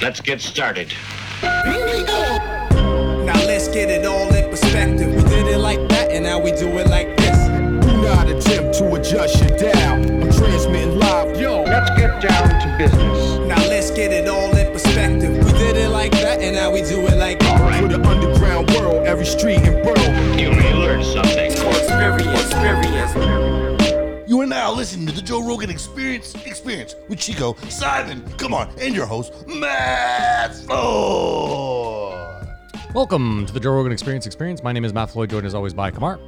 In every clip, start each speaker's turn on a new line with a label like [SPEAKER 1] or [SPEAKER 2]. [SPEAKER 1] Let's get started.
[SPEAKER 2] Now let's get it all in perspective. We did it like that, and now we do it like this.
[SPEAKER 3] Do not attempt to adjust your dial. I'm transmitting live. Yo,
[SPEAKER 4] Let's get down to business.
[SPEAKER 2] Now let's get it all in perspective. We did it like that, and now we do it like this.
[SPEAKER 3] for the underground world, every street and borough.
[SPEAKER 1] You may learn something.
[SPEAKER 5] You are now listening to the Joe Rogan Experience Experience with Chico, Simon, come on, and your host, Matt Floyd.
[SPEAKER 6] Welcome to the Joe Rogan Experience Experience. My name is Matt Floyd, joined as always by Kamar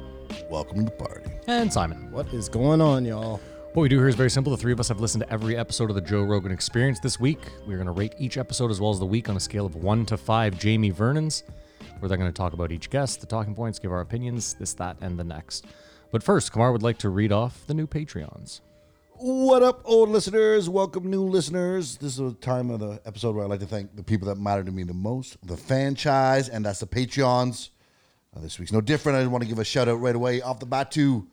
[SPEAKER 5] Welcome to the party.
[SPEAKER 6] and Simon.
[SPEAKER 7] What is going on, y'all?
[SPEAKER 6] What we do here is very simple. The three of us have listened to every episode of the Joe Rogan Experience this week. We're going to rate each episode as well as the week on a scale of one to five Jamie Vernon's. We're then going to talk about each guest, the talking points, give our opinions, this, that, and the next. But first, Kamar would like to read off the new Patreons.
[SPEAKER 5] What up, old listeners? Welcome, new listeners. This is the time of the episode where I like to thank the people that matter to me the most, the franchise, and that's the Patreons. Uh, this week's no different. I just want to give a shout out right away off the bat to,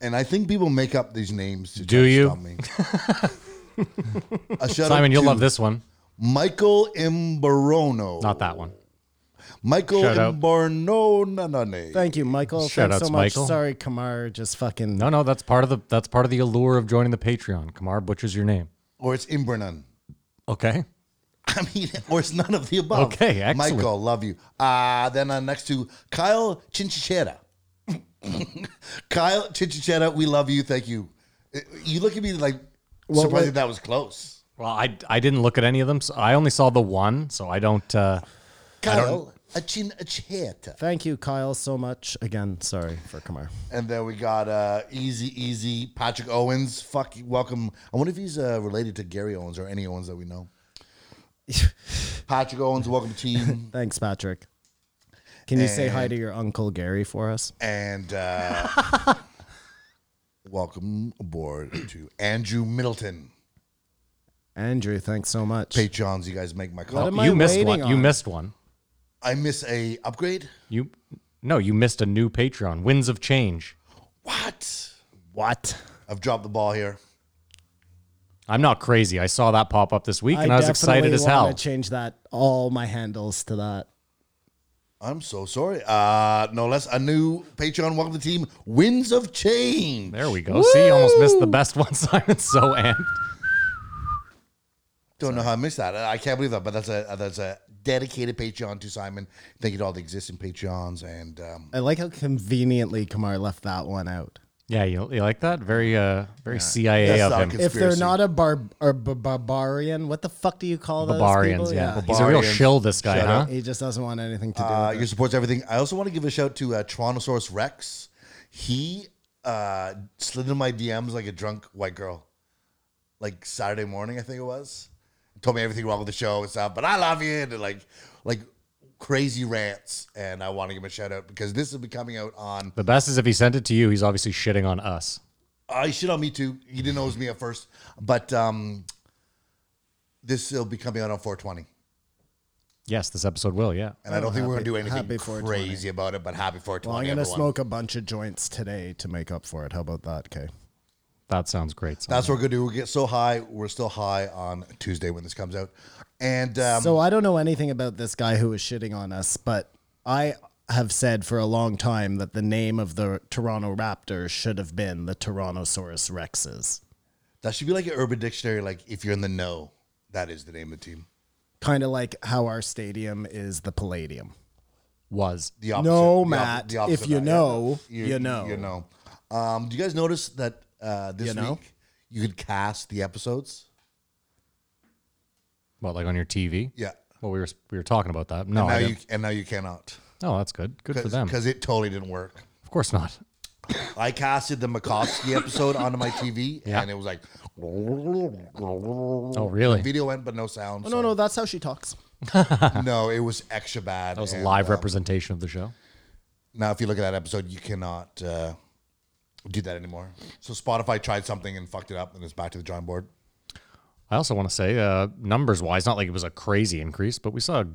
[SPEAKER 5] and I think people make up these names to try
[SPEAKER 6] Do
[SPEAKER 5] to
[SPEAKER 6] you?
[SPEAKER 5] stop me. a shout
[SPEAKER 6] Simon,
[SPEAKER 5] out
[SPEAKER 6] you'll
[SPEAKER 5] to
[SPEAKER 6] love this one.
[SPEAKER 5] Michael Imbarono.
[SPEAKER 6] Not that one.
[SPEAKER 5] Michael
[SPEAKER 6] Shout out.
[SPEAKER 5] Imbarono.
[SPEAKER 7] Thank you, Michael.
[SPEAKER 6] Shout
[SPEAKER 7] Thanks
[SPEAKER 6] outs,
[SPEAKER 7] so much.
[SPEAKER 6] Michael.
[SPEAKER 7] Sorry, Kamar just fucking
[SPEAKER 6] No, no, that's part of the that's part of the allure of joining the Patreon. Kamar butchers your name.
[SPEAKER 5] Or it's Imbranon.
[SPEAKER 6] Okay.
[SPEAKER 5] I mean, or it's none of the above.
[SPEAKER 6] Okay, excellent.
[SPEAKER 5] Michael, love you. Uh, then uh, next to Kyle Chinchichera. Kyle Chinchichera, we love you. Thank you. Uh, You look at me like surprised
[SPEAKER 7] what-
[SPEAKER 5] that that was close.
[SPEAKER 6] Well, I, I didn't look at any of them. So I only saw the one, so I don't. Uh,
[SPEAKER 5] Kyle Chinchichera.
[SPEAKER 7] Thank you, Kyle, so much. Again, sorry for Kamar.
[SPEAKER 5] And then we got uh, Easy Easy Patrick Owens. Fuck, you, welcome. I wonder if he's uh, related to Gary Owens or any Owens that we know. Patrick Owens, welcome team.
[SPEAKER 7] Thanks, Patrick. Can you say hi to your uncle Gary for us?
[SPEAKER 5] And uh, welcome aboard to Andrew Middleton.
[SPEAKER 7] Andrew, thanks so much.
[SPEAKER 5] Patrons, you guys make my
[SPEAKER 7] What
[SPEAKER 5] call.
[SPEAKER 7] am
[SPEAKER 6] you
[SPEAKER 7] I
[SPEAKER 6] missed
[SPEAKER 7] waiting
[SPEAKER 6] one. You
[SPEAKER 7] on?
[SPEAKER 6] missed one.
[SPEAKER 5] I miss a upgrade.
[SPEAKER 6] You no, you missed a new Patreon. Winds of Change.
[SPEAKER 5] What?
[SPEAKER 7] What?
[SPEAKER 5] I've dropped the ball here.
[SPEAKER 6] I'm not crazy. I saw that pop up this week, and I was excited
[SPEAKER 7] definitely
[SPEAKER 6] as hell.
[SPEAKER 7] wanna change that all my handles to that.
[SPEAKER 5] I'm so sorry. Uh, no less a new Patreon. Welcome to the team. Winds of change.
[SPEAKER 6] there we go. See, you almost missed the best one, Simon. So amped.
[SPEAKER 5] Don't know how I missed that. I can't believe that. But that's a that's a dedicated Patreon to Simon. Thank you to all the existing Patreons and um,
[SPEAKER 7] I like how conveniently Kamar left that one out.
[SPEAKER 6] Yeah, you, you like that? Very uh, very CIA
[SPEAKER 5] That's
[SPEAKER 6] of
[SPEAKER 5] not
[SPEAKER 6] him.
[SPEAKER 5] good.
[SPEAKER 7] If they're
[SPEAKER 5] Conspiracy.
[SPEAKER 7] not a bar or b- barbarian, what the fuck do you call those
[SPEAKER 6] Barbarians.
[SPEAKER 7] people?
[SPEAKER 6] yeah, he's a real
[SPEAKER 5] Barbarians.
[SPEAKER 6] shill. This guy,
[SPEAKER 5] Shut
[SPEAKER 6] huh?
[SPEAKER 5] up.
[SPEAKER 7] He just doesn't want anything to do
[SPEAKER 5] Uh,
[SPEAKER 7] with
[SPEAKER 5] your
[SPEAKER 7] it.
[SPEAKER 5] support's everything. I also want to give a shout to uh, Tyrannosaurus Rex. He uh, slid into my DMs like a drunk white girl, like Saturday morning, I think it was. Told me everything wrong with the show and stuff, but I love you and like, like crazy rants. And I want to give him a shout out because this will be coming out on.
[SPEAKER 6] The best is if he sent it to you. He's obviously shitting on us.
[SPEAKER 5] I shit on me too. He didn't know it was me at first, but um, this will be coming out on 420.
[SPEAKER 6] Yes, this episode will. Yeah.
[SPEAKER 5] And I don't think we're gonna do
[SPEAKER 7] Oh, happy
[SPEAKER 5] anything
[SPEAKER 7] 420.
[SPEAKER 5] crazy about it, but happy 420.
[SPEAKER 7] Well, I'm gonna
[SPEAKER 5] everyone.
[SPEAKER 7] smoke a bunch of joints today to make up for it. How about that, Kay?
[SPEAKER 6] That sounds great. Simon.
[SPEAKER 5] That's what we're gonna do. We'll get so high. We're still high on Tuesday when this comes out. And um,
[SPEAKER 7] so I don't know anything about this guy who is shitting on us, but I have said for a long time that the name of the Toronto Raptors should have been the Tyrannosaurus Rexes.
[SPEAKER 5] that should be like an urban dictionary. Like if you're in the know, that is the name of the team.
[SPEAKER 7] Kind of like how our stadium is the Palladium.
[SPEAKER 6] was
[SPEAKER 5] The opposite.
[SPEAKER 7] No,
[SPEAKER 5] the oppo-
[SPEAKER 7] Matt.
[SPEAKER 5] the opposite
[SPEAKER 7] If you
[SPEAKER 5] of that,
[SPEAKER 7] know, you know.
[SPEAKER 5] You know. Um, do you guys notice that uh, this
[SPEAKER 7] You know?
[SPEAKER 5] week you could cast the episodes?
[SPEAKER 6] what like on your TV?
[SPEAKER 5] Yeah.
[SPEAKER 6] Well, we were we were talking about that. No,
[SPEAKER 5] now
[SPEAKER 6] I
[SPEAKER 5] you
[SPEAKER 6] didn't.
[SPEAKER 5] and now you cannot
[SPEAKER 6] no, that's good. Good for them.
[SPEAKER 5] because it totally didn't work.
[SPEAKER 6] Of course not.
[SPEAKER 5] I casted the Makovsky episode onto my TV,
[SPEAKER 6] Yeah.
[SPEAKER 5] and it was like
[SPEAKER 6] Oh, really?
[SPEAKER 5] video went but no sound.
[SPEAKER 7] Oh, no, no, that's how she talks.
[SPEAKER 5] no, no, it was extra bad.
[SPEAKER 6] That was a
[SPEAKER 5] and,
[SPEAKER 6] live
[SPEAKER 5] um,
[SPEAKER 6] representation of the show.
[SPEAKER 5] now if you look at that episode you cannot uh, do that anymore so spotify tried something and fucked it up and it's back to the drawing board
[SPEAKER 6] I also want to say, uh, numbers wise, not like it was a crazy increase, but we saw a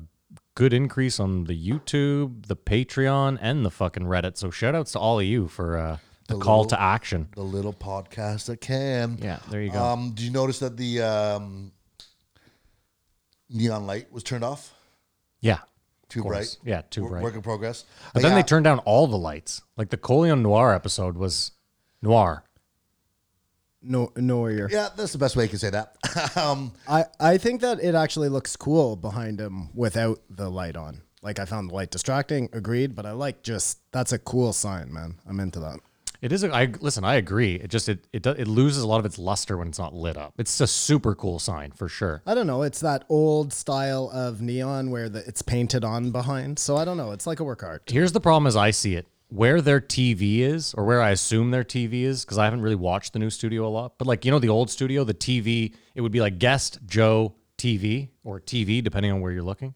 [SPEAKER 6] good increase on the YouTube, the Patreon, and the fucking Reddit. So shout outs to all of you for uh, the, call to action.
[SPEAKER 5] the little podcast that can Uh,
[SPEAKER 6] Yeah, there you go.
[SPEAKER 5] um, do you notice that the um, neon light was turned off.
[SPEAKER 6] Yeah.
[SPEAKER 5] Too
[SPEAKER 6] Of course.
[SPEAKER 5] bright.
[SPEAKER 6] Yeah, too
[SPEAKER 5] Wor-
[SPEAKER 6] bright.
[SPEAKER 5] Work in progress.
[SPEAKER 6] But then
[SPEAKER 5] yeah,
[SPEAKER 6] they turned down all the lights. Like the Colion Noir episode was noir.
[SPEAKER 7] No, no, you're.
[SPEAKER 5] Yeah, that's the best way you can say that. um,
[SPEAKER 7] I, I think that it actually looks cool behind him without the light on. Like I found the light distracting, agreed, but I like just that's a cool sign, man. I'm into that.
[SPEAKER 6] It is. A, I listen. I agree. It just it it do- it loses a lot of its luster when it's not lit up. It's a super cool sign for sure.
[SPEAKER 7] I don't know, it's that old style of neon where the, it's painted on behind. So I don't know, it's like a work art.
[SPEAKER 6] Here's the problem as I see it. Where their TV is, or where I assume their TV is, because I haven't really watched the new studio a lot. But like you know, the old studio, the TV, it would be like guest Joe TV or TV, depending on where you're looking.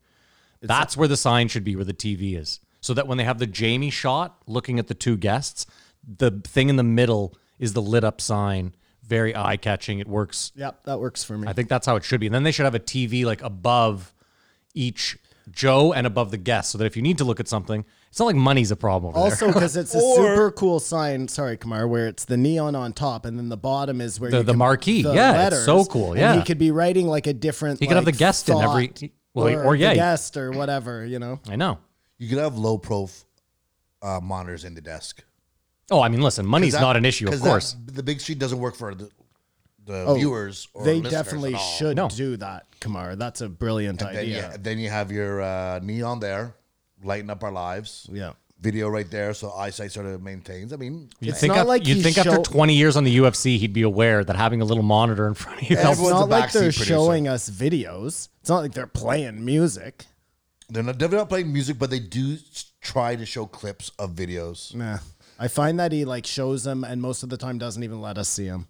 [SPEAKER 6] That's where the sign should be, where the TV is, so that when they have the Jamie shot looking at the two guests, the thing in the middle is the lit up sign, very eye catching. It works
[SPEAKER 7] Yep, that works for me.
[SPEAKER 6] I think that's how it should be. And then they should have a TV like above each Joe and above the guest, so that if you need to look at something, it's not like money's a problem. Over
[SPEAKER 7] also, because it's a super cool sign. Sorry, Kamar, where it's the neon on top, and then the bottom is where
[SPEAKER 6] The-
[SPEAKER 7] you
[SPEAKER 6] the
[SPEAKER 7] can-
[SPEAKER 6] marquee. Yeah, it's so cool,
[SPEAKER 7] and
[SPEAKER 6] yeah.
[SPEAKER 7] he could be writing like a different.
[SPEAKER 6] He could have
[SPEAKER 7] like,
[SPEAKER 6] the guest in every-
[SPEAKER 7] thought
[SPEAKER 6] well,
[SPEAKER 7] or,
[SPEAKER 6] or yeah.
[SPEAKER 7] the guest or whatever. You know,
[SPEAKER 6] there. I know.
[SPEAKER 5] you could have low prof uh, monitors in the desk.
[SPEAKER 6] Oh, I mean, listen, money's
[SPEAKER 5] That-
[SPEAKER 6] not an issue, of
[SPEAKER 5] 'cause that-
[SPEAKER 6] course. Oh,
[SPEAKER 5] the big screen doesn't work for the, the viewers. Or
[SPEAKER 7] they
[SPEAKER 5] listeners
[SPEAKER 7] definitely
[SPEAKER 5] at all.
[SPEAKER 7] should
[SPEAKER 6] No.
[SPEAKER 7] do that, Kamar. That's a brilliant
[SPEAKER 5] Then you,
[SPEAKER 7] idea.
[SPEAKER 5] then you have your uh, neon there, lighting up our lives.
[SPEAKER 7] Yeah.
[SPEAKER 5] Video right there, so eyesight sort of maintains. I mean,
[SPEAKER 6] You'd think,
[SPEAKER 7] not
[SPEAKER 6] after,
[SPEAKER 7] like
[SPEAKER 6] you'd
[SPEAKER 7] he's
[SPEAKER 6] think after
[SPEAKER 7] show-
[SPEAKER 6] 20 years on the UFC, he'd be aware that having a little monitor in front of you helps.
[SPEAKER 7] It's
[SPEAKER 5] Everyone's
[SPEAKER 7] not
[SPEAKER 5] a
[SPEAKER 7] like
[SPEAKER 5] backseat
[SPEAKER 7] they're
[SPEAKER 5] producer.
[SPEAKER 7] showing us videos. It's not like they're playing music.
[SPEAKER 5] They're not, they're not playing music, but they do s- try to show clips of videos.
[SPEAKER 7] Nah. I find that he like shows them, and most of the time doesn't even let us see them.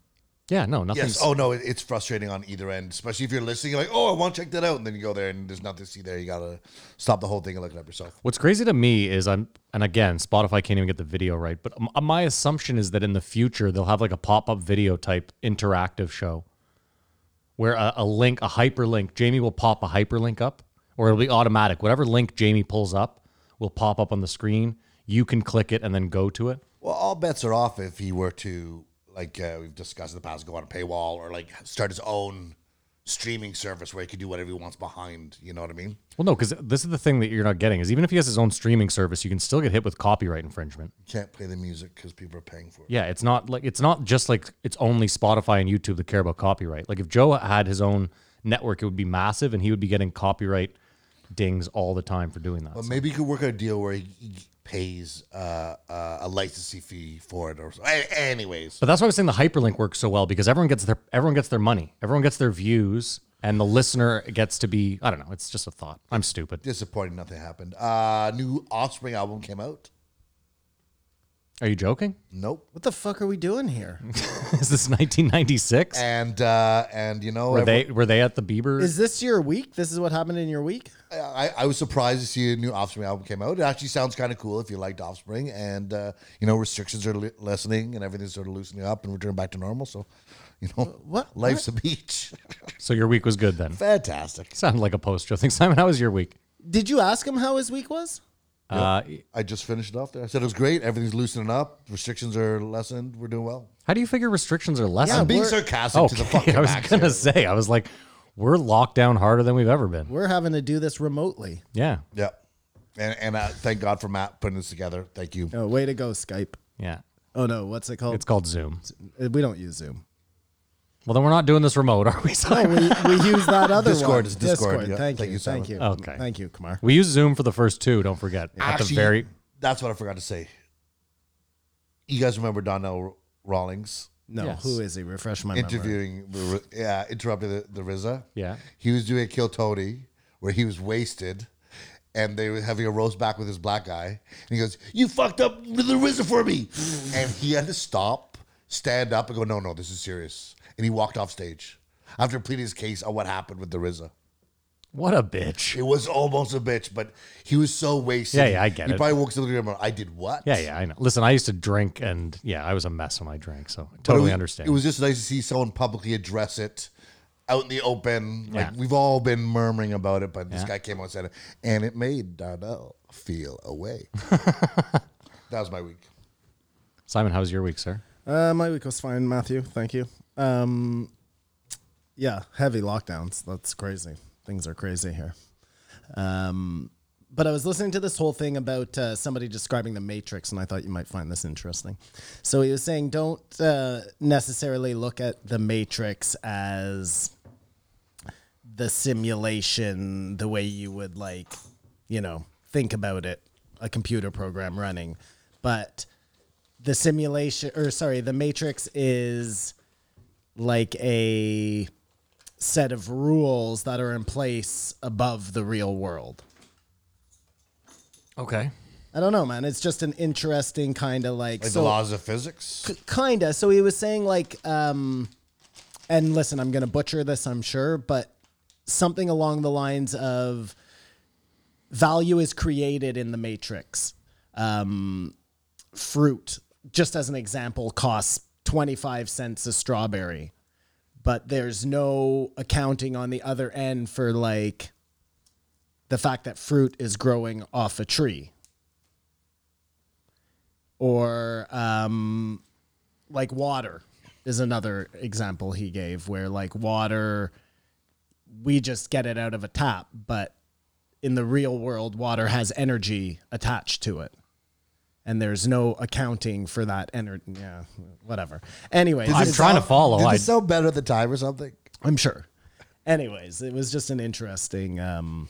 [SPEAKER 6] Yeah, no, nothing.
[SPEAKER 5] Yes. Oh no, it, it's frustrating on either end, especially if you're listening. You're like, oh, I want to check that out, and then you go there and there's nothing to see there. You gotta stop the whole thing and look it up yourself.
[SPEAKER 6] What's crazy to me is I'm, and again, Spotify can't even get the video right, but m- uh, my assumption is that in the future they'll have like a pop-up video type interactive show where a, a link, a hyperlink, Jamie will pop a hyperlink up, or it'll be automatic. Whatever link Jamie pulls up will pop up on the screen. You can click it and then go to it.
[SPEAKER 5] Well, all bets are off if he were to, like uh, we've discussed in the past, go on a paywall or like start his own streaming service where he could do whatever he wants behind. You know what I mean?
[SPEAKER 6] Well, no, because this is the thing that you're not getting is even if he has his own streaming service, you can still get hit with copyright infringement.
[SPEAKER 5] You can't play the music because people are paying for it.
[SPEAKER 6] Yeah, it's not like it's not just like it's only Spotify and YouTube that care about copyright. Like if Joe had his own network, it would be massive, and he would be getting copyright dings all the time for doing that.
[SPEAKER 5] But maybe you could work out a deal where he, he pays uh, uh, a licensing fee for it, or so. A- anyways.
[SPEAKER 6] But that's why I was saying the hyperlink works so well because everyone gets their everyone gets their money, everyone gets their views, and the listener gets to be I don't know. It's just a thought. I'm stupid.
[SPEAKER 5] Disappointing, nothing happened. Uh, new Offspring album came out.
[SPEAKER 6] Are you joking?
[SPEAKER 5] Nope.
[SPEAKER 7] What the fuck are we doing here?
[SPEAKER 6] Is this 1996?
[SPEAKER 5] And uh, and you know,
[SPEAKER 6] Were
[SPEAKER 5] everyone-
[SPEAKER 6] they were they at the Bieber?
[SPEAKER 7] Is this your week? This is what happened in your week?
[SPEAKER 5] I, I was surprised to see a new Offspring album came out. It actually sounds kind of cool if you liked Offspring, and uh, you know restrictions are li- lessening and everything's sort of loosening up and returning back to normal. So, you know,
[SPEAKER 7] what-
[SPEAKER 5] life's a beach.
[SPEAKER 6] so your week was good then.
[SPEAKER 5] Fantastic.
[SPEAKER 6] Sounded like a post Joe thing. Simon, how was your week?
[SPEAKER 7] Did you ask him how his week was?
[SPEAKER 6] Uh,
[SPEAKER 5] I just finished it off there. I said it was great. Everything's loosening up. Restrictions are lessened. We're doing well.
[SPEAKER 6] how do you figure restrictions are less?
[SPEAKER 5] I'm being sarcastic to the fucking
[SPEAKER 6] Oh, I was
[SPEAKER 5] max
[SPEAKER 6] gonna
[SPEAKER 5] here.
[SPEAKER 6] say, I was like, we're locked down harder than we've ever been.
[SPEAKER 7] We're having to do this remotely.
[SPEAKER 6] Yeah,
[SPEAKER 5] Yeah. And, and uh, thank God for Matt putting this together. Thank you.
[SPEAKER 7] Oh, way to go, Skype.
[SPEAKER 6] yeah.
[SPEAKER 7] Oh no, what's it called?
[SPEAKER 6] It's called Zoom.
[SPEAKER 7] Uh, we don't use Zoom.
[SPEAKER 6] Well, then we're not doing this remote, are we?
[SPEAKER 7] No,
[SPEAKER 6] Simon?
[SPEAKER 7] we, we use that other
[SPEAKER 5] Discord
[SPEAKER 7] one.
[SPEAKER 5] is Discord, yeah.
[SPEAKER 7] Thank,
[SPEAKER 5] Thank
[SPEAKER 7] you.
[SPEAKER 5] you,
[SPEAKER 7] Thank you.
[SPEAKER 5] Simon.
[SPEAKER 6] Okay.
[SPEAKER 7] Thank you, Kumar.
[SPEAKER 6] we use Zoom for the first two. Don't forget. At the
[SPEAKER 5] Actually,
[SPEAKER 6] very
[SPEAKER 5] that's what I forgot to say. You guys remember Donnell Rawlings?
[SPEAKER 7] No,
[SPEAKER 6] Yes.
[SPEAKER 7] who is he? Refresh my memory.
[SPEAKER 5] interviewing, the- yeah, interrupted the, the RZA.
[SPEAKER 6] Yeah.
[SPEAKER 5] he was doing a Kill Tony where he was wasted, and they were having a roast back with his black guy, and he goes, "You fucked up the RZA for me," and he had to stop, stand up, and go, "No, no, this is serious," and he walked off stage after pleading his case on what happened with the RZA.
[SPEAKER 6] what a bitch.
[SPEAKER 5] It was almost a bitch, but he was so wasted.
[SPEAKER 6] Yeah, yeah, I get
[SPEAKER 5] he
[SPEAKER 6] it.
[SPEAKER 5] probably walks up to the mirror. I did what?
[SPEAKER 6] Yeah, yeah, I know. Listen, I used to drink, and yeah, I was a mess when I drank, so I
[SPEAKER 5] But it
[SPEAKER 6] totally
[SPEAKER 5] was-
[SPEAKER 6] understand.
[SPEAKER 5] It was just nice to see someone publicly address it out in the open. Like
[SPEAKER 6] Yeah.
[SPEAKER 5] we've all been murmuring about it, but this
[SPEAKER 6] Yeah.
[SPEAKER 5] guy came out and said it, and it made Darnell feel away. that was my week.
[SPEAKER 6] Simon, how was your week, sir?
[SPEAKER 7] Uh, my week was fine, Matthew. Thank you. Um, yeah, heavy lockdowns. That's crazy. Things are crazy here. Um, but I was listening to this whole thing about uh, somebody describing the Matrix, and I thought you might find this interesting. So he was saying, don't uh, necessarily look at the Matrix as the simulation the way you would like you know think about it a computer program running but the simulation or sorry the matrix is like a set of rules that are in place above the real world
[SPEAKER 6] Okay.
[SPEAKER 7] i don't know man it's just an interesting kind of like,
[SPEAKER 5] Like
[SPEAKER 7] so-
[SPEAKER 5] the laws of physics.
[SPEAKER 7] kinda. So he was saying like, um, and listen, I'm gonna butcher this, I'm sure, but something along the lines of value is created in the matrix. Um, fruit, just as an example, costs 25 cents a strawberry, but there's no accounting on the other end for like the fact that fruit is growing off a tree. Or um, like water is another example he gave where like water we just get it out of a tap but in the real world water has energy attached to it and there's no accounting for that energy yeah whatever anyway
[SPEAKER 6] I'm
[SPEAKER 7] it's-
[SPEAKER 6] trying to follow.
[SPEAKER 5] Did
[SPEAKER 6] I-
[SPEAKER 5] this sound better at the time or something?
[SPEAKER 7] i'm sure anyways it was just an interesting um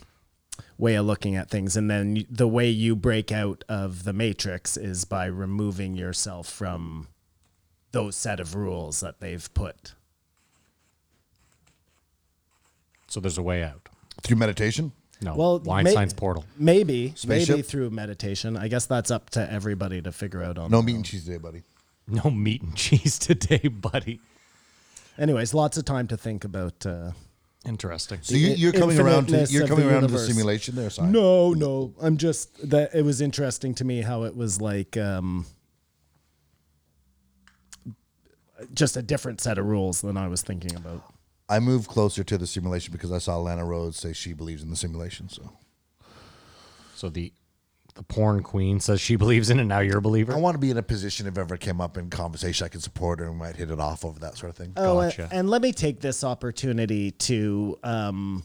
[SPEAKER 7] way of looking at things and then y- the way you break out of the matrix is by removing yourself from those set of rules that they've put
[SPEAKER 6] So there's a way out.
[SPEAKER 5] Through meditation?
[SPEAKER 6] No.
[SPEAKER 7] Well,
[SPEAKER 6] Well, Einstein's
[SPEAKER 7] may-
[SPEAKER 6] portal.
[SPEAKER 7] Maybe, maybe
[SPEAKER 5] Spaceship?
[SPEAKER 7] through meditation. I guess that's up to everybody to figure out on.
[SPEAKER 5] No meat and cheese today, buddy.
[SPEAKER 6] No meat and cheese today, buddy.
[SPEAKER 7] Anyways, lots of time to think about. Uh,
[SPEAKER 6] Interesting.
[SPEAKER 5] So you,
[SPEAKER 7] The
[SPEAKER 5] you're coming around to
[SPEAKER 7] infiniteness
[SPEAKER 5] you're
[SPEAKER 7] of
[SPEAKER 5] coming
[SPEAKER 7] the
[SPEAKER 5] around to the
[SPEAKER 7] universe.
[SPEAKER 5] simulation there, Simon.
[SPEAKER 7] no, no, I'm just that it was interesting to me how it was like um, just a different set of rules than I was thinking about.
[SPEAKER 5] I moved closer to the simulation because I saw Lana Rhodes say she believes in the simulation. So
[SPEAKER 6] So the the porn queen says she believes in it. Now you're a believer.
[SPEAKER 5] I want to be in a position if ever came up in conversation I can support her and we might hit it off over that sort of thing.
[SPEAKER 7] Oh, and-
[SPEAKER 6] Gotcha.
[SPEAKER 7] and let me take this opportunity to, um,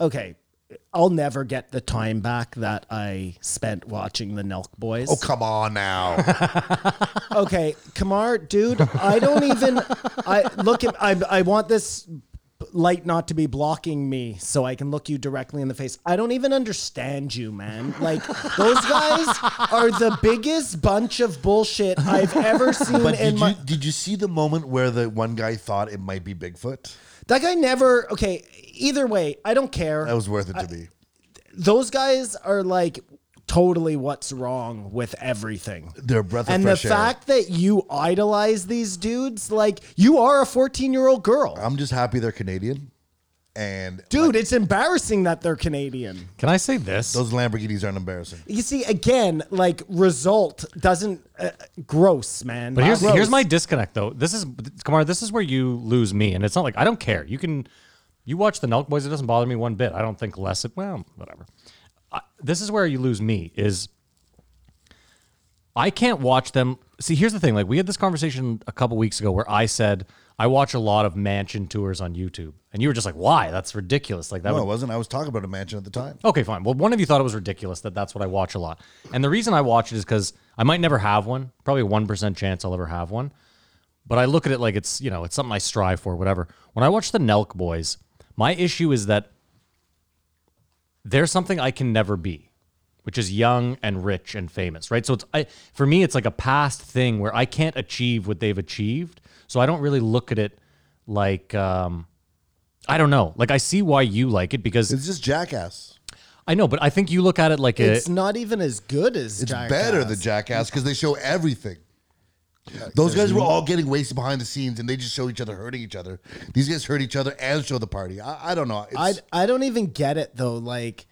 [SPEAKER 7] okay, I'll never get the time back that I spent watching the Nelk Boys.
[SPEAKER 5] Oh come on now!
[SPEAKER 7] okay, Kamar, dude, I don't even. I look at. I I want this light not to be blocking me, so I can look you directly in the face. I don't even understand you, man. Like those guys are the biggest bunch of bullshit I've ever seen
[SPEAKER 5] but
[SPEAKER 7] in
[SPEAKER 5] did
[SPEAKER 7] my.
[SPEAKER 5] you did you see the moment where the one guy thought it might be Bigfoot?
[SPEAKER 7] That guy never. Okay, either way, I don't care.
[SPEAKER 5] That was worth it to me.
[SPEAKER 7] those guys are like totally what's wrong with everything.
[SPEAKER 5] They're a breath of
[SPEAKER 7] and
[SPEAKER 5] fresh
[SPEAKER 7] the
[SPEAKER 5] air.
[SPEAKER 7] fact that you idolize these dudes, like you are a 14 year old girl.
[SPEAKER 5] I'm just happy they're Canadian, and
[SPEAKER 7] Dude, it's embarrassing that they're Canadian.
[SPEAKER 6] Can I say this?
[SPEAKER 5] those Lamborghinis aren't embarrassing.
[SPEAKER 7] You see, again, like result doesn't uh, gross, man.
[SPEAKER 6] But here's
[SPEAKER 7] Gross.
[SPEAKER 6] here's my disconnect though. This is Kamar. This is where you lose me, and it's not like I don't care. You can you watch the Nelk Boys. It doesn't bother me one bit. I don't think less. Of, well, whatever. I, this is where you lose me. Is I can't watch them. See, here's the thing. Like we had this conversation a couple weeks ago where I said I watch a lot of mansion tours on YouTube, and you were just like, "Why? That's ridiculous." Like that
[SPEAKER 5] No,
[SPEAKER 6] would
[SPEAKER 5] it wasn't. I was talking about a mansion at the time.
[SPEAKER 6] Okay, fine. Well, one of you thought it was ridiculous that that's what I watch a lot. And the reason I watch it is because I might never have one, probably a 1% chance I'll ever have one. But I look at it like it's, you know, it's something I strive for, whatever. When I watch the Nelk Boys, my issue is that there's something I can never be, which is young and rich and famous, right? So it's I, for me, it's like a past thing where I can't achieve what they've achieved. So I don't really look at it like, um, I don't know. Like I see why you like it because
[SPEAKER 5] It's just jackass.
[SPEAKER 6] I know, but I think you look at it like a
[SPEAKER 7] It's not even as good as
[SPEAKER 5] It's
[SPEAKER 7] Jackass.
[SPEAKER 5] better than Jackass because they show everything. Those guys were all getting wasted behind the scenes, and they just show each other hurting each other. These guys hurt each other and show the party. I, I don't know. It's,
[SPEAKER 7] I I don't even get it though. Like,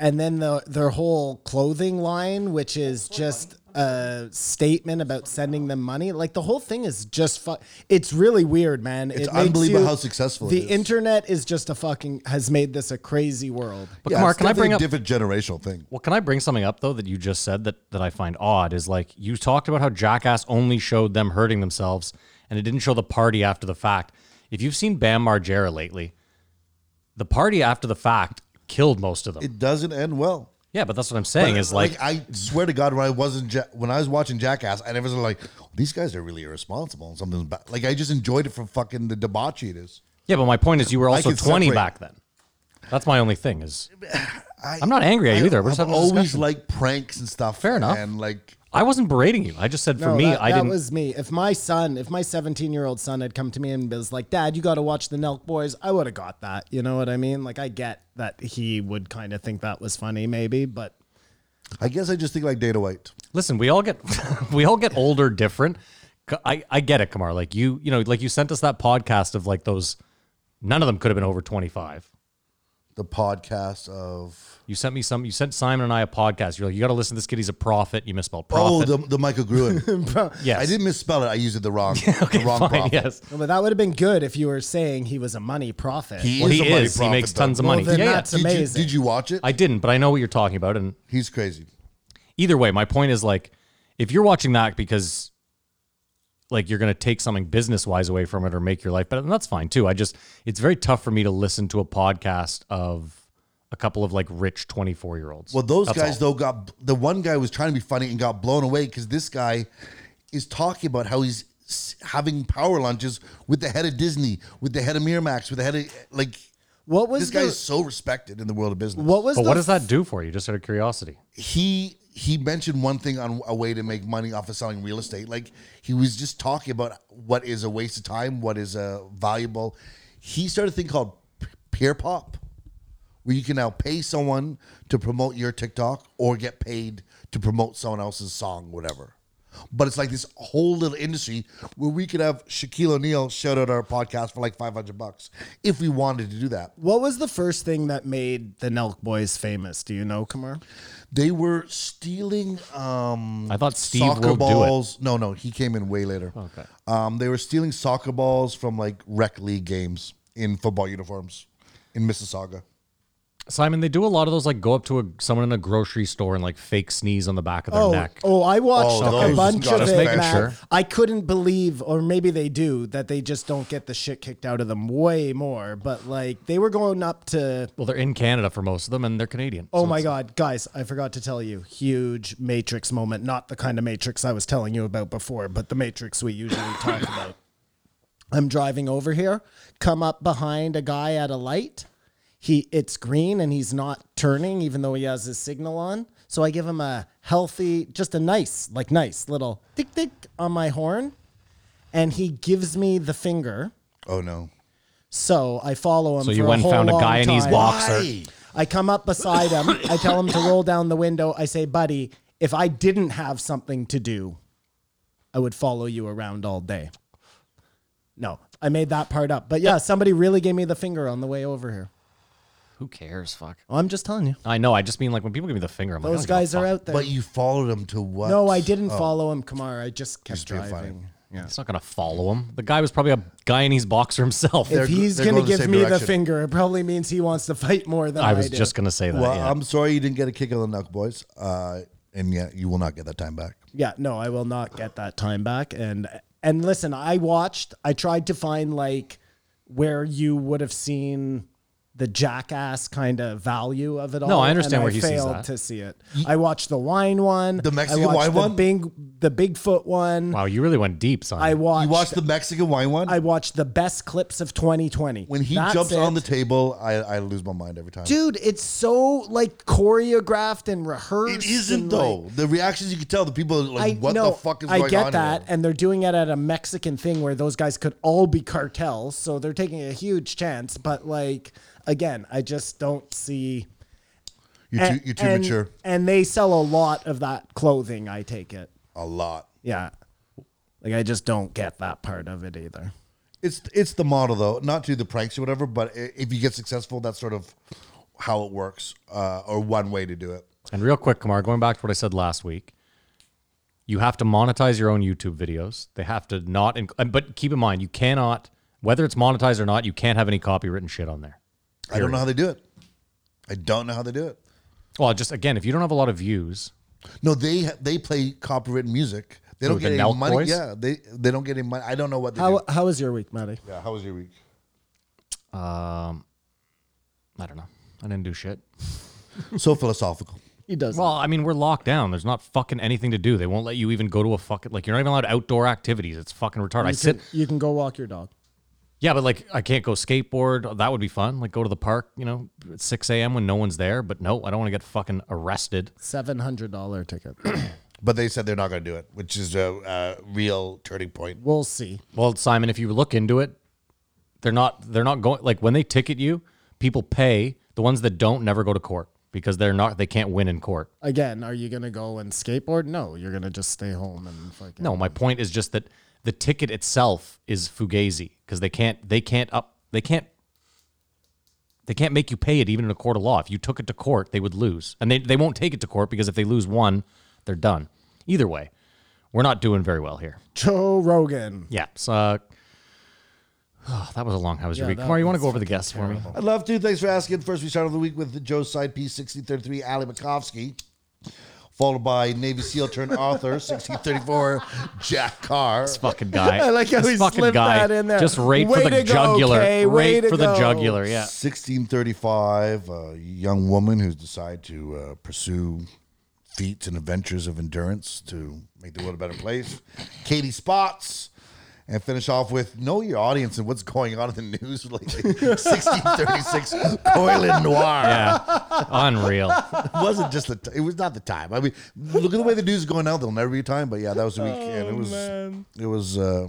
[SPEAKER 7] and then the their whole clothing line, which is just a statement about sending them money. Like the whole thing is just fu- It's really weird, man. It's
[SPEAKER 5] unbelievable how successful it
[SPEAKER 7] the
[SPEAKER 5] is.
[SPEAKER 7] internet is. Just a fucking has made this a crazy world.
[SPEAKER 6] But
[SPEAKER 5] yeah,
[SPEAKER 6] Kamar,
[SPEAKER 5] it's
[SPEAKER 6] can I
[SPEAKER 5] definitely
[SPEAKER 6] bring
[SPEAKER 5] a
[SPEAKER 6] up?
[SPEAKER 5] different generational thing?
[SPEAKER 6] Well, can I bring something up though that you just said that that I find odd is like you talked about how Jackass only showed them hurting themselves and it didn't show the party after the fact. If you've seen Bam Margera lately, the party after the fact killed most of them.
[SPEAKER 5] It doesn't end well.
[SPEAKER 6] yeah, but that's what I'm saying is like,
[SPEAKER 5] I swear to God, when I wasn't ja- when I was watching Jackass, I never was like these guys are really irresponsible and something's bad. Like I just enjoyed it for fucking the debauchery it is.
[SPEAKER 6] yeah, but my point is you were also
[SPEAKER 5] can
[SPEAKER 6] 20
[SPEAKER 5] separate.
[SPEAKER 6] back then. That's my only thing is
[SPEAKER 5] I,
[SPEAKER 6] I'm not angry at you either. We're
[SPEAKER 5] I've
[SPEAKER 6] just having a
[SPEAKER 5] always
[SPEAKER 6] discussion.
[SPEAKER 5] liked pranks and stuff.
[SPEAKER 6] Fair enough.
[SPEAKER 5] And like
[SPEAKER 6] I wasn't berating you. I just said for
[SPEAKER 7] No,
[SPEAKER 6] me,
[SPEAKER 7] Oh, that,
[SPEAKER 6] I
[SPEAKER 7] that
[SPEAKER 6] didn't.
[SPEAKER 7] was me. If my son, if my 17 year old son had come to me and was like, Dad, you got to watch the Nelk Boys, I would have got that. You know what I mean? Like, I get that he would kind of think that was funny, maybe, but
[SPEAKER 5] I guess I just think like Data White.
[SPEAKER 6] Listen, we all get we all get older, different. C- I I get it, Kamar. Like you, you know, like you sent us that podcast of like those. None of them could have been over 25.
[SPEAKER 5] The podcast of
[SPEAKER 6] You sent me some. You sent Simon and I a podcast. You're like, you got to listen to this kid. He's a prophet. You misspelled
[SPEAKER 5] oh
[SPEAKER 6] prophet.
[SPEAKER 5] the, the Michael Gruen.
[SPEAKER 6] yes.
[SPEAKER 5] I didn't misspell it. I used it the wrong the wrong
[SPEAKER 6] Fine,
[SPEAKER 5] prop.
[SPEAKER 6] yes.
[SPEAKER 7] No, but that would have been good if you were saying he was a money prophet.
[SPEAKER 6] Well, he
[SPEAKER 5] a money
[SPEAKER 6] is. He
[SPEAKER 5] prophet,
[SPEAKER 6] makes
[SPEAKER 5] though.
[SPEAKER 6] tons of
[SPEAKER 7] Well,
[SPEAKER 6] money.
[SPEAKER 7] then
[SPEAKER 6] yeah, yeah.
[SPEAKER 7] that's-
[SPEAKER 5] Did you-
[SPEAKER 7] amazing.
[SPEAKER 5] did you watch it?
[SPEAKER 6] I didn't, but I know what you're talking about. And
[SPEAKER 5] He's crazy.
[SPEAKER 6] either way, my point is like, if you're watching that because like you're going to take something business wise away from it or make your life better, then that's fine too. I just, it's very tough for me to listen to a podcast of a couple of like rich 24 year olds.
[SPEAKER 5] Well, those guys though got the one guy was trying to be funny and got blown away because this guy is talking about how he's s- having power lunches with the head of Disney, with the head of Miramax, with the head of like.
[SPEAKER 7] What
[SPEAKER 5] This
[SPEAKER 7] was
[SPEAKER 5] guy
[SPEAKER 7] the,
[SPEAKER 5] is so respected in the world of business.
[SPEAKER 7] what was
[SPEAKER 6] but
[SPEAKER 7] the,
[SPEAKER 6] what does that do for you? Just out of curiosity.
[SPEAKER 5] he he mentioned one thing on a way to make money off of selling real estate. Like he was just talking about what is a waste of time, what is uh, valuable. He started a thing called p- peer pop, where you can now pay someone to promote your TikTok or get paid to promote someone else's song, whatever. But it's like this whole little industry where we could have Shaquille O'Neal shout out our podcast for like five hundred bucks if we wanted to do that.
[SPEAKER 7] What was the first thing that made the Nelk Boys famous? Do you know, Kamar?
[SPEAKER 5] They were stealing. Um,
[SPEAKER 6] I thought Steve
[SPEAKER 5] soccer
[SPEAKER 6] will do it.
[SPEAKER 5] balls. No, no, he came in way later. Okay. Um, they were stealing soccer balls from like rec league games in football uniforms in Mississauga.
[SPEAKER 6] Simon, they do a lot of those, like go up to a, someone in a grocery store and like fake sneeze on the back of their
[SPEAKER 7] Oh,
[SPEAKER 6] neck.
[SPEAKER 7] oh, I watched
[SPEAKER 5] Oh,
[SPEAKER 7] a
[SPEAKER 5] those
[SPEAKER 7] bunch
[SPEAKER 5] got
[SPEAKER 7] of
[SPEAKER 5] us
[SPEAKER 7] it.
[SPEAKER 5] making
[SPEAKER 7] Matt.
[SPEAKER 6] sure.
[SPEAKER 7] I couldn't believe, or maybe they do, that they just don't get the shit kicked out of them way more. But like they were going up to,
[SPEAKER 6] Well, they're in Canada for most of them and they're Canadian.
[SPEAKER 7] oh
[SPEAKER 6] So
[SPEAKER 7] my
[SPEAKER 6] it's-
[SPEAKER 7] god, guys, I forgot to tell you, huge Matrix moment. Not the kind of Matrix I was telling you about before, but the Matrix we usually talk about. I'm driving over here, come up behind a guy at a light. He it's green and he's not turning even though he has his signal on. So I give him a healthy, just a nice, like nice little tick tick on my horn and he gives me the finger.
[SPEAKER 5] Oh no!
[SPEAKER 7] So I follow him.
[SPEAKER 6] So
[SPEAKER 7] for
[SPEAKER 6] you went and
[SPEAKER 7] a whole
[SPEAKER 6] found a
[SPEAKER 7] long
[SPEAKER 6] guy and he's
[SPEAKER 7] time.
[SPEAKER 6] boxer.
[SPEAKER 7] I come up beside him. I tell him to roll down the window. I say, buddy, if I didn't have something to do, I would follow you around all day. No, I made that part up. But yeah, somebody really gave me the finger on the way over here.
[SPEAKER 6] Who cares? Fuck.
[SPEAKER 7] Oh, I'm just telling you.
[SPEAKER 6] I know. I just mean like when people give me the finger, I'm like, I
[SPEAKER 7] Those
[SPEAKER 6] don't give a
[SPEAKER 7] guys are
[SPEAKER 6] fuck.
[SPEAKER 7] out there.
[SPEAKER 5] But you followed him to what?
[SPEAKER 7] no, I didn't follow him, Kamar. I just kept
[SPEAKER 5] Just being
[SPEAKER 7] driving.
[SPEAKER 5] funny.
[SPEAKER 6] It's not gonna follow him. The guy was probably a guy in his boxer himself.
[SPEAKER 5] They're-
[SPEAKER 7] if he's
[SPEAKER 5] they're
[SPEAKER 7] going to
[SPEAKER 5] going the
[SPEAKER 7] give
[SPEAKER 5] same
[SPEAKER 7] me the
[SPEAKER 5] direction.
[SPEAKER 7] finger, it probably means he wants to fight more than I,
[SPEAKER 6] I was
[SPEAKER 7] do.
[SPEAKER 6] just gonna say that.
[SPEAKER 5] Well,
[SPEAKER 6] Uh, yeah.
[SPEAKER 7] um,
[SPEAKER 5] I'm sorry you didn't get a kick on the knuck, boys. Uh, and yeah, you will not get that time back.
[SPEAKER 7] Yeah, no, I will not get that time back. And and listen, I watched. I tried to find like where you would have seen the jackass kind of value of it all.
[SPEAKER 6] No, I understand
[SPEAKER 7] and
[SPEAKER 6] where
[SPEAKER 7] I
[SPEAKER 6] he sees
[SPEAKER 7] failed
[SPEAKER 6] that.
[SPEAKER 7] to see it. I watched the wine one,
[SPEAKER 5] The Mexican
[SPEAKER 7] I watched
[SPEAKER 5] wine
[SPEAKER 7] the
[SPEAKER 5] one?
[SPEAKER 7] big the Bigfoot one.
[SPEAKER 6] wow, you really went deep, son.
[SPEAKER 7] I watched.
[SPEAKER 5] You watched the Mexican wine one.
[SPEAKER 7] I watched the best clips of 2020.
[SPEAKER 5] when he
[SPEAKER 7] That's
[SPEAKER 5] jumps on
[SPEAKER 7] it.
[SPEAKER 5] the table, I, I lose my mind every time.
[SPEAKER 7] dude, it's so like choreographed and rehearsed.
[SPEAKER 5] it isn't
[SPEAKER 7] and, like,
[SPEAKER 5] though. the reactions you could tell. The people are like,
[SPEAKER 7] I
[SPEAKER 5] "What
[SPEAKER 7] no,
[SPEAKER 5] the fuck is
[SPEAKER 7] I
[SPEAKER 5] going
[SPEAKER 7] get
[SPEAKER 5] on?"
[SPEAKER 7] that,
[SPEAKER 5] here?
[SPEAKER 7] and they're doing it at a Mexican thing where those guys could all be cartels, so they're taking a huge chance. But like again, I just don't see.
[SPEAKER 5] You're too, you're too
[SPEAKER 7] and,
[SPEAKER 5] mature.
[SPEAKER 7] And they sell a lot of that clothing. I take it.
[SPEAKER 5] A lot.
[SPEAKER 7] Yeah, like I just don't get that part of it either.
[SPEAKER 5] It's it's the model though, not to the pranks or whatever, but i- if you get successful, that's sort of how it works, uh, or one way to do it.
[SPEAKER 6] and real quick, Kamar, going back to what I said last week, you have to monetize your own YouTube videos. They have to not, inc- and- but keep in mind, you cannot, whether it's monetized or not, you can't have any copywritten shit on there.
[SPEAKER 5] I don't know how they do it. I don't know how they do it.
[SPEAKER 6] Well, just again, if you don't have a lot of views,
[SPEAKER 5] No, they ha- they play copyrighted music. They don't
[SPEAKER 6] Who,
[SPEAKER 5] get
[SPEAKER 6] the
[SPEAKER 5] any
[SPEAKER 6] Nelk
[SPEAKER 5] money.
[SPEAKER 6] Boys?
[SPEAKER 5] Yeah, they they don't get any money. I don't know what they
[SPEAKER 7] How
[SPEAKER 5] do.
[SPEAKER 7] how was your week, Matty?
[SPEAKER 5] Yeah, how was your week?
[SPEAKER 6] I don't know. I didn't do shit.
[SPEAKER 5] So philosophical.
[SPEAKER 7] He does.
[SPEAKER 6] Well, I mean, we're locked down. There's not fucking anything to do. They won't let you even go to a fucking like. You're not even allowed outdoor activities. It's fucking retarded. I
[SPEAKER 7] you
[SPEAKER 6] sit.
[SPEAKER 7] Can, you can go walk your dog.
[SPEAKER 6] Yeah, but like I can't go skateboard. That would be fun. Like go to the park. You know, at 6 a.m. when no one's there. But no, I don't want to get fucking arrested.
[SPEAKER 7] Seven hundred dollar ticket.
[SPEAKER 5] But they said they're not going to do it, which is a, uh real turning point.
[SPEAKER 7] we'll see.
[SPEAKER 6] Well, Simon, if you look into it, they're not they're not going like when they ticket you, people pay. The ones that don't never go to court because they're not they can't win in court.
[SPEAKER 7] Again, are you gonna go and skateboard? No, you're gonna just stay home and fucking.
[SPEAKER 6] No, my point is just that the ticket itself is fugazi because they can't they can't up they can't they can't make you pay it even in a court of law. If you took it to court, they would lose. And they, they won't take it to court because if they lose one, they're done. Either way, we're not doing very well here.
[SPEAKER 7] Joe Rogan.
[SPEAKER 6] Yeah. So, uh, that was a long. How was your
[SPEAKER 7] Yeah,
[SPEAKER 6] week?
[SPEAKER 7] that
[SPEAKER 6] Kamar, you want to
[SPEAKER 7] was
[SPEAKER 6] go over the guests for me?
[SPEAKER 5] I'd love to. Thanks for asking. First, we started the week with Joe's side piece, 1633, Ali Makovsky, followed by Navy SEAL turned author, 1634, Jack Carr.
[SPEAKER 6] Fucking guy.
[SPEAKER 7] I like how
[SPEAKER 6] This
[SPEAKER 7] he
[SPEAKER 6] fucking
[SPEAKER 7] slipped
[SPEAKER 6] guy.
[SPEAKER 7] that in there.
[SPEAKER 6] Just right
[SPEAKER 7] Way
[SPEAKER 6] for the
[SPEAKER 7] to go,
[SPEAKER 6] jugular.
[SPEAKER 7] Kay. Way
[SPEAKER 6] right
[SPEAKER 7] to
[SPEAKER 6] for the
[SPEAKER 7] go.
[SPEAKER 6] jugular. Yeah.
[SPEAKER 5] 1635, a young woman who's decided to uh, pursue feats and adventures of endurance to make the world a better place. Katie Spots. And finish off with know your audience and what's going on in the news lately. 1636, Coilin Noir.
[SPEAKER 6] Yeah. Unreal.
[SPEAKER 5] It wasn't just the. T- it was not the time. I mean, look at the way the news is going out. There'll never be a time. But yeah, that was the week, and it was it was uh,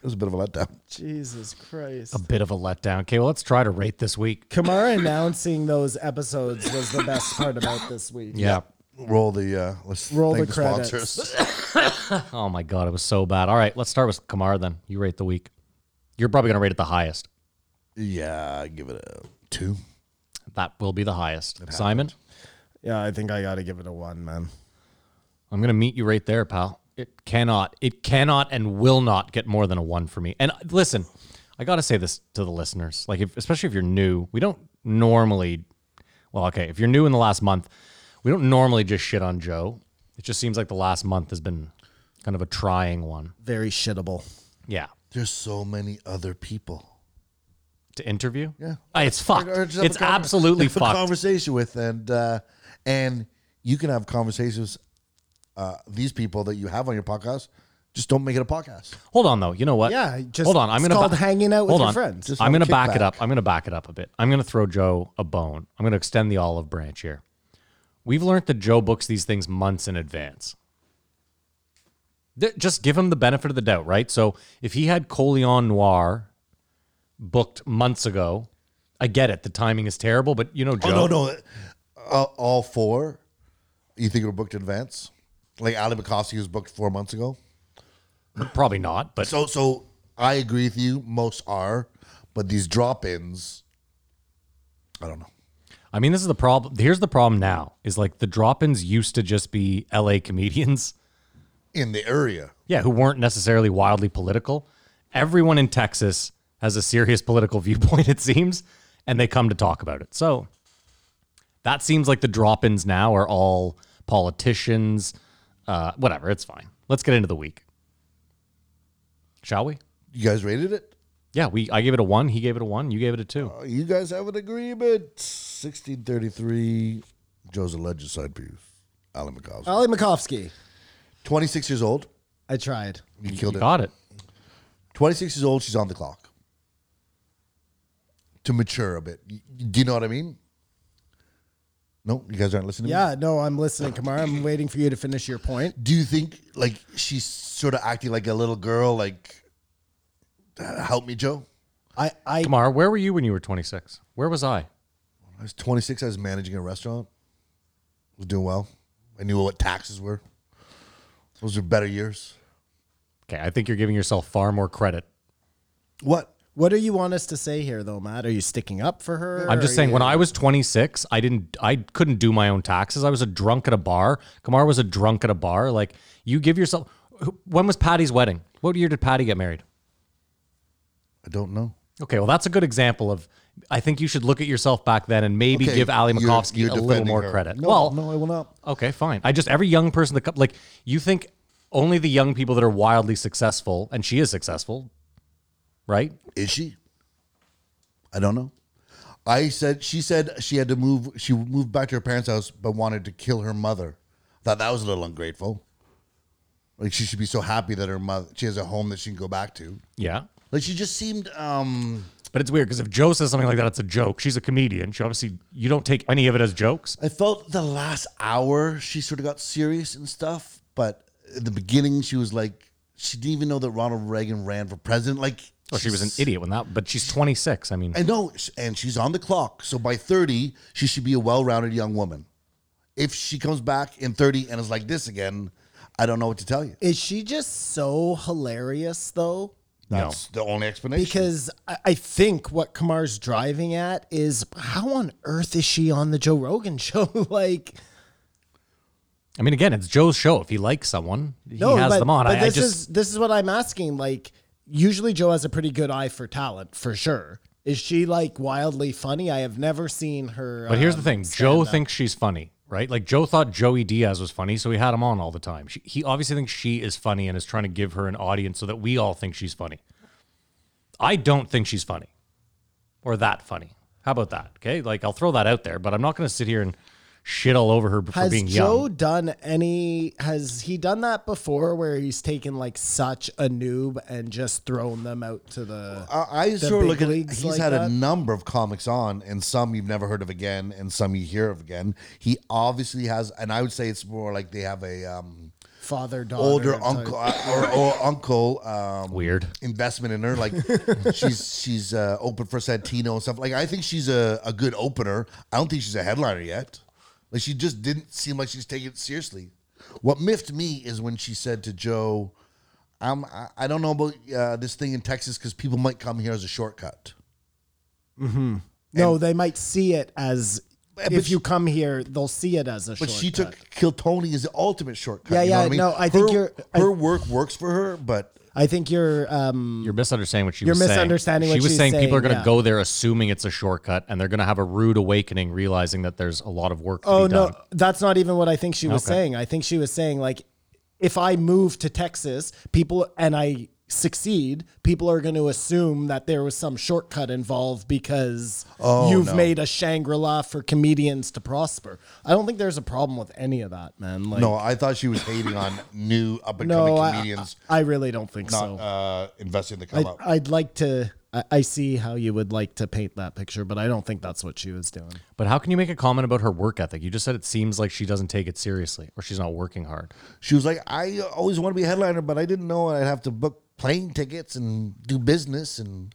[SPEAKER 5] it was a bit of a letdown.
[SPEAKER 7] Jesus Christ.
[SPEAKER 6] Bit of a letdown. Okay, well, let's try to rate this week.
[SPEAKER 7] Um, Kamara announcing those episodes was the best part about this week.
[SPEAKER 6] Yeah.
[SPEAKER 5] Roll the uh, let's
[SPEAKER 7] Roll
[SPEAKER 5] thank
[SPEAKER 7] the credits.
[SPEAKER 5] sponsors.
[SPEAKER 6] Oh my god, it was so bad. All right, let's start with Kamar then. You rate the week. You're probably gonna rate it the highest.
[SPEAKER 5] yeah, I give it a two.
[SPEAKER 6] That will be the highest. Simon,
[SPEAKER 7] Yeah, I think I got to give it a one, man.
[SPEAKER 6] I'm gonna meet you right there, pal. It cannot, it cannot, and will not get more than a one for me. And uh, listen, I gotta say this to the listeners, like if, especially if you're new, we don't normally. Well, okay, if you're new in the last month, we don't normally just shit on Joe. It just seems like the last month has been kind of a trying one.
[SPEAKER 7] Very shittable.
[SPEAKER 6] Yeah,
[SPEAKER 5] There's so many other people.
[SPEAKER 6] to interview.
[SPEAKER 5] Yeah.
[SPEAKER 6] Uh, it's fucked.
[SPEAKER 5] Or just have a
[SPEAKER 6] It's
[SPEAKER 5] conver-
[SPEAKER 6] absolutely
[SPEAKER 5] have a
[SPEAKER 6] fucked.
[SPEAKER 5] conversation with and uh, and you can have conversations. Uh, these people that you have on your podcast just don't make it a podcast.
[SPEAKER 6] Hold on though. You know what?
[SPEAKER 7] Yeah, just-
[SPEAKER 6] hold on. I'm
[SPEAKER 7] it's
[SPEAKER 6] gonna
[SPEAKER 7] called hanging out with
[SPEAKER 6] hold
[SPEAKER 7] your
[SPEAKER 6] on.
[SPEAKER 7] friends. Just
[SPEAKER 6] I'm
[SPEAKER 5] have a
[SPEAKER 6] gonna back it
[SPEAKER 5] kickback.
[SPEAKER 6] up. I'm gonna back it up a bit. I'm gonna throw Joe a bone. I'm gonna extend the olive branch here. We've learned that Joe books these things months in advance. Th- Just give him the benefit of the doubt, right? So if he had Colion Noir booked months ago, I get it. The timing is terrible, but you know, Joe.
[SPEAKER 5] Oh no, no, uh, all four. You think were booked in advance? Like Ali Bukowski was booked four months ago.
[SPEAKER 6] Probably not, but
[SPEAKER 5] So, so I agree with you. Most are, but these drop-ins, I don't know.
[SPEAKER 6] I mean, this is the problem. Here's the problem now is like the drop ins used to just be LA comedians.
[SPEAKER 5] In the area,
[SPEAKER 6] Yeah, who weren't necessarily wildly political. Everyone in Texas has a serious political viewpoint, it seems, and they come to talk about it. So that seems like the drop ins now are all politicians. Uh, whatever, it's fine. Let's get into the week. Shall we?
[SPEAKER 5] you guys rated it.
[SPEAKER 6] Yeah, we I gave it a one, he gave it a one, you gave it a two.
[SPEAKER 5] Oh, You guys have an agreement. Sixteen thirty-three. Joe's alleged side piece. Ali Bukowski,
[SPEAKER 7] Ollie Makovsky.
[SPEAKER 5] twenty-six years old.
[SPEAKER 7] I tried.
[SPEAKER 5] You killed it.
[SPEAKER 6] Got it.
[SPEAKER 5] Twenty-six years old. She's on the clock to mature a bit. Y- Do you know what I mean? No, you guys aren't
[SPEAKER 6] Mm.
[SPEAKER 5] listening. to me?
[SPEAKER 7] Yeah, no, I'm listening, Kamara. I'm waiting for you to finish your point.
[SPEAKER 5] do you think like she's sort of acting like a little girl like "Uh, help me joe
[SPEAKER 7] I, I
[SPEAKER 6] Kamar, where were you when you were twenty six? Where was I?
[SPEAKER 5] i was 26 i was managing a restaurant was doing well i knew what taxes were those are better years
[SPEAKER 6] Okay, I think you're giving yourself far more credit.
[SPEAKER 5] what
[SPEAKER 7] What do you want us to say here, though, Matt? Are you sticking up for her?
[SPEAKER 6] I'm
[SPEAKER 7] Are
[SPEAKER 6] just saying,
[SPEAKER 7] you-
[SPEAKER 6] when I was 26, I didn't, I couldn't do my own taxes. I was a drunk at a bar. Kamar was a drunk at a bar. Like you give yourself. who- When was Patty's wedding? What year did Patty get married?
[SPEAKER 5] i don't know
[SPEAKER 6] Okay, well, that's a good example of. I think you should look at yourself back then and maybe
[SPEAKER 5] Okay,
[SPEAKER 6] give Ali
[SPEAKER 5] you're-
[SPEAKER 6] Makovsky
[SPEAKER 5] you're
[SPEAKER 6] a little
[SPEAKER 5] defending
[SPEAKER 6] more
[SPEAKER 5] her.
[SPEAKER 6] credit.
[SPEAKER 5] No,
[SPEAKER 6] well,
[SPEAKER 5] no, I will not.
[SPEAKER 6] Okay, fine. I just every young person that co- like you think only the young people that are wildly successful, and she is successful, right?
[SPEAKER 5] is she i don't know I said she said she had to move. She moved back to her parents' house, but wanted to kill her mother. Thought that was a little ungrateful. Like she should be so happy that her mother she has a home that she can go back to.
[SPEAKER 6] Yeah.
[SPEAKER 5] Like she just seemed um
[SPEAKER 6] But it's weird because if Joe says something like that, it's a joke. She's a comedian. She obviously, you don't take any of it as jokes.
[SPEAKER 5] I felt the last hour she sort of got serious and stuff, but at the beginning she was like she didn't even know that Ronald Reagan ran for president. Like
[SPEAKER 6] Well, she was an idiot when that, but she's 26. I mean,
[SPEAKER 5] I know, and she's on the clock. So by 30, she should be a well rounded young woman. If she comes back in 30 and is like this again, I don't know what to tell you.
[SPEAKER 7] Is she just so hilarious though?
[SPEAKER 5] That's the only explanation.
[SPEAKER 7] Because I, I think what Kamar's driving at is how on earth is she on the Joe Rogan show? like,
[SPEAKER 6] I mean, again, it's Joe's show. If he likes someone, he
[SPEAKER 7] no,
[SPEAKER 6] has
[SPEAKER 7] but,
[SPEAKER 6] them on.
[SPEAKER 7] but
[SPEAKER 6] I, I
[SPEAKER 7] this
[SPEAKER 6] just,
[SPEAKER 7] is this is what I'm asking. Like, usually Joe has a pretty good eye for talent, for sure. Is she like wildly funny? I have never seen her.
[SPEAKER 6] but here's the
[SPEAKER 7] um,
[SPEAKER 6] thing Joe thinks she's funny, right? Like, Joe thought Joey Diaz was funny, so he had him on all the time. She, he obviously thinks she is funny and is trying to give her an audience so that we all think she's funny. I don't think she's funny or that funny. How about that? Okay. Like, I'll throw that out there, but I'm not going to sit here and shit all over her b- for
[SPEAKER 7] Has
[SPEAKER 6] being
[SPEAKER 7] Joe
[SPEAKER 6] young.
[SPEAKER 7] done any? Has he done that before, where he's taken like such a noob and just thrown them out to the?
[SPEAKER 5] I, I
[SPEAKER 7] the
[SPEAKER 5] sort of
[SPEAKER 7] big
[SPEAKER 5] look at
[SPEAKER 7] leagues
[SPEAKER 5] he's
[SPEAKER 7] like
[SPEAKER 5] had a
[SPEAKER 7] that?
[SPEAKER 5] number of comics on, and some you've never heard of again, and some you hear of again. He obviously has, and I would say it's more like they have a um,
[SPEAKER 7] father daughter
[SPEAKER 5] older
[SPEAKER 7] type.
[SPEAKER 5] uncle uh, or, or uncle um,
[SPEAKER 6] Weird.
[SPEAKER 5] investment in her. Like she's she's uh, open for Santino and stuff. Like I think she's a, a good opener. I don't think she's a headliner yet. Like she just didn't seem like she's taking it seriously. What miffed me is when she said to Joe, "I'm I, I don't know about uh, this thing in Texas because people might come here as a shortcut."
[SPEAKER 7] No, they might see it as
[SPEAKER 5] But
[SPEAKER 7] if
[SPEAKER 5] she-
[SPEAKER 7] you come here, they'll see it as a.
[SPEAKER 5] But she
[SPEAKER 7] shortcut.
[SPEAKER 5] took Kill Tony as the ultimate shortcut.
[SPEAKER 7] Yeah,
[SPEAKER 5] you know
[SPEAKER 7] yeah,
[SPEAKER 5] what I mean?
[SPEAKER 7] no, I think
[SPEAKER 5] Her-
[SPEAKER 7] you're- I-
[SPEAKER 5] her work works for her, but
[SPEAKER 7] I think you're. Um,
[SPEAKER 6] You're misunderstanding what she
[SPEAKER 7] You're
[SPEAKER 6] was saying.
[SPEAKER 7] misunderstanding
[SPEAKER 6] She
[SPEAKER 7] what
[SPEAKER 6] was
[SPEAKER 7] she's
[SPEAKER 6] saying, people are
[SPEAKER 7] saying,
[SPEAKER 6] going to
[SPEAKER 7] yeah.
[SPEAKER 6] go there assuming it's a shortcut, and they're going to have a rude awakening, realizing that there's a lot of work to
[SPEAKER 7] oh
[SPEAKER 6] be
[SPEAKER 7] no,
[SPEAKER 6] done.
[SPEAKER 7] that's not even what I think she was
[SPEAKER 6] Okay.
[SPEAKER 7] saying. I think she was saying like, if I move to Texas, people and I succeed, people are going to assume that there was some shortcut involved because you've
[SPEAKER 5] Oh, no.
[SPEAKER 7] made a Shangri La for comedians to prosper. I don't think there's a problem with any of that, man. Like,
[SPEAKER 5] no, I thought she was hating on new up and coming
[SPEAKER 7] no, I,
[SPEAKER 5] comedians
[SPEAKER 7] I really don't think so.
[SPEAKER 5] not uh, investing in the come
[SPEAKER 7] I'd,
[SPEAKER 5] up.
[SPEAKER 7] I'd like to. I, I see how you would like to paint that picture, but I don't think that's what she was doing.
[SPEAKER 6] But how can you make a comment about her work ethic? You just said it seems like she doesn't take it seriously or she's not working hard.
[SPEAKER 5] she was like, I always want to be a headliner, but I didn't know I'd have to book plane tickets and do business. And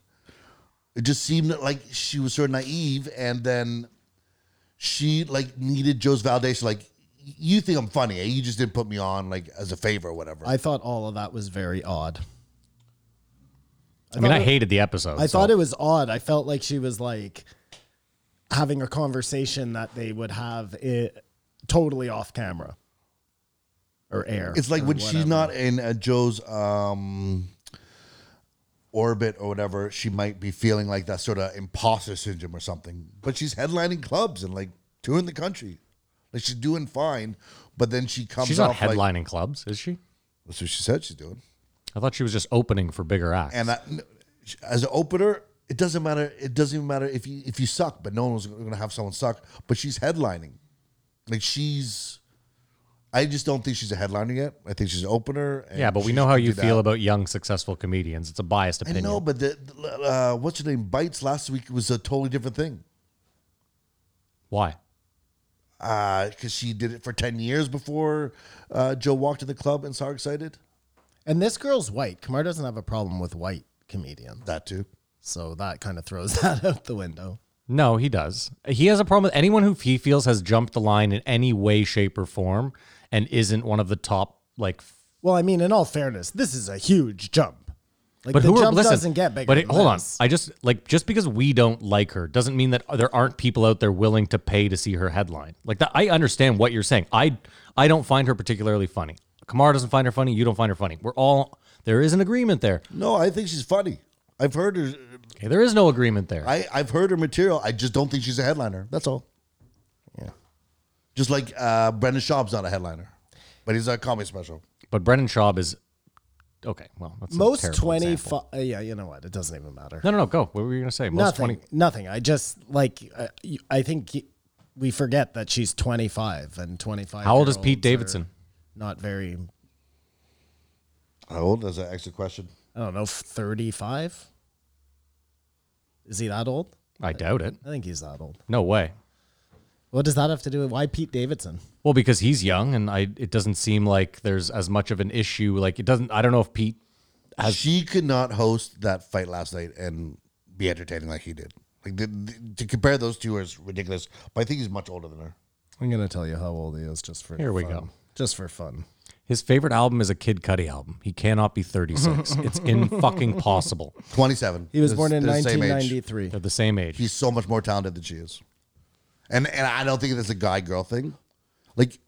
[SPEAKER 5] it just seemed like she was sort of naive. And then she like needed Joe's validation. Like, you think I'm funny. Eh? You just didn't put me on like as a favor or whatever.
[SPEAKER 7] I thought all of that was very odd.
[SPEAKER 6] I, mean,
[SPEAKER 7] thought
[SPEAKER 6] I
[SPEAKER 7] it-
[SPEAKER 6] hated the episode.
[SPEAKER 7] I thought it was odd. I felt like she was like having a conversation that they would have it totally off camera or air.
[SPEAKER 5] it's like
[SPEAKER 7] or
[SPEAKER 5] when she's
[SPEAKER 7] whatever.
[SPEAKER 5] not in uh, Joe's um, orbit or whatever, she might be feeling like that sort of imposter syndrome or something. But she's headlining clubs and like touring the country. Like she's doing fine, but then she comes
[SPEAKER 6] She's not
[SPEAKER 5] off like
[SPEAKER 6] headlining clubs, is she?
[SPEAKER 5] that's what she said she's doing.
[SPEAKER 6] I thought she was just opening for bigger acts.
[SPEAKER 5] And I, as an opener, it doesn't matter. It doesn't even matter if you if you suck, but no one's going to have someone suck. But she's headlining, like she's. I just don't think she's a headliner yet. I think she's an opener. And
[SPEAKER 6] yeah, but we
[SPEAKER 5] she's
[SPEAKER 6] know how
[SPEAKER 5] gonna
[SPEAKER 6] you
[SPEAKER 5] do
[SPEAKER 6] feel
[SPEAKER 5] that.
[SPEAKER 6] about young, successful comedians. It's a biased
[SPEAKER 5] I
[SPEAKER 6] opinion.
[SPEAKER 5] know, but the, the, uh, what's her name? Bites last week was a totally different thing
[SPEAKER 6] Why?
[SPEAKER 5] because Uh, she did it for ten years before uh, Joe walked in the club and saw her excited.
[SPEAKER 7] And this girl's white. Kamar doesn't have a problem with white comedians.
[SPEAKER 5] That too.
[SPEAKER 7] So that kind of throws that out the window.
[SPEAKER 6] No, he does. He has a problem with anyone who he feels has jumped the line in any way, shape, or form and isn't one of the top, like,
[SPEAKER 7] Well, I mean, in all fairness, this is a huge jump. Like
[SPEAKER 6] But
[SPEAKER 7] the
[SPEAKER 6] who are,
[SPEAKER 7] jump
[SPEAKER 6] listen,
[SPEAKER 7] doesn't get bigger.
[SPEAKER 6] But it-
[SPEAKER 7] than
[SPEAKER 6] hold on,
[SPEAKER 7] this.
[SPEAKER 6] I just like just because we don't like her doesn't mean that there aren't people out there willing to pay to see her headline. Like that, I understand what you're saying. I I don't find her particularly funny. Kamara doesn't find her funny. You don't find her funny. We're all there is an agreement there.
[SPEAKER 5] No, I think she's funny. I've heard her.
[SPEAKER 6] Okay, there is no agreement there.
[SPEAKER 5] I, I've heard her material. I just don't think she's a headliner. That's all.
[SPEAKER 7] Yeah.
[SPEAKER 5] Just like uh, Brendan Schaub's not a headliner, but he's a comedy special.
[SPEAKER 6] but Brendan Schaub is Okay, well, that's a
[SPEAKER 7] Most
[SPEAKER 6] terrible
[SPEAKER 7] twenty
[SPEAKER 6] example.
[SPEAKER 7] five. Yeah, you know what? It doesn't even matter.
[SPEAKER 6] No, no, no. Go. What were you gonna say? Most
[SPEAKER 7] nothing.
[SPEAKER 6] twenty.
[SPEAKER 7] Nothing. I just like. Uh, you- I think y- we forget that she's twenty five and twenty five.
[SPEAKER 6] How old is Pete Davidson?
[SPEAKER 7] Not very.
[SPEAKER 5] How old is that extra question?
[SPEAKER 7] I don't know. Thirty five. Is he that old?
[SPEAKER 6] I doubt it.
[SPEAKER 7] I think he's that old.
[SPEAKER 6] No way.
[SPEAKER 7] What does that have to do with why Pete Davidson?
[SPEAKER 6] Well, because he's young, and I it doesn't seem like there's as much of an issue. Like it doesn't. I don't know if Pete.
[SPEAKER 5] she could not host that fight last night and be entertaining like he did. Like the, the- to compare those two is ridiculous. But I think he's much older than her.
[SPEAKER 7] I'm gonna tell you how old he is just for
[SPEAKER 6] Here we
[SPEAKER 7] fun.
[SPEAKER 6] go.
[SPEAKER 7] Just for fun.
[SPEAKER 6] His favorite album is a Kid Cudi album. He cannot be 36. it's in fucking possible.
[SPEAKER 5] Twenty-seven.
[SPEAKER 7] He was
[SPEAKER 5] They're-
[SPEAKER 7] born in
[SPEAKER 5] they're the same age.
[SPEAKER 7] 1993.
[SPEAKER 6] They're the same age.
[SPEAKER 5] He's so much more talented than she is, and and I don't think that's a guy-girl thing. Like,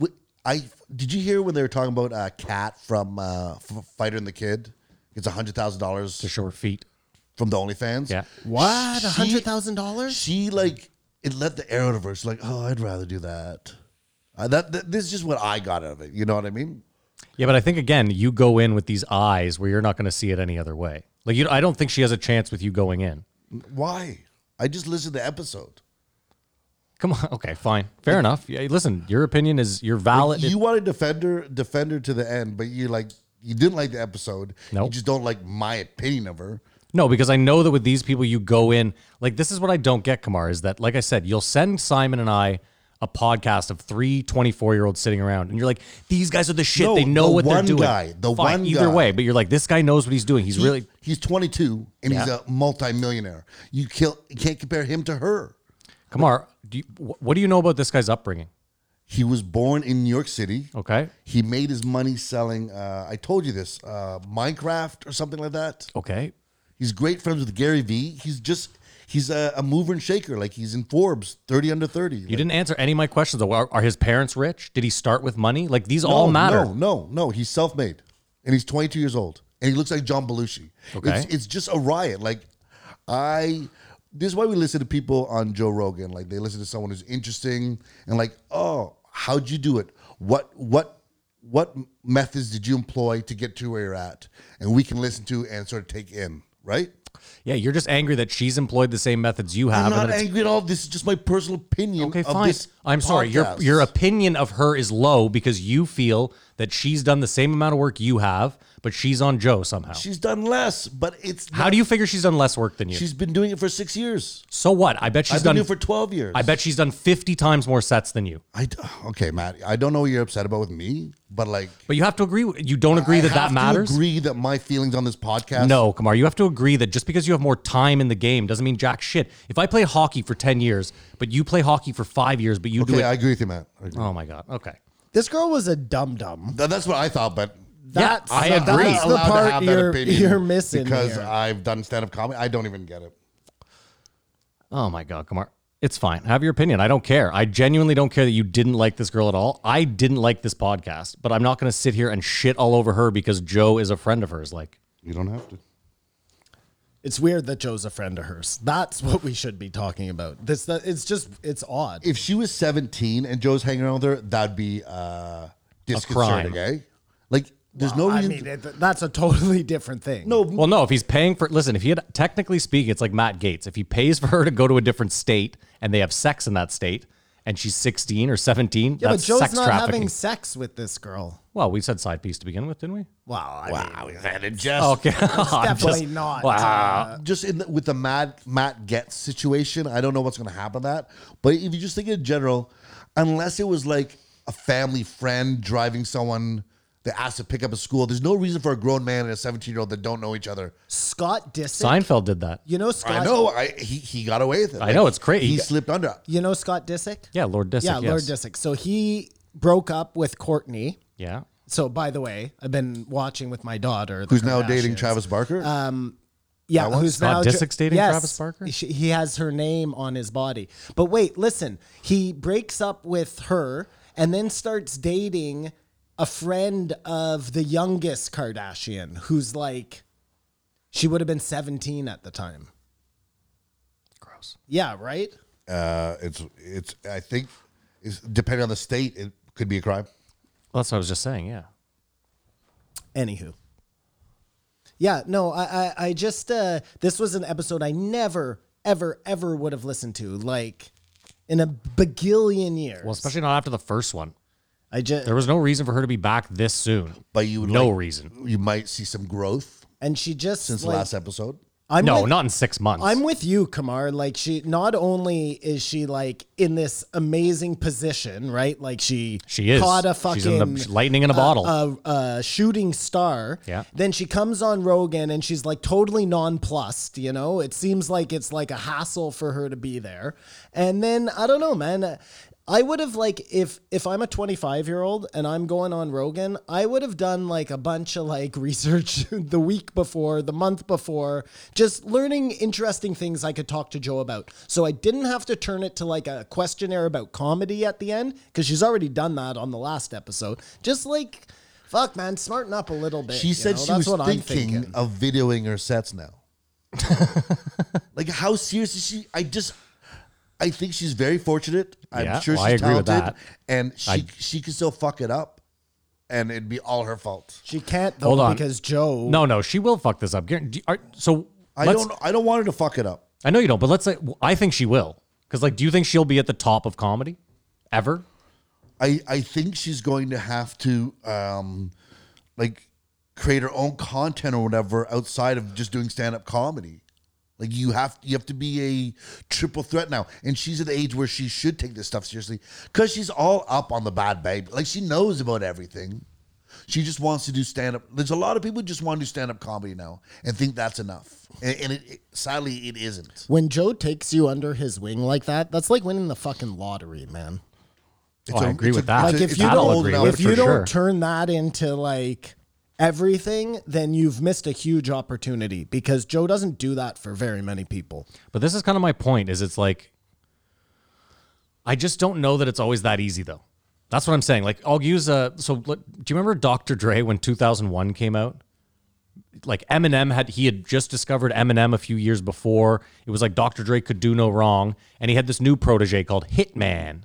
[SPEAKER 5] wh- I did you hear when they were talking about uh, Cat from uh, F- Fighter and the Kid? It's a hundred thousand dollars
[SPEAKER 6] to short feet.
[SPEAKER 5] from the OnlyFans.
[SPEAKER 6] Yeah.
[SPEAKER 7] What?
[SPEAKER 5] She-
[SPEAKER 7] A hundred thousand dollars?
[SPEAKER 5] she like it let the air out of her. She's like, oh, I'd rather do that. Uh, that, that this is just what I got out of it. You know what I mean?
[SPEAKER 6] Yeah, but I think again, you go in with these eyes where you're not going to see it any other way. Like you, I don't think she has a chance with you going in.
[SPEAKER 5] Why? I just listened to the episode.
[SPEAKER 6] Come on. Okay, fine. Fair enough. Yeah, listen, your opinion is you're valid.
[SPEAKER 5] you want to defend her, defend her to the end, but you like you didn't like the episode.
[SPEAKER 6] Nope.
[SPEAKER 5] You just don't like my opinion of her.
[SPEAKER 6] No, because I know that with these people, you go in. Like, this is what I don't get, Kamar, is that, like I said, you'll send Simon and I a podcast of three 24 year olds sitting around, and you're like, these guys are the shit.
[SPEAKER 5] No,
[SPEAKER 6] they know
[SPEAKER 5] the
[SPEAKER 6] what they're
[SPEAKER 5] one
[SPEAKER 6] doing.
[SPEAKER 5] guy, the
[SPEAKER 6] Fine,
[SPEAKER 5] one
[SPEAKER 6] Either
[SPEAKER 5] guy.
[SPEAKER 6] way, but you're like, this guy knows what he's doing. He's
[SPEAKER 5] He-
[SPEAKER 6] really.
[SPEAKER 5] he's 22 and he's
[SPEAKER 6] Yeah.
[SPEAKER 5] a multimillionaire. You kill you can't compare him to her.
[SPEAKER 6] Kamar, do you, wh- what do you know about this guy's upbringing?
[SPEAKER 5] He was born in New York City.
[SPEAKER 6] Okay.
[SPEAKER 5] He made his money selling. Uh, I told you this uh, Minecraft or something like that.
[SPEAKER 6] Okay.
[SPEAKER 5] He's great friends with Gary Vee. He's just he's a, a mover and shaker. Like he's in Forbes, thirty under thirty.
[SPEAKER 6] You didn't answer any of my questions, though. Are, are his parents rich? Did he start with money? Like, these all
[SPEAKER 5] Oh, no,
[SPEAKER 6] matter.
[SPEAKER 5] No, no, no. He's self made, and he's twenty two years old, and he looks like John Belushi.
[SPEAKER 6] Okay.
[SPEAKER 5] it's, it's just a riot. Like I. This is why we listen to people on Joe Rogan. Like they listen to someone who's interesting and like, oh, how'd you do it? What what what methods did you employ to get to where you're at? And we can listen to and sort of take in, right?
[SPEAKER 6] Yeah, you're just angry that she's employed the same methods you have.
[SPEAKER 5] I'm
[SPEAKER 6] and
[SPEAKER 5] not
[SPEAKER 6] that Ah, it's
[SPEAKER 5] angry at all. This is just my personal opinion.
[SPEAKER 6] Okay,
[SPEAKER 5] of
[SPEAKER 6] fine.
[SPEAKER 5] This
[SPEAKER 6] I'm sorry. Your
[SPEAKER 5] podcast.
[SPEAKER 6] your opinion of her is low because you feel that she's done the same amount of work you have, but she's on Joe somehow.
[SPEAKER 5] she's done less, but it's
[SPEAKER 6] How do you figure she's done less work than you?
[SPEAKER 5] She's been doing it for six years.
[SPEAKER 6] so what? I bet she's
[SPEAKER 5] I've been
[SPEAKER 6] done.
[SPEAKER 5] doing it for twelve years.
[SPEAKER 6] I bet she's done 50 times more sets than you.
[SPEAKER 5] I d- okay, Matt. I don't know what you're upset about with me, but like,
[SPEAKER 6] But you have to agree. You don't agree
[SPEAKER 5] I
[SPEAKER 6] that
[SPEAKER 5] have
[SPEAKER 6] that
[SPEAKER 5] to
[SPEAKER 6] matters.
[SPEAKER 5] Agree that my feelings on this podcast.
[SPEAKER 6] No, Kamar, you have to agree that just because you have more time in the game doesn't mean jack shit. If I play hockey for 10 years, but you play hockey for five years, but you do
[SPEAKER 5] okay,
[SPEAKER 6] it.
[SPEAKER 5] I agree with you, Matt. I agree.
[SPEAKER 6] oh my God. Okay.
[SPEAKER 7] This girl was a dum dum.
[SPEAKER 5] Th- That's what I thought, but.
[SPEAKER 6] Yeah,
[SPEAKER 7] That's-
[SPEAKER 6] I
[SPEAKER 5] I'm not- I'm
[SPEAKER 6] agree.
[SPEAKER 5] not
[SPEAKER 7] That's the
[SPEAKER 5] allowed to
[SPEAKER 7] part
[SPEAKER 5] have that
[SPEAKER 7] you're-
[SPEAKER 5] opinion
[SPEAKER 7] you're missing
[SPEAKER 5] because
[SPEAKER 7] here.
[SPEAKER 5] I've done stand-up comedy. I don't even get it.
[SPEAKER 6] Oh my God, Kamar. It's fine. Have your opinion. I don't care. I genuinely don't care that you didn't like this girl at all. I didn't like this podcast, but I'm not going to sit here and shit all over her because Joe is a friend of hers. Like,
[SPEAKER 5] You don't have to.
[SPEAKER 7] It's weird that Joe's a friend of hers. That's what we should be talking about. This that it's just it's odd.
[SPEAKER 5] if she was 17 and Joe's hanging around with her, that'd be uh, disconcerting, eh? Like, there's no
[SPEAKER 7] I
[SPEAKER 5] reason.
[SPEAKER 7] mean, it, that's a totally different thing.
[SPEAKER 5] no,
[SPEAKER 6] well, no, if he's paying for, listen, if he had, technically speaking, it's like Matt Gates. If he pays for her to go to a different state and they have sex in that state and she's 16 or 17,
[SPEAKER 7] yeah, but
[SPEAKER 6] that's
[SPEAKER 7] Joe's
[SPEAKER 6] sex
[SPEAKER 7] not
[SPEAKER 6] trafficking.
[SPEAKER 7] having sex with this girl.
[SPEAKER 6] well, we said side piece to begin with, didn't we?
[SPEAKER 7] Wow, I mean,
[SPEAKER 5] wow, that is just
[SPEAKER 6] Okay. I'm just-
[SPEAKER 7] definitely not.
[SPEAKER 5] just in the, with the Matt Matt Getz situation. I don't know what's going to happen to that, but if you just think in general, unless it was like a family friend driving someone that asked to pick up at school, there's no reason for a grown man and a 17 year old that don't know each other.
[SPEAKER 7] Scott Disick.
[SPEAKER 6] Seinfeld did that.
[SPEAKER 7] You know Scott.
[SPEAKER 5] I know. I he, he got away with it.
[SPEAKER 6] I know, it's crazy.
[SPEAKER 5] He slipped under.
[SPEAKER 7] You know Scott Disick.
[SPEAKER 6] Yeah, Lord Disick.
[SPEAKER 7] yeah, Lord
[SPEAKER 6] yes.
[SPEAKER 7] Disick. So he broke up with Courtney.
[SPEAKER 6] Yeah.
[SPEAKER 7] So by the way, I've been watching with my daughter, the
[SPEAKER 5] Who's now dating
[SPEAKER 7] Kardashians.
[SPEAKER 5] Travis Barker?
[SPEAKER 7] Yeah, who's
[SPEAKER 6] Scott
[SPEAKER 7] now
[SPEAKER 6] Disick's dating Travis Barker?
[SPEAKER 7] She, he has her name on his body. But wait, listen. He breaks up with her and then starts dating a friend of the youngest Kardashian, who's like, she would have been seventeen at the time.
[SPEAKER 6] Gross.
[SPEAKER 7] Yeah, right.
[SPEAKER 5] Uh, it's it's. I think it's, depending on the state, it could be a crime.
[SPEAKER 6] Well, that's what I was just saying. Yeah.
[SPEAKER 7] Anywho. Yeah, no, I, I, I just uh, this was an episode I never, ever, ever would have listened to, like in a bagillion years.
[SPEAKER 6] Well, especially not after the first one.
[SPEAKER 7] I just
[SPEAKER 6] There was no reason for her to be back this soon.
[SPEAKER 5] But you would
[SPEAKER 6] no
[SPEAKER 5] like-
[SPEAKER 6] reason.
[SPEAKER 5] You might see some growth
[SPEAKER 7] and she just
[SPEAKER 5] since
[SPEAKER 7] like,
[SPEAKER 5] the last episode.
[SPEAKER 7] I'm
[SPEAKER 6] no,
[SPEAKER 7] with-
[SPEAKER 6] not in six months.
[SPEAKER 7] I'm with you, Kamar. Like she, not only is she like in this amazing position, right? Like she,
[SPEAKER 6] She is.
[SPEAKER 7] caught a fucking
[SPEAKER 6] She's in the- lightning in a
[SPEAKER 7] uh,
[SPEAKER 6] bottle.
[SPEAKER 7] a, a shooting star.
[SPEAKER 6] Yeah.
[SPEAKER 7] Then she comes on Rogan and she's like totally nonplussed. You know, it seems like it's like a hassle for her to be there. And then I don't know, man. I would have like if if I'm a 25 year old and I'm going on Rogan, I would have done like a bunch of like research the week before, the month before, just learning interesting things I could talk to Joe about. So I didn't have to turn it to like a questionnaire about comedy at the end because she's already done that on the last episode. Just like Fuck, man, smarten up a little bit.
[SPEAKER 5] She
[SPEAKER 7] you
[SPEAKER 5] said
[SPEAKER 7] know?
[SPEAKER 5] she
[SPEAKER 7] That's
[SPEAKER 5] was
[SPEAKER 7] what
[SPEAKER 5] thinking,
[SPEAKER 7] I'm thinking.
[SPEAKER 5] of videoing her sets now. like how serious is she? I just, I think she's very fortunate. I'm
[SPEAKER 6] Yeah,
[SPEAKER 5] sure she's
[SPEAKER 6] well, I agree with
[SPEAKER 5] talented,
[SPEAKER 6] that.
[SPEAKER 5] and she
[SPEAKER 6] I-
[SPEAKER 5] she could still fuck it up, and it'd be all her fault.
[SPEAKER 7] She can't though
[SPEAKER 6] Hold on.
[SPEAKER 7] because Joe.
[SPEAKER 6] no, no, she will fuck this up. Guar- do- are- So
[SPEAKER 5] I
[SPEAKER 6] let's-
[SPEAKER 5] don't I don't want her to fuck it up.
[SPEAKER 6] I know you don't, but let's say I think she will. Because like, do you think she'll be at the top of comedy ever?
[SPEAKER 5] I I think she's going to have to um, like create her own content or whatever outside of just doing stand up comedy. Like you have you have to be a triple threat now, and she's at the age where she should take this stuff seriously because she's all up on the bad baby. Like she knows about everything. She just wants to do stand up. There's a lot of people who just want to do stand up comedy now and think that's enough, and, and it, it sadly it isn't.
[SPEAKER 7] When Joe takes you under his wing like that, that's like winning the fucking lottery, man.
[SPEAKER 6] Oh, I
[SPEAKER 5] a-
[SPEAKER 6] agree
[SPEAKER 5] it's
[SPEAKER 6] with
[SPEAKER 5] a-
[SPEAKER 6] that.
[SPEAKER 5] it's
[SPEAKER 7] Like
[SPEAKER 5] a-
[SPEAKER 7] if
[SPEAKER 5] it's
[SPEAKER 7] you
[SPEAKER 5] an
[SPEAKER 6] I'll
[SPEAKER 5] old
[SPEAKER 7] don't,
[SPEAKER 6] agree
[SPEAKER 5] enough-
[SPEAKER 6] with
[SPEAKER 7] if you
[SPEAKER 6] for
[SPEAKER 7] don't
[SPEAKER 6] sure.
[SPEAKER 7] turn that into like everything, then you've missed a huge opportunity because Joe doesn't do that for very many people.
[SPEAKER 6] But this is kind of my point. Is it's like, I just don't know that it's always that easy though. That's what I'm saying. Like, I'll use a. So, like, do you remember Dr. Dre when 2001 came out? Like Eminem had he had just discovered Eminem a few years before. It was like Dr. Dre could do no wrong, and he had this new protege called Hitman.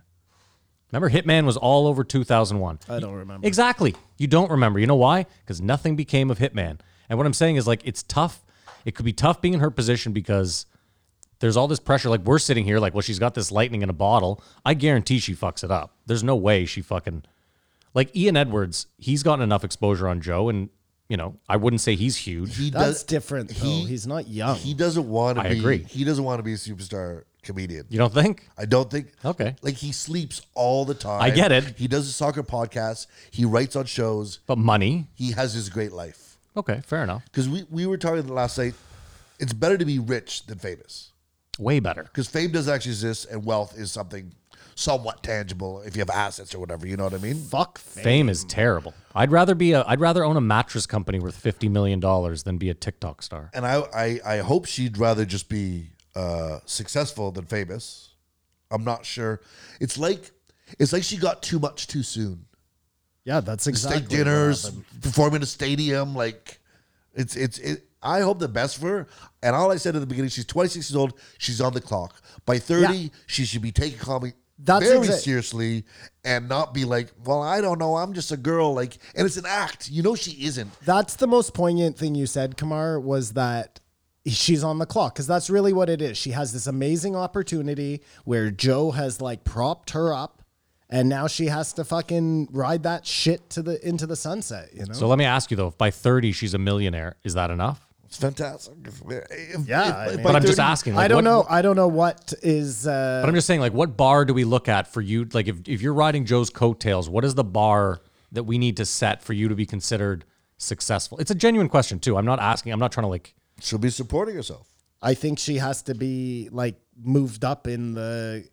[SPEAKER 6] Remember, Hitman was all over 2001.
[SPEAKER 7] I don't remember.
[SPEAKER 6] Exactly. You don't remember. You know why? Because nothing became of Hitman. And what I'm saying is, like, it's tough. It could be tough being in her position because there's all this pressure. Like, we're sitting here, like, well, she's got this lightning in a bottle. I guarantee she fucks it up. There's no way she fucking. Like, Ian Edwards, he's gotten enough exposure on Joe, and, you know, I wouldn't say he's huge.
[SPEAKER 5] he
[SPEAKER 7] That's
[SPEAKER 5] does-
[SPEAKER 7] different though.
[SPEAKER 5] he-
[SPEAKER 7] He's not young.
[SPEAKER 5] He doesn't want to
[SPEAKER 6] I
[SPEAKER 5] be.
[SPEAKER 6] agree.
[SPEAKER 5] He doesn't want to be a superstar comedian.
[SPEAKER 6] You don't think?
[SPEAKER 5] I don't think.
[SPEAKER 6] Okay.
[SPEAKER 5] Like he sleeps all the time.
[SPEAKER 6] I get it.
[SPEAKER 5] He does a soccer podcast. He writes on shows.
[SPEAKER 6] But money.
[SPEAKER 5] He has his great life.
[SPEAKER 6] Okay, fair enough.
[SPEAKER 5] Because we, we were talking last night, it's better to be rich than famous.
[SPEAKER 6] Way better.
[SPEAKER 5] Because fame does actually exist and wealth is something somewhat tangible if you have assets or whatever. You know what I mean?
[SPEAKER 7] Fuck
[SPEAKER 6] Fame. is terrible. I'd rather be a I'd rather own a mattress company worth fifty million dollars than be a TikTok star.
[SPEAKER 5] And I, I, I hope she'd rather just be uh, successful than famous. I'm not sure. It's like it's like she got too much too soon.
[SPEAKER 7] Yeah, that's exactly.
[SPEAKER 5] steak
[SPEAKER 7] what
[SPEAKER 5] dinners,
[SPEAKER 7] happened.
[SPEAKER 5] perform in a stadium. Like, it's it's it. I hope the best for her. And all I said at the beginning, she's 26 years old. She's on the clock. By 30,
[SPEAKER 7] Yeah.
[SPEAKER 5] she should be taking comedy
[SPEAKER 7] That's
[SPEAKER 5] very
[SPEAKER 7] exa-
[SPEAKER 5] seriously and not be like, well, I don't know. I'm just a girl. Like, and it's an act. You know, she isn't.
[SPEAKER 7] That's the most poignant thing you said, Kamar, was that she's on the clock because that's really what it is. She has this amazing opportunity where Joe has like propped her up, and now she has to fucking ride that shit to the into the sunset. You know,
[SPEAKER 6] So let me ask you though, if by 30 she's a millionaire, is that enough?
[SPEAKER 5] It's fantastic. If-
[SPEAKER 7] Yeah,
[SPEAKER 5] if-
[SPEAKER 7] I
[SPEAKER 5] if
[SPEAKER 7] mean-
[SPEAKER 5] by
[SPEAKER 6] But I'm just
[SPEAKER 5] 30
[SPEAKER 6] asking. Like,
[SPEAKER 7] I don't
[SPEAKER 6] what-
[SPEAKER 7] know. I don't know what is.
[SPEAKER 6] But
[SPEAKER 7] Uh,
[SPEAKER 6] I'm just saying, like, what bar do we look at for you? Like, if, if you're riding Joe's coattails, what is the bar that we need to set for you to be considered successful? It's a genuine question too. I'm not asking. I'm not trying to like.
[SPEAKER 5] She'll be supporting herself.
[SPEAKER 7] I think she has to be like moved up in the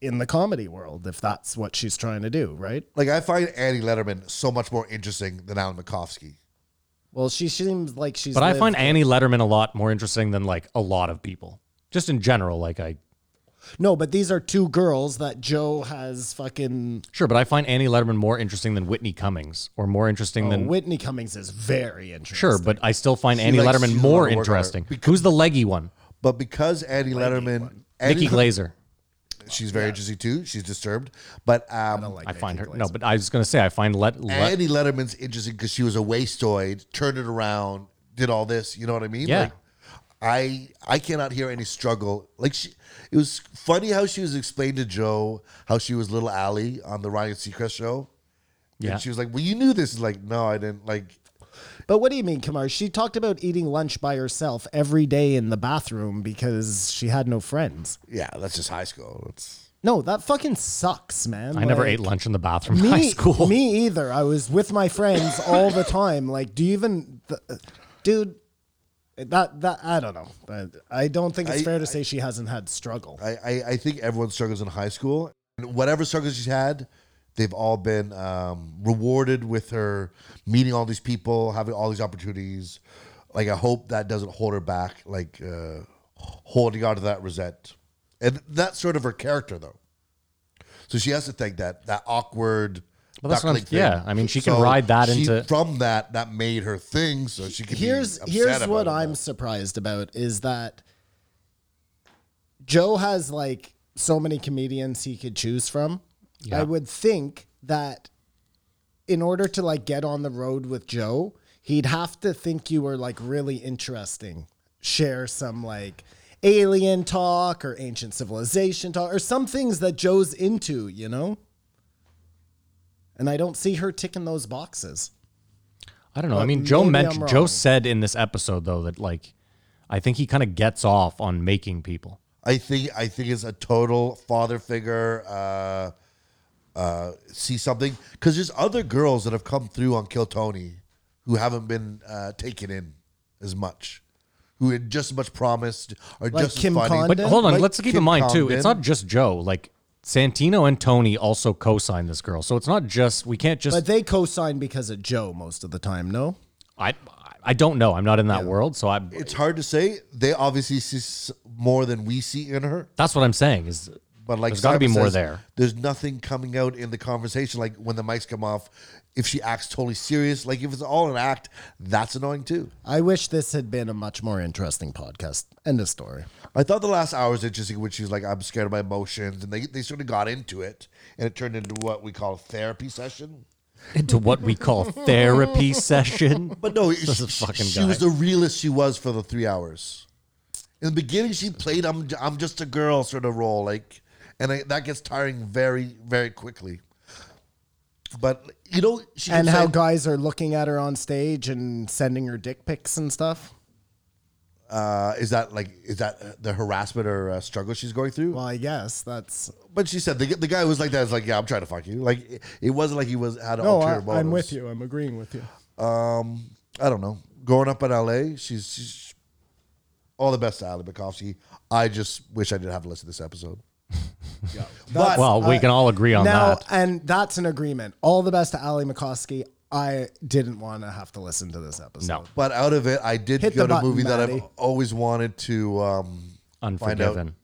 [SPEAKER 7] in the comedy world if that's what she's trying to do, right?
[SPEAKER 5] Like, I find Annie Letterman so much more interesting than Alan Makovsky.
[SPEAKER 7] Well, she seems like she's.
[SPEAKER 6] But I
[SPEAKER 7] lived-
[SPEAKER 6] find Annie Letterman a lot more interesting than like a lot of people, just in general. Like I
[SPEAKER 7] No, but these are two girls that Joe has fucking.
[SPEAKER 6] sure, but I find Annie Letterman more interesting than Whitney Cummings, or more interesting
[SPEAKER 7] Oh,
[SPEAKER 6] than
[SPEAKER 7] Whitney Cummings is very interesting.
[SPEAKER 6] sure. But I still find Annie
[SPEAKER 5] likes-
[SPEAKER 6] Letterman
[SPEAKER 5] she's a lot
[SPEAKER 6] more
[SPEAKER 5] of work on her.
[SPEAKER 6] interesting. Who's the leggy one?
[SPEAKER 5] But because Annie Letterman, Annie,
[SPEAKER 6] Nikki Glazer.
[SPEAKER 5] She's very interesting too. She's disturbed, but um,
[SPEAKER 7] like
[SPEAKER 6] I find her
[SPEAKER 7] Nikki
[SPEAKER 6] no,
[SPEAKER 7] Glaser.
[SPEAKER 6] but I was gonna say I find let, let
[SPEAKER 5] Annie Letterman's interesting because she was a wastoid, turned it around, did all this. You know what I mean?
[SPEAKER 6] Yeah.
[SPEAKER 5] Like, I I cannot hear any struggle. Like she, it was funny how she was explained to Joe how she was little Allie on the Ryan Seacrest show.
[SPEAKER 6] Yeah.
[SPEAKER 5] And she was like, "Well, you knew this." Is like, no, I didn't. Like,
[SPEAKER 7] But what do you mean, Kamar? She talked about eating lunch by herself every day in the bathroom because she had no friends.
[SPEAKER 5] yeah, that's just high school. It's
[SPEAKER 7] No, that fucking sucks, man.
[SPEAKER 6] I never
[SPEAKER 7] Like,
[SPEAKER 6] ate lunch in the bathroom
[SPEAKER 7] me,
[SPEAKER 6] in high school.
[SPEAKER 7] Me either. I was with my friends all the time. Like, do you even, th- dude? That that I don't know. But I don't think it's
[SPEAKER 5] I-
[SPEAKER 7] fair to say she hasn't had struggle.
[SPEAKER 5] I, I I think everyone struggles in high school. And whatever struggles she's had, they've all been um, rewarded with her meeting all these people, having all these opportunities. Like I hope that doesn't hold her back. Like uh, holding on to that resent, and that's sort of her character though. So she has to think that that awkward.
[SPEAKER 6] Well, that's what I'm-
[SPEAKER 5] duckling thing.
[SPEAKER 6] yeah, I mean, she can ride that
[SPEAKER 5] she-
[SPEAKER 6] into-
[SPEAKER 5] from that that made her thing, so she can.
[SPEAKER 7] here's
[SPEAKER 5] be upset
[SPEAKER 7] here's
[SPEAKER 5] about
[SPEAKER 7] what
[SPEAKER 5] it.
[SPEAKER 7] I'm surprised about is that Joe has like so many comedians he could choose from. I would think that in order to like get on the road with Joe, he'd have to think you were like really interesting. Share some like alien talk or ancient civilization talk or some things that Joe's into, you know? And I don't see her ticking those boxes.
[SPEAKER 6] I don't know. I
[SPEAKER 7] But
[SPEAKER 5] uh,
[SPEAKER 6] mean, Joe
[SPEAKER 7] maybe
[SPEAKER 6] mentioned
[SPEAKER 7] I'm
[SPEAKER 6] Joe
[SPEAKER 7] wrong.
[SPEAKER 6] said in this episode though that like I think he kind of gets off on making people.
[SPEAKER 5] I think I think it's a total father figure. Uh, uh, see something because there's other girls that have come through on Kill Tony who haven't been uh, taken in as much, who had just as much promised or
[SPEAKER 7] Like
[SPEAKER 5] just
[SPEAKER 7] Kim
[SPEAKER 5] as funny.
[SPEAKER 7] Condon?
[SPEAKER 6] But hold on,
[SPEAKER 5] Like
[SPEAKER 6] let's keep
[SPEAKER 5] Kim
[SPEAKER 6] in mind too.
[SPEAKER 5] Condon.
[SPEAKER 6] It's not just Joe. Like Santino and Tony also co-signed this girl, so it's not just we can't just.
[SPEAKER 7] But they co-sign because of Joe most of the time, no?
[SPEAKER 6] I I don't know. I'm not in that world, so I.
[SPEAKER 5] It's hard to say. They obviously see s- more than we see in her.
[SPEAKER 6] that's what I'm saying. Is
[SPEAKER 5] But like,
[SPEAKER 6] there's got to be
[SPEAKER 5] Simon
[SPEAKER 6] more
[SPEAKER 5] says,
[SPEAKER 6] there.
[SPEAKER 5] There's nothing coming out in the conversation. Like when the mics come off, if she acts totally serious, like if it's all an act, that's annoying too.
[SPEAKER 7] I wish this had been a much more interesting podcast. End of story.
[SPEAKER 5] I thought the last hour was interesting when she was like, I'm scared of my emotions. And they, they sort of got into it. And it turned into what we call a therapy session.
[SPEAKER 6] into what we call therapy session.
[SPEAKER 5] But no,
[SPEAKER 6] This
[SPEAKER 5] she,
[SPEAKER 6] is a fucking
[SPEAKER 5] she
[SPEAKER 6] guy.
[SPEAKER 5] was the realest she was for the three hours. In the beginning, she played I'm, I'm just a girl sort of role. like, And I, that gets tiring very, very quickly. But, you know, she
[SPEAKER 7] And
[SPEAKER 5] kept
[SPEAKER 7] how
[SPEAKER 5] saying-
[SPEAKER 7] guys are looking at her on stage and sending her dick pics and stuff.
[SPEAKER 5] uh, is that like, is that uh, the harassment or uh, struggle she's going through?
[SPEAKER 7] Well, I guess that's
[SPEAKER 5] but she said the, the guy was like that. It's like, yeah, I'm trying to fuck you. Like, it, it wasn't like he was had an
[SPEAKER 7] no.
[SPEAKER 5] ulterior
[SPEAKER 7] I,
[SPEAKER 5] motives.
[SPEAKER 7] I'm with you. I'm agreeing with you.
[SPEAKER 5] um, I don't know. Growing up in LA, she's, she's all the best to Ali Bukowski. I just wish I didn't have to listen to this episode. but
[SPEAKER 6] Well, we can all agree on
[SPEAKER 7] now,
[SPEAKER 6] that.
[SPEAKER 7] and that's an agreement. All the best to Ali McCoskey. I didn't want to have to listen to this episode.
[SPEAKER 6] No,
[SPEAKER 5] but out of it, I did
[SPEAKER 7] Hit
[SPEAKER 5] go
[SPEAKER 7] the
[SPEAKER 5] to a
[SPEAKER 7] button,
[SPEAKER 5] movie that I've
[SPEAKER 7] Maddie.
[SPEAKER 5] always wanted to um, find out.
[SPEAKER 6] Unforgiven.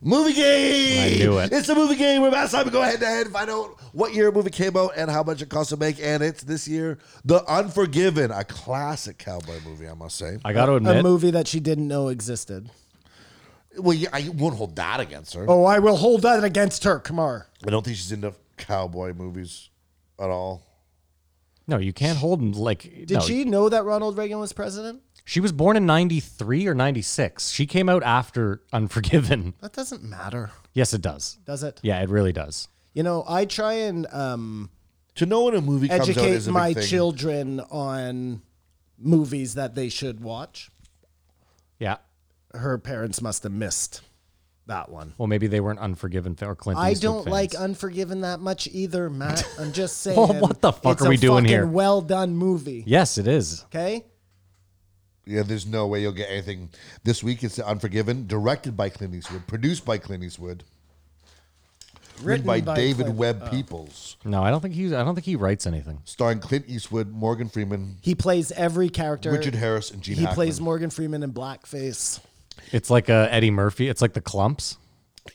[SPEAKER 5] Movie game!
[SPEAKER 6] I knew it.
[SPEAKER 5] It's a movie game where last time we go head to head and find out what year a movie came out and how much it cost to make. And it's this year, The Unforgiven, a classic cowboy movie, I must say.
[SPEAKER 6] I got to
[SPEAKER 7] A
[SPEAKER 6] admit,
[SPEAKER 7] movie that she didn't know existed.
[SPEAKER 5] well, yeah, I won't hold that against her.
[SPEAKER 7] Oh, I will hold that against her, Kamar.
[SPEAKER 5] I don't think she's into cowboy movies at all.
[SPEAKER 6] no, you can't hold him, like.
[SPEAKER 7] Did she know that Ronald Reagan was president?
[SPEAKER 6] She was born in '93 or '96. She came out after Unforgiven.
[SPEAKER 7] That doesn't matter,
[SPEAKER 6] Yes, it does.
[SPEAKER 7] does it?
[SPEAKER 6] Yeah, it really does.
[SPEAKER 7] You know, I try and um,
[SPEAKER 5] To know when a movie comes out
[SPEAKER 7] educate
[SPEAKER 5] is a
[SPEAKER 7] my
[SPEAKER 5] big thing.
[SPEAKER 7] children on movies that they should watch.
[SPEAKER 6] Yeah.
[SPEAKER 7] Her parents must have missed that one.
[SPEAKER 6] Well, maybe they weren't Unforgiven fa- or Clint.
[SPEAKER 7] I
[SPEAKER 6] Eastwood
[SPEAKER 7] don't
[SPEAKER 6] fans.
[SPEAKER 7] like Unforgiven that much either, Matt. I'm just saying.
[SPEAKER 5] Oh,
[SPEAKER 6] Well, what the fuck
[SPEAKER 7] it's
[SPEAKER 6] are
[SPEAKER 7] a
[SPEAKER 6] we doing
[SPEAKER 7] fucking
[SPEAKER 6] here?
[SPEAKER 7] Well done movie.
[SPEAKER 6] Yes, it is.
[SPEAKER 7] Okay.
[SPEAKER 5] Yeah, there's no way you'll get anything this week. It's Unforgiven, directed by Clint Eastwood, produced by Clint Eastwood, written by, David
[SPEAKER 7] Clint- uh,
[SPEAKER 5] Webb Peoples,
[SPEAKER 6] No, I don't think he's. I don't think he writes anything.
[SPEAKER 5] starring Clint Eastwood, Morgan Freeman,
[SPEAKER 7] He plays every character.
[SPEAKER 5] Richard Harris, and Gene.
[SPEAKER 7] He plays
[SPEAKER 5] Hackman.
[SPEAKER 7] Morgan Freeman in blackface.
[SPEAKER 6] It's like uh, Eddie Murphy. It's like the Clumps,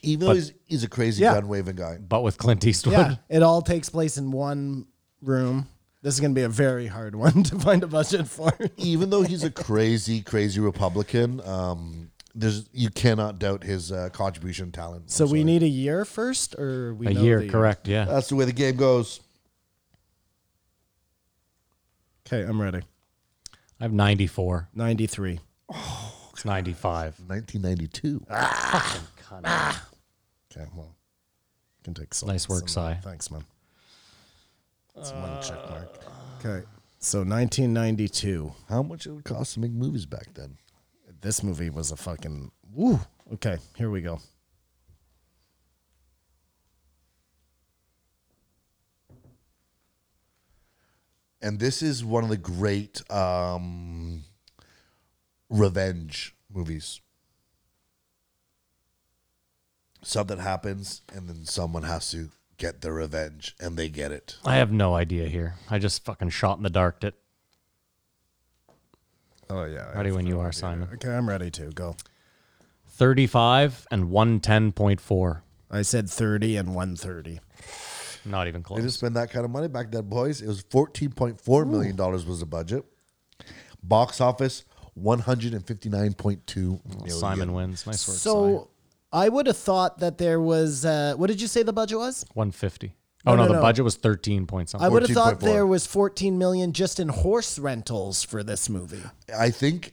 [SPEAKER 5] even though he's, he's a crazy
[SPEAKER 7] Yeah.
[SPEAKER 5] gun waving guy.
[SPEAKER 6] but with Clint Eastwood.
[SPEAKER 7] Yeah, it all takes place in one room. This is going to be a very hard one to find a budget for.
[SPEAKER 5] Even though he's a crazy, crazy Republican, um, there's you cannot doubt his uh, contribution and talent. I'm
[SPEAKER 7] So we
[SPEAKER 5] sorry.
[SPEAKER 7] need a year first, or we
[SPEAKER 6] A
[SPEAKER 7] know
[SPEAKER 6] year,
[SPEAKER 7] the
[SPEAKER 6] correct? Yeah.
[SPEAKER 5] That's the way the game goes.
[SPEAKER 7] Okay, I'm ready.
[SPEAKER 6] I have 94.
[SPEAKER 7] Ninety three.
[SPEAKER 6] It's 95.
[SPEAKER 5] 1992.
[SPEAKER 7] Okay, well, can take some.
[SPEAKER 6] Nice work,
[SPEAKER 7] some- uh,
[SPEAKER 6] Si.
[SPEAKER 7] Thanks, man. That's one check mark. Uh, Okay, so 1992.
[SPEAKER 5] How much it would cost to make movies back then?
[SPEAKER 7] This movie was a fucking woo. Okay, here we go.
[SPEAKER 5] And this is one of the great um, revenge movies. Something happens, and then someone has to get their revenge, and they get it.
[SPEAKER 6] I have no idea here. I just fucking shot in the dark. It
[SPEAKER 7] Oh yeah.
[SPEAKER 6] ready when you are, Simon.
[SPEAKER 7] Okay, I'm ready to go.
[SPEAKER 6] 35 and 110.4.
[SPEAKER 7] I said 30 and 130.
[SPEAKER 6] Not even
[SPEAKER 5] They
[SPEAKER 6] close.
[SPEAKER 5] didn't spend that kind of money back then, boys. It was fourteen point four million dollars was the budget. Box office one hundred and fifty nine point two million.
[SPEAKER 6] Simon wins. Nice work. Si.
[SPEAKER 7] So I would have thought that there was. Uh, what did you say the budget was?
[SPEAKER 6] 150. Oh, no,
[SPEAKER 7] no,
[SPEAKER 6] the
[SPEAKER 7] no.
[SPEAKER 6] budget was 13 point
[SPEAKER 7] I
[SPEAKER 6] something.
[SPEAKER 7] would have thought
[SPEAKER 5] 14.4.
[SPEAKER 7] there was 14 million just in horse rentals for this movie.
[SPEAKER 5] I think,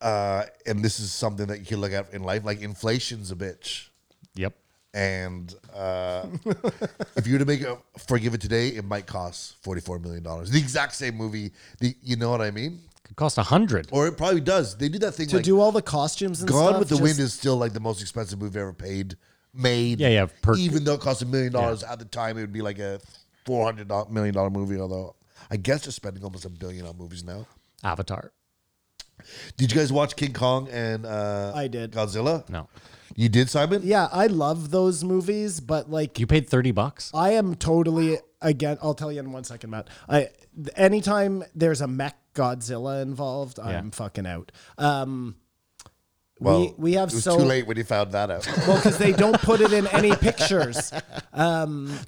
[SPEAKER 5] uh, and this is something that you can look at in life. Like inflation's a bitch,
[SPEAKER 6] yep.
[SPEAKER 5] and uh, if you were to make a forgive it today, it might cost forty four million dollars. The exact same movie. The you know what I mean?
[SPEAKER 6] Could cost 100.
[SPEAKER 5] Or it probably does. They do that thing
[SPEAKER 7] To
[SPEAKER 5] like
[SPEAKER 7] do all the costumes and
[SPEAKER 5] Gone
[SPEAKER 7] stuff.
[SPEAKER 5] with the
[SPEAKER 7] just-
[SPEAKER 5] Wind is still like the most expensive movie ever paid, made.
[SPEAKER 6] Yeah, yeah, per-
[SPEAKER 5] even though it cost a million dollars at the time, it would be like a four hundred million dollar movie. Although I guess they're spending almost a billion on movies now.
[SPEAKER 6] Avatar.
[SPEAKER 5] Did you guys watch King Kong and uh,
[SPEAKER 7] I did.
[SPEAKER 5] Godzilla?
[SPEAKER 6] No.
[SPEAKER 5] you did, Simon.
[SPEAKER 7] Yeah, I love those movies, but like
[SPEAKER 6] You paid 30 bucks?
[SPEAKER 5] Uh,
[SPEAKER 7] I am totally again. I'll tell you in one second, Matt. I anytime there's a mech Godzilla involved, I'm fucking out. Um,
[SPEAKER 5] well,
[SPEAKER 7] we we have
[SPEAKER 5] it was
[SPEAKER 7] so
[SPEAKER 5] too late when you found that out.
[SPEAKER 7] well because they don't put it in any pictures.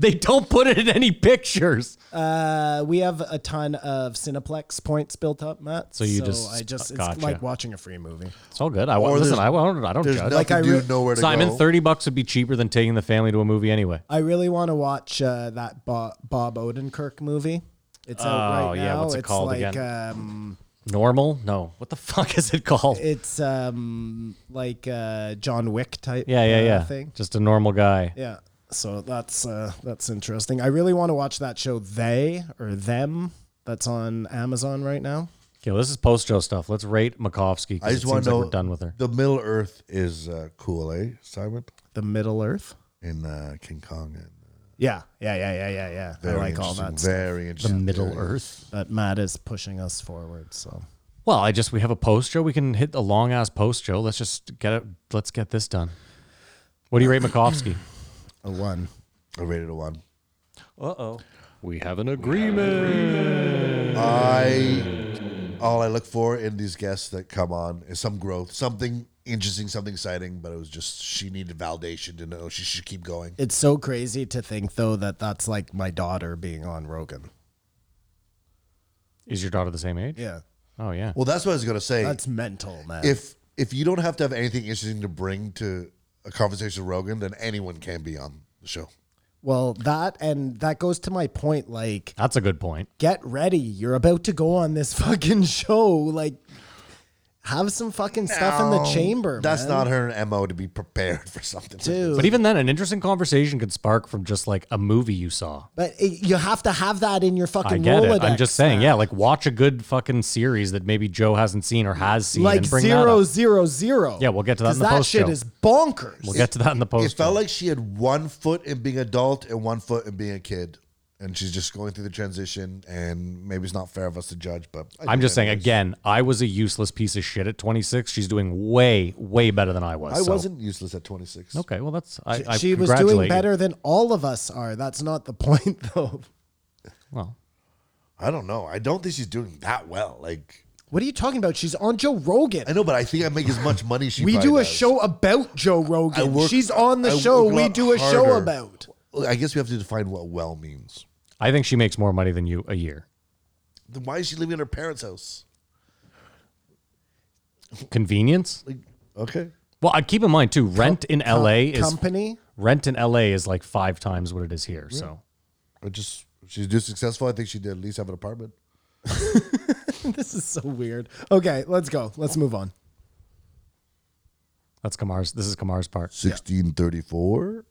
[SPEAKER 6] They don't put it in any pictures.
[SPEAKER 7] Uh, we have a ton of Cineplex points built up, Matt. So
[SPEAKER 6] you just-
[SPEAKER 7] I just it's
[SPEAKER 6] gotcha.
[SPEAKER 7] like watching a free movie.
[SPEAKER 6] It's all good. I wa- listen.
[SPEAKER 5] there's-
[SPEAKER 6] I don't. I don't
[SPEAKER 5] There's
[SPEAKER 6] judge.
[SPEAKER 5] nothing
[SPEAKER 7] Like, I
[SPEAKER 5] to do,
[SPEAKER 7] re-
[SPEAKER 5] nowhere to
[SPEAKER 6] Simon,
[SPEAKER 5] go.
[SPEAKER 6] thirty bucks would be cheaper than taking the family to a movie anyway.
[SPEAKER 7] I really want to watch uh, that Bob, Bob Odenkirk movie. It's
[SPEAKER 6] Oh,
[SPEAKER 7] out right now.
[SPEAKER 6] yeah, what's it
[SPEAKER 7] it's
[SPEAKER 6] called
[SPEAKER 7] like,
[SPEAKER 6] again?
[SPEAKER 7] Um,
[SPEAKER 6] Normal? No. What the fuck is it called?
[SPEAKER 7] it's um, like uh, John Wick type.
[SPEAKER 6] yeah, yeah,
[SPEAKER 7] uh,
[SPEAKER 6] yeah.
[SPEAKER 7] Thing.
[SPEAKER 6] Just a normal guy.
[SPEAKER 7] Yeah. So that's uh, that's interesting. I really want to watch that show. They or them. That's on Amazon right now.
[SPEAKER 6] Okay, well, this is post Joe stuff. Let's rate Makovsky.
[SPEAKER 5] I just
[SPEAKER 6] want to
[SPEAKER 5] know
[SPEAKER 6] Like we're done with her.
[SPEAKER 5] The Middle Earth is uh, cool, eh, Simon?
[SPEAKER 7] The Middle Earth.
[SPEAKER 5] In uh, King Kong, and
[SPEAKER 7] Yeah, yeah, yeah, yeah, yeah, yeah.
[SPEAKER 5] very
[SPEAKER 7] I like all
[SPEAKER 5] interesting.
[SPEAKER 7] that. stuff.
[SPEAKER 5] very interesting.
[SPEAKER 6] Middle
[SPEAKER 5] area.
[SPEAKER 6] Earth.
[SPEAKER 7] But Matt is pushing us forward. So
[SPEAKER 6] Well, I just we have a post Joe. We can hit a long ass post Joe. Let's just get it. Let's get this done. What do you rate Makovsky?
[SPEAKER 7] a one.
[SPEAKER 5] I rated a one.
[SPEAKER 6] uh oh. We have an agreement.
[SPEAKER 5] I all I look for in these guests that come on is some growth, something interesting, something exciting. But it was just she needed validation to know she should keep going.
[SPEAKER 7] It's so crazy to think though that that's like my daughter being on Rogan.
[SPEAKER 6] Is your daughter the same age?
[SPEAKER 7] Yeah,
[SPEAKER 6] Oh yeah.
[SPEAKER 5] Well, that's what I was gonna say.
[SPEAKER 7] that's mental, man.
[SPEAKER 5] if if you don't have to have anything interesting to bring to a conversation with Rogan, then anyone can be on the show.
[SPEAKER 7] well, that and that goes to my point. Like,
[SPEAKER 6] That's a good point.
[SPEAKER 7] get ready. You're about to go on this fucking show. Like, have some fucking stuff in the chamber.
[SPEAKER 5] That's
[SPEAKER 7] man.
[SPEAKER 5] not her mo to be prepared for something.
[SPEAKER 7] Dude.
[SPEAKER 6] But even then, an interesting conversation could spark from just like a movie you saw.
[SPEAKER 7] But it, you have to have that in your fucking.
[SPEAKER 6] I get
[SPEAKER 7] Rolodex,
[SPEAKER 6] it. I'm just saying,
[SPEAKER 7] man.
[SPEAKER 6] yeah, like watch a good fucking series that maybe Joe hasn't seen or has seen.
[SPEAKER 7] Like
[SPEAKER 6] and bring
[SPEAKER 7] zero,
[SPEAKER 6] That up.
[SPEAKER 7] zero, zero.
[SPEAKER 6] Yeah, we'll get to that
[SPEAKER 7] 'Cause
[SPEAKER 6] in the
[SPEAKER 7] that
[SPEAKER 6] post
[SPEAKER 7] shit
[SPEAKER 6] show.
[SPEAKER 7] is bonkers.
[SPEAKER 6] We'll get to that in the
[SPEAKER 5] It
[SPEAKER 6] post.
[SPEAKER 5] felt like she had one foot in being adult and one foot in being a kid. And she's just going through the transition, and maybe it's not fair of us to judge, but I
[SPEAKER 6] I'm
[SPEAKER 5] did
[SPEAKER 6] just saying
[SPEAKER 5] anyways.
[SPEAKER 6] again, I was a useless piece of shit at 26. She's doing way, way better than I was.
[SPEAKER 5] I
[SPEAKER 6] so-
[SPEAKER 5] wasn't useless at 26.
[SPEAKER 6] Okay, well that's I. I
[SPEAKER 7] she was
[SPEAKER 6] congratulate
[SPEAKER 7] doing
[SPEAKER 6] you.
[SPEAKER 7] better than all of us are. That's not the point, though.
[SPEAKER 6] Well,
[SPEAKER 5] I don't know. I don't think she's doing that well. Like
[SPEAKER 7] What are you talking about? She's on Joe Rogan.
[SPEAKER 5] I know, but I think I make as much money as she.
[SPEAKER 7] we
[SPEAKER 5] probably
[SPEAKER 7] do a
[SPEAKER 5] does.
[SPEAKER 7] show about Joe
[SPEAKER 5] I
[SPEAKER 7] Rogan.
[SPEAKER 5] work-
[SPEAKER 7] She's on the
[SPEAKER 5] I
[SPEAKER 7] show.
[SPEAKER 5] work a
[SPEAKER 7] We
[SPEAKER 5] lot
[SPEAKER 7] do a show
[SPEAKER 5] harder.
[SPEAKER 7] about.
[SPEAKER 5] Well, I guess we have to define what well means.
[SPEAKER 6] I think she makes more money than you a year.
[SPEAKER 5] Then why is she living in her parents' house?
[SPEAKER 6] Convenience?
[SPEAKER 5] Like, Okay.
[SPEAKER 6] Well, I keep in mind too, rent in LA is
[SPEAKER 7] company.
[SPEAKER 6] rent in LA is like five times what it is here. So
[SPEAKER 5] I just she's do successful. I think she did at least have an apartment.
[SPEAKER 7] This is so weird. Okay, let's go. Let's move on.
[SPEAKER 6] that's Kamar's. This is Kamar's part.
[SPEAKER 5] Sixteen thirty four.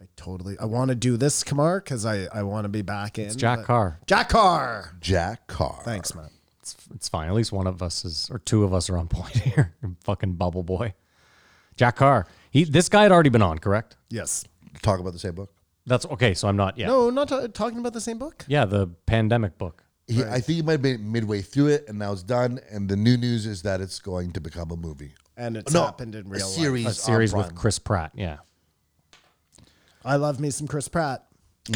[SPEAKER 7] I totally. I want to do this, Kamar, because I I want to be back in.
[SPEAKER 6] Jack
[SPEAKER 7] but-
[SPEAKER 6] Carr.
[SPEAKER 7] Jack Carr.
[SPEAKER 5] Jack Carr.
[SPEAKER 7] Thanks, man.
[SPEAKER 6] It's, it's fine. At least one of us is, or two of us are on point here. Fucking bubble boy, Jack Carr. He this guy had already been on, correct?
[SPEAKER 7] Yes.
[SPEAKER 5] Talk about the same book.
[SPEAKER 6] That's okay. So I'm not. Yeah.
[SPEAKER 7] No, not ta- talking about the same book.
[SPEAKER 6] Yeah, the pandemic book.
[SPEAKER 5] He, I think he might have been midway through it, and now it's done. And the new news is that it's going to become a movie.
[SPEAKER 7] And it's happened in real
[SPEAKER 5] a
[SPEAKER 7] life.
[SPEAKER 5] series.
[SPEAKER 6] A series
[SPEAKER 5] on
[SPEAKER 6] with
[SPEAKER 5] Prime.
[SPEAKER 6] Chris Pratt. Yeah.
[SPEAKER 7] I love me some Chris Pratt.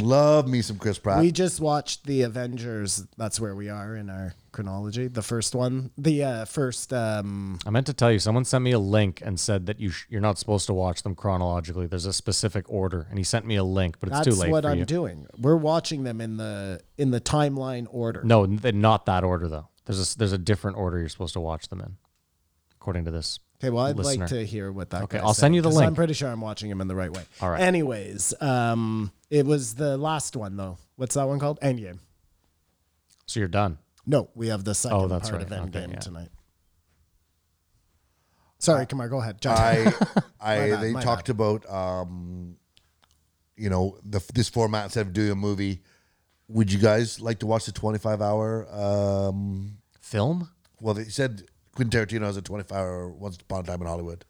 [SPEAKER 5] Love me some Chris Pratt.
[SPEAKER 7] We just watched the Avengers. That's where we are in our chronology. The first one, the uh, first. Um,
[SPEAKER 6] I meant to tell you, someone sent me a link and said that you sh- you're not supposed to watch them chronologically. There's a specific order, and he sent me a link, but it's
[SPEAKER 7] that's
[SPEAKER 6] too late.
[SPEAKER 7] what
[SPEAKER 6] for
[SPEAKER 7] I'm
[SPEAKER 6] you.
[SPEAKER 7] doing. We're watching them in the in the timeline order.
[SPEAKER 6] No, n- th- not that order though. There's a, there's a different order you're supposed to watch them in, according to this.
[SPEAKER 7] Okay, well, I'd
[SPEAKER 6] listener.
[SPEAKER 7] like to hear what that.
[SPEAKER 6] Okay,
[SPEAKER 7] guy
[SPEAKER 6] I'll
[SPEAKER 7] said,
[SPEAKER 6] send you the
[SPEAKER 7] 'cause
[SPEAKER 6] link.
[SPEAKER 7] I'm pretty sure I'm watching him in the right way.
[SPEAKER 6] All right.
[SPEAKER 7] Anyways, um, it was the last one though. What's that one called? Endgame.
[SPEAKER 6] So you're done.
[SPEAKER 7] No, we have the second
[SPEAKER 6] Oh, that's
[SPEAKER 7] part
[SPEAKER 6] right.
[SPEAKER 7] of Endgame
[SPEAKER 6] Okay, yeah.
[SPEAKER 7] tonight. Sorry, come on, go ahead. John.
[SPEAKER 5] I, I
[SPEAKER 7] My bad,
[SPEAKER 5] they
[SPEAKER 7] my
[SPEAKER 5] talked about, um, you know, the, this format instead of doing a movie. Would you guys like to watch the twenty-five hour? Um,
[SPEAKER 6] Film?
[SPEAKER 5] well, they said Quentin Tarantino has a twenty-five hour Once Upon a Time in Hollywood.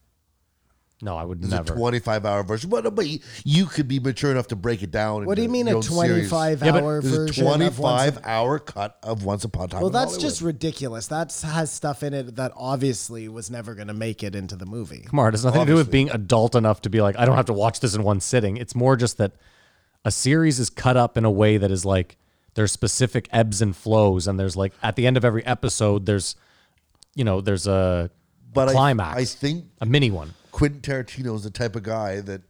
[SPEAKER 6] No, I would
[SPEAKER 5] There's
[SPEAKER 6] never.
[SPEAKER 5] a twenty-five hour version, but but you- you could be mature enough to break it down.
[SPEAKER 7] what do you
[SPEAKER 5] into
[SPEAKER 7] mean
[SPEAKER 5] your
[SPEAKER 7] a
[SPEAKER 5] own series.
[SPEAKER 7] 25
[SPEAKER 6] Yeah, but
[SPEAKER 7] hour
[SPEAKER 5] There's a
[SPEAKER 7] version? of Once Upon-
[SPEAKER 5] 25 hour cut of Once Upon a Time.
[SPEAKER 7] Well,
[SPEAKER 5] in
[SPEAKER 7] that's
[SPEAKER 5] Hollywood.
[SPEAKER 7] just ridiculous. That has stuff in it that obviously was never going to make it into the movie.
[SPEAKER 6] Come on, it has nothing to do with being adult enough to be like, I don't have to watch this in one sitting. It's more just that a series is cut up in a way that is like there's specific ebbs and flows, and there's like at the end of every episode, there's you know, there's a
[SPEAKER 5] But I-
[SPEAKER 6] climax.
[SPEAKER 5] I think-
[SPEAKER 6] a mini one.
[SPEAKER 5] Quentin Tarantino is the type of guy that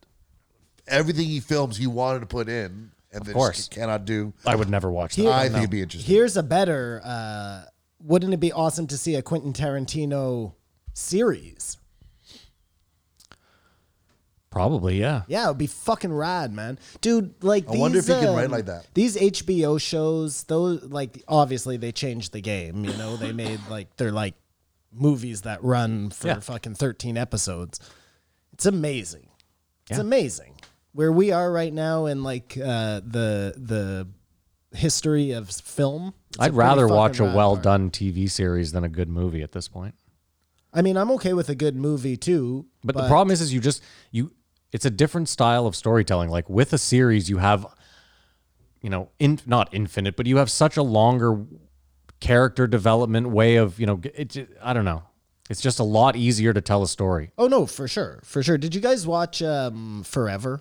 [SPEAKER 5] everything he films he wanted to put in and then
[SPEAKER 6] course.
[SPEAKER 5] just cannot do.
[SPEAKER 6] I would never watch that.
[SPEAKER 5] I think it'd be interesting.
[SPEAKER 7] Here's a better. Uh, wouldn't it be awesome to see a Quentin Tarantino series?
[SPEAKER 6] Probably, yeah.
[SPEAKER 7] Yeah, it would be fucking rad, man. Dude, like
[SPEAKER 5] I wonder
[SPEAKER 7] these,
[SPEAKER 5] if he can
[SPEAKER 7] um,
[SPEAKER 5] write like that.
[SPEAKER 7] These HBO shows, those like obviously they changed the game. You know, they made like they're like movies that run for
[SPEAKER 6] Yeah.
[SPEAKER 7] fucking thirteen episodes. It's amazing. It's amazing where we are right now in like uh, the the history of s- film. it's a
[SPEAKER 6] I'd
[SPEAKER 7] pretty
[SPEAKER 6] rather
[SPEAKER 7] fucking
[SPEAKER 6] watch a
[SPEAKER 7] rad
[SPEAKER 6] well
[SPEAKER 7] part.
[SPEAKER 6] done TV series than a good movie at this point.
[SPEAKER 7] I mean, I'm okay with a good movie too.
[SPEAKER 6] But, the problem is, is you just you. It's a different style of storytelling. Like with a series, you have, you know, in not infinite, but you have such a longer character development way of you know. g- It, ju- I don't know. It's just a lot easier to tell a story.
[SPEAKER 7] Oh no, for sure, for sure. Did you guys watch um, Forever?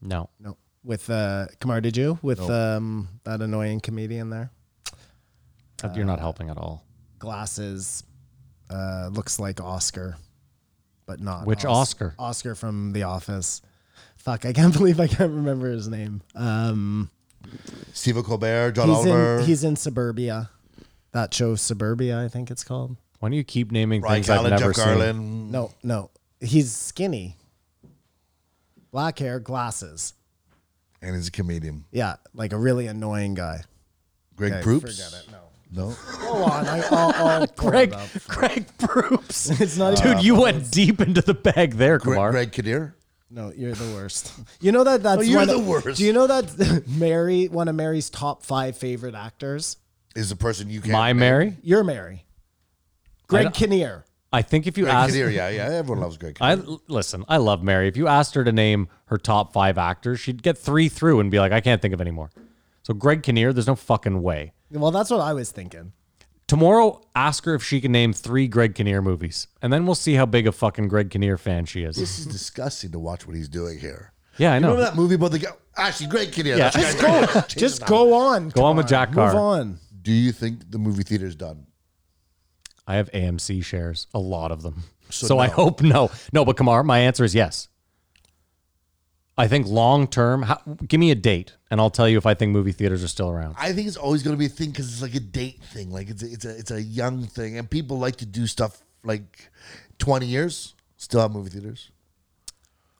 [SPEAKER 6] No,
[SPEAKER 7] No. With uh Kamar, did you? With um that annoying comedian there?
[SPEAKER 6] That-
[SPEAKER 5] Uh,
[SPEAKER 6] you're not helping at all.
[SPEAKER 7] Glasses. Uh looks like Oscar, but not
[SPEAKER 6] Which Oscar?
[SPEAKER 7] Oscar from The Office. Fuck, I can't believe I can't remember his name. Um
[SPEAKER 5] Stephen Colbert, John
[SPEAKER 7] he's
[SPEAKER 5] Oliver,
[SPEAKER 7] in he's in Suburbia. That show Suburbia, I think it's called.
[SPEAKER 6] Why do you keep naming
[SPEAKER 5] Brian
[SPEAKER 6] things
[SPEAKER 5] Callen,
[SPEAKER 6] I've never
[SPEAKER 5] Jeff
[SPEAKER 6] seen?
[SPEAKER 5] Garlin.
[SPEAKER 7] No, no. He's skinny. Black hair, glasses.
[SPEAKER 5] And he's a comedian.
[SPEAKER 7] Yeah, like a really annoying guy.
[SPEAKER 5] Greg
[SPEAKER 7] Okay,
[SPEAKER 5] Proops.
[SPEAKER 7] Forget it. No.
[SPEAKER 5] No.
[SPEAKER 7] Go on. uh, I, I'll, I'll pull it
[SPEAKER 6] Greg,
[SPEAKER 7] up.
[SPEAKER 6] Greg Proops.
[SPEAKER 7] It's not even
[SPEAKER 6] Dude, you went deep into the bag there, Kumar.
[SPEAKER 5] Greg, Uh, Greg Kinnear.
[SPEAKER 7] No, you're the worst. You know that that's
[SPEAKER 5] you're
[SPEAKER 7] one
[SPEAKER 5] the
[SPEAKER 7] of-
[SPEAKER 5] worst.
[SPEAKER 7] Do you know that Mary, one of Mary's top five favorite actors?
[SPEAKER 5] is the person you can't.
[SPEAKER 6] My Mary.
[SPEAKER 7] You're Mary. Greg
[SPEAKER 6] don't-
[SPEAKER 7] Kinnear.
[SPEAKER 6] I think if you
[SPEAKER 5] Greg
[SPEAKER 6] ask,
[SPEAKER 5] Kinnear, yeah, yeah. Everyone loves Greg Kinnear.
[SPEAKER 6] I listen. I love Mary. If you asked her to name her top five actors, she'd get three through and be like, "I can't think of any more." So Greg Kinnear, there's no fucking way.
[SPEAKER 7] Well, that's what I was thinking.
[SPEAKER 6] Tomorrow, ask her if she can name three Greg Kinnear movies, and then we'll see how big a fucking Greg Kinnear fan she is.
[SPEAKER 5] This is disgusting to watch what he's doing here.
[SPEAKER 6] Yeah, I know.
[SPEAKER 5] Remember that movie about the guy? Actually, Greg Kinnear.
[SPEAKER 6] Yeah.
[SPEAKER 5] that's Greg
[SPEAKER 7] Just go, just go on.
[SPEAKER 6] Go on with Jack Carr.
[SPEAKER 7] Move on.
[SPEAKER 5] Kinnear. Do you think the movie theater's done?
[SPEAKER 6] I have AMC shares, a lot of them. So, I
[SPEAKER 5] no.
[SPEAKER 6] hope no, no. But Kamar, my answer is yes. I think long term. how- Give me a date, and I'll tell you if I think movie theaters are still around.
[SPEAKER 5] I think it's always going to be a thing because it's like a date thing, like it's a, it's a it's a young thing, and people like to do stuff like 20 years, still have movie theaters.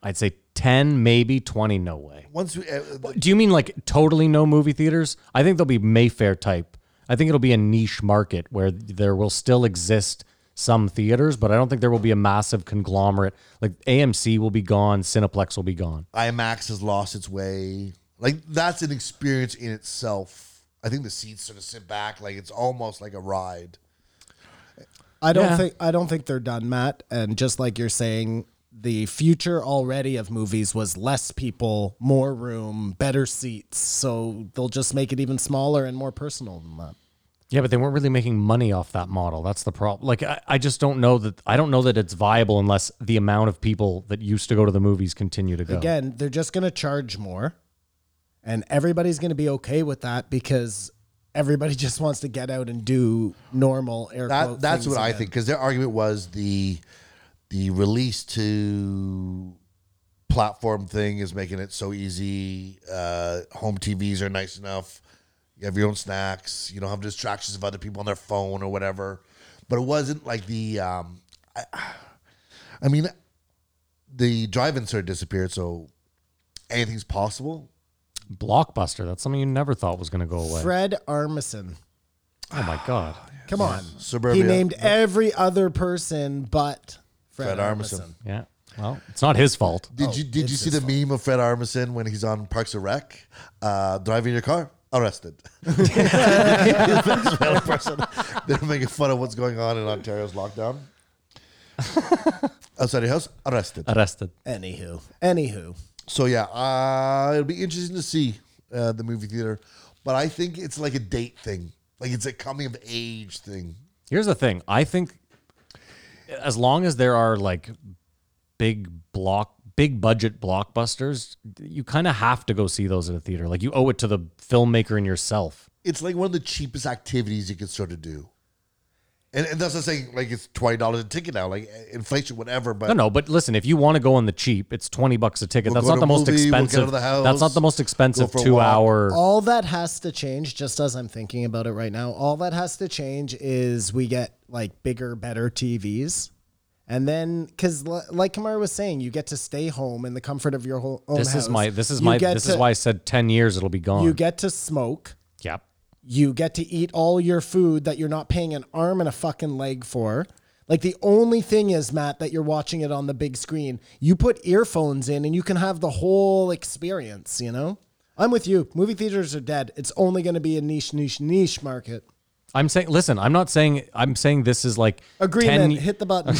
[SPEAKER 6] I'd say 10, maybe 20, no way.
[SPEAKER 5] Once we, uh,
[SPEAKER 6] Do you mean like totally no movie theaters? I think they'll be Mayfair type. I think it'll be a niche market where there will still exist some theaters, but I don't think there will be a massive conglomerate. Like AMC will be gone, Cineplex will be gone.
[SPEAKER 5] IMAX has lost its way. Like that's an experience in itself. I think the seats sort of sit back, like it's almost like a ride.
[SPEAKER 7] I don't
[SPEAKER 6] Yeah.
[SPEAKER 7] think I don't think they're done, Matt. And just like you're saying, the future already of movies was less people, more room, better seats. So they'll just make it even smaller and more personal than that.
[SPEAKER 6] Yeah, but they weren't really making money off that model. That's the problem. Like, I, I just don't know that. I don't know that it's viable unless the amount of people that used to go to the movies continue to go.
[SPEAKER 7] Again, they're just going to charge more, and everybody's going to be okay with that because everybody just wants to get out and do normal air.
[SPEAKER 5] That
[SPEAKER 7] quote
[SPEAKER 5] that's
[SPEAKER 7] things
[SPEAKER 5] what I
[SPEAKER 7] again.
[SPEAKER 5] think because their argument was the the release to platform thing is making it so easy. Uh, home TVs are nice enough. You have your own snacks. You don't have distractions of other people on their phone or whatever. But it wasn't like the. Um, I, I mean, the drive-in sort of disappeared, so anything's possible.
[SPEAKER 6] Blockbuster. That's something you never thought was going to go away.
[SPEAKER 7] Fred Armisen.
[SPEAKER 6] oh my god.
[SPEAKER 7] Come on.
[SPEAKER 5] Suburbia.
[SPEAKER 7] He named every other person but Fred,
[SPEAKER 5] Fred Armisen.
[SPEAKER 7] Armisen.
[SPEAKER 6] Yeah. Well, it's not his fault.
[SPEAKER 5] Did you did you see the meme of Fred Armisen when he's on Parks and Rec, uh, driving your car, arrested? He's the biggest Fred Armisen. They're making fun of what's going on in Ontario's lockdown. Outside your house, arrested.
[SPEAKER 6] Arrested.
[SPEAKER 7] Anywho, anywho,
[SPEAKER 5] So yeah, uh, it'll be interesting to see uh, the movie theater, but I think it's like a date thing, like it's a coming of age thing.
[SPEAKER 6] Here's the thing. I think as long as there are like big block big budget blockbusters, you kind of have to go see those at a theater. Like you owe it to the filmmaker and yourself.
[SPEAKER 5] It's like one of the cheapest activities you could sort of do. And, and that's not saying like it's twenty dollars a ticket now, like uh, inflation, whatever. But
[SPEAKER 6] No, no, but listen, if you want to go on the cheap, it's 20 bucks a ticket.
[SPEAKER 5] We'll
[SPEAKER 6] that's
[SPEAKER 5] go
[SPEAKER 6] not
[SPEAKER 5] to
[SPEAKER 6] the
[SPEAKER 5] a
[SPEAKER 6] most
[SPEAKER 5] movie, we'll get out of
[SPEAKER 6] expensive.
[SPEAKER 5] the
[SPEAKER 6] that's not
[SPEAKER 5] house,
[SPEAKER 6] the most expensive
[SPEAKER 5] for a
[SPEAKER 6] 2
[SPEAKER 5] walk.
[SPEAKER 6] hour.
[SPEAKER 7] all that has to change. Just as I'm thinking about it right now, all that has to change is we get like bigger, better TVs, and then because like Kamara was saying, you get to stay home in the comfort of your whole own
[SPEAKER 6] This
[SPEAKER 7] house.
[SPEAKER 6] is my this is
[SPEAKER 7] You
[SPEAKER 6] my
[SPEAKER 7] get
[SPEAKER 6] this
[SPEAKER 7] to-
[SPEAKER 6] is why I said 10 years it'll be gone.
[SPEAKER 7] you get to smoke.
[SPEAKER 6] yep.
[SPEAKER 7] You get to eat all your food that you're not paying an arm and a fucking leg for. Like the only thing is, Matt, that you're watching it on the big screen. You put earphones in and you can have the whole experience, you know? I'm with you. Movie theaters are dead. It's only going to be a niche, niche, niche market.
[SPEAKER 6] I'm saying listen, I'm not saying I'm saying this is like 10
[SPEAKER 7] Agreement. Hit the button.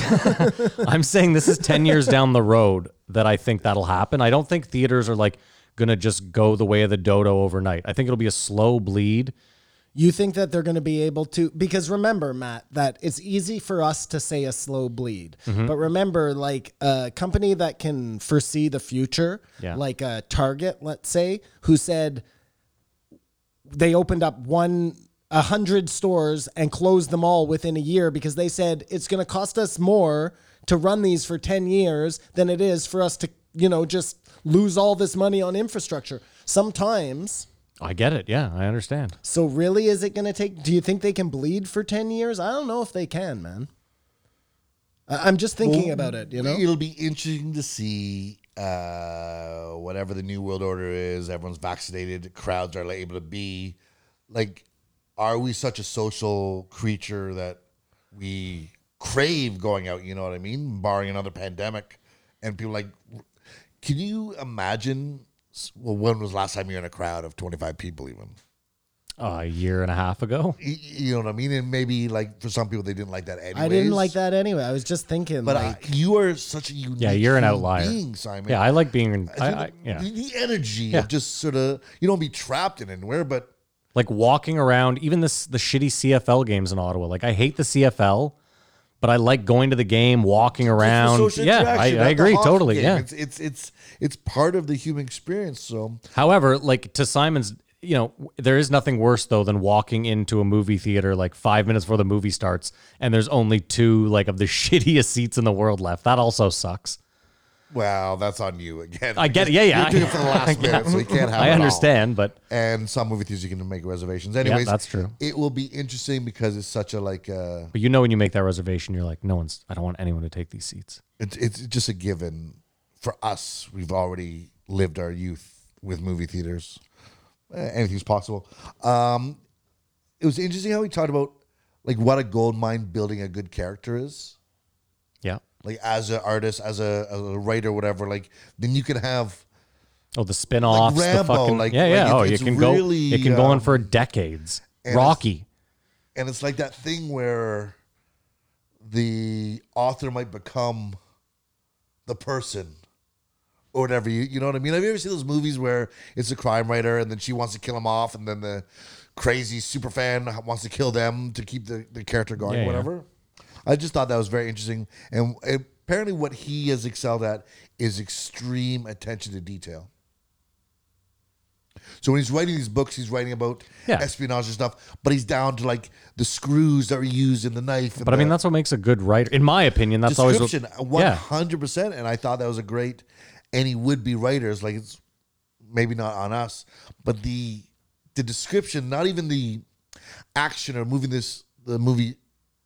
[SPEAKER 6] I'm saying this is 10 years down the road that I think that'll happen. I don't think theaters are like going to just go the way of the dodo overnight. I think it'll be a slow bleed.
[SPEAKER 7] you think that they're going to be able to? Because remember, Matt, that it's easy for us to say a slow bleed. But remember, like a company that can foresee the future,
[SPEAKER 6] Yeah.
[SPEAKER 7] like a Target, let's say, who said, they opened up one a hundred stores and closed them all within a year because they said it's going to cost us more to run these for 10 years than it is for us to you know just lose all this money on infrastructure sometimes
[SPEAKER 6] I get it. Yeah, I understand.
[SPEAKER 7] so really is it going to take do you think they can bleed for 10 years i don't know if they can man I- i'm just thinking about it you know
[SPEAKER 5] It'll be interesting to see uh, whatever the new world order is. Everyone's vaccinated. Crowds are able to be like, are we such a social creature that we crave going out? You know what I mean? Barring another pandemic, and people like, can you imagine? Well, when was the last time you were in a crowd of twenty five people? Even
[SPEAKER 6] a year and a half ago.
[SPEAKER 5] Y- you know what I mean? And maybe like for some people they didn't like that. Anyways.
[SPEAKER 7] i didn't like that anyway i was just thinking
[SPEAKER 5] But
[SPEAKER 7] like
[SPEAKER 5] I, you are such a unique.
[SPEAKER 6] Yeah, you're an
[SPEAKER 5] human
[SPEAKER 6] outlier.
[SPEAKER 5] being, Simon.
[SPEAKER 6] Yeah, I like being in I,
[SPEAKER 5] I think
[SPEAKER 6] I,
[SPEAKER 5] the,
[SPEAKER 6] yeah.
[SPEAKER 5] the, the energy
[SPEAKER 6] Yeah.
[SPEAKER 5] of just sort of you don't be trapped in anywhere, but
[SPEAKER 6] Like walking around even this the shitty CFL games in Ottawa. Like I hate the CFL, but I like going to the game, walking around.
[SPEAKER 5] It's the social
[SPEAKER 6] yeah, I,
[SPEAKER 5] interaction
[SPEAKER 6] I
[SPEAKER 5] at the
[SPEAKER 6] agree
[SPEAKER 5] hockey
[SPEAKER 6] totally.
[SPEAKER 5] game.
[SPEAKER 6] Yeah.
[SPEAKER 5] it's, it's it's it's part of the human experience. So
[SPEAKER 6] However, like to Simon's, you know, w- there is nothing worse though than walking into a movie theater like five minutes before the movie starts, and there's only two like of the shittiest seats in the world left. That also sucks.
[SPEAKER 5] Well, that's on you again.
[SPEAKER 6] I get it. Yeah, yeah.
[SPEAKER 5] You're doing it for the last
[SPEAKER 6] Yeah.
[SPEAKER 5] minute, so you can't have
[SPEAKER 6] I
[SPEAKER 5] it all.
[SPEAKER 6] understand, but
[SPEAKER 5] And some movie theaters you can make reservations. Anyways,
[SPEAKER 6] that's true.
[SPEAKER 5] It will be interesting because it's such a like uh,
[SPEAKER 6] but you know when you make that reservation, you're like, no one's. I don't want anyone to take these seats.
[SPEAKER 5] it's it's just a given for us. We've already lived our youth with movie theaters. Uh, Anything's possible. Um, it was interesting how he talked about like what a gold mine building a good character is.
[SPEAKER 6] Yeah.
[SPEAKER 5] Like as an artist, as a, as a writer, whatever. Like then you can have
[SPEAKER 6] Oh, the spin-offs,
[SPEAKER 5] Like Rambo,
[SPEAKER 6] the fucking
[SPEAKER 5] like-
[SPEAKER 6] yeah,
[SPEAKER 5] like
[SPEAKER 6] yeah.
[SPEAKER 5] it-
[SPEAKER 6] oh, you
[SPEAKER 5] it's
[SPEAKER 6] can
[SPEAKER 5] really,
[SPEAKER 6] go. It can go on
[SPEAKER 5] um,
[SPEAKER 6] for decades.
[SPEAKER 5] and
[SPEAKER 6] Rocky.
[SPEAKER 5] and it's like that thing where the author might become the person or whatever you you know what I mean. Have you ever seen those movies where it's a crime writer and then she wants to kill him off, and then the crazy super fan wants to kill them to keep the, the character going,
[SPEAKER 6] Yeah, yeah.
[SPEAKER 5] whatever. I just thought that was very interesting, and apparently what he has excelled at is extreme attention to detail. So when he's writing these books, he's writing about
[SPEAKER 6] Yeah.
[SPEAKER 5] espionage and stuff, but he's down to like the screws that are used in the knife. and
[SPEAKER 6] But I mean,
[SPEAKER 5] the-
[SPEAKER 6] that's what makes a good writer, in my opinion. That's always what,
[SPEAKER 5] description, one
[SPEAKER 6] yeah.
[SPEAKER 5] hundred percent. And I thought that was a great. Any would be writers, like it's maybe not on us, but the the description, not even the action or moving this the movie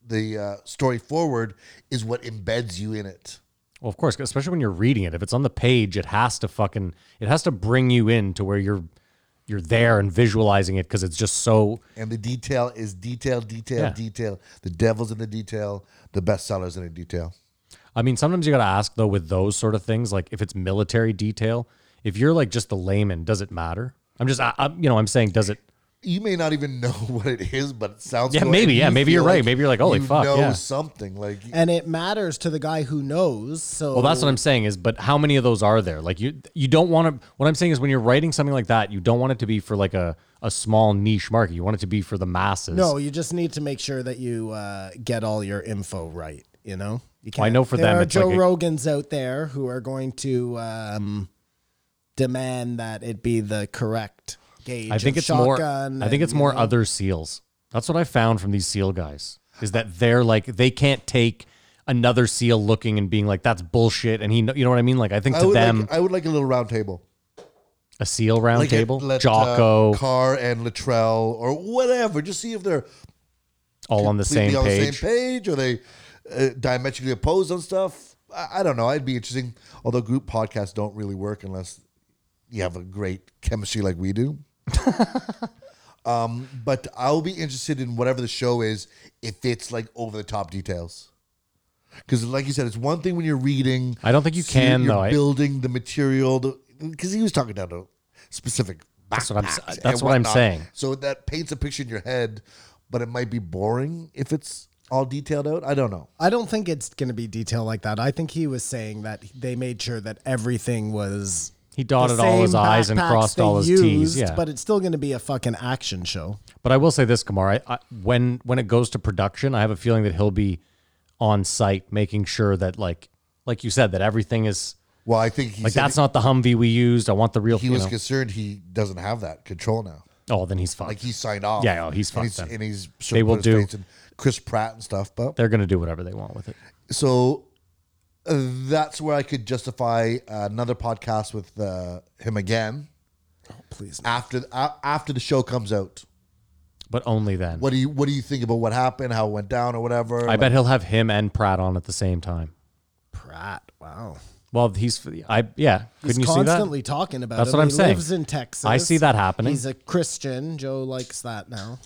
[SPEAKER 5] the uh, story forward, is what embeds you in it.
[SPEAKER 6] Well, of course, especially when you're reading it. If it's on the page, it has to fucking it has to bring you in to where you're you're there and visualizing it because it's just so
[SPEAKER 5] And the detail is detail, detail,
[SPEAKER 6] Yeah.
[SPEAKER 5] detail. The devil's in the detail. The bestsellers in the detail.
[SPEAKER 6] I mean, sometimes you got to ask though with those sort of things, like if it's military detail, if you're like just the layman, does it matter? I'm just, I, I'm, you know, I'm saying, does it?
[SPEAKER 5] you may not even know what it is, but it sounds.
[SPEAKER 6] Yeah,
[SPEAKER 5] cool.
[SPEAKER 6] maybe,
[SPEAKER 5] And
[SPEAKER 6] yeah,
[SPEAKER 5] you
[SPEAKER 6] maybe
[SPEAKER 5] feel
[SPEAKER 6] you're right. Maybe you're like, holy
[SPEAKER 5] you
[SPEAKER 6] fuck,
[SPEAKER 5] know
[SPEAKER 6] yeah.
[SPEAKER 5] something like.
[SPEAKER 7] And it matters to the guy who knows. So
[SPEAKER 6] Well, that's what I'm saying is, but how many of those are there? Like you, you don't want to. What I'm saying is, when you're writing something like that, you don't want it to be for like a a small niche market. You want it to be for the masses.
[SPEAKER 7] No, you just need to make sure that you uh, get all your info right. You know, you
[SPEAKER 6] Well, I know for
[SPEAKER 7] there
[SPEAKER 6] them
[SPEAKER 7] are
[SPEAKER 6] it's
[SPEAKER 7] Joe
[SPEAKER 6] like a-
[SPEAKER 7] Rogans out there who are going to um, demand that it be the correct gauge.
[SPEAKER 6] I think
[SPEAKER 7] of
[SPEAKER 6] it's more.
[SPEAKER 7] shotgun
[SPEAKER 6] I think
[SPEAKER 7] and,
[SPEAKER 6] it's
[SPEAKER 7] you
[SPEAKER 6] more
[SPEAKER 7] know.
[SPEAKER 6] other seals. That's what I found from these seal guys is that they're like they can't take another seal looking and being like that's bullshit and he kn- you know what I mean like I think
[SPEAKER 5] I
[SPEAKER 6] to
[SPEAKER 5] would
[SPEAKER 6] them
[SPEAKER 5] like. I would like a little round table.
[SPEAKER 6] a seal round
[SPEAKER 5] Like
[SPEAKER 6] table
[SPEAKER 5] a- let, uh,
[SPEAKER 6] Jocko
[SPEAKER 5] Carr, and Latrell, or whatever. Just see if they're
[SPEAKER 6] all on the same
[SPEAKER 5] completely on
[SPEAKER 6] page.
[SPEAKER 5] the same page, or they uh, diametrically opposed on stuff. I, I don't know. I'd be interesting. Although group podcasts don't really work unless you have a great chemistry like we do. um, but I'll be interested in whatever the show is if it's like over the top details. Because, like you said, it's one thing when you're reading.
[SPEAKER 6] I don't think you
[SPEAKER 5] so
[SPEAKER 6] can,
[SPEAKER 5] you're
[SPEAKER 6] though. I-
[SPEAKER 5] building the material because he was talking down to specific.
[SPEAKER 6] That's what I'm s-
[SPEAKER 5] backpacks
[SPEAKER 6] that's
[SPEAKER 5] and
[SPEAKER 6] what I'm
[SPEAKER 5] whatnot.
[SPEAKER 6] saying.
[SPEAKER 5] So that paints a picture in your head, but it might be boring if it's all detailed out. I don't know.
[SPEAKER 7] I don't think it's going to be detailed like that. I think he was saying that they made sure that everything was.
[SPEAKER 6] He
[SPEAKER 7] the
[SPEAKER 6] dotted all his
[SPEAKER 7] same
[SPEAKER 6] I's and
[SPEAKER 7] backpacks
[SPEAKER 6] crossed
[SPEAKER 7] they
[SPEAKER 6] all his
[SPEAKER 7] used,
[SPEAKER 6] T's. Yeah,
[SPEAKER 7] but it's still going to be a fucking action show.
[SPEAKER 6] But I will say this, Kamar. I, I, when when it goes to production, I have a feeling that he'll be on site making sure that like like you said that everything is
[SPEAKER 5] Well, I think he
[SPEAKER 6] like
[SPEAKER 5] said
[SPEAKER 6] that's not the Humvee we used. I want the real.
[SPEAKER 5] he
[SPEAKER 6] you
[SPEAKER 5] was
[SPEAKER 6] know.
[SPEAKER 5] concerned he doesn't have that control now.
[SPEAKER 6] oh, then he's fucked.
[SPEAKER 5] Like he signed off.
[SPEAKER 6] Yeah, oh, he's
[SPEAKER 5] and he's,
[SPEAKER 6] fucked then.
[SPEAKER 5] and he's sort
[SPEAKER 6] They
[SPEAKER 5] of
[SPEAKER 6] will
[SPEAKER 5] put his
[SPEAKER 6] do.
[SPEAKER 5] faith in Chris Pratt and stuff. But
[SPEAKER 6] They're gonna do whatever they want with it.
[SPEAKER 5] so uh, that's where I could justify another podcast with uh, him again
[SPEAKER 7] Oh, Please,
[SPEAKER 5] after uh, after the show comes out.
[SPEAKER 6] But only then.
[SPEAKER 5] What do you What do you think about what happened, how it went down, or whatever?
[SPEAKER 6] I bet he'll have him and Pratt on at the same time.
[SPEAKER 7] Pratt. Wow.
[SPEAKER 6] Well, he's I yeah.
[SPEAKER 7] He's
[SPEAKER 6] Couldn't you see that?
[SPEAKER 7] constantly talking about
[SPEAKER 6] That's
[SPEAKER 7] him.
[SPEAKER 6] what I'm
[SPEAKER 7] he
[SPEAKER 6] saying.
[SPEAKER 7] lives in Texas.
[SPEAKER 6] I see that happening.
[SPEAKER 7] He's a Christian. Joe likes that now.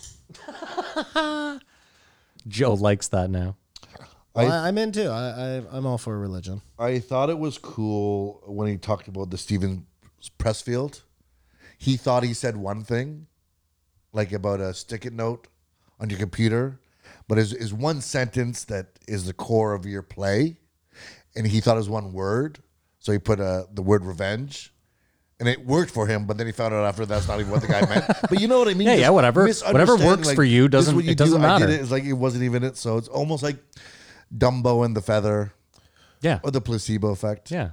[SPEAKER 6] Joe likes that now.
[SPEAKER 5] I-
[SPEAKER 7] I, I'm in too. I, I, I'm all for religion.
[SPEAKER 5] I thought it was cool when he talked about the Steven Pressfield. He thought he said one thing, like about a stick it note on your computer, but is is one sentence that is the core of your play, and he thought it was one word, so he put uh, the word revenge. And it worked for him, but then he found out after that's not even what the guy meant. But you know what I mean?
[SPEAKER 6] Yeah, yeah, whatever. Whatever
[SPEAKER 5] misunderstanding,
[SPEAKER 6] works for you
[SPEAKER 5] this is
[SPEAKER 6] doesn't-
[SPEAKER 5] what
[SPEAKER 6] it doesn't
[SPEAKER 5] I did
[SPEAKER 6] matter.
[SPEAKER 5] it. It's like it wasn't even it. So it's almost like Dumbo and the feather
[SPEAKER 6] Yeah.
[SPEAKER 5] or the placebo effect.
[SPEAKER 6] Yeah.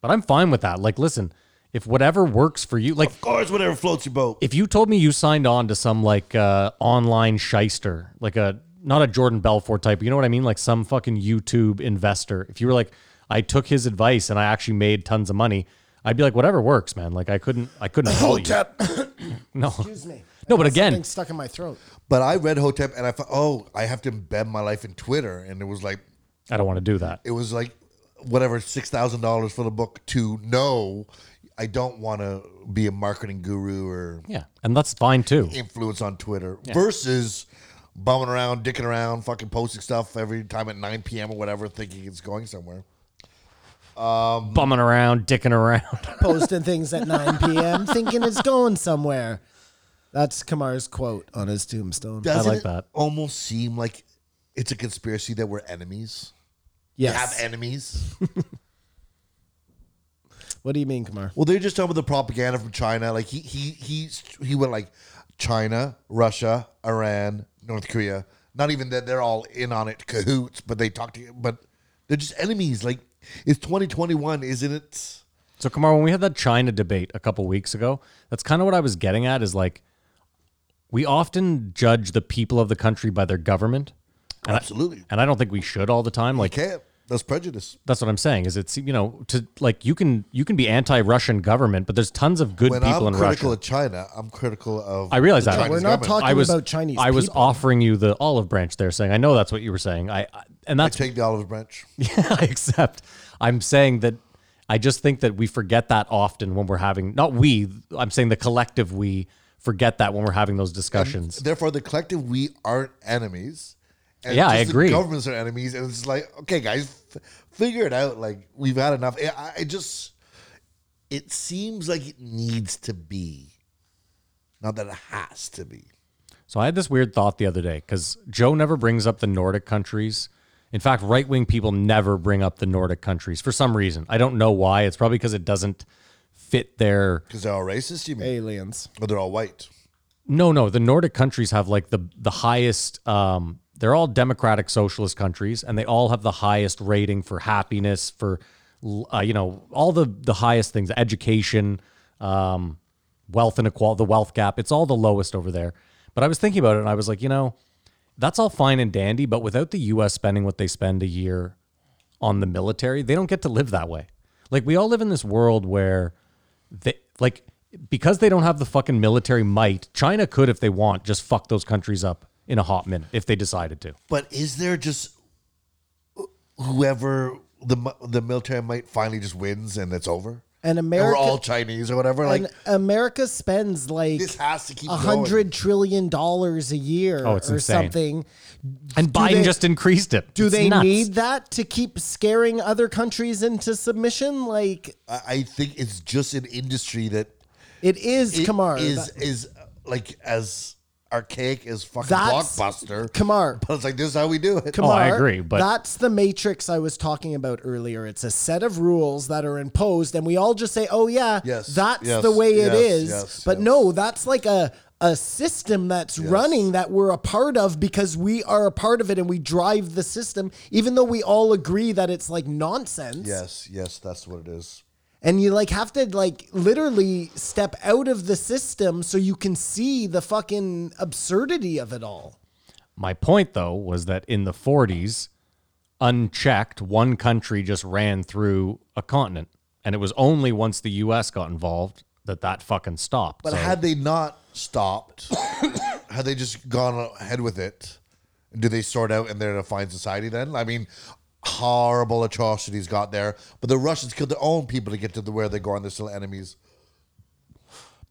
[SPEAKER 6] But I'm fine with that. Like, listen, if whatever works for you, like
[SPEAKER 5] Of course, whatever floats your boat.
[SPEAKER 6] if you told me you signed on to some like uh, online shyster, like a not a Jordan Belfort type, you know what I mean? Like some fucking YouTube investor. If you were like, I took his advice and I actually made tons of money, I'd be like, whatever works, man. Like I couldn't, I couldn't. fault you.
[SPEAKER 5] Hotep.
[SPEAKER 6] No,
[SPEAKER 7] Excuse me.
[SPEAKER 6] No, but
[SPEAKER 7] I've got
[SPEAKER 6] again-
[SPEAKER 7] something stuck in my throat.
[SPEAKER 5] But I read Hotep and I thought, oh, I have to embed my life in Twitter, and it was like
[SPEAKER 6] I don't want to do that.
[SPEAKER 5] it was like whatever six thousand dollars for the book to no, I don't want to be a marketing guru or
[SPEAKER 6] Yeah, and that's fine too.
[SPEAKER 5] influence on Twitter versus bumming around, dicking around, fucking posting stuff every time at nine p.m. or whatever, thinking it's going somewhere.
[SPEAKER 6] Bumming around, dicking around.
[SPEAKER 7] Posting things at 9 p.m., thinking it's going somewhere. That's Kamar's quote on his tombstone.
[SPEAKER 5] Doesn't
[SPEAKER 6] like
[SPEAKER 5] it
[SPEAKER 6] that.
[SPEAKER 5] almost seem like it's a conspiracy that we're enemies? We Have
[SPEAKER 7] yes.
[SPEAKER 5] enemies?
[SPEAKER 7] What do you mean, Kamar?
[SPEAKER 5] Well, they're just talking about the propaganda from China. Like he he he he went like China, Russia, Iran, North Korea. Not even that they're all in on it cahoots, but they talk to you. But they're just enemies. Like it's 2021, isn't it?
[SPEAKER 6] So Kamar, when we had that China debate a couple weeks ago, that's kind of what I was getting at is like we often judge the people of the country by their government. And I-
[SPEAKER 5] Absolutely.
[SPEAKER 6] and I don't think we should all the time. Like
[SPEAKER 5] Can't. That's prejudice.
[SPEAKER 6] that's what I'm saying is it's you know to like you can you can be anti-Russian government, but there's tons of good
[SPEAKER 5] When
[SPEAKER 6] people
[SPEAKER 5] I'm
[SPEAKER 6] in
[SPEAKER 5] critical
[SPEAKER 6] Russia.
[SPEAKER 5] of China, I'm critical of.
[SPEAKER 6] I realize that.
[SPEAKER 5] Chinese
[SPEAKER 6] We're
[SPEAKER 7] not
[SPEAKER 5] government.
[SPEAKER 7] talking-
[SPEAKER 6] I was
[SPEAKER 7] about Chinese
[SPEAKER 6] I was
[SPEAKER 7] people.
[SPEAKER 6] offering you the olive branch there, saying I know that's what you were saying. I, I and
[SPEAKER 5] I
[SPEAKER 6] that's
[SPEAKER 5] take the olive branch.
[SPEAKER 6] I accept. I'm saying that I just think that we forget that often when we're having not we. I'm saying the collective we forget that when we're having those discussions.
[SPEAKER 5] Therefore, the collective we aren't enemies. And
[SPEAKER 6] Yeah, I
[SPEAKER 5] just
[SPEAKER 6] agree.
[SPEAKER 5] The governments are enemies, and it's like, okay, guys, f- figure it out. Like we've had enough. I, I- I just, it seems like it needs to be, not that it has to be.
[SPEAKER 6] So I had this weird thought the other day because Joe never brings up the Nordic countries. In fact, right wing people never bring up the Nordic countries for some reason. I don't know why. It's probably because it doesn't fit their
[SPEAKER 5] Because they're all racist. You mean?
[SPEAKER 7] Aliens.
[SPEAKER 5] Or they're all white.
[SPEAKER 6] No, no. The Nordic countries have like the the highest. Um, they're all democratic socialist countries, and they all have the highest rating for happiness, for uh, you know all the the highest things, education, um, wealth inequality, the wealth gap. It's all the lowest over there. But I was thinking about it, and I was like, you know, that's all fine and dandy, but without the U.S. spending what they spend a year on the military, they don't get to live that way. Like we all live in this world where they like because they don't have the fucking military might, China could, if they want, just fuck those countries up in a hot minute if they decided to.
[SPEAKER 5] But is there just uh, whoever the mi- the military might finally just wins and it's over?
[SPEAKER 7] And
[SPEAKER 5] and
[SPEAKER 7] America-
[SPEAKER 5] we're all Chinese or whatever. Like
[SPEAKER 7] and America spends like
[SPEAKER 5] This has to keep
[SPEAKER 7] a hundred trillion dollars a year
[SPEAKER 6] Oh, it's
[SPEAKER 7] or
[SPEAKER 6] insane.
[SPEAKER 7] something.
[SPEAKER 6] And Biden
[SPEAKER 7] they-
[SPEAKER 6] just increased it.
[SPEAKER 7] Do
[SPEAKER 6] It's
[SPEAKER 7] they
[SPEAKER 6] nuts.
[SPEAKER 7] need that to keep scaring other countries into submission? Like
[SPEAKER 5] I, I think it's just an industry that
[SPEAKER 7] it is
[SPEAKER 5] it
[SPEAKER 7] Kamar.
[SPEAKER 5] is is uh, like as archaic as fucking
[SPEAKER 7] That's-
[SPEAKER 5] blockbuster.
[SPEAKER 7] Kamar.
[SPEAKER 5] But it's like this is how we do it.
[SPEAKER 6] Oh, I
[SPEAKER 7] Kamar,
[SPEAKER 6] agree, but-
[SPEAKER 7] that's the matrix I was talking about earlier. It's a set of rules that are imposed, and we all just say, "Oh yeah,
[SPEAKER 5] Yes,
[SPEAKER 7] that's
[SPEAKER 5] yes,
[SPEAKER 7] the way it
[SPEAKER 5] yes,
[SPEAKER 7] is."
[SPEAKER 5] yes,
[SPEAKER 7] but
[SPEAKER 5] yes.
[SPEAKER 7] no, that's like a a system that's running that we're a part of because we are a part of it and we drive the system, even though we all agree that it's like nonsense.
[SPEAKER 5] Yes, yes, that's what it is.
[SPEAKER 7] And you like have to like literally step out of the system so you can see the fucking absurdity of it all.
[SPEAKER 6] My point though was that in the 40s, unchecked, one country just ran through a continent, and it was only once the U.S. got involved that that fucking stopped.
[SPEAKER 5] But
[SPEAKER 6] So-
[SPEAKER 5] had they not stopped, had they just gone ahead with it, do they sort out and they're in a fine society then? I mean, horrible atrocities got there, but the Russians killed their own people to get to the where they're going. They're still enemies.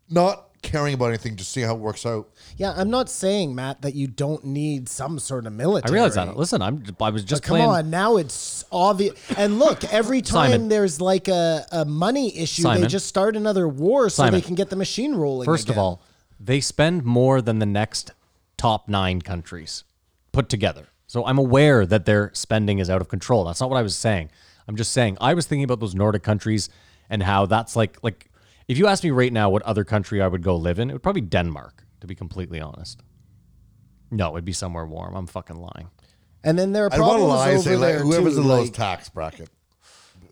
[SPEAKER 5] Not caring about anything, just see how it works out.
[SPEAKER 7] Yeah, I'm not saying Matt that you don't need some sort of military.
[SPEAKER 6] I realized that. Listen, I'm I was just
[SPEAKER 7] Come
[SPEAKER 6] playing.
[SPEAKER 7] on, now it's obvious. And look, every time
[SPEAKER 6] Simon.
[SPEAKER 7] there's like a, a money issue, they
[SPEAKER 6] Simon.
[SPEAKER 7] just start another war so
[SPEAKER 6] Simon.
[SPEAKER 7] they can get the machine rolling.
[SPEAKER 6] First of
[SPEAKER 7] again.
[SPEAKER 6] all, they spend more than the next top nine countries put together. So I'm aware that their spending is out of control. That's not what I was saying. I'm just saying I was thinking about those Nordic countries and how that's like like if you asked me right now what other country I would go live in, it would probably be Denmark, to be completely honest. No, it'd be somewhere warm. I'm fucking lying.
[SPEAKER 7] and then there are
[SPEAKER 5] I want to
[SPEAKER 7] problems
[SPEAKER 5] lie and
[SPEAKER 7] over
[SPEAKER 5] say like,
[SPEAKER 7] there
[SPEAKER 5] whoever's
[SPEAKER 7] too,
[SPEAKER 5] the lowest
[SPEAKER 7] like-
[SPEAKER 5] tax bracket,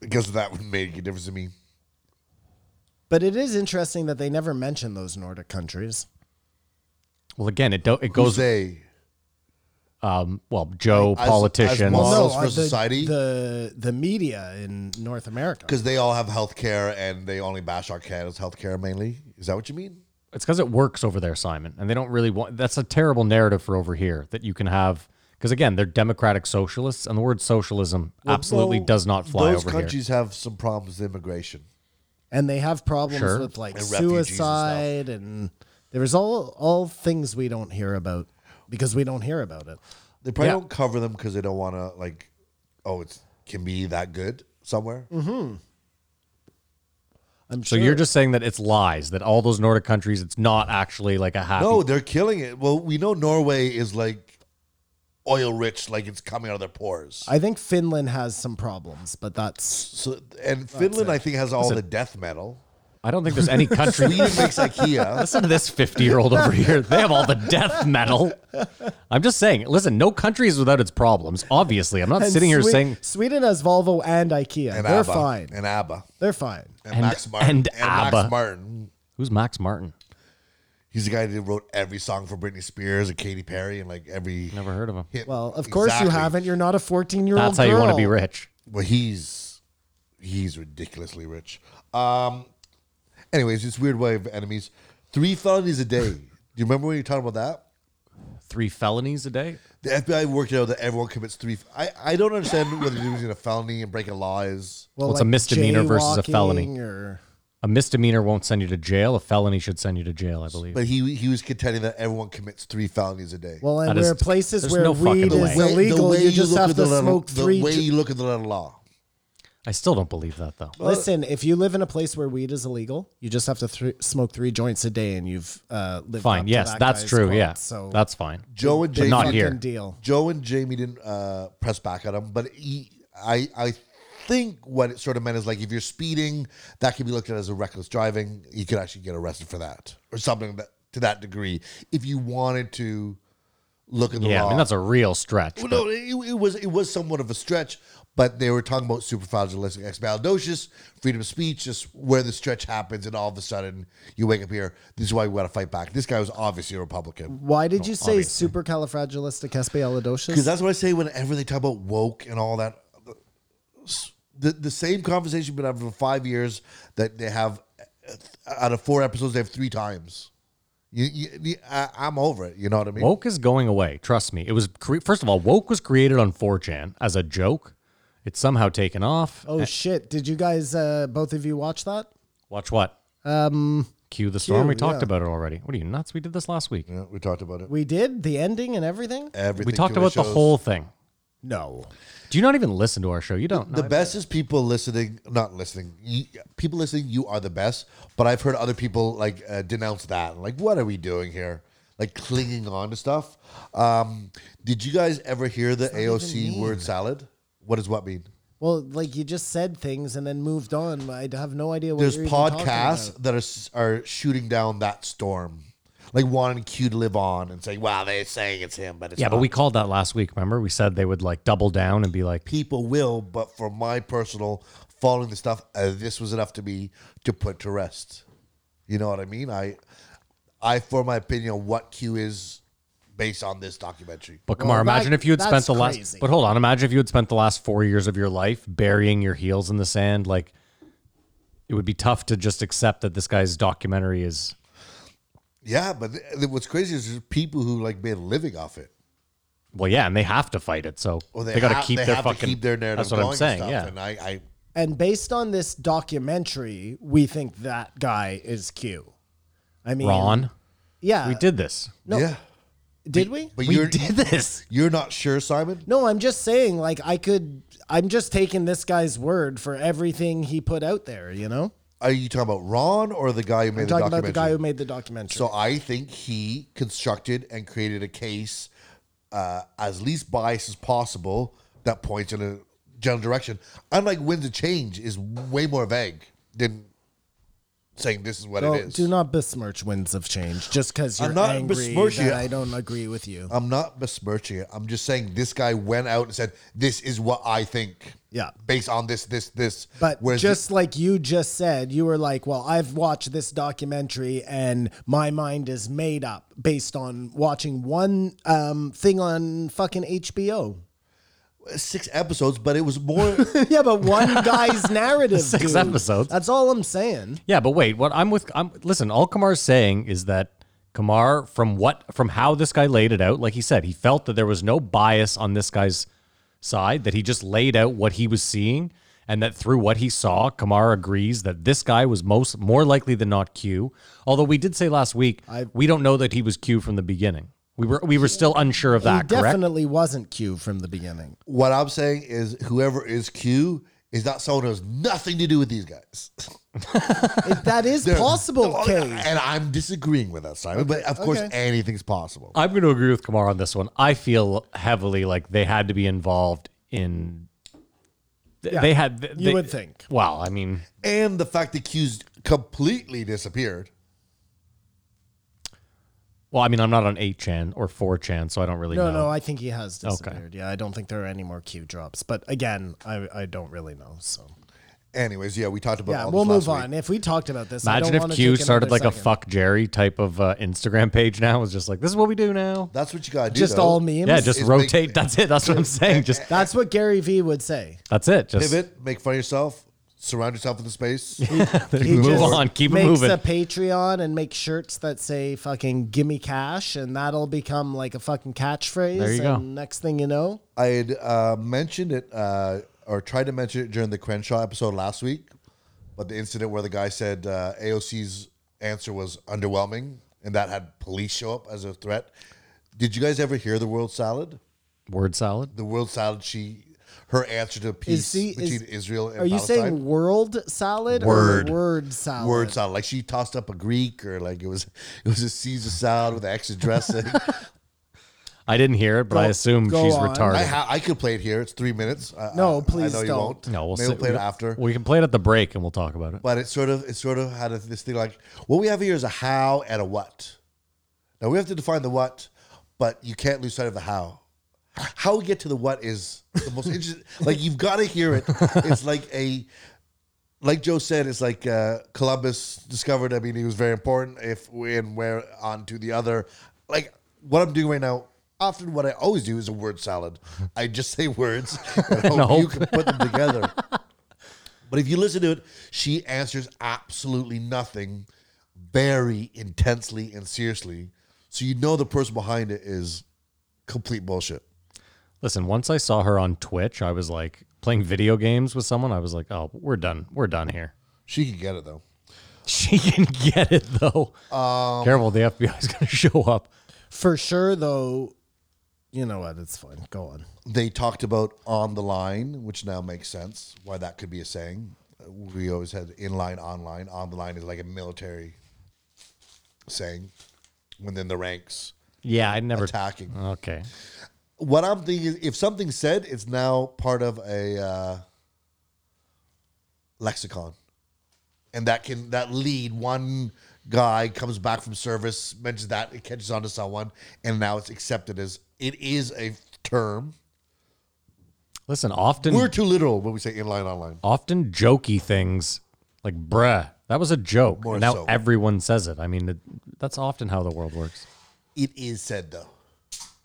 [SPEAKER 5] because that would make a difference to me.
[SPEAKER 7] but it is interesting that they never mention those Nordic countries.
[SPEAKER 6] Well, again, it do, it
[SPEAKER 5] Who's
[SPEAKER 6] goes
[SPEAKER 5] they?
[SPEAKER 6] um, well, Joe
[SPEAKER 5] Like, as- as
[SPEAKER 6] politicians.
[SPEAKER 5] models
[SPEAKER 7] No,
[SPEAKER 5] for
[SPEAKER 7] uh, the-
[SPEAKER 5] society?
[SPEAKER 7] The the media in North America.
[SPEAKER 5] Because they all have healthcare and they only bash our Canada's healthcare mainly. Is that what you mean?
[SPEAKER 6] It's because it works over there, Simon, and they don't really want. That's a terrible narrative for over here that you can have. Because again, they're democratic socialists, and the word socialism absolutely
[SPEAKER 5] Well,
[SPEAKER 6] does not fly
[SPEAKER 5] Those
[SPEAKER 6] over here.
[SPEAKER 5] countries have some problems with immigration.
[SPEAKER 7] and they have problems
[SPEAKER 6] Sure.
[SPEAKER 7] with like
[SPEAKER 5] And refugees and stuff.
[SPEAKER 7] suicide and there's all all things we don't hear about because we don't hear about it.
[SPEAKER 5] They probably
[SPEAKER 6] Yeah.
[SPEAKER 5] don't cover them because they don't want to like. Oh, it can be that good somewhere.
[SPEAKER 6] Mm-hmm.
[SPEAKER 7] I'm
[SPEAKER 6] So
[SPEAKER 7] sure.
[SPEAKER 6] you're just saying that it's lies that all those Nordic countries, it's not actually like a happy.
[SPEAKER 5] No, they're killing it. Well, we know Norway is like oil rich, like it's coming out of their pores.
[SPEAKER 7] I think Finland has some problems, but that's
[SPEAKER 5] so, and Finland, I think, has all the death metal.
[SPEAKER 6] I don't think there's any country.
[SPEAKER 5] Sweden makes IKEA.
[SPEAKER 6] Listen to this 50 year old over here. They have all the death metal. I'm just saying, listen, no country is without its problems. Obviously, I'm not
[SPEAKER 7] and
[SPEAKER 6] sitting here
[SPEAKER 7] Swe-
[SPEAKER 6] saying
[SPEAKER 7] Sweden has Volvo and IKEA.
[SPEAKER 5] And
[SPEAKER 7] They're
[SPEAKER 5] ABBA,
[SPEAKER 7] fine.
[SPEAKER 5] And ABBA.
[SPEAKER 7] They're fine.
[SPEAKER 5] And,
[SPEAKER 6] And-
[SPEAKER 5] Max Martin.
[SPEAKER 6] and ABBA.
[SPEAKER 5] Max Martin.
[SPEAKER 6] who's Max Martin.
[SPEAKER 5] He's the guy that wrote every song for Britney Spears and Katy Perry and like every.
[SPEAKER 6] Never heard of him.
[SPEAKER 5] hit.
[SPEAKER 7] Well, of course you
[SPEAKER 5] Exactly.
[SPEAKER 7] haven't. You're not a 14 year old.
[SPEAKER 6] That's how you want to be rich.
[SPEAKER 5] Well, he's he's ridiculously rich. Um, anyways, it's weird way of enemies. Three felonies a day. Do you remember when you were talking about that?
[SPEAKER 6] Three felonies a day.
[SPEAKER 5] The FBI worked out that everyone commits three. I, I don't understand whether using a felony and breaking law is.
[SPEAKER 7] Well,
[SPEAKER 6] What's a misdemeanor versus a felony?
[SPEAKER 7] jaywalking Or,
[SPEAKER 6] A misdemeanor won't send you to jail. A felony should send you to jail, I believe.
[SPEAKER 5] But he he was contending that everyone commits three felonies a day.
[SPEAKER 7] well, and
[SPEAKER 6] That is-
[SPEAKER 7] there are places
[SPEAKER 6] there's
[SPEAKER 7] where
[SPEAKER 6] no fucking
[SPEAKER 7] weed
[SPEAKER 6] way.
[SPEAKER 7] is
[SPEAKER 5] The way- the
[SPEAKER 7] illegal.
[SPEAKER 5] way
[SPEAKER 7] you just
[SPEAKER 5] look
[SPEAKER 7] have
[SPEAKER 5] at
[SPEAKER 7] to
[SPEAKER 5] the letter-
[SPEAKER 7] smoke three.
[SPEAKER 5] The way
[SPEAKER 7] j-
[SPEAKER 5] you look at the letter of law.
[SPEAKER 6] I still don't believe that though.
[SPEAKER 7] Listen, if you live in a place where weed is illegal, you just have to th- smoke three joints a day, and you've uh, lived. up
[SPEAKER 6] Fine.
[SPEAKER 7] to
[SPEAKER 6] Yes,
[SPEAKER 7] that
[SPEAKER 6] that's
[SPEAKER 7] guy's
[SPEAKER 6] true.
[SPEAKER 7] quote.
[SPEAKER 6] yeah.
[SPEAKER 7] so
[SPEAKER 6] that's fine.
[SPEAKER 5] Joe and Jamie.
[SPEAKER 6] not
[SPEAKER 7] fucking
[SPEAKER 6] here.
[SPEAKER 7] deal.
[SPEAKER 5] Joe and Jamie didn't uh, press back at him, but he, I I think what it sort of meant is like if you're speeding, that could be looked at as a reckless driving. You could actually get arrested for that or something that, to that degree if you wanted to look at the
[SPEAKER 6] Yeah,
[SPEAKER 5] law.
[SPEAKER 6] I mean that's a real stretch.
[SPEAKER 5] well,
[SPEAKER 6] but-
[SPEAKER 5] no, it, it was it was somewhat of a stretch, but they were talking about superfragilistic expialidocious, freedom of speech, just where the stretch happens, and all of a sudden you wake up here. This is why we got to fight back. This guy was obviously a Republican.
[SPEAKER 7] Why did you say supercalifragilisticexpialidocious?
[SPEAKER 5] Because that's what I say whenever they talk about woke and all that. The, the same conversation been having for five years that they have uh, out of four episodes, they have three times. You, you, you- I, I'm over it. You know what I mean?
[SPEAKER 6] Woke is going away. Trust me. It was cre- first of all, woke was created on 4chan as a joke. It's somehow taken off.
[SPEAKER 7] oh shit! Did you guys, uh, both of you, watch that?
[SPEAKER 6] Watch what? Um, cue the storm.
[SPEAKER 7] cue,
[SPEAKER 6] we talked
[SPEAKER 7] yeah.
[SPEAKER 6] about it already. What are you nuts? We did this last week.
[SPEAKER 5] Yeah, we talked about it.
[SPEAKER 7] We did the ending and everything.
[SPEAKER 5] Everything
[SPEAKER 6] we talked
[SPEAKER 5] to our
[SPEAKER 6] about the
[SPEAKER 5] shows.
[SPEAKER 6] whole thing.
[SPEAKER 7] No,
[SPEAKER 6] Do you not even listen to our show? You don't.
[SPEAKER 5] The best is people listening, not listening. You, people listening, you are the best. But I've heard other people like uh, denounce that. Like, what are we doing here? Like clinging on to stuff. Um, did you guys ever hear the AOC word salad? What does what mean?
[SPEAKER 7] well, like you just said things and then moved on. I have no idea what
[SPEAKER 5] There's
[SPEAKER 7] you're even talking
[SPEAKER 5] podcasts
[SPEAKER 7] about.
[SPEAKER 5] that are s- are shooting down that storm, like wanting Q to live on and saying, "Wow, they're saying it's him, but it's
[SPEAKER 6] yeah, but
[SPEAKER 5] not."
[SPEAKER 6] we called that last week. Remember, we said they would like double down and be like,
[SPEAKER 5] people will." But for my personal following the stuff, uh, this was enough to me to put to rest. You know what I mean? I I form my opinion on what Q is based on this documentary.
[SPEAKER 6] "But Kamar,
[SPEAKER 7] Well, that-
[SPEAKER 6] imagine if you had spent
[SPEAKER 7] that's
[SPEAKER 6] the last."
[SPEAKER 7] crazy.
[SPEAKER 6] But hold on, imagine if you had spent the last four years of your life burying your heels in the sand. Like, it would be tough to just accept that this guy's documentary is.
[SPEAKER 5] Yeah, but th- th- what's crazy is there's people who like made a living off it.
[SPEAKER 6] Well, yeah, and they have to fight it, so
[SPEAKER 5] Or
[SPEAKER 6] they, got
[SPEAKER 5] ha-
[SPEAKER 6] to keep
[SPEAKER 5] they
[SPEAKER 6] their
[SPEAKER 5] have
[SPEAKER 6] fucking.
[SPEAKER 5] to keep their narrative
[SPEAKER 6] that's what
[SPEAKER 5] going
[SPEAKER 6] I'm saying.
[SPEAKER 5] and
[SPEAKER 6] Yeah,
[SPEAKER 5] stuff. And I, I
[SPEAKER 7] And based on this documentary, we think that guy is Q. I mean,
[SPEAKER 6] Ron,
[SPEAKER 7] Yeah,
[SPEAKER 6] we did this.
[SPEAKER 7] No,
[SPEAKER 5] yeah.
[SPEAKER 7] did we?
[SPEAKER 5] But
[SPEAKER 6] We
[SPEAKER 5] you're
[SPEAKER 6] did this.
[SPEAKER 5] you're not sure, Simon?
[SPEAKER 7] No, I'm just saying, like, I could, I'm just taking this guy's word for everything he put out there, you know?
[SPEAKER 5] Are you talking about Ron or the guy who made
[SPEAKER 7] I'm
[SPEAKER 5] the
[SPEAKER 7] talking
[SPEAKER 5] documentary?
[SPEAKER 7] about the guy who made the documentary.
[SPEAKER 5] so I think he constructed and created a case uh, as least biased as possible that points in a general direction. Unlike Winds of Change is way more vague than saying this is what it
[SPEAKER 7] Don't,
[SPEAKER 5] is.
[SPEAKER 7] do not besmirch winds of change just because you're
[SPEAKER 5] I'm not
[SPEAKER 7] angry
[SPEAKER 5] besmirching
[SPEAKER 7] that
[SPEAKER 5] it.
[SPEAKER 7] I don't agree with you.
[SPEAKER 5] I'm not besmirching it. I'm just saying this guy went out and said, "This is what I think."
[SPEAKER 7] Yeah.
[SPEAKER 5] Based on this, this, this.
[SPEAKER 7] But
[SPEAKER 5] Whereas
[SPEAKER 7] just like you just said, you were like, well, I've watched this documentary and my mind is made up based on watching one um, thing on fucking HBO.
[SPEAKER 5] six episodes, but it was more.
[SPEAKER 7] yeah, but one guy's narrative.
[SPEAKER 6] Six
[SPEAKER 7] dude.
[SPEAKER 6] episodes.
[SPEAKER 7] That's all I'm saying.
[SPEAKER 6] Yeah, but wait, what I'm with I'm listen, all Kamar's saying is that Kamar from what from how this guy laid it out, like he said, he felt that there was no bias on this guy's side, that he just laid out what he was seeing and that through what he saw, Kamar agrees that this guy was most more likely than not Q. Although we did say last week we don't know that he was Q from the beginning. We were we were still unsure of
[SPEAKER 7] He
[SPEAKER 6] that, correct?
[SPEAKER 7] definitely wasn't Q from the beginning.
[SPEAKER 5] what I'm saying is, whoever is Q is not someone who has nothing to do with these guys.
[SPEAKER 7] If that is possible, Kay.
[SPEAKER 5] Oh, And I'm disagreeing with that, Simon. But of course,
[SPEAKER 7] okay.
[SPEAKER 5] anything's possible.
[SPEAKER 6] I'm going to agree with Kamar on this one. I feel heavily like they had to be involved in. th-
[SPEAKER 7] Yeah,
[SPEAKER 6] they had. th-
[SPEAKER 7] you
[SPEAKER 6] they-
[SPEAKER 7] would think.
[SPEAKER 6] Well, I mean,
[SPEAKER 5] And the fact that Q's completely disappeared.
[SPEAKER 6] well, I mean, I'm not on 8chan or 4chan, so I don't really
[SPEAKER 7] No,
[SPEAKER 6] know.
[SPEAKER 7] no, I think he has disappeared. Yeah, I don't think there are any more Q drops. But again, I, I don't really know. So
[SPEAKER 5] Anyways, yeah, we talked about.
[SPEAKER 7] yeah,
[SPEAKER 5] all
[SPEAKER 7] we'll
[SPEAKER 5] this
[SPEAKER 7] move
[SPEAKER 5] last
[SPEAKER 7] on. If we talked about this, I
[SPEAKER 6] Imagine
[SPEAKER 7] don't
[SPEAKER 6] if
[SPEAKER 7] wanna
[SPEAKER 6] Q
[SPEAKER 7] take
[SPEAKER 6] started
[SPEAKER 7] another
[SPEAKER 6] like a
[SPEAKER 7] second.
[SPEAKER 6] fuck Jerry type of uh, Instagram page now. It's just like, this is what we do now.
[SPEAKER 5] That's what you gotta do.
[SPEAKER 7] Just
[SPEAKER 5] though.
[SPEAKER 7] all memes.
[SPEAKER 6] Yeah, just
[SPEAKER 5] It's
[SPEAKER 6] rotate.
[SPEAKER 5] big-
[SPEAKER 6] that's it. That's what I'm saying. Just
[SPEAKER 7] That's what Gary Vee would say.
[SPEAKER 6] That's it. Just
[SPEAKER 5] Pivot, make fun of yourself, surround yourself with the space.
[SPEAKER 7] He
[SPEAKER 6] move
[SPEAKER 7] just
[SPEAKER 6] on. Keep it
[SPEAKER 7] makes
[SPEAKER 6] moving.
[SPEAKER 7] a Patreon and makes shirts that say "fucking gimme cash" and that'll become like a fucking catchphrase.
[SPEAKER 6] There you
[SPEAKER 7] and
[SPEAKER 6] go.
[SPEAKER 7] Next thing you know,
[SPEAKER 5] I had uh, mentioned it uh, or tried to mention it during the Crenshaw episode last week, but the incident where the guy said uh, AOC's answer was underwhelming and that had police show up as a threat. Did you guys ever hear the word salad?
[SPEAKER 6] word salad.
[SPEAKER 5] The word salad, she, her answer to peace
[SPEAKER 7] is he? Is,
[SPEAKER 5] between Israel and
[SPEAKER 7] are you
[SPEAKER 5] Palestine.
[SPEAKER 7] saying world salad
[SPEAKER 5] Word.
[SPEAKER 7] or word salad?
[SPEAKER 5] word salad? Like she tossed up a Greek or like it was it was a Caesar salad with extra dressing.
[SPEAKER 6] I didn't hear it, but I
[SPEAKER 7] Go-
[SPEAKER 6] assume
[SPEAKER 7] go
[SPEAKER 6] she's
[SPEAKER 7] on.
[SPEAKER 6] retarded.
[SPEAKER 5] I ha- I could play it here. It's three minutes. I-
[SPEAKER 7] No,
[SPEAKER 5] I-
[SPEAKER 7] please
[SPEAKER 5] I know you
[SPEAKER 7] don't.
[SPEAKER 5] won't.
[SPEAKER 6] no, we'll
[SPEAKER 5] Maybe
[SPEAKER 6] see-
[SPEAKER 5] play it
[SPEAKER 6] we-
[SPEAKER 5] after.
[SPEAKER 6] We can play it at the break and we'll talk about it.
[SPEAKER 5] but it sort of it sort of had a, this thing like what we have here is a how and a what. Now we have to define the what, but you can't lose sight of the how. How we get to the what is the most interesting. Like you've got to hear it. It's like a, like Joe said, it's like uh, Columbus discovered. I mean, he was very important. If we and where on to the other, like what I'm doing right now. Often, what I always do is a word salad. I just say words and hope you
[SPEAKER 6] hope.
[SPEAKER 5] can put them together. But if you listen to it, she answers absolutely nothing very intensely and seriously. So you know the person behind it is complete bullshit.
[SPEAKER 6] Listen, once I saw her on Twitch, I was like playing video games with someone. I was like, oh, we're done. We're done here.
[SPEAKER 5] She can get it though.
[SPEAKER 6] She can get it though.
[SPEAKER 5] Um,
[SPEAKER 6] Careful, the FBI's going to show up.
[SPEAKER 7] For sure, though. You know what? It's fine. Go on.
[SPEAKER 5] They talked about on the line, which now makes sense why that could be a saying. We always had in line, online. On the line is like a military saying within the ranks
[SPEAKER 6] Yeah, I never.
[SPEAKER 5] attacking.
[SPEAKER 6] okay,
[SPEAKER 5] what I'm thinking is if something's said, it's now part of a uh, lexicon, and that can that lead one guy comes back from service, mentions that it catches on to someone, and now it's accepted as it is a term.
[SPEAKER 6] listen. Often,
[SPEAKER 5] We're too literal when we say inline online.
[SPEAKER 6] often jokey things like "bruh," that was a joke.
[SPEAKER 5] More
[SPEAKER 6] and now
[SPEAKER 5] so.
[SPEAKER 6] everyone says it. I mean, it, that's often how the world works.
[SPEAKER 5] It is said though.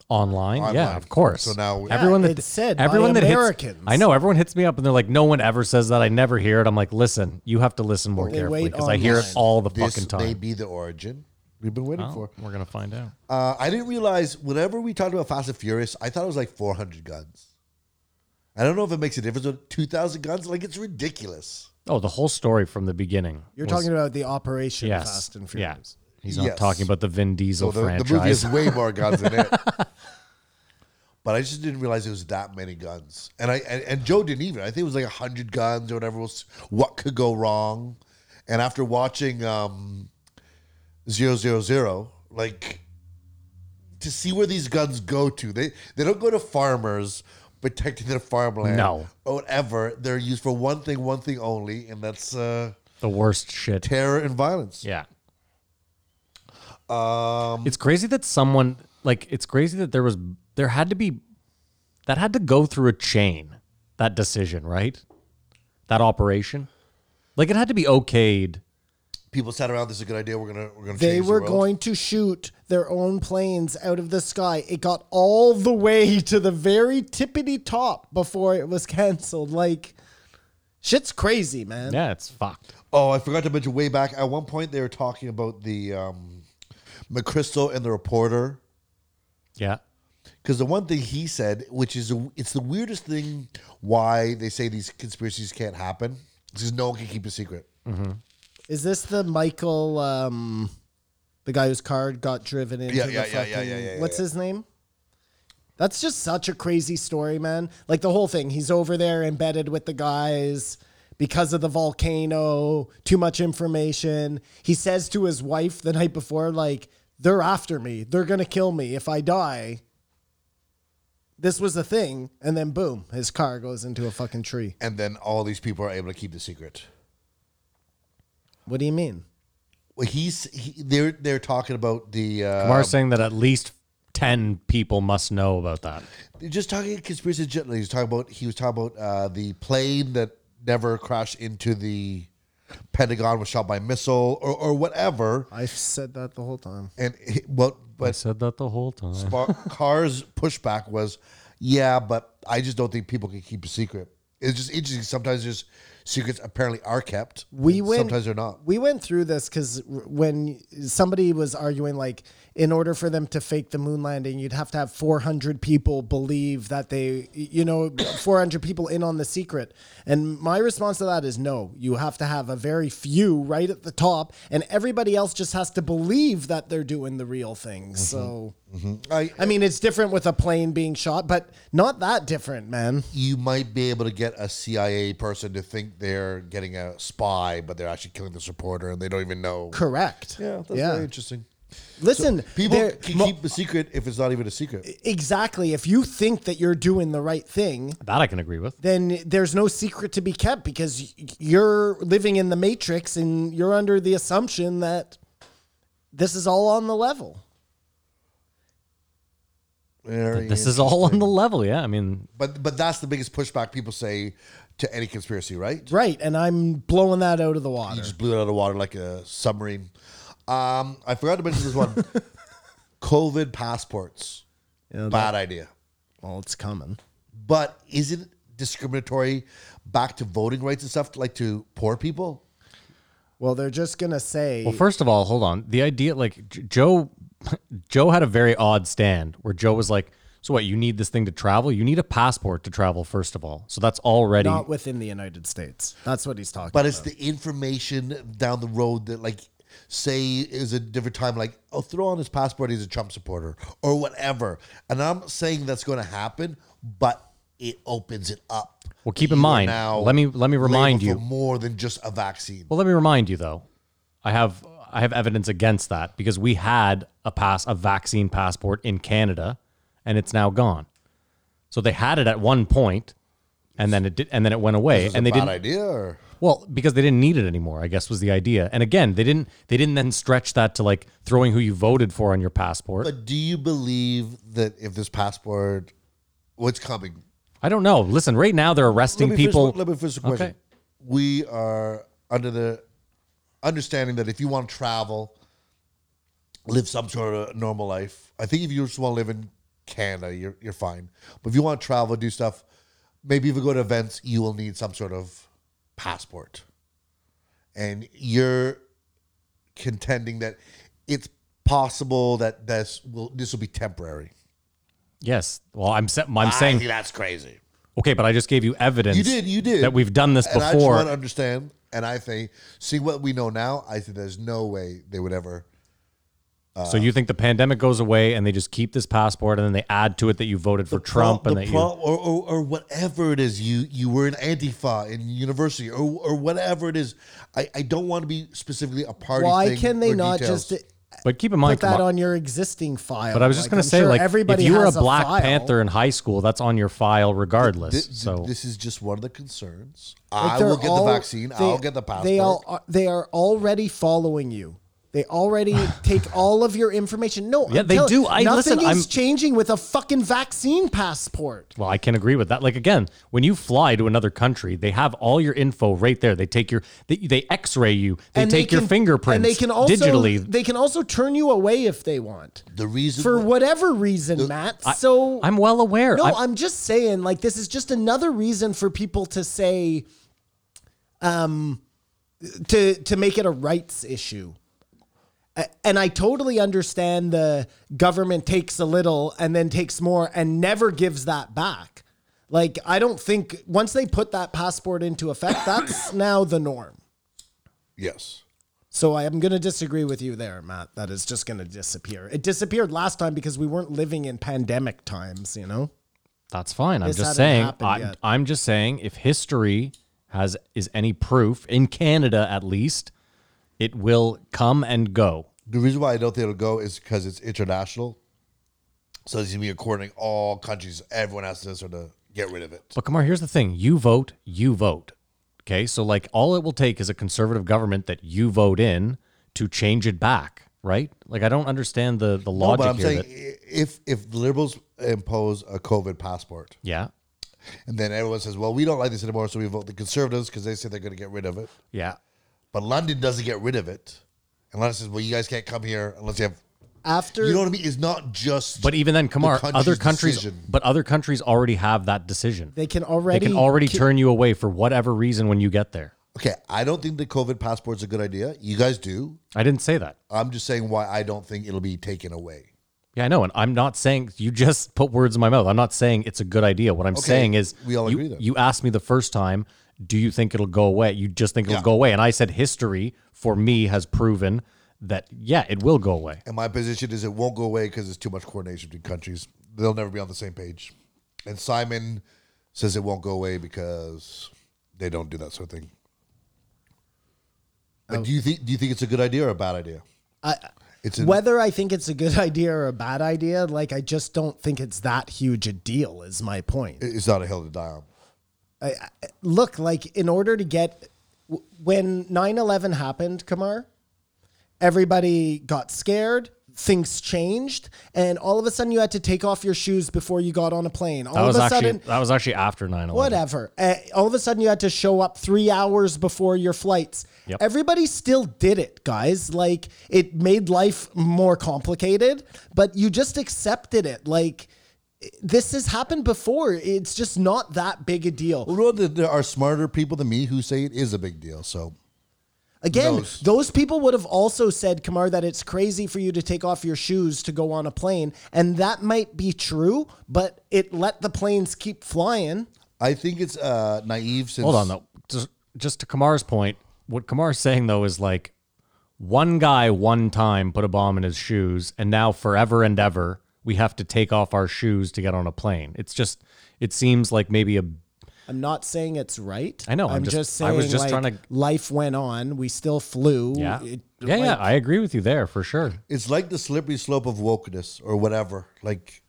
[SPEAKER 6] Online, yeah,
[SPEAKER 5] Online.
[SPEAKER 6] of course.
[SPEAKER 5] So now- Yeah,
[SPEAKER 6] everyone that
[SPEAKER 7] it's said by
[SPEAKER 6] everyone that
[SPEAKER 7] Americans.
[SPEAKER 6] hits, I know everyone hits me up and they're like, "No one ever says that. I never hear it." I'm like, "Listen, you have to listen more carefully
[SPEAKER 7] wait
[SPEAKER 6] because I hear it
[SPEAKER 7] online.
[SPEAKER 6] all the
[SPEAKER 5] This
[SPEAKER 6] fucking
[SPEAKER 5] may
[SPEAKER 6] time." Oh.
[SPEAKER 5] be the origin we've been waiting for.
[SPEAKER 6] Well, we're gonna find out.
[SPEAKER 5] Uh, I didn't realize whenever we talked about Fast and Furious, I thought it was like 400 guns. I don't know if it makes a difference with 2,000 guns. Like it's ridiculous.
[SPEAKER 6] Oh, the whole story from the beginning.
[SPEAKER 7] You're
[SPEAKER 6] was-
[SPEAKER 7] talking about the Operation
[SPEAKER 6] yes,
[SPEAKER 7] Fast and Furious.
[SPEAKER 6] Yeah. He's not
[SPEAKER 5] Yes.
[SPEAKER 6] talking about the Vin Diesel
[SPEAKER 5] So the, the
[SPEAKER 6] franchise.
[SPEAKER 5] movie has way more guns in it. But I just didn't realize it was that many guns, and I and, and Joe didn't even. I think it was like hundred guns or whatever. Was what could go wrong? And after watching um, zero zero zero, like to see where these guns go to. They they don't go to farmers protecting their farmland.
[SPEAKER 6] No.
[SPEAKER 5] or whatever. They're used for one thing, one thing only, and that's uh,
[SPEAKER 6] The worst shit.
[SPEAKER 5] terror and violence.
[SPEAKER 6] Yeah. Um, it's crazy that someone like it's crazy that there was there had to be that had to go through a chain that decision right that operation like it had to be okayed
[SPEAKER 5] People sat around. This is a good idea. We're gonna we're gonna.
[SPEAKER 7] They
[SPEAKER 5] change
[SPEAKER 7] were
[SPEAKER 5] the world.
[SPEAKER 7] going to shoot their own planes out of the sky. It got all the way to the very tippity top before it was canceled. Like, shit's crazy, man.
[SPEAKER 6] yeah it's fucked
[SPEAKER 5] Oh, I forgot to mention way back. At one point, they were talking about the um, McChrystal and the reporter.
[SPEAKER 6] yeah
[SPEAKER 5] Because the one thing he said, which is a, it's the weirdest thing, why they say these conspiracies can't happen, because no one can keep a secret.
[SPEAKER 7] Is this the Michael, um, the guy whose car got driven into
[SPEAKER 5] Yeah,
[SPEAKER 7] the
[SPEAKER 5] yeah, yeah, yeah,
[SPEAKER 7] fucking,
[SPEAKER 5] yeah, yeah, yeah,
[SPEAKER 7] what's
[SPEAKER 5] yeah.
[SPEAKER 7] his name? That's just such a crazy story, man. Like the whole thing. He's over there embedded with the guys because of the volcano, too much information. He says to his wife the night before, like, they're after me. They're going to kill me if I die. This was the thing. And then boom, his car goes into a fucking tree.
[SPEAKER 5] And then all these people are able to keep the secret.
[SPEAKER 7] What do you mean?
[SPEAKER 5] Well, he's he, they're they're talking about the uh,
[SPEAKER 6] Kamar's saying that at least 10 people must know about that
[SPEAKER 5] they're just talking conspiracy gently. He's talking about he was talking about uh, the plane that never crashed into the Pentagon was shot by missile or, or whatever.
[SPEAKER 7] I said that the whole time.
[SPEAKER 5] And it, well,
[SPEAKER 6] i
[SPEAKER 5] but
[SPEAKER 6] said that the whole time
[SPEAKER 5] Bar- Carr's pushback was, yeah, but I just don't think people can keep a secret. It's just interesting. Sometimes just secrets apparently are kept.
[SPEAKER 7] we
[SPEAKER 5] and
[SPEAKER 7] went
[SPEAKER 5] Sometimes they're not.
[SPEAKER 7] we went through this because when somebody was arguing like in order for them to fake the moon landing you'd have to have 400 people believe that they you know 400 people in on the secret and my response to that is no you have to have a very few right at the top and everybody else just has to believe that they're doing the real thing so
[SPEAKER 5] I,
[SPEAKER 7] i mean it's different with a plane being shot but not that different man
[SPEAKER 5] you might be able to get a CIA person to think they're getting a spy, but they're actually killing this reporter, and they don't even know.
[SPEAKER 7] correct
[SPEAKER 5] Yeah, that's very interesting.
[SPEAKER 7] listen
[SPEAKER 5] People
[SPEAKER 7] there-
[SPEAKER 5] can keep a secret if it's not even a secret.
[SPEAKER 7] Exactly. If you think that you're doing the right thing,
[SPEAKER 6] that i can agree with
[SPEAKER 7] then there's no secret to be kept because y- you're living in the matrix and you're under the assumption that this is all on the level.
[SPEAKER 5] Very
[SPEAKER 6] this is all on the level yeah i mean
[SPEAKER 5] But but that's the biggest pushback people say to any conspiracy, right?
[SPEAKER 7] Right. And I'm blowing that out of the water.
[SPEAKER 5] You just blew it out of the water like a submarine. Um, I forgot to mention this one. COVID passports. Bad idea.
[SPEAKER 7] Well, it's coming.
[SPEAKER 5] But isn't it discriminatory back to voting rights and stuff like to poor people?
[SPEAKER 7] Well, they're just going to say,
[SPEAKER 6] Well, first of all, hold on. The idea, like J- Joe, Joe had a very odd stand where Joe was like, "So what? You need this thing to travel? You need a passport to travel, first of all. So that's already
[SPEAKER 7] not within the United States. That's what he's talking
[SPEAKER 5] But
[SPEAKER 7] about.
[SPEAKER 5] it's the information down the road that like say is a different time like oh throw on his passport he's a Trump supporter or whatever. And I'm saying that's going to happen, but it opens it up.
[SPEAKER 6] Well, keep in
[SPEAKER 5] You are
[SPEAKER 6] mind, let me- let me remind
[SPEAKER 5] labeled
[SPEAKER 6] you-
[SPEAKER 5] for more than just a vaccine.
[SPEAKER 6] Well, let me remind you though, I have I have evidence against that because we had a pass a vaccine passport in Canada, and it's now gone. So they had it at one point, and then it did, and then it went away,
[SPEAKER 5] Is it
[SPEAKER 6] and they
[SPEAKER 5] a bad
[SPEAKER 6] didn't.
[SPEAKER 5] idea or
[SPEAKER 6] Well, because they didn't need it anymore, I guess was the idea. And again, they didn't they didn't then stretch that to like throwing who you voted for on your passport.
[SPEAKER 5] But do you believe that if this passport, what's coming?
[SPEAKER 6] I don't know. Listen, right now they're arresting
[SPEAKER 5] finish
[SPEAKER 6] people.
[SPEAKER 5] one- let me finish the question.
[SPEAKER 6] Okay.
[SPEAKER 5] We are under the understanding that if you want to travel, live some sort of normal life. I think if you just want to live in Canada, you're you're fine. But if you want to travel, do stuff, maybe even go to events, you will need some sort of passport. And you're contending that it's possible that this will this will be temporary.
[SPEAKER 6] Yes. Well, I'm sa- I'm
[SPEAKER 5] I
[SPEAKER 6] saying
[SPEAKER 5] think Ah, that's crazy.
[SPEAKER 6] okay, but I just gave you evidence.
[SPEAKER 5] You did, you did.
[SPEAKER 6] that we've done this
[SPEAKER 5] And I just
[SPEAKER 6] before.
[SPEAKER 5] want to understand. And I think, see what we know now. I think there's no way they would ever. uh,
[SPEAKER 6] so you think the pandemic goes away and they just keep this passport and then they add to it that you voted for Trump
[SPEAKER 5] Pro-
[SPEAKER 6] and
[SPEAKER 5] the
[SPEAKER 6] that
[SPEAKER 5] pro-
[SPEAKER 6] you
[SPEAKER 5] or, or or whatever it is you you were in Antifa in university or or whatever it is. I I don't want to be specifically a party.
[SPEAKER 7] Why
[SPEAKER 5] thing
[SPEAKER 7] can they
[SPEAKER 5] or
[SPEAKER 7] not
[SPEAKER 5] details.
[SPEAKER 7] just
[SPEAKER 6] But keep in mind,
[SPEAKER 7] Put that
[SPEAKER 6] Kama-
[SPEAKER 7] on your existing file.
[SPEAKER 6] but I was just
[SPEAKER 7] Like,
[SPEAKER 6] going
[SPEAKER 7] I'm
[SPEAKER 6] to say,
[SPEAKER 7] sure
[SPEAKER 6] like,
[SPEAKER 7] everybody
[SPEAKER 6] if you were a
[SPEAKER 7] has
[SPEAKER 6] Black
[SPEAKER 7] file.
[SPEAKER 6] Panther in high school, that's on your file regardless.
[SPEAKER 5] This,
[SPEAKER 6] so
[SPEAKER 5] this is just one of the concerns.
[SPEAKER 7] Like,
[SPEAKER 5] I
[SPEAKER 7] they're
[SPEAKER 5] will get
[SPEAKER 7] all-
[SPEAKER 5] the vaccine.
[SPEAKER 7] they-
[SPEAKER 5] I'll get the passport.
[SPEAKER 7] They all are, uh, they are already following you. They already take all of your information. No,
[SPEAKER 6] Yeah,
[SPEAKER 7] I'm
[SPEAKER 6] they
[SPEAKER 7] telling-
[SPEAKER 6] do. I-
[SPEAKER 7] nothing
[SPEAKER 6] listen,
[SPEAKER 7] is
[SPEAKER 6] I'm-
[SPEAKER 7] changing with a fucking vaccine passport.
[SPEAKER 6] Well, I can agree with that. Like again, when you fly to another country, they have all your info right there. They take your they, they X-ray you. They
[SPEAKER 7] And
[SPEAKER 6] take
[SPEAKER 7] can-
[SPEAKER 6] your fingerprints
[SPEAKER 7] And they can also
[SPEAKER 6] digitally.
[SPEAKER 7] They can also turn you away if they want
[SPEAKER 5] the reason
[SPEAKER 7] for
[SPEAKER 5] why-
[SPEAKER 7] whatever reason, Matt. so
[SPEAKER 6] I'm well aware.
[SPEAKER 7] No,
[SPEAKER 6] I'm-
[SPEAKER 7] I'm just saying, like, this is just another reason for people to say, um, to to make it a rights issue. A- And I totally understand the government takes a little and then takes more and never gives that back. Like, I don't think once they put that passport into effect, that's now the norm.
[SPEAKER 5] Yes.
[SPEAKER 7] So I am going to disagree with you there, Matt. That is just going to disappear. It disappeared last time because we weren't living in pandemic times, you know?
[SPEAKER 6] That's fine. I'm
[SPEAKER 7] This
[SPEAKER 6] just
[SPEAKER 7] hasn't
[SPEAKER 6] saying.
[SPEAKER 7] happened
[SPEAKER 6] I,
[SPEAKER 7] yet.
[SPEAKER 6] I'm just saying. If history has is any proof in Canada, at least, it will come and go.
[SPEAKER 5] The reason why I don't think it'll go is because it's international. So it's gonna be according all countries. Everyone has to sort of get rid of it.
[SPEAKER 6] But Kamar, here's the thing: you vote, you vote. Okay, so like all it will take is a conservative government that you vote in to change it back, right? Like I don't understand the the
[SPEAKER 5] No,
[SPEAKER 6] logic
[SPEAKER 5] but I'm
[SPEAKER 6] here.
[SPEAKER 5] saying
[SPEAKER 6] that,
[SPEAKER 5] i- if if the liberals impose a COVID passport,
[SPEAKER 6] yeah,
[SPEAKER 5] and then everyone says, "Well, we don't like this anymore," so we vote the conservatives because they say they're going to get rid of it.
[SPEAKER 6] yeah.
[SPEAKER 5] But London doesn't get rid of it. And London says, "Well, you guys can't come here unless you have."
[SPEAKER 7] After
[SPEAKER 5] You know what I mean? It's not just.
[SPEAKER 6] But e-, even then, Kamar,
[SPEAKER 5] country's
[SPEAKER 6] other countries,
[SPEAKER 5] decision.
[SPEAKER 6] but other countries already have that decision.
[SPEAKER 7] They can
[SPEAKER 6] They
[SPEAKER 7] already
[SPEAKER 6] can already
[SPEAKER 7] ki-
[SPEAKER 6] turn you away for whatever reason when you get there.
[SPEAKER 5] okay, I don't think the COVID passport's a good idea. You guys do.
[SPEAKER 6] I didn't say that.
[SPEAKER 5] I'm just saying why I don't think it'll be taken away.
[SPEAKER 6] Yeah, I know, and I'm not saying you just put words in my mouth. I'm not saying it's a good idea. What I'm saying is,
[SPEAKER 5] we all
[SPEAKER 6] you,
[SPEAKER 5] agree then.
[SPEAKER 6] you asked me the first time, do you think it'll go away? You just think it'll
[SPEAKER 5] Yeah.
[SPEAKER 6] go away, and I said history for me has proven that yeah, it will go away.
[SPEAKER 5] And my position is it won't go away because it's too much coordination between countries. They'll never be on the same page. And Simon says it won't go away because they don't do that sort of thing. But do you think do you think it's a good idea or a bad idea?
[SPEAKER 7] I,
[SPEAKER 5] It's a,
[SPEAKER 7] whether I think it's a good idea or a bad idea, like I just don't think it's that huge a deal. Is my point.
[SPEAKER 5] it's not a hill to die on.
[SPEAKER 7] Look, like in order to get w- when 9-11 happened, Kamar, everybody got scared. Things changed, and all of a sudden you had to take off your shoes before you got on a plane. All
[SPEAKER 6] That was
[SPEAKER 7] of a
[SPEAKER 6] actually
[SPEAKER 7] sudden,
[SPEAKER 6] that was actually after 9/11.
[SPEAKER 7] whatever. Uh, all of a sudden, you had to show up three hours before your flights.
[SPEAKER 6] Yep.
[SPEAKER 7] Everybody still did it, guys. Like it made life more complicated, but you just accepted it. Like this has happened before. It's just not that big a deal.
[SPEAKER 5] Well, no, there are smarter people than me who say it is a big deal. So
[SPEAKER 7] Again,
[SPEAKER 5] knows?
[SPEAKER 7] those people would have also said, Kamar, that it's crazy for you to take off your shoes to go on a plane. And that might be true, but it let the planes keep flying.
[SPEAKER 5] I think it's uh, naive. Since
[SPEAKER 6] Hold on though, just just to Kamar's point, what Kamar's saying though is like one guy one time put a bomb in his shoes, and now forever and ever we have to take off our shoes to get on a plane. It's just it seems like maybe a
[SPEAKER 7] I'm not saying it's right.
[SPEAKER 6] I know, I'm just- I was just
[SPEAKER 7] like,
[SPEAKER 6] trying to-
[SPEAKER 7] Life went on. We still flew.
[SPEAKER 6] Yeah.
[SPEAKER 7] It-
[SPEAKER 6] yeah, yeah. I agree with you there for sure.
[SPEAKER 5] It's like the slippery slope of wokeness or whatever. Like,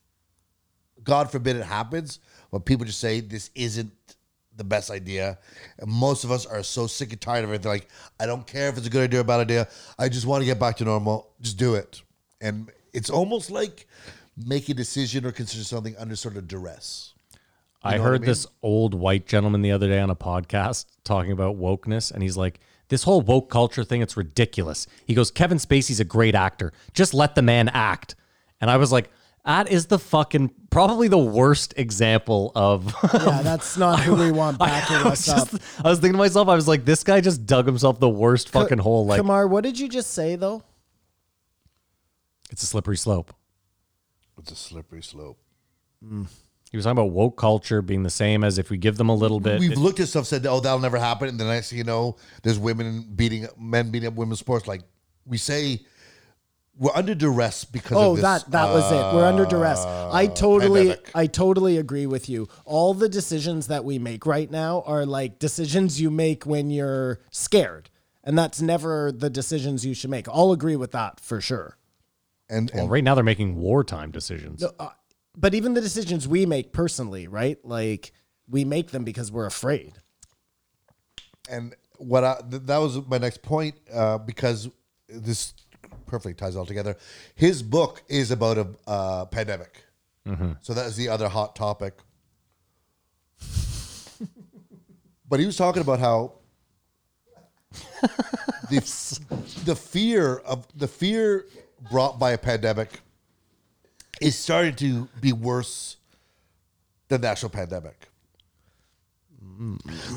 [SPEAKER 5] God forbid it happens, but people just say this isn't the best idea. And most of us are so sick and tired of it. They're like, I don't care if it's a good idea or a bad idea. I just want to get back to normal. Just do it. And it's almost like make a decision or consider something under sort of duress.
[SPEAKER 6] I heard this old white gentleman the other day on a podcast talking about wokeness, and he's like, "This whole woke culture thing—it's ridiculous." He goes, "Kevin Spacey's a great actor. Just let the man act." And I was like, "That is the fucking probably the worst example of."
[SPEAKER 7] yeah, that's not who we want backing
[SPEAKER 6] I, was
[SPEAKER 7] us up.
[SPEAKER 6] just, I was thinking to myself, I was like, "This guy just dug himself the worst fucking hole. Like
[SPEAKER 7] Kamar, what did you just say though?
[SPEAKER 6] it's a slippery slope."
[SPEAKER 5] It's a slippery slope.
[SPEAKER 6] He was talking about woke culture being the same as if we give them a little bit.
[SPEAKER 5] We've looked at stuff, said, "Oh, that'll never happen," and the next thing you know, there's women beating men beating up women's sports. Like we say, we're under duress because.
[SPEAKER 7] Oh,
[SPEAKER 5] of this, uh,
[SPEAKER 7] that that was it. We're under duress. I totally
[SPEAKER 5] pandemic.
[SPEAKER 7] I totally agree with you. All the decisions that we make right now are like decisions you make when you're scared. And that's never the decisions you should make. I'll agree with that for sure.
[SPEAKER 5] And,
[SPEAKER 6] Well,
[SPEAKER 5] and
[SPEAKER 6] right now they're making wartime decisions.
[SPEAKER 7] But even the decisions we make personally, right? Like we make them because we're afraid.
[SPEAKER 5] and what I, th- that was my next point uh, because this perfectly ties all together. His book is about a uh, pandemic, so that is the other hot topic. but he was talking about how the the fear of the fear brought by a pandemic is starting to be worse than the actual pandemic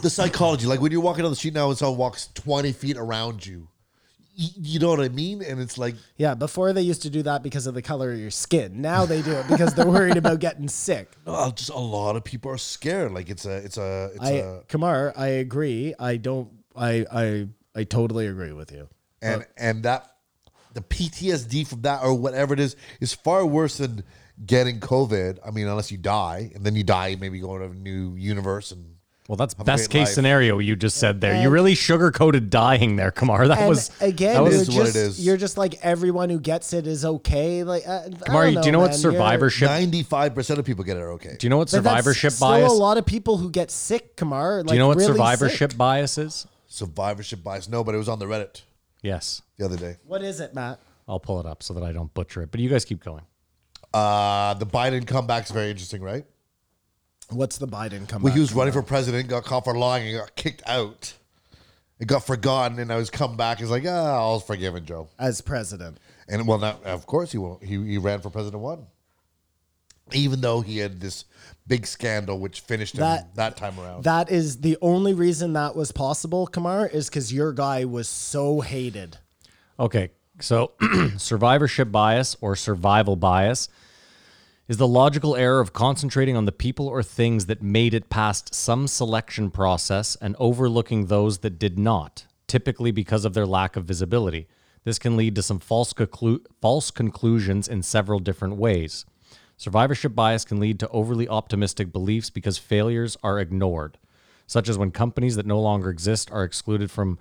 [SPEAKER 5] the psychology, like when you're walking down the street now and someone walks 20 feet around you, you, you know what I mean? And it's like,
[SPEAKER 7] Yeah, before they used to do that because of the color of your skin. Now they do it because they're worried about getting sick.
[SPEAKER 5] oh, just a lot of people are scared. Like it's a, it's a, it's a
[SPEAKER 7] I uh, Kamar, I agree. I don't I I I totally agree with you.
[SPEAKER 5] and and that the PTSD from that or whatever it is is far worse than getting COVID. I mean, unless you die and then you die, maybe go to a new universe and
[SPEAKER 6] Well, that's
[SPEAKER 5] a
[SPEAKER 6] best
[SPEAKER 5] great
[SPEAKER 6] case
[SPEAKER 5] life.
[SPEAKER 6] scenario you just said there. you really sugarcoated dying there, Kamar. That
[SPEAKER 7] And
[SPEAKER 6] was
[SPEAKER 7] again,
[SPEAKER 6] That
[SPEAKER 7] you're
[SPEAKER 6] was
[SPEAKER 5] is what it
[SPEAKER 7] just,
[SPEAKER 5] is.
[SPEAKER 7] You're just like everyone who gets it is okay. Like, uh,
[SPEAKER 6] Kamar.
[SPEAKER 7] I
[SPEAKER 6] Do you know what
[SPEAKER 7] man. You're-
[SPEAKER 6] survivorship?
[SPEAKER 5] 95% of people get it okay.
[SPEAKER 6] Do you know what
[SPEAKER 7] But that's
[SPEAKER 6] survivorship
[SPEAKER 7] still
[SPEAKER 6] bias?
[SPEAKER 7] a lot of people who get sick, Kamar. Like,
[SPEAKER 6] Do you know what
[SPEAKER 7] really
[SPEAKER 6] survivorship
[SPEAKER 7] sick.
[SPEAKER 6] bias is?
[SPEAKER 5] Survivorship bias. No, but it was on the Reddit
[SPEAKER 6] Yes,
[SPEAKER 5] the other day.
[SPEAKER 7] What is it, Matt?
[SPEAKER 6] I'll pull it up so that I don't butcher it. But you guys keep going.
[SPEAKER 5] Uh, the Biden comeback's very interesting, right?
[SPEAKER 7] What's the Biden comeback?
[SPEAKER 5] Well, he was running for president, got caught for lying, and got kicked out. It got forgotten, and I was come back. He's like, ah, all's forgiven, Joe.
[SPEAKER 7] as president.
[SPEAKER 5] And well, not, of course he won't. He, he ran for president one, even though he had this big scandal which finished him
[SPEAKER 7] That-
[SPEAKER 5] that, time around.
[SPEAKER 7] That is the only reason that was possible, Kamar, is because your guy was so hated.
[SPEAKER 6] Okay, so survivorship bias or survival bias is the logical error of concentrating on the people or things that made it past some selection process and overlooking those that did not, typically because of their lack of visibility. This can lead to some false, conclu- false conclusions in several different ways. Survivorship bias can lead to overly optimistic beliefs because failures are ignored, such as when companies that no longer exist are excluded from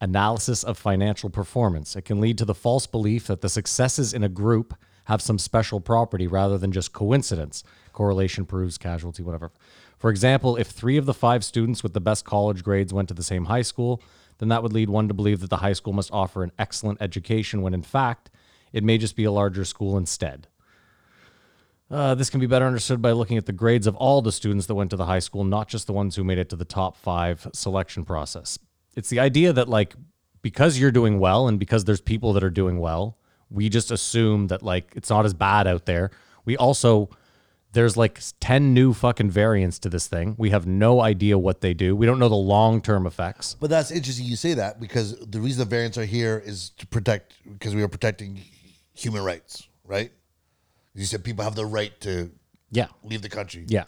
[SPEAKER 6] analysis of financial performance. It can lead to the false belief that the successes in a group have some special property rather than just coincidence. Correlation proves casualty, whatever. For example, if three of the five students with the best college grades went to the same high school, then that would lead one to believe that the high school must offer an excellent education when in fact, it may just be a larger school instead. Uh, this can be better understood by looking at the grades of all the students that went to the high school, not just the ones who made it to the top five selection process. It's the idea that, like, because you're doing well and because there's people that are doing well, we just assume that, like, it's not as bad out there. We also, there's like 10 new fucking variants to this thing. We have no idea what they do. We don't know the long term effects.
[SPEAKER 5] but that's interesting you say that because the reason the variants are here is to protect because we are protecting human rights, right? You said people have the right to
[SPEAKER 6] Yeah.
[SPEAKER 5] leave the country.
[SPEAKER 6] Yeah.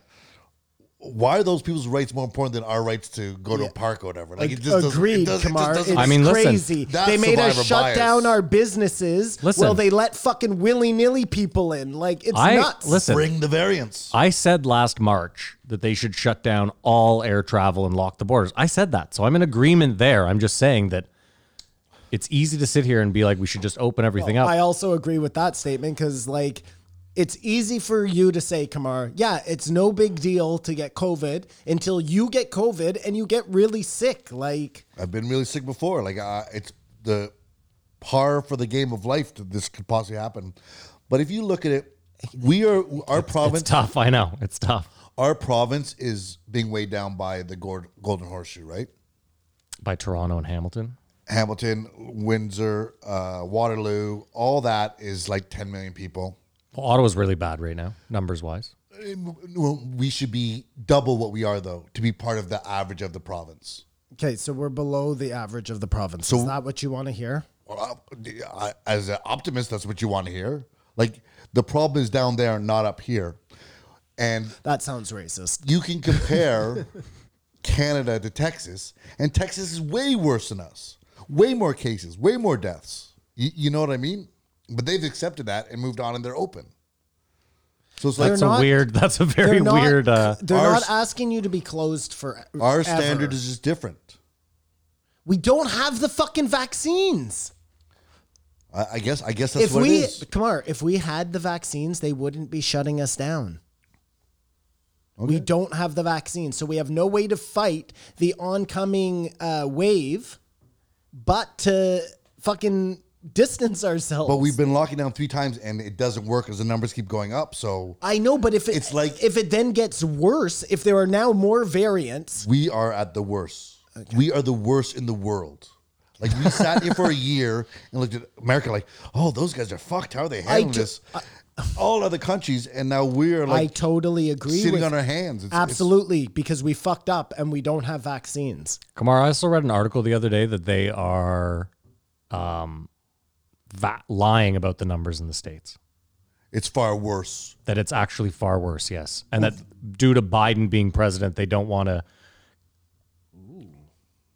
[SPEAKER 5] Why are those people's rights more important than our rights to go to a park or whatever? Like it just
[SPEAKER 7] Agreed,
[SPEAKER 5] doesn't, it
[SPEAKER 7] Kamar.
[SPEAKER 5] does
[SPEAKER 7] It's
[SPEAKER 5] doesn't
[SPEAKER 6] I mean, listen,
[SPEAKER 7] crazy.
[SPEAKER 5] that's
[SPEAKER 7] they made us
[SPEAKER 5] survivor
[SPEAKER 7] shut
[SPEAKER 5] bias.
[SPEAKER 7] down our businesses.
[SPEAKER 6] Listen.
[SPEAKER 7] well, they let fucking willy nilly people in. Like it's
[SPEAKER 6] I
[SPEAKER 7] nuts.
[SPEAKER 6] listen.
[SPEAKER 5] bring the variants.
[SPEAKER 6] I said last March that they should shut down all air travel and lock the borders. I said that. So I'm in agreement there. I'm just saying that it's easy to sit here and be like, we should just open everything up.
[SPEAKER 7] I also agree with that statement because, like, it's easy for you to say, Kamar, yeah, it's no big deal to get COVID until you get COVID and you get really sick. Like,
[SPEAKER 5] I've been really sick before. Like uh, it's the par for the game of life that this could possibly happen. But if you look at it, we are our
[SPEAKER 6] it's
[SPEAKER 5] province.
[SPEAKER 6] tough. I know. It's tough
[SPEAKER 5] Our province is being weighed down by the Gord- Golden Horseshoe, right?
[SPEAKER 6] by Toronto and Hamilton.
[SPEAKER 5] Hamilton, Windsor, uh, Waterloo, all that is like 10 million people. Um,
[SPEAKER 6] Well, Ottawa's really bad right now, numbers wise.
[SPEAKER 5] Well, We should be double what we are, though, to be part of the average of the province.
[SPEAKER 7] okay, so we're below the average of the province. Is that what you want to hear?
[SPEAKER 5] Well, I- as an optimist, that's what you want to hear. Like the problem is down there, not up here. And
[SPEAKER 7] That sounds racist.
[SPEAKER 5] you can compare Canada to Texas, and Texas is way worse than us. Way more cases, way more deaths. You, you know what I mean? But they've accepted that and moved on, and they're open. So it's like
[SPEAKER 6] That's
[SPEAKER 7] They're
[SPEAKER 6] a
[SPEAKER 7] not-
[SPEAKER 6] weird, that's a very
[SPEAKER 7] They're not-
[SPEAKER 6] weird. Uh,
[SPEAKER 7] They're
[SPEAKER 5] our
[SPEAKER 7] not
[SPEAKER 5] s-
[SPEAKER 7] asking you to be closed for
[SPEAKER 5] our
[SPEAKER 7] ever.
[SPEAKER 5] standard is just different.
[SPEAKER 7] We don't have the fucking vaccines.
[SPEAKER 5] I, I guess. I guess that's
[SPEAKER 7] if
[SPEAKER 5] what
[SPEAKER 7] we
[SPEAKER 5] it is.
[SPEAKER 7] Kamar, if we had the vaccines, they wouldn't be shutting us down. We don't have the vaccine, so we have no way to fight the oncoming uh, wave, but to fucking distance ourselves.
[SPEAKER 5] But we've been locking down three times, and it doesn't work as the numbers keep going up. So
[SPEAKER 7] I know, but if it,
[SPEAKER 5] It's like-
[SPEAKER 7] if it then gets worse, if there are now more variants,
[SPEAKER 5] we are at the worst. We are the worst in the world. Like we sat here for a year and looked at America like, oh, those guys are fucked. How are they handling
[SPEAKER 7] do-
[SPEAKER 5] this? All other countries, and now we're
[SPEAKER 7] I
[SPEAKER 5] like
[SPEAKER 7] totally agree.
[SPEAKER 5] sitting
[SPEAKER 7] with
[SPEAKER 5] on our hands. It's- it's-
[SPEAKER 7] absolutely because we fucked up and we don't have vaccines.
[SPEAKER 6] Kamara, I also read an article the other day that they are um, va- lying about the numbers in the states.
[SPEAKER 5] it's far worse.
[SPEAKER 6] That it's actually far worse, yes, and that due to Biden being president, they don't want to.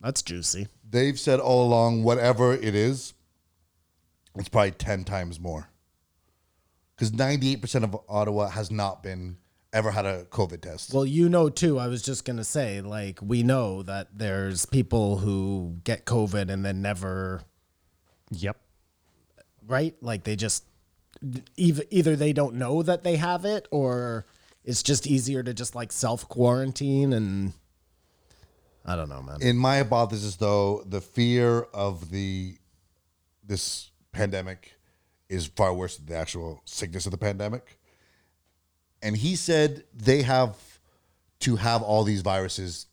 [SPEAKER 7] That's juicy.
[SPEAKER 5] They've said all along, whatever it is, it's probably 10 times more. Because 98% of Ottawa has not been ever had a COVID test.
[SPEAKER 7] Well, you know too. I was just gonna say, like, we know that there's people who get COVID and then never,
[SPEAKER 6] Yep.
[SPEAKER 7] right? Like, they just either either they don't know that they have it, or it's just easier to just like self quarantine and I don't know, man.
[SPEAKER 5] in my hypothesis though the fear of the this pandemic is far worse than the actual sickness of the pandemic and he said they have to have all these viruses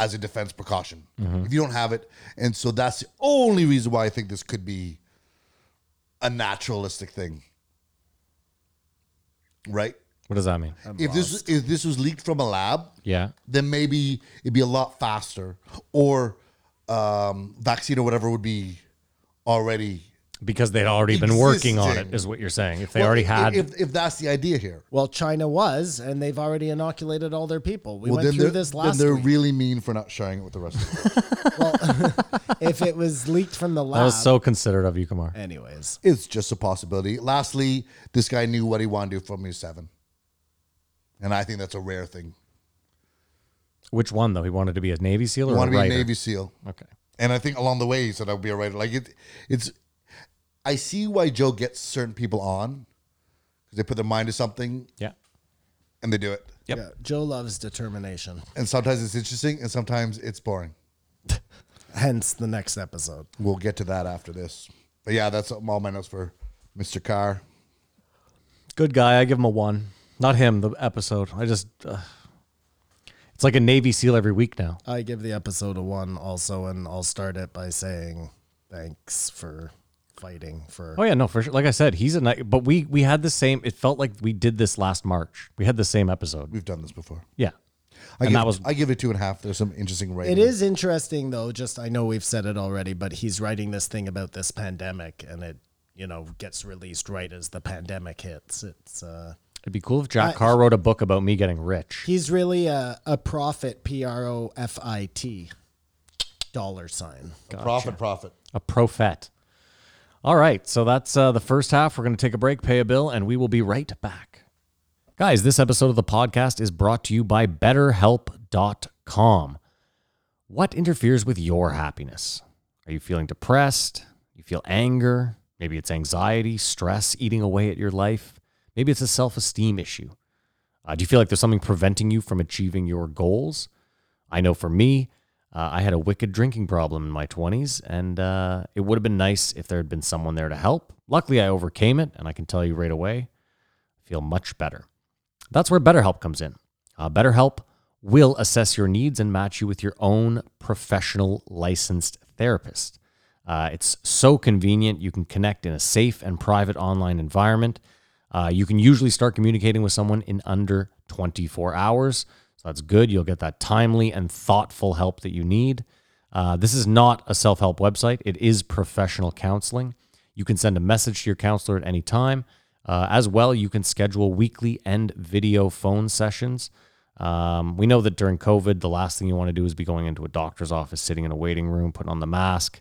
[SPEAKER 5] as a defense precaution if you don't have it and so that's the only reason why i think this could be a naturalistic thing right
[SPEAKER 6] What does that mean?
[SPEAKER 5] if this if this was leaked from a lab
[SPEAKER 6] Yeah.
[SPEAKER 5] then maybe it'd be a lot faster or um, vaccine or whatever would be already
[SPEAKER 6] Because they'd already been working on it,
[SPEAKER 5] Existing.
[SPEAKER 6] is what you're saying. If they
[SPEAKER 5] Well,
[SPEAKER 6] already
[SPEAKER 5] i-
[SPEAKER 6] had,
[SPEAKER 5] if, if that's the idea here
[SPEAKER 7] well, China was, and they've already inoculated all their people. We
[SPEAKER 5] well
[SPEAKER 7] went
[SPEAKER 5] then
[SPEAKER 7] through
[SPEAKER 5] they're,
[SPEAKER 7] this
[SPEAKER 5] then
[SPEAKER 7] last
[SPEAKER 5] they're
[SPEAKER 7] week.
[SPEAKER 5] really mean for not sharing it with the rest of the world.
[SPEAKER 7] well, if it was leaked from the lab,
[SPEAKER 6] that was so considerate of you, Kamar.
[SPEAKER 7] anyways.
[SPEAKER 5] it's just a possibility lastly this guy knew what he wanted to do from his seven and i think that's a rare thing
[SPEAKER 6] Which one though? He wanted to be a Navy SEAL
[SPEAKER 5] he
[SPEAKER 6] or
[SPEAKER 5] wanted to
[SPEAKER 6] a
[SPEAKER 5] be a
[SPEAKER 6] writer?
[SPEAKER 5] navy seal
[SPEAKER 6] Okay.
[SPEAKER 5] and I think along the way he said I'll be a writer. Like it, it's. I see why Joe gets certain people on because they put their mind to something
[SPEAKER 6] Yeah.
[SPEAKER 5] and they do it.
[SPEAKER 6] Yep.
[SPEAKER 7] Yeah, Joe loves determination.
[SPEAKER 5] And sometimes it's interesting, and sometimes it's boring.
[SPEAKER 7] Hence the next episode.
[SPEAKER 5] We'll get to that after this. But yeah, that's all my notes for Mr. Carr.
[SPEAKER 6] Good guy. I give him a one. Not him. The episode. I just. Uh, it's like a Navy SEAL every week now.
[SPEAKER 7] I give the episode a one also, and I'll start it by saying thanks for fighting for.
[SPEAKER 6] Oh yeah, no, for sure. Like I said, he's a nice. But we we had the same. It felt like we did this last March. We had the same episode.
[SPEAKER 5] We've done this before.
[SPEAKER 6] Yeah.
[SPEAKER 5] I
[SPEAKER 6] and
[SPEAKER 5] give,
[SPEAKER 6] that was
[SPEAKER 5] I give it two and a half. There's some interesting
[SPEAKER 7] It
[SPEAKER 5] writing.
[SPEAKER 7] is interesting though. Just I know we've said it already, but he's writing this thing about this pandemic, and it you know gets released right as the pandemic hits. It's uh,
[SPEAKER 6] It'd be cool if Jack Carr wrote a book about me getting rich.
[SPEAKER 7] he's really a a prophet, P R O F I T, dollar sign.
[SPEAKER 5] profit, profit.
[SPEAKER 6] A prophet. All right, so that's uh, the first half. We're going to take a break, pay a bill, and we will be right back. Guys, this episode of the podcast is brought to you by BetterHelp.com. What interferes with your happiness? Are you feeling depressed? You feel anger? Maybe it's anxiety, stress eating away at your life. Maybe it's a self esteem issue. Uh, do you feel like there's something preventing you from achieving your goals? I know for me, uh, I had a wicked drinking problem in my 20s, and uh, it would have been nice if there had been someone there to help. Luckily, I overcame it, and I can tell you right away, I feel much better. That's where BetterHelp comes in. Uh, BetterHelp will assess your needs and match you with your own professional licensed therapist. Uh, it's so convenient. You can connect in a safe and private online environment. Uh, you can usually start communicating with someone in under 24 hours. So that's good. You'll get that timely and thoughtful help that you need. Uh, this is not a self help website, it is professional counseling. You can send a message to your counselor at any time. Uh, as well, you can schedule weekly and video phone sessions. Um, we know that during COVID, the last thing you want to do is be going into a doctor's office, sitting in a waiting room, putting on the mask.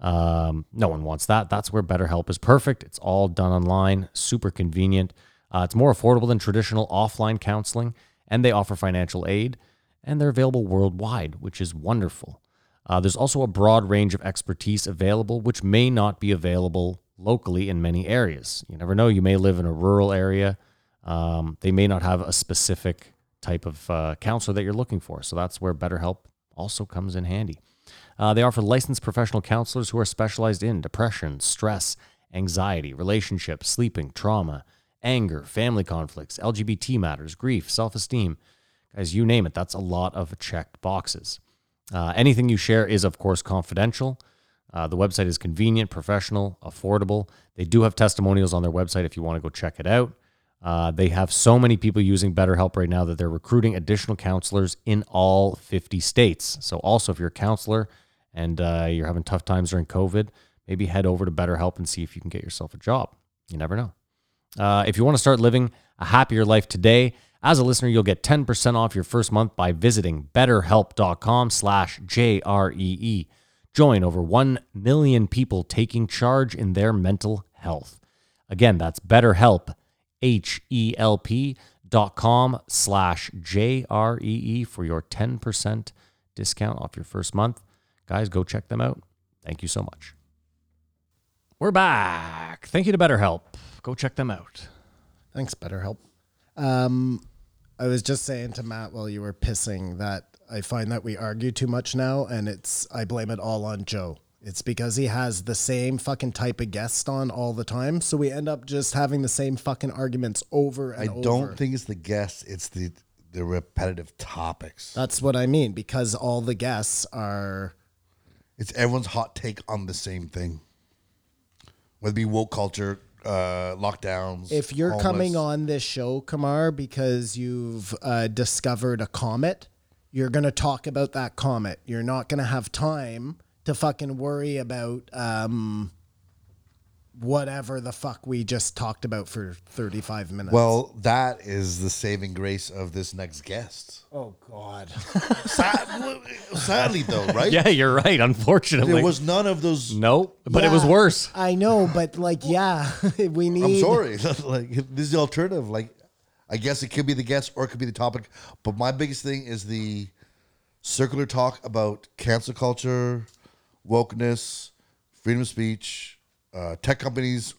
[SPEAKER 6] Um, no one wants that. That's where BetterHelp is perfect. It's all done online, super convenient. Uh, it's more affordable than traditional offline counseling, and they offer financial aid, and they're available worldwide, which is wonderful. Uh, there's also a broad range of expertise available, which may not be available locally in many areas. You never know. You may live in a rural area. Um, they may not have a specific type of uh, counselor that you're looking for. So that's where BetterHelp also comes in handy. Uh, they offer licensed professional counselors who are specialized in depression, stress, anxiety, relationships, sleeping, trauma, anger, family conflicts, LGBT matters, grief, self esteem. Guys, you name it, that's a lot of checked boxes. Uh, anything you share is, of course, confidential. Uh, the website is convenient, professional, affordable. They do have testimonials on their website if you want to go check it out. Uh, they have so many people using BetterHelp right now that they're recruiting additional counselors in all 50 states. So, also, if you're a counselor and uh, you're having tough times during COVID, maybe head over to BetterHelp and see if you can get yourself a job. You never know. Uh, if you want to start living a happier life today, as a listener, you'll get 10% off your first month by visiting betterhelp.com slash J-R-E-E. E. Join over 1 million people taking charge in their mental health. Again, that's betterhelp, H-E-L-P dot com slash J-R-E-E E for your 10% discount off your first month. Guys, go check them out. Thank you so much. We're back. Thank you to BetterHelp. Go check them out.
[SPEAKER 7] Thanks, BetterHelp. Um, I was just saying to Matt while you were pissing that I find that we argue too much now, and it's I blame it all on Joe. It's because he has the same fucking type of guest on all the time, so we end up just having the same fucking arguments over
[SPEAKER 5] I
[SPEAKER 7] and over.
[SPEAKER 5] don't think it's the guests. It's the the repetitive topics.
[SPEAKER 7] that's what I mean because all the guests are.
[SPEAKER 5] It's everyone's hot take on the same thing. Whether it be woke culture, uh, lockdowns.
[SPEAKER 7] If you're
[SPEAKER 5] homeless.
[SPEAKER 7] coming on this show, Kamar, because you've uh, discovered a comet, you're going to talk about that comet. You're not going to have time to fucking worry about um, whatever the fuck we just talked about for 35 minutes.
[SPEAKER 5] well, that is the saving grace of this next guest.
[SPEAKER 7] oh, God.
[SPEAKER 5] Sad- sadly, though, right?
[SPEAKER 6] Yeah, you're right. Unfortunately,
[SPEAKER 5] There was none of those.
[SPEAKER 6] no, but it was
[SPEAKER 7] Yeah,
[SPEAKER 6] worse.
[SPEAKER 7] I know, but like, yeah, we need.
[SPEAKER 5] I'm sorry. like this is the alternative. Like, I guess it could be the guest or it could be the topic. But my biggest thing is the circular talk about cancel culture, wokeness, freedom of speech, uh, tech companies,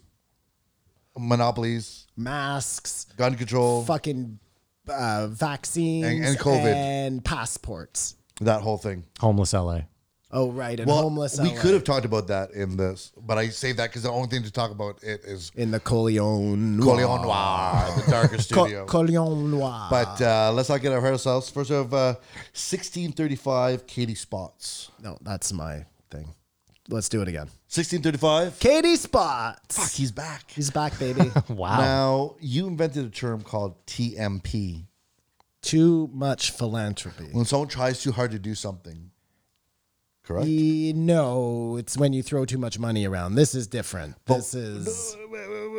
[SPEAKER 5] monopolies,
[SPEAKER 7] Masks,
[SPEAKER 5] gun control,
[SPEAKER 7] fucking uh, vaccines,
[SPEAKER 5] And- and COVID.
[SPEAKER 7] Oh. and passports.
[SPEAKER 5] that whole thing.
[SPEAKER 6] Homeless LA.
[SPEAKER 7] Oh, right. And
[SPEAKER 5] Well,
[SPEAKER 7] homeless.
[SPEAKER 5] we
[SPEAKER 7] LA.
[SPEAKER 5] could have talked about that in this, but I say that because the only thing to talk about it is
[SPEAKER 7] in the Corleone Noir.
[SPEAKER 5] Corleone Noir, the darker studio.
[SPEAKER 7] Co- Corleone Noir.
[SPEAKER 5] But uh, let's not get ahead of ourselves. First of uh, 1635, Katie Spots.
[SPEAKER 7] no, that's my thing. Let's do it again.
[SPEAKER 5] 1635.
[SPEAKER 7] Katie Spots.
[SPEAKER 5] Fuck, he's back.
[SPEAKER 7] He's back, baby.
[SPEAKER 6] Wow.
[SPEAKER 5] Now, you invented a term called TMP.
[SPEAKER 7] Too much philanthropy.
[SPEAKER 5] When someone tries too hard to do something, correct?
[SPEAKER 7] E- No, it's when you throw too much money around. This is different. This is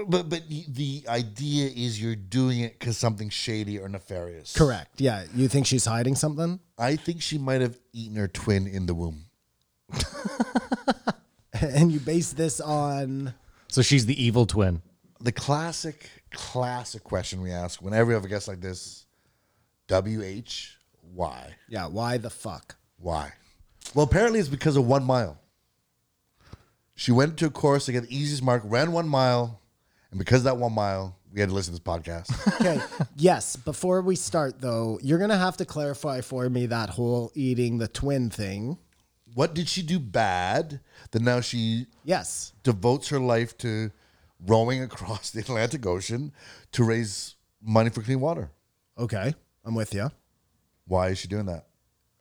[SPEAKER 5] But but y- the idea is you're doing it because something shady or nefarious.
[SPEAKER 7] correct. Yeah, you think she's hiding something?
[SPEAKER 5] I think she might have eaten her twin in the womb.
[SPEAKER 7] And you base this on
[SPEAKER 6] So she's the evil twin.
[SPEAKER 5] The classic, classic question we ask whenever we have a guest like this: WH why
[SPEAKER 7] yeah, why the fuck?
[SPEAKER 5] why? Well, apparently it's because of one mile. She went to a course to get the easiest mark, ran one mile, and because of that one mile, we had to listen to this podcast.
[SPEAKER 7] Okay. yes. Before we start, though, you're gonna have to clarify for me that whole eating the twin thing.
[SPEAKER 5] what did she do bad that now she
[SPEAKER 7] Yes.
[SPEAKER 5] devotes her life to rowing across the Atlantic Ocean to raise money for clean water?
[SPEAKER 7] Okay, I'm with you.
[SPEAKER 5] Why is she doing that?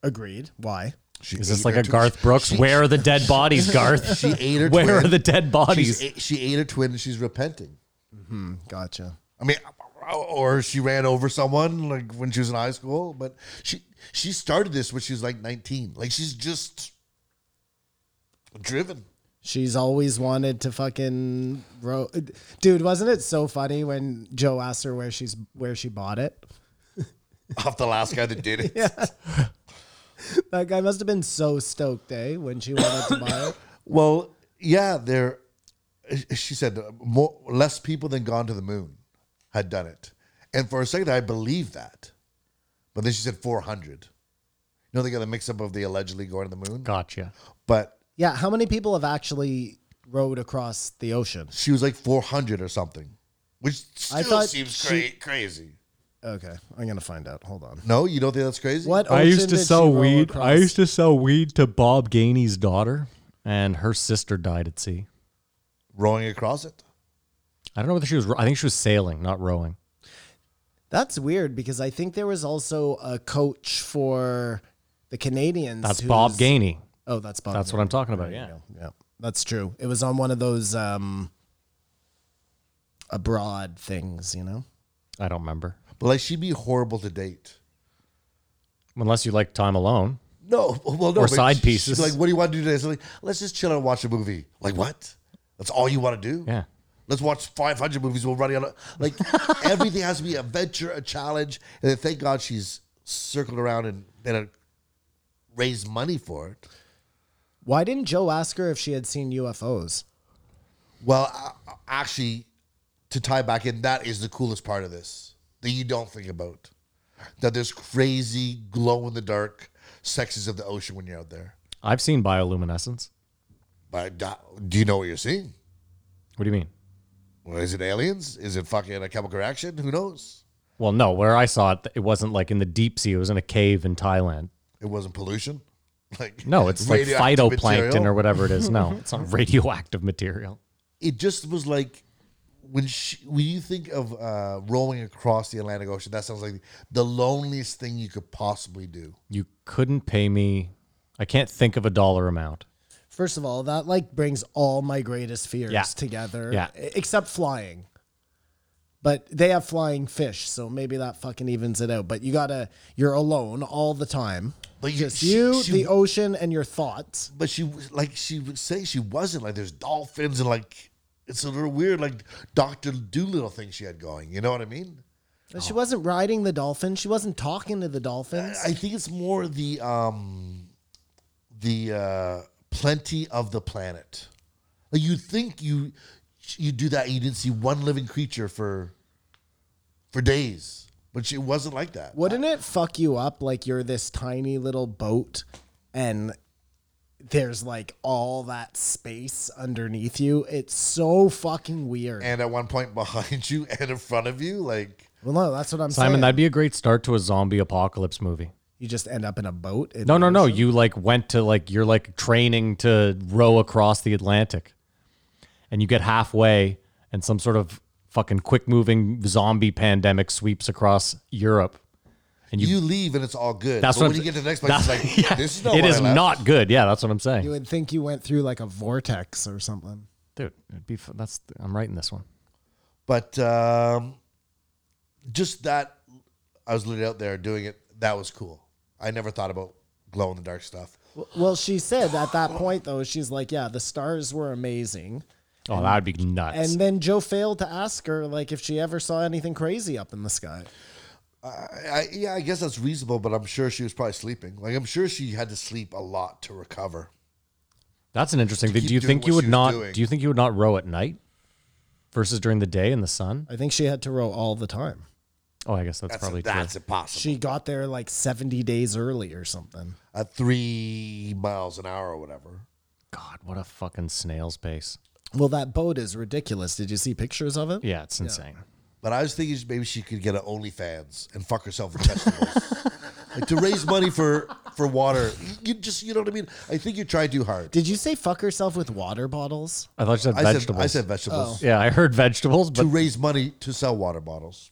[SPEAKER 7] Agreed. Why?
[SPEAKER 5] She
[SPEAKER 6] Is
[SPEAKER 5] ate
[SPEAKER 6] this like
[SPEAKER 5] her
[SPEAKER 6] a
[SPEAKER 5] tw-
[SPEAKER 6] Garth Brooks? Where are the dead bodies, Garth?
[SPEAKER 5] She ate her.
[SPEAKER 6] Where
[SPEAKER 5] twin.
[SPEAKER 6] are the dead
[SPEAKER 5] She's
[SPEAKER 6] bodies?
[SPEAKER 5] a- she ate her twin and she's repenting.
[SPEAKER 7] Gotcha.
[SPEAKER 5] I mean, or she ran over someone like when she was in high school. But she she started this when she was like nineteen. Like she's just driven.
[SPEAKER 7] She's always wanted to fucking row. Dude, wasn't it so funny when Joe asked her where she's where she bought it?
[SPEAKER 5] Off the last guy that did it.
[SPEAKER 7] That guy must have been so stoked, eh, when she wanted to buy it.
[SPEAKER 5] Well, yeah, there. She said more less people than gone to the moon had done it, and for a second I believed that, but then she said four hundred. know they got a mix up of the allegedly going to the moon,
[SPEAKER 6] Gotcha.
[SPEAKER 5] but
[SPEAKER 7] Yeah, how many people have actually rowed across the ocean?
[SPEAKER 5] she was like 400 or something, which still
[SPEAKER 7] I thought
[SPEAKER 5] seems
[SPEAKER 7] she-
[SPEAKER 5] cra- crazy.
[SPEAKER 7] Okay, I'm gonna find out. Hold on.
[SPEAKER 5] No, you don't think that's crazy?
[SPEAKER 7] What
[SPEAKER 6] I
[SPEAKER 7] ocean
[SPEAKER 6] used to
[SPEAKER 7] did she
[SPEAKER 6] sell
[SPEAKER 7] row
[SPEAKER 6] weed. I
[SPEAKER 7] across?
[SPEAKER 6] used to sell weed to Bob Gainey's daughter, and her sister died at sea.
[SPEAKER 5] Rowing across it?
[SPEAKER 6] I don't know whether she was. ro- I think she was sailing, not rowing.
[SPEAKER 7] That's weird because I think there was also a coach for the Canadians.
[SPEAKER 6] That's
[SPEAKER 7] who's-
[SPEAKER 6] Bob Gainey.
[SPEAKER 7] Oh, that's Bob.
[SPEAKER 6] That's what I'm talking about. Yeah.
[SPEAKER 7] Yeah, that's true. It was on one of those um, abroad things, you know.
[SPEAKER 6] I don't remember.
[SPEAKER 5] But like, she'd be horrible to date.
[SPEAKER 6] Unless you like time alone.
[SPEAKER 5] No, well, no.
[SPEAKER 6] Or
[SPEAKER 5] but
[SPEAKER 6] side
[SPEAKER 5] she's
[SPEAKER 6] pieces.
[SPEAKER 5] Like, what do you want to do today? So like, let's just chill and watch a movie. Like, what? That's all you want to do?
[SPEAKER 6] Yeah.
[SPEAKER 5] Let's watch 500 movies. We'll run out. of- Like, everything has to be a venture, a challenge. And then thank God she's circled around and, and uh, raised money for it.
[SPEAKER 7] Why didn't Joe ask her if she had seen UFOs?
[SPEAKER 5] Well, a- a- actually, to tie back in, that is the coolest part of this that you don't think about. That there's crazy, glow in the dark sections of the ocean when you're out there.
[SPEAKER 6] I've seen bioluminescence.
[SPEAKER 5] But da- do you know what you're seeing?
[SPEAKER 6] What do you mean?
[SPEAKER 5] Well, is it aliens? Is it fucking a chemical reaction? Who knows?
[SPEAKER 6] Well, no. Where I saw it, it wasn't like in the deep sea. It was in a cave in Thailand.
[SPEAKER 5] It wasn't pollution. Like
[SPEAKER 6] No, it's like
[SPEAKER 5] radioactive
[SPEAKER 6] phytoplankton
[SPEAKER 5] material.
[SPEAKER 6] or whatever it is. No, it's not radioactive material.
[SPEAKER 5] It just was like when she, when you think of uh, rolling across the Atlantic Ocean, that sounds like the loneliest thing you could possibly do.
[SPEAKER 6] You couldn't pay me. I can't think of a dollar amount.
[SPEAKER 7] First of all, that like brings all my greatest fears
[SPEAKER 6] Yeah.
[SPEAKER 7] together.
[SPEAKER 6] Yeah.
[SPEAKER 7] e- Except flying. But they have flying fish, so maybe that fucking evens it out. But you gotta you're alone all the time.
[SPEAKER 5] But you-
[SPEAKER 7] Just
[SPEAKER 5] she-
[SPEAKER 7] you,
[SPEAKER 5] she-
[SPEAKER 7] the ocean, and your thoughts.
[SPEAKER 5] But she was- like she would say she wasn't like there's dolphins and like it's a little weird like Doctor Doolittle thing she had going. You know what I mean?
[SPEAKER 7] But She wasn't riding the dolphin. She wasn't talking to the dolphins.
[SPEAKER 5] I think it's more the um the uh plenty of the planet. Like you think you you do that and you didn't see one living creature for for days. But she it wasn't like that.
[SPEAKER 7] Wouldn't it fuck you up like you're this tiny little boat and there's like all that space underneath you? It's so fucking weird.
[SPEAKER 5] And at one point behind you and in front of you, like
[SPEAKER 7] well, no, that's what I'm
[SPEAKER 6] Simon,
[SPEAKER 7] saying.
[SPEAKER 6] that'd be a great start to a zombie apocalypse movie.
[SPEAKER 7] you just end up in a boat. in
[SPEAKER 6] No,
[SPEAKER 7] the
[SPEAKER 6] no, no.
[SPEAKER 7] ocean?
[SPEAKER 6] You like went to like you're like training to row across the Atlantic, and you get halfway, and some sort of fucking quick moving zombie pandemic sweeps across Europe.
[SPEAKER 5] you, leave and it's all good.
[SPEAKER 6] That's
[SPEAKER 5] but
[SPEAKER 6] what
[SPEAKER 5] when
[SPEAKER 6] I'm
[SPEAKER 5] you
[SPEAKER 6] sa-
[SPEAKER 5] get to the next place, it's
[SPEAKER 6] That's-
[SPEAKER 5] like
[SPEAKER 6] yeah.
[SPEAKER 5] this is not
[SPEAKER 6] it
[SPEAKER 5] what I
[SPEAKER 6] is
[SPEAKER 5] left.
[SPEAKER 6] not good. Yeah, that's what I'm saying,
[SPEAKER 7] You would think you went through like a vortex or something.
[SPEAKER 6] dude. It'd be f- that's I'm writing this one.
[SPEAKER 5] But um, just that, I was literally out there doing it. That was cool. I never thought about glow in the dark stuff.
[SPEAKER 7] Well, she said at that point though, she's like, "Yeah, the stars were amazing."
[SPEAKER 6] Oh, that would be nuts.
[SPEAKER 7] And then Joe failed to ask her like if she ever saw anything crazy up in the sky.
[SPEAKER 5] I, yeah, I guess that's reasonable, but I'm sure she was probably sleeping. Like I'm sure she had to sleep a lot to recover.
[SPEAKER 6] That's an interesting thing.
[SPEAKER 5] keep
[SPEAKER 6] Do you
[SPEAKER 5] doing
[SPEAKER 6] think
[SPEAKER 5] what
[SPEAKER 6] you
[SPEAKER 5] she
[SPEAKER 6] would
[SPEAKER 5] was
[SPEAKER 6] not?
[SPEAKER 5] doing.
[SPEAKER 6] Do you think you would not row at night versus during the day in the sun?
[SPEAKER 7] I think she had to row all the time.
[SPEAKER 6] Oh, I guess that's,
[SPEAKER 5] That's
[SPEAKER 6] probably
[SPEAKER 5] that's
[SPEAKER 6] true.
[SPEAKER 5] impossible.
[SPEAKER 7] She got there like 70 days early or something.
[SPEAKER 5] At three miles an hour or whatever.
[SPEAKER 6] God, what a fucking snail's pace.
[SPEAKER 7] Well, that boat is ridiculous. Did you see pictures of it?
[SPEAKER 6] Yeah, it's insane.
[SPEAKER 5] But I was thinking maybe she could get an OnlyFans and fuck herself in testicles, like to raise money for for water. You just you know what I mean. I think you try too hard.
[SPEAKER 7] Did you say fuck herself with water bottles?
[SPEAKER 6] I thought you said
[SPEAKER 5] I
[SPEAKER 6] vegetables.
[SPEAKER 5] said I said vegetables.
[SPEAKER 6] yeah, I heard vegetables, but
[SPEAKER 5] to raise money to sell water bottles.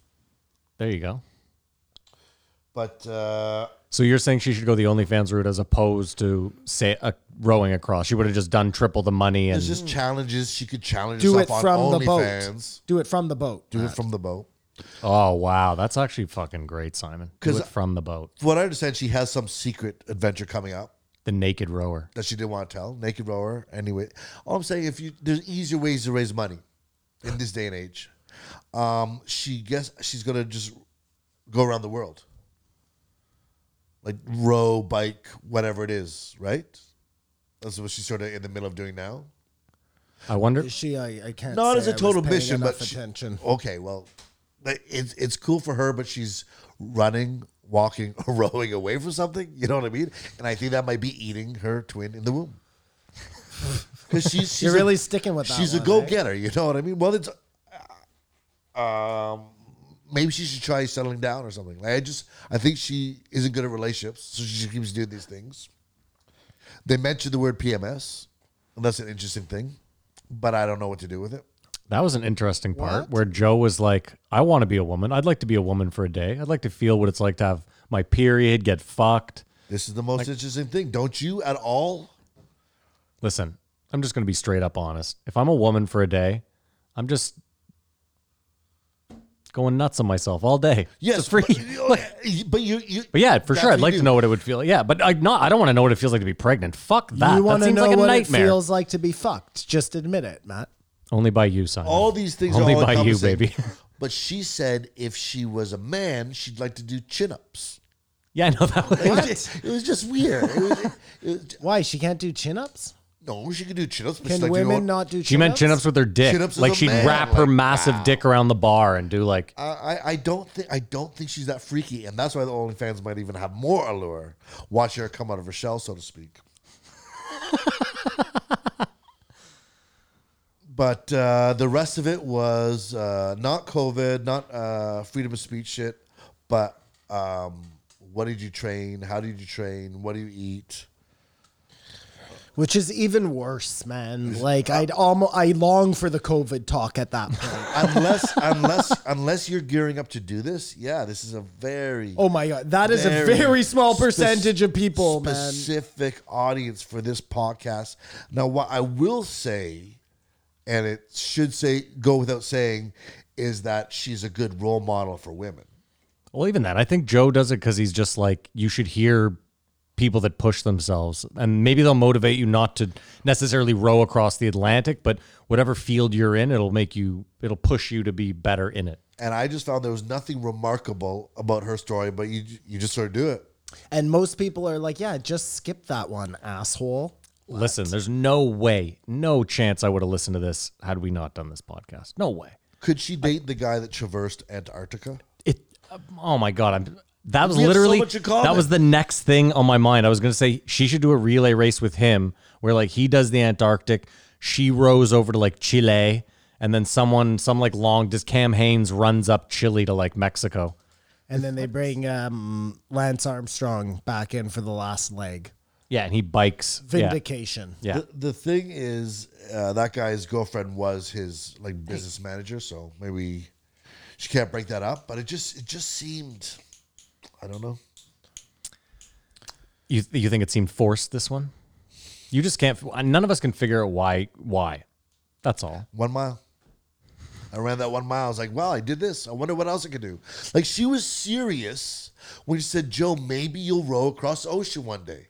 [SPEAKER 6] there you go.
[SPEAKER 5] But uh,
[SPEAKER 6] So you're saying she should go the OnlyFans route as opposed to say uh, rowing across? She would have just done triple the money and
[SPEAKER 5] there's just challenges. She could challenge
[SPEAKER 7] Mm. Do
[SPEAKER 5] herself
[SPEAKER 7] it from
[SPEAKER 5] on
[SPEAKER 7] the boat.
[SPEAKER 5] OnlyFans.
[SPEAKER 7] Do it from the boat.
[SPEAKER 5] Do it from the boat.
[SPEAKER 6] oh wow, that's actually fucking great, Simon. Do
[SPEAKER 5] 'Cause-
[SPEAKER 6] it from the boat,
[SPEAKER 5] From what I understand, she has some secret adventure coming up
[SPEAKER 6] the naked rower.
[SPEAKER 5] that she didn't want to tell. Naked rower. Anyway, all I'm saying, if you there's easier ways to raise money in this day and age. Um, she guess she's gonna just go around the world, like row, bike, whatever it is, right? That's what she's sort of in the middle of doing now.
[SPEAKER 6] I wonder.
[SPEAKER 7] Is she, I, I can't
[SPEAKER 5] not
[SPEAKER 7] say
[SPEAKER 5] as
[SPEAKER 7] I
[SPEAKER 5] a
[SPEAKER 7] was
[SPEAKER 5] total
[SPEAKER 7] paying
[SPEAKER 5] mission, but
[SPEAKER 7] enough
[SPEAKER 5] she-
[SPEAKER 7] attention.
[SPEAKER 5] okay, well, that- it's it's cool for her, but she's running walking or rowing away from something. You know what I mean? And I think that might be eating her twin in the womb. Because she's, she's
[SPEAKER 7] You're
[SPEAKER 5] a-
[SPEAKER 7] really sticking with that.
[SPEAKER 5] she's a
[SPEAKER 7] one, eh?
[SPEAKER 5] go-getter. You know what I mean? Well, it's um, maybe she should try settling down or something. Like I just, I think she isn't good at relationships, so she just keeps doing these things. They mentioned the word PMS, and that's an interesting thing, but I don't know what to do with it.
[SPEAKER 6] That was an interesting part where Joe was like, I want to be a woman. I'd like to be a woman for a day. I'd like to feel what it's like to have my period, get fucked.
[SPEAKER 5] This is the most interesting thing, don't you? At all?
[SPEAKER 6] Listen, I'm just going to be straight up honest. If I'm a woman for a day, I'm just going nuts on myself all day.
[SPEAKER 5] Yes,
[SPEAKER 6] Just free.
[SPEAKER 5] But, but you, you,
[SPEAKER 6] But yeah, for
[SPEAKER 5] that's
[SPEAKER 6] sure,
[SPEAKER 5] what
[SPEAKER 6] I'd
[SPEAKER 5] you
[SPEAKER 6] like
[SPEAKER 5] do.
[SPEAKER 6] to know what it would feel. like. Yeah, but I'm not. I don't want to know what it feels like to be pregnant. Fuck that.
[SPEAKER 7] You
[SPEAKER 6] that
[SPEAKER 7] want to
[SPEAKER 6] seems
[SPEAKER 7] know
[SPEAKER 6] like a
[SPEAKER 7] what
[SPEAKER 6] nightmare.
[SPEAKER 7] it feels like to be fucked? Just admit it, Matt.
[SPEAKER 6] Only by you, Simon.
[SPEAKER 5] All these things
[SPEAKER 6] Only
[SPEAKER 5] are all
[SPEAKER 6] by you,
[SPEAKER 5] encompassing.
[SPEAKER 6] baby.
[SPEAKER 5] But she said if she was a man, she'd like to do chin-ups.
[SPEAKER 6] yeah, I know that. Was,
[SPEAKER 5] It was, it was just weird. It was, it was,
[SPEAKER 7] Why she can't do chin-ups?
[SPEAKER 5] No, she could do chin-ups. But
[SPEAKER 7] Can
[SPEAKER 5] she's like, you know
[SPEAKER 7] women
[SPEAKER 5] what?
[SPEAKER 7] not do?
[SPEAKER 6] she meant chin ups with her dick.
[SPEAKER 5] Chin-ups is
[SPEAKER 6] Like
[SPEAKER 5] a
[SPEAKER 6] she'd
[SPEAKER 5] man, Oh
[SPEAKER 6] wrap her
[SPEAKER 5] like,
[SPEAKER 6] massive
[SPEAKER 5] wow.
[SPEAKER 6] dick around the bar and do like.
[SPEAKER 5] I, I- I don't think I don't think she's that freaky, and that's why the OnlyFans might even have more allure. Watch her come out of her shell, so to speak. but uh, the rest of it was uh, not COVID, not uh, freedom of speech shit, but um, what did you train? How did you train? What do you eat?
[SPEAKER 7] Which is even worse, man. Like I'd almost I long for the COVID talk at that point.
[SPEAKER 5] Unless unless unless you're gearing up to do this, yeah, this is a very
[SPEAKER 7] Oh my god, that is a very small percentage of people, man.
[SPEAKER 5] Specific audience for this podcast. Now, what I will say, and it should say go without saying, is that she's a good role model for women.
[SPEAKER 6] Well, even that, I think Joe does it because he's just like you should hear people that push themselves, and maybe they'll motivate you not to necessarily row across the Atlantic, but whatever field you're in, it'll make you, it'll push you to be better in it.
[SPEAKER 5] And I just found there was nothing remarkable about her story, but you you just sort of do it.
[SPEAKER 7] And most people are like, yeah, just skip that one, asshole.
[SPEAKER 6] Listen, there's no way, no chance I would have listened to this had we not done this podcast. No way.
[SPEAKER 5] Could she date the guy that traversed Antarctica?
[SPEAKER 6] It. Oh my god, I'm. That was
[SPEAKER 5] We have so
[SPEAKER 6] literally
[SPEAKER 5] much in common.
[SPEAKER 6] that was the next thing on my mind. I was gonna say she should do a relay race with him, where like he does the Antarctic, she rows over to like Chile, and then someone, some like long, just Cam Haynes runs up Chile to like Mexico.
[SPEAKER 7] And then they bring um, Lance Armstrong back in for the last leg.
[SPEAKER 6] Yeah, and he bikes. Yeah.
[SPEAKER 7] Vindication.
[SPEAKER 6] Yeah.
[SPEAKER 5] The, the thing is, uh, that guy's girlfriend was his like business manager, so maybe she can't break that up. But it just it just seemed, I don't know.
[SPEAKER 6] You you think it seemed forced this one? You just can't. None of us can figure out why. Why? That's all.
[SPEAKER 5] one mile. I ran that one mile. I was like, wow, I did this. I wonder what else I could do. Like, she was serious when she said, Joe, maybe you'll row across the ocean one day.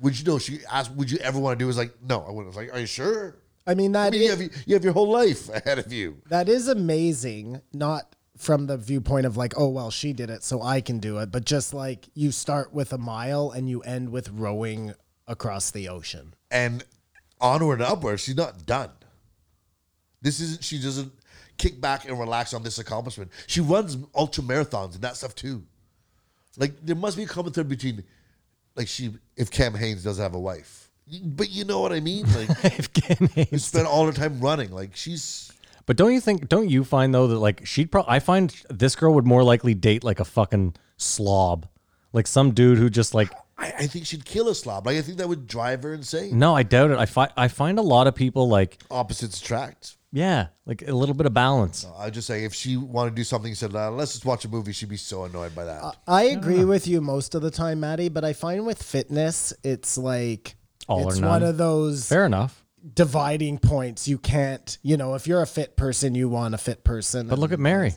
[SPEAKER 5] would you know? She asked, would you ever want to do it? I was like, no, I wouldn't. I was like, are you sure?
[SPEAKER 7] I mean, that
[SPEAKER 5] I mean, you have, you have your whole life ahead of you.
[SPEAKER 7] That is amazing, not from the viewpoint of like, oh, well, she did it, so I can do it, but just like you start with a mile and you end with rowing across the ocean.
[SPEAKER 5] And onward and upward, she's not done. This isn't, she doesn't kick back and relax on this accomplishment. She runs ultra marathons and that stuff too. Like there must be a common thread between, like she if Cam Haynes does have a wife, but you know what I mean. Like
[SPEAKER 6] If Cam
[SPEAKER 5] you
[SPEAKER 6] Haynes
[SPEAKER 5] spend all her time running. Like she's
[SPEAKER 6] But don't you think? Don't you find though that like she'd probably? I find this girl would more likely date like a fucking slob, like some dude who just like.
[SPEAKER 5] I, I think she'd kill a slob. Like I think that would drive her insane.
[SPEAKER 6] No, I doubt it. I find I find a lot of people like
[SPEAKER 5] Opposites attract.
[SPEAKER 6] yeah, like a little bit of balance.
[SPEAKER 5] I just say if she wanted to do something, she said "Nah, let's just watch a movie. She'd be so annoyed by that.
[SPEAKER 7] I agree with you most of the time, Maddie, but I find with fitness, it's like
[SPEAKER 6] All or
[SPEAKER 7] it's
[SPEAKER 6] none.
[SPEAKER 7] one of those
[SPEAKER 6] Fair enough.
[SPEAKER 7] dividing points. You can't, you know, if you're a fit person, you want a fit person.
[SPEAKER 6] But look at Mary.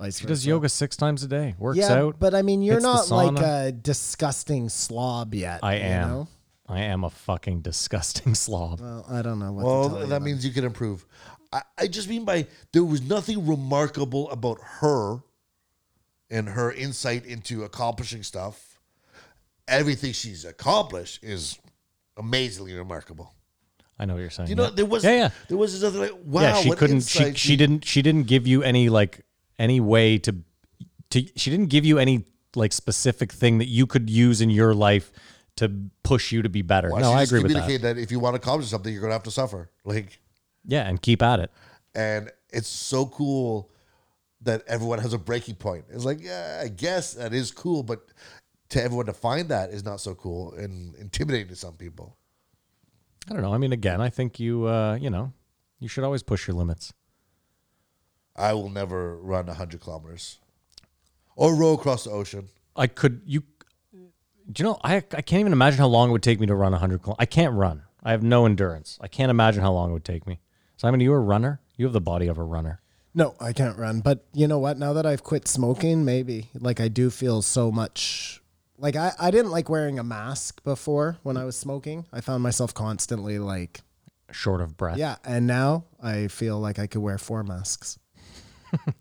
[SPEAKER 7] vice
[SPEAKER 6] She does
[SPEAKER 7] versa.
[SPEAKER 6] yoga six times a day. Works
[SPEAKER 7] Yeah,
[SPEAKER 6] out.
[SPEAKER 7] but I mean, you're
[SPEAKER 6] hits the
[SPEAKER 7] not like
[SPEAKER 6] sauna.
[SPEAKER 7] a disgusting slob yet.
[SPEAKER 6] I
[SPEAKER 7] you
[SPEAKER 6] am.
[SPEAKER 7] know? Uh,
[SPEAKER 6] I am a fucking disgusting slob.
[SPEAKER 7] Well, I don't know what.
[SPEAKER 5] Well,
[SPEAKER 7] to tell you
[SPEAKER 5] that
[SPEAKER 7] then.
[SPEAKER 5] means you can improve. I, I just mean by there was nothing remarkable about her and her insight into accomplishing stuff. Everything she's accomplished is amazingly remarkable.
[SPEAKER 6] I know what you're saying.
[SPEAKER 5] You know,
[SPEAKER 6] yeah.
[SPEAKER 5] there was
[SPEAKER 6] yeah, yeah.
[SPEAKER 5] there was this other like wow,
[SPEAKER 6] yeah, she
[SPEAKER 5] what
[SPEAKER 6] couldn't. She
[SPEAKER 5] insight
[SPEAKER 6] she didn't. She didn't give you any like any way to to she didn't give you any like specific thing that you could use in your life to push you to be better. no,
[SPEAKER 5] She
[SPEAKER 6] I
[SPEAKER 5] just
[SPEAKER 6] agree with that.
[SPEAKER 5] communicate that. if you want to accomplish something, you're gonna have to suffer. Like,
[SPEAKER 6] Yeah, and keep at it.
[SPEAKER 5] and it's so cool that everyone has a breaking point. It's like, yeah, I guess that is cool, but to everyone to find that is not so cool and intimidating to some people.
[SPEAKER 6] I don't know. I mean, again, I think you uh, you know, you should always push your limits.
[SPEAKER 5] I will never run hundred kilometers or row across the ocean.
[SPEAKER 6] I could you do you know I I can't even imagine how long it would take me to run 100 kil- I can't run. I have no endurance. I can't imagine how long it would take me. Simon, are you a runner? You have the body of a runner.
[SPEAKER 7] No, I can't run. But you know what? Now that I've quit smoking, maybe like I do feel so much. Like I, I didn't like wearing a mask before when I was smoking. I found myself constantly like,
[SPEAKER 6] Short of breath.
[SPEAKER 7] yeah. And now I feel like I could wear four masks.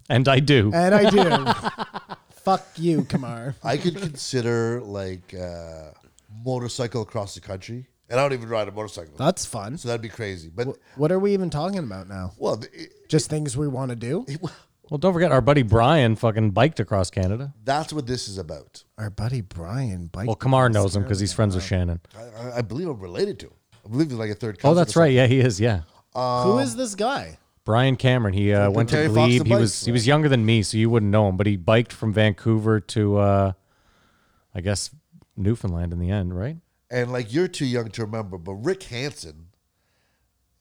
[SPEAKER 6] And I do.
[SPEAKER 7] And I do. Fuck you, Kamar.
[SPEAKER 5] I could consider like uh, motorcycle across the country, and I don't even ride a motorcycle,
[SPEAKER 7] That's fun.
[SPEAKER 5] so that'd be crazy. But
[SPEAKER 7] What are we even talking about now?
[SPEAKER 5] well, it,
[SPEAKER 7] Just things we want to do?
[SPEAKER 6] Well, don't forget our buddy Brian fucking biked across Canada.
[SPEAKER 5] that's what this is about.
[SPEAKER 7] Our buddy Brian bike.
[SPEAKER 6] Well, Kamar knows him because he's friends with Shannon.
[SPEAKER 5] I- I, I believe I'm related to him. I believe he's like a third.
[SPEAKER 6] Oh,
[SPEAKER 5] cousin
[SPEAKER 6] that's
[SPEAKER 5] or
[SPEAKER 6] right. Yeah, he is. Yeah.
[SPEAKER 7] Who is this guy?
[SPEAKER 6] Brian Cameron. He uh, went to
[SPEAKER 5] Terry Fox
[SPEAKER 6] Glebe.
[SPEAKER 5] the
[SPEAKER 6] He was
[SPEAKER 5] bikes,
[SPEAKER 6] he was younger than me, so you wouldn't know him. But he biked from Vancouver to, uh, I guess, Newfoundland in the end, right?
[SPEAKER 5] something. And like you're too young to remember, but Rick Hansen,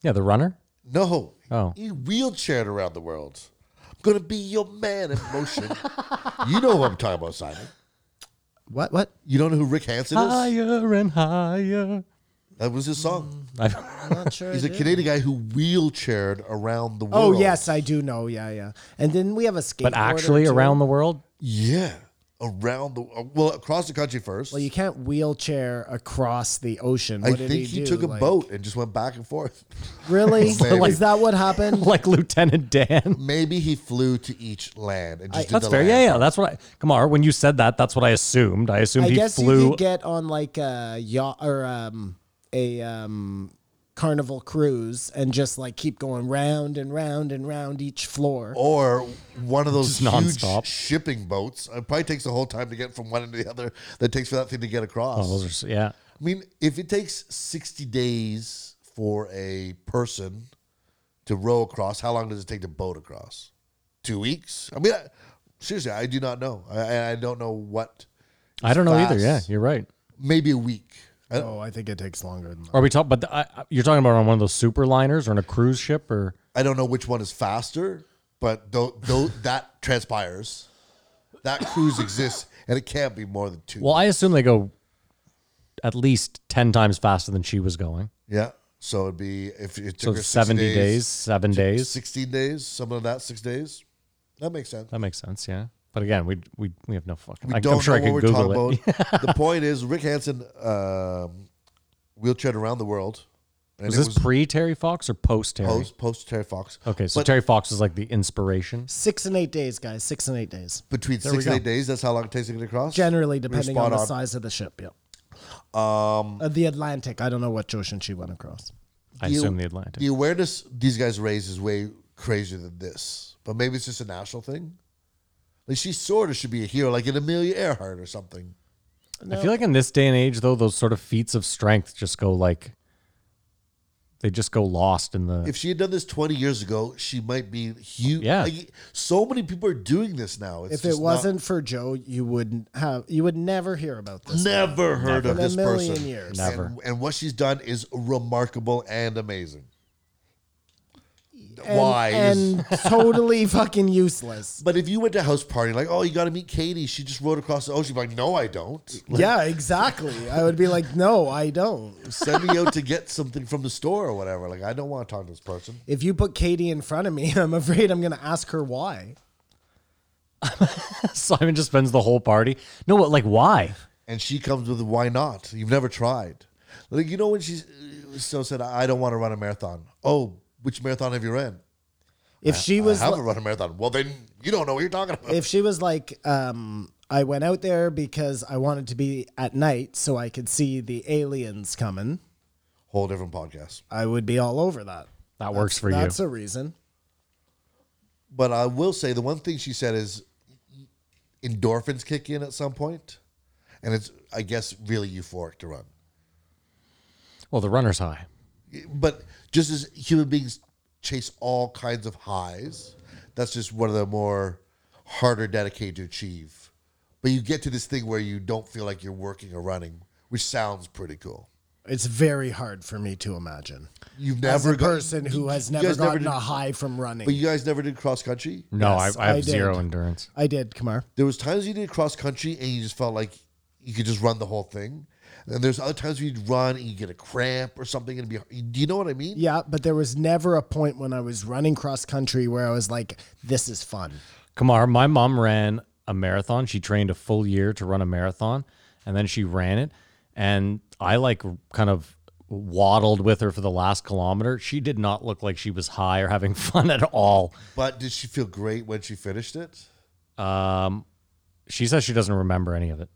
[SPEAKER 6] Yeah, the runner.
[SPEAKER 5] no,
[SPEAKER 6] Oh.
[SPEAKER 5] he wheelchaired around the world. I'm gonna be your man in motion. you know who I'm talking about, Simon.
[SPEAKER 7] What? What?
[SPEAKER 5] You don't know who Rick Hansen is?
[SPEAKER 6] Higher and higher.
[SPEAKER 5] That was his song.
[SPEAKER 7] Mm-hmm.
[SPEAKER 6] I,
[SPEAKER 7] I'm not sure.
[SPEAKER 5] He's
[SPEAKER 7] I
[SPEAKER 5] a
[SPEAKER 7] do.
[SPEAKER 5] Canadian guy who wheelchaired around the
[SPEAKER 7] Oh
[SPEAKER 5] world.
[SPEAKER 7] yes, I do know. Yeah, yeah. And then we have a skateboarder.
[SPEAKER 6] but actually,
[SPEAKER 7] too.
[SPEAKER 6] around the world,
[SPEAKER 5] Yeah, around the uh, well, across the country first.
[SPEAKER 7] Well, you can't wheelchair across the ocean.
[SPEAKER 5] I
[SPEAKER 7] What did
[SPEAKER 5] think he,
[SPEAKER 7] do?
[SPEAKER 5] took a
[SPEAKER 7] Like,
[SPEAKER 5] boat and just went back and forth.
[SPEAKER 7] Really?
[SPEAKER 5] Maybe.
[SPEAKER 7] Is that what happened?
[SPEAKER 6] like Lieutenant Dan.
[SPEAKER 5] Maybe he flew to each land and just did
[SPEAKER 6] That's
[SPEAKER 5] the
[SPEAKER 6] fair.
[SPEAKER 5] land.
[SPEAKER 6] Yeah, yeah. That's what I. Kamar, when you said that, that's what I assumed. I assumed
[SPEAKER 7] I
[SPEAKER 6] he
[SPEAKER 7] guess you
[SPEAKER 6] flew.
[SPEAKER 7] could get on like a yacht or um, a um, carnival cruise and just like keep going round and round and round each floor.
[SPEAKER 5] Or one of those
[SPEAKER 6] Just
[SPEAKER 5] huge
[SPEAKER 6] nonstop.
[SPEAKER 5] shipping boats. It probably takes the whole time to get from one end to the other. That takes for that thing to get across.
[SPEAKER 6] Oh, Those are s- yeah.
[SPEAKER 5] I mean, if it takes sixty days for a person to row across, how long does it take to boat across? Two weeks? I mean, I, seriously, I do not know. I, I don't know what.
[SPEAKER 6] I don't know either. Yeah,
[SPEAKER 5] fast.
[SPEAKER 6] you're right.
[SPEAKER 5] Maybe a week. I don't-
[SPEAKER 7] Oh, I think it takes longer than that.
[SPEAKER 6] Are we talking? But the, I, I- you're talking about on one of those super liners or on a cruise ship or?
[SPEAKER 5] I don't know which one is faster, but though, though that transpires, that cruise exists, and it can't be more than two.
[SPEAKER 6] Well, I assume they go at least ten times faster than she was going.
[SPEAKER 5] Yeah. So it'd be if it
[SPEAKER 6] So
[SPEAKER 5] took her 60
[SPEAKER 6] seventy days, seven days.
[SPEAKER 5] sixteen days, something like that, six days. That makes sense.
[SPEAKER 6] That makes sense. Yeah. But again, we we we have no fucking.
[SPEAKER 5] We
[SPEAKER 6] I,
[SPEAKER 5] don't
[SPEAKER 6] I'm sure I
[SPEAKER 5] know
[SPEAKER 6] could
[SPEAKER 5] what we're
[SPEAKER 6] Google
[SPEAKER 5] talking
[SPEAKER 6] it.
[SPEAKER 5] about. the point is, Rick Hansen um, wheelchaired around the world. And
[SPEAKER 6] Was
[SPEAKER 5] it
[SPEAKER 6] this
[SPEAKER 5] was
[SPEAKER 6] pre Terry Fox or post Terry?
[SPEAKER 5] post post Terry Fox?
[SPEAKER 6] Okay, so
[SPEAKER 5] But
[SPEAKER 6] Terry Fox is like the inspiration.
[SPEAKER 7] Six and eight days, guys. Six and eight days.
[SPEAKER 5] between
[SPEAKER 6] we
[SPEAKER 5] six and
[SPEAKER 6] go.
[SPEAKER 5] eight days, that's how long it takes to get across.
[SPEAKER 7] Generally,
[SPEAKER 5] We were
[SPEAKER 7] depending
[SPEAKER 5] spot
[SPEAKER 7] on the
[SPEAKER 5] on.
[SPEAKER 7] size of the ship. Yep. Um, the Atlantic. I don't know what ocean she went across.
[SPEAKER 6] I
[SPEAKER 5] the-
[SPEAKER 6] assume the Atlantic.
[SPEAKER 5] The awareness these guys raise is way crazier than this, but maybe it's just a national thing. Like she sort of should be a hero, like an Amelia Earhart or something.
[SPEAKER 6] I feel like in this day and age, though, those sort of feats of strength just go like they just go lost in the.
[SPEAKER 5] If she had done this twenty years ago, she might be huge.
[SPEAKER 6] Yeah.
[SPEAKER 5] like, so many people are doing this now. It's
[SPEAKER 7] If it
[SPEAKER 5] just not-
[SPEAKER 7] wasn't for Joe, you wouldn't have. You would never hear about this.
[SPEAKER 5] never heard of
[SPEAKER 7] In a
[SPEAKER 5] this
[SPEAKER 7] million
[SPEAKER 5] person.
[SPEAKER 7] years.
[SPEAKER 6] Never.
[SPEAKER 5] And, and what she's done is remarkable and amazing.
[SPEAKER 7] And-
[SPEAKER 5] Why? is-
[SPEAKER 7] And totally fucking useless.
[SPEAKER 5] but if you went to a house party, like, oh, you got to meet Katie. She just rode across the ocean. Like, no, I don't.
[SPEAKER 7] yeah, exactly. I would be like, no, I don't.
[SPEAKER 5] Send me out to get something from the store or whatever. Like, I don't want to talk to this person.
[SPEAKER 7] If you put Katie in front of me, I'm afraid I'm gonna ask her why.
[SPEAKER 6] Simon just spends the whole party. No, but like why?
[SPEAKER 5] And she comes with, why not? You've never tried. Like, you know, when she so said, I don't want to run a marathon. Oh, which marathon have you ran?
[SPEAKER 7] If
[SPEAKER 5] I
[SPEAKER 7] she was,
[SPEAKER 5] haven't
[SPEAKER 7] li-
[SPEAKER 5] run a marathon. Well, then you don't know what you're talking about.
[SPEAKER 7] if she was like, um, I went out there because I wanted to be at night so I could see the aliens coming.
[SPEAKER 5] Whole different podcast.
[SPEAKER 7] I would be all over that.
[SPEAKER 6] That works for you.
[SPEAKER 7] That's a reason.
[SPEAKER 5] But I will say the one thing she said is endorphins kick in at some point, and it's I guess really euphoric to run.
[SPEAKER 6] Well, the runner's high.
[SPEAKER 5] But just as human beings chase all kinds of highs, that's just one of the more harder dedicated to achieve. But you get to this thing where you don't feel like you're working or running, which sounds pretty cool.
[SPEAKER 7] It's very hard for me to imagine.
[SPEAKER 5] You've
[SPEAKER 7] As
[SPEAKER 5] never
[SPEAKER 7] a
[SPEAKER 5] got-
[SPEAKER 7] person who has
[SPEAKER 5] you
[SPEAKER 7] never
[SPEAKER 5] guys never
[SPEAKER 7] gotten
[SPEAKER 5] did-
[SPEAKER 7] a high from running.
[SPEAKER 5] But you guys never did cross country.
[SPEAKER 6] No,
[SPEAKER 7] Yes,
[SPEAKER 6] I, I have
[SPEAKER 7] I did.
[SPEAKER 6] zero endurance.
[SPEAKER 7] I did, Kamar.
[SPEAKER 5] There was times you did cross country and you just felt like you could just run the whole thing. And there's other times you'd run and you get a cramp or something and it'd be. Do you know what I mean?
[SPEAKER 7] Yeah, but there was never a point when I was running cross country where I was like, "This is fun."
[SPEAKER 6] Kamar, my mom ran a marathon. She trained a full year to run a marathon, and then she ran it. And I like kind of waddled with her for the last kilometer. She did not look like she was high or having fun at all.
[SPEAKER 5] But did she feel great when she finished it?
[SPEAKER 6] Um, she says she doesn't remember any of it.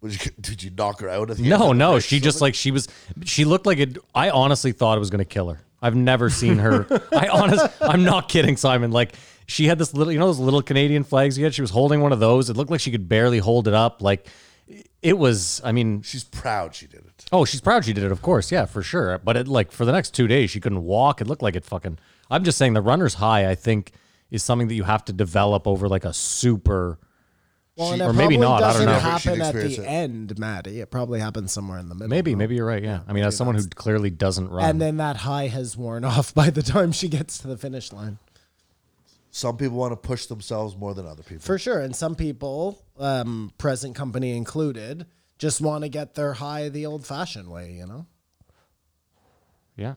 [SPEAKER 5] Was you, did you knock her out at the end?
[SPEAKER 6] No, no, she just like she was. She looked like it. I honestly thought it was gonna kill her. I've never seen her. I honest. I'm not kidding, Simon. Like she had this little, you know, those little Canadian flags you had. She was holding one of those. It looked like she could barely hold it up. Like it was. I mean,
[SPEAKER 5] She's proud she did it.
[SPEAKER 6] oh, she's proud she did it, of course, yeah, for sure. But it like for the next two days, she couldn't walk. It looked like it fucking. I'm just saying the runner's high. I think is something that you have to develop over like a super.
[SPEAKER 7] Well,
[SPEAKER 6] or maybe not. I don't know.
[SPEAKER 5] She
[SPEAKER 7] Happen
[SPEAKER 5] didn't
[SPEAKER 7] at the
[SPEAKER 5] experience it.
[SPEAKER 7] end, Maddie. It probably happens somewhere in the middle.
[SPEAKER 6] Maybe, maybe you're right. Yeah. I mean, as someone who clearly doesn't run.
[SPEAKER 7] And then that high has worn off by the time she gets to the finish line.
[SPEAKER 5] Some people want to push themselves more than other people.
[SPEAKER 7] For sure. And some people, um, present company included, just want to get their high the old fashioned way, you know?
[SPEAKER 6] yeah.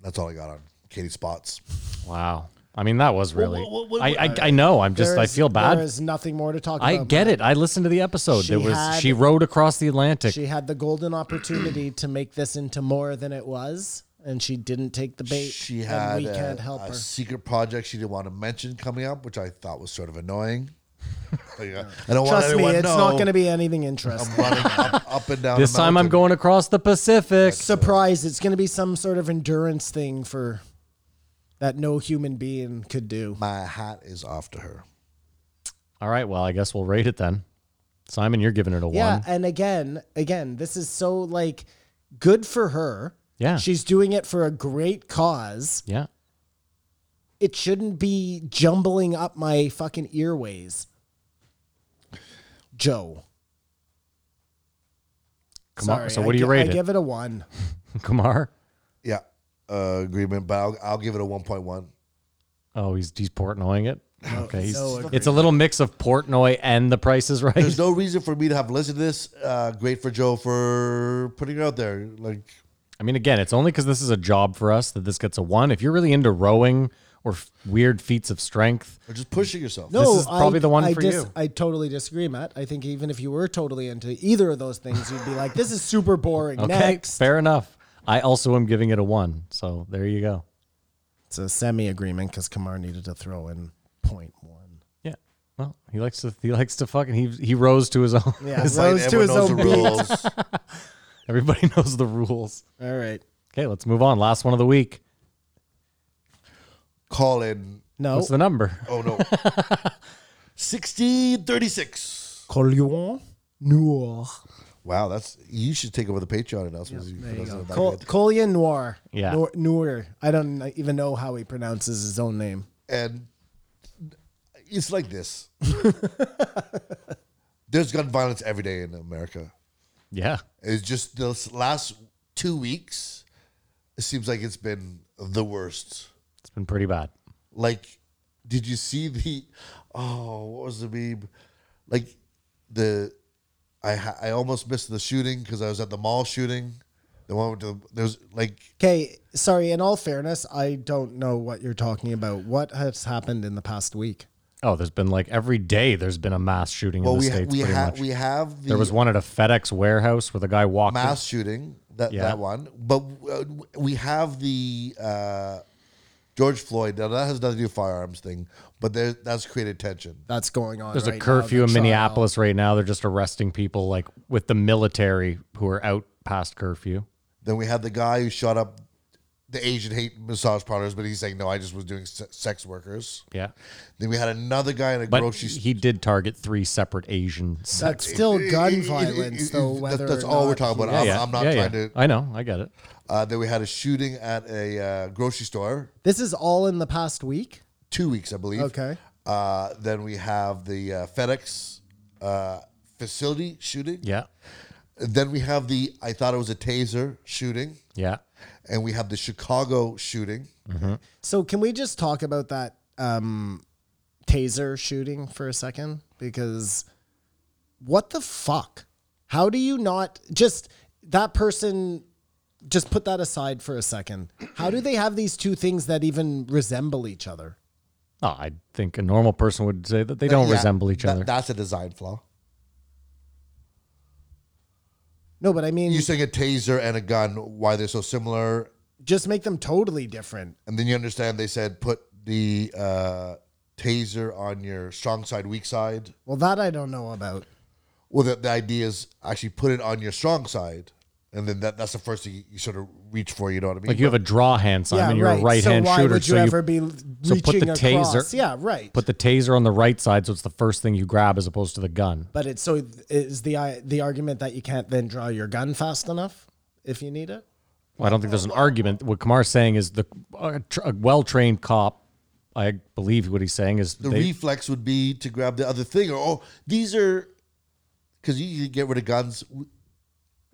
[SPEAKER 5] That's all I got on Katie Spots.
[SPEAKER 6] Wow. I mean, that was really.
[SPEAKER 5] what- what- what-
[SPEAKER 6] I, I I know. I'm just.
[SPEAKER 7] There
[SPEAKER 6] I
[SPEAKER 7] is-
[SPEAKER 6] feel
[SPEAKER 7] There
[SPEAKER 6] bad.
[SPEAKER 7] is nothing more to talk
[SPEAKER 6] I
[SPEAKER 7] about.
[SPEAKER 6] get
[SPEAKER 7] Matt.
[SPEAKER 6] it. I listened to the episode.
[SPEAKER 7] She
[SPEAKER 6] there was
[SPEAKER 7] had-
[SPEAKER 6] she rode across the Atlantic.
[SPEAKER 7] She had the golden opportunity to make this into more than it was, and she didn't take the bait.
[SPEAKER 5] She had
[SPEAKER 7] and we
[SPEAKER 5] a,
[SPEAKER 7] can't help
[SPEAKER 5] a
[SPEAKER 7] her.
[SPEAKER 5] secret project she didn't want to mention coming up, which I thought was sort of annoying. Like, uh, I don't want
[SPEAKER 7] Trust me,
[SPEAKER 5] anyone
[SPEAKER 7] it's
[SPEAKER 5] to know
[SPEAKER 7] not going to be anything interesting.
[SPEAKER 5] I'm running up, up and down.
[SPEAKER 6] this
[SPEAKER 5] the
[SPEAKER 6] time I'm
[SPEAKER 5] mountain.
[SPEAKER 6] going across the Pacific.
[SPEAKER 7] Surprise! It's going to be some sort of endurance thing for that no human being could do.
[SPEAKER 5] My hat is off to her.
[SPEAKER 6] All right. Well, I guess we'll rate it then. Simon, you're giving it a
[SPEAKER 7] Yeah,
[SPEAKER 6] one.
[SPEAKER 7] and again, again, this is so like good for her.
[SPEAKER 6] Yeah.
[SPEAKER 7] she's doing it for a great cause.
[SPEAKER 6] Yeah.
[SPEAKER 7] It shouldn't be jumbling up my fucking earways, Joe.
[SPEAKER 6] Kamar.
[SPEAKER 7] Sorry,
[SPEAKER 6] so
[SPEAKER 7] I
[SPEAKER 6] what do you
[SPEAKER 7] gi-
[SPEAKER 6] rate
[SPEAKER 7] I
[SPEAKER 6] it,
[SPEAKER 7] give it a one.
[SPEAKER 6] Kamar?
[SPEAKER 5] Yeah, uh, agreement. But I'll, I'll give it a 1.1.
[SPEAKER 6] Oh, he's he's Portnoying it. Okay. He's,
[SPEAKER 7] Oh, so
[SPEAKER 6] it's a little mix of Portnoy and The Price is Right.
[SPEAKER 5] There's no reason for me to have listened to this. Uh, great for Joe for putting it out there. Like
[SPEAKER 6] I mean, again, it's only because this is a job for us that this gets a one. If you're really into rowing or f- weird feats of strength,
[SPEAKER 5] or just pushing yourself.
[SPEAKER 7] No,
[SPEAKER 6] is probably
[SPEAKER 7] I,
[SPEAKER 6] the one
[SPEAKER 7] I
[SPEAKER 6] for you.
[SPEAKER 7] I totally disagree, Matt. I think even if you were totally into either of those things, you'd be like, "This is super boring."
[SPEAKER 6] okay,
[SPEAKER 7] Next,
[SPEAKER 6] fair enough. I also am giving it a one. So there you go.
[SPEAKER 7] it's a semi-agreement because Kamar needed to throw in point one.
[SPEAKER 6] Yeah. Well, he likes to he likes to fucking he he rose to his own.
[SPEAKER 7] Yeah,
[SPEAKER 5] It's like
[SPEAKER 7] rose to his
[SPEAKER 5] everyone knows
[SPEAKER 7] own
[SPEAKER 5] the
[SPEAKER 7] beat.
[SPEAKER 5] rules.
[SPEAKER 6] Everybody knows the rules.
[SPEAKER 7] All right,
[SPEAKER 6] Okay, let's move on. Last one of the week.
[SPEAKER 5] Call in.
[SPEAKER 7] no,
[SPEAKER 6] What's the number?
[SPEAKER 5] Oh no. 1636.
[SPEAKER 7] Colion Noir.
[SPEAKER 5] Wow, that's you should take over the Patreon announcements. You put us in the back
[SPEAKER 7] Col-
[SPEAKER 5] end.
[SPEAKER 7] Colion Noir.
[SPEAKER 6] Yeah.
[SPEAKER 7] Noir, Noir. I don't even know how he pronounces his own name.
[SPEAKER 5] and it's like this. There's gun violence every day in America.
[SPEAKER 6] Yeah.
[SPEAKER 5] It's just those last two weeks. It seems like it's been the worst.
[SPEAKER 6] It's been pretty bad.
[SPEAKER 5] Like, did you see the? Oh, what was the meme? Like, the I ha- I almost missed the shooting because I was at the mall shooting. The one with the there's like
[SPEAKER 7] Okay, sorry. In all fairness, I don't know what you're talking about. What has happened in the past week?
[SPEAKER 6] Oh, there's been like every day there's been a mass shooting
[SPEAKER 5] well
[SPEAKER 6] in the
[SPEAKER 5] we ha-
[SPEAKER 6] states
[SPEAKER 5] we
[SPEAKER 6] pretty
[SPEAKER 5] have
[SPEAKER 6] much.
[SPEAKER 5] we have the
[SPEAKER 6] there was one at a FedEx warehouse where the guy walked
[SPEAKER 5] mass shooting that
[SPEAKER 6] Yeah.
[SPEAKER 5] that one but uh, we have the uh george floyd now that has nothing to do with firearms thing but there that's created tension
[SPEAKER 7] That's going on.
[SPEAKER 6] There's
[SPEAKER 7] right
[SPEAKER 6] a
[SPEAKER 7] now,
[SPEAKER 6] curfew
[SPEAKER 7] the
[SPEAKER 6] in
[SPEAKER 7] trial.
[SPEAKER 6] Minneapolis right now. They're just arresting people like with the military who are out past curfew.
[SPEAKER 5] then we had the guy who shot up the Asian hate massage parlors, but he's saying no, I just was doing se- sex workers.
[SPEAKER 6] Yeah.
[SPEAKER 5] Then we had another guy in a
[SPEAKER 6] But
[SPEAKER 5] grocery store.
[SPEAKER 6] he did target three separate Asian. se-
[SPEAKER 7] That's still gun
[SPEAKER 5] It- it-
[SPEAKER 7] violence,
[SPEAKER 5] it-
[SPEAKER 7] though.
[SPEAKER 5] that-
[SPEAKER 7] Whether
[SPEAKER 5] that's
[SPEAKER 7] or
[SPEAKER 5] all we're
[SPEAKER 7] not
[SPEAKER 5] talking
[SPEAKER 7] he-
[SPEAKER 5] about.
[SPEAKER 6] Yeah,
[SPEAKER 5] Oh, I'm,
[SPEAKER 6] yeah.
[SPEAKER 5] I'm not
[SPEAKER 6] Yeah,
[SPEAKER 5] trying
[SPEAKER 6] yeah.
[SPEAKER 5] to.
[SPEAKER 6] I know. I get it.
[SPEAKER 5] Uh, then we had a shooting at a uh, grocery store
[SPEAKER 7] This is all in the past week.
[SPEAKER 5] two weeks, I believe.
[SPEAKER 7] Okay.
[SPEAKER 5] Uh, then we have the uh, FedEx uh, facility shooting.
[SPEAKER 6] Yeah.
[SPEAKER 5] Then we have the I thought it was a taser shooting,
[SPEAKER 6] Yeah.
[SPEAKER 5] and we have the Chicago shooting.
[SPEAKER 7] So can we just talk about that um, taser shooting for a second? Because what the fuck? How do you not just that person? Just put that aside for a second. How do they have these two things that even resemble each other?
[SPEAKER 6] Oh, I think a normal person would say that they don't
[SPEAKER 5] Yeah,
[SPEAKER 6] resemble each
[SPEAKER 5] that-
[SPEAKER 6] other.
[SPEAKER 5] That's a design flaw.
[SPEAKER 7] No, but I mean,
[SPEAKER 5] You're saying a taser and a gun, why they're so similar,
[SPEAKER 7] just make them totally different.
[SPEAKER 5] and then you understand they said put the uh, taser on your strong side, weak side.
[SPEAKER 7] Well, that I don't know about.
[SPEAKER 5] Well, the, the idea is actually put it on your strong side, and then that, that's the first thing you, you sort of reach for. You know what I mean?
[SPEAKER 6] like you have a draw hand sign and you're a right
[SPEAKER 7] so
[SPEAKER 6] hand
[SPEAKER 7] why
[SPEAKER 6] shooter.
[SPEAKER 7] would you
[SPEAKER 6] so
[SPEAKER 7] ever
[SPEAKER 6] you
[SPEAKER 7] be
[SPEAKER 6] so
[SPEAKER 7] reaching
[SPEAKER 6] put the
[SPEAKER 7] across?
[SPEAKER 6] taser-
[SPEAKER 7] Yeah, right.
[SPEAKER 6] put the taser on the right side, so it's the first thing you grab as opposed to the gun.
[SPEAKER 7] But it's so is the I the argument that you can't then draw your gun fast enough if you need it.
[SPEAKER 6] Well, I don't think there's an argument. What Kamar's saying is the a, tr- a well trained cop. I believe what he's saying is
[SPEAKER 5] the
[SPEAKER 6] they,
[SPEAKER 5] reflex would be to grab the other thing, or oh, these are because you, you get rid of guns.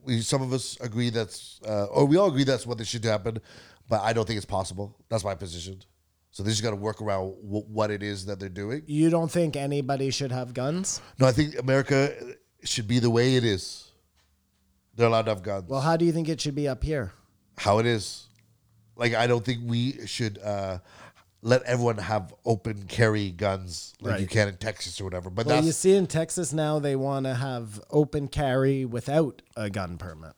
[SPEAKER 5] We, some of us agree that's, uh, or we all agree that's what they should happen, but I don't think it's possible. That's my position. So they just got to work around wh- what it is that they're doing.
[SPEAKER 7] You don't think anybody should have guns?
[SPEAKER 5] No, I think America should be the way it is. They're allowed to have guns.
[SPEAKER 7] Well, how do you think it should be up here?
[SPEAKER 5] how it is. Like I don't think we should uh, let everyone have open carry guns like you
[SPEAKER 7] Right.
[SPEAKER 5] can in Texas or whatever. But
[SPEAKER 7] Well,
[SPEAKER 5] that's
[SPEAKER 7] you see in Texas now they want to have open carry without a gun permit.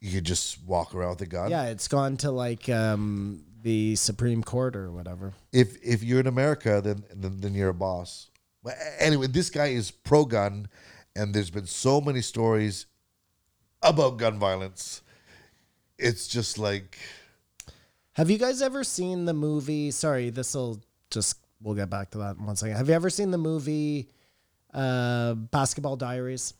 [SPEAKER 5] you could just walk around with a gun.
[SPEAKER 7] Yeah, it's gone to like um, the Supreme Court or whatever.
[SPEAKER 5] If if you're in America, then then, then you're a boss. But a- anyway, this guy is pro gun, and there's been so many stories about gun violence. It's just like
[SPEAKER 7] Have you guys ever seen the movie? Sorry, this will just we'll get back to that in one second. Have you ever seen the movie uh, Basketball Diaries?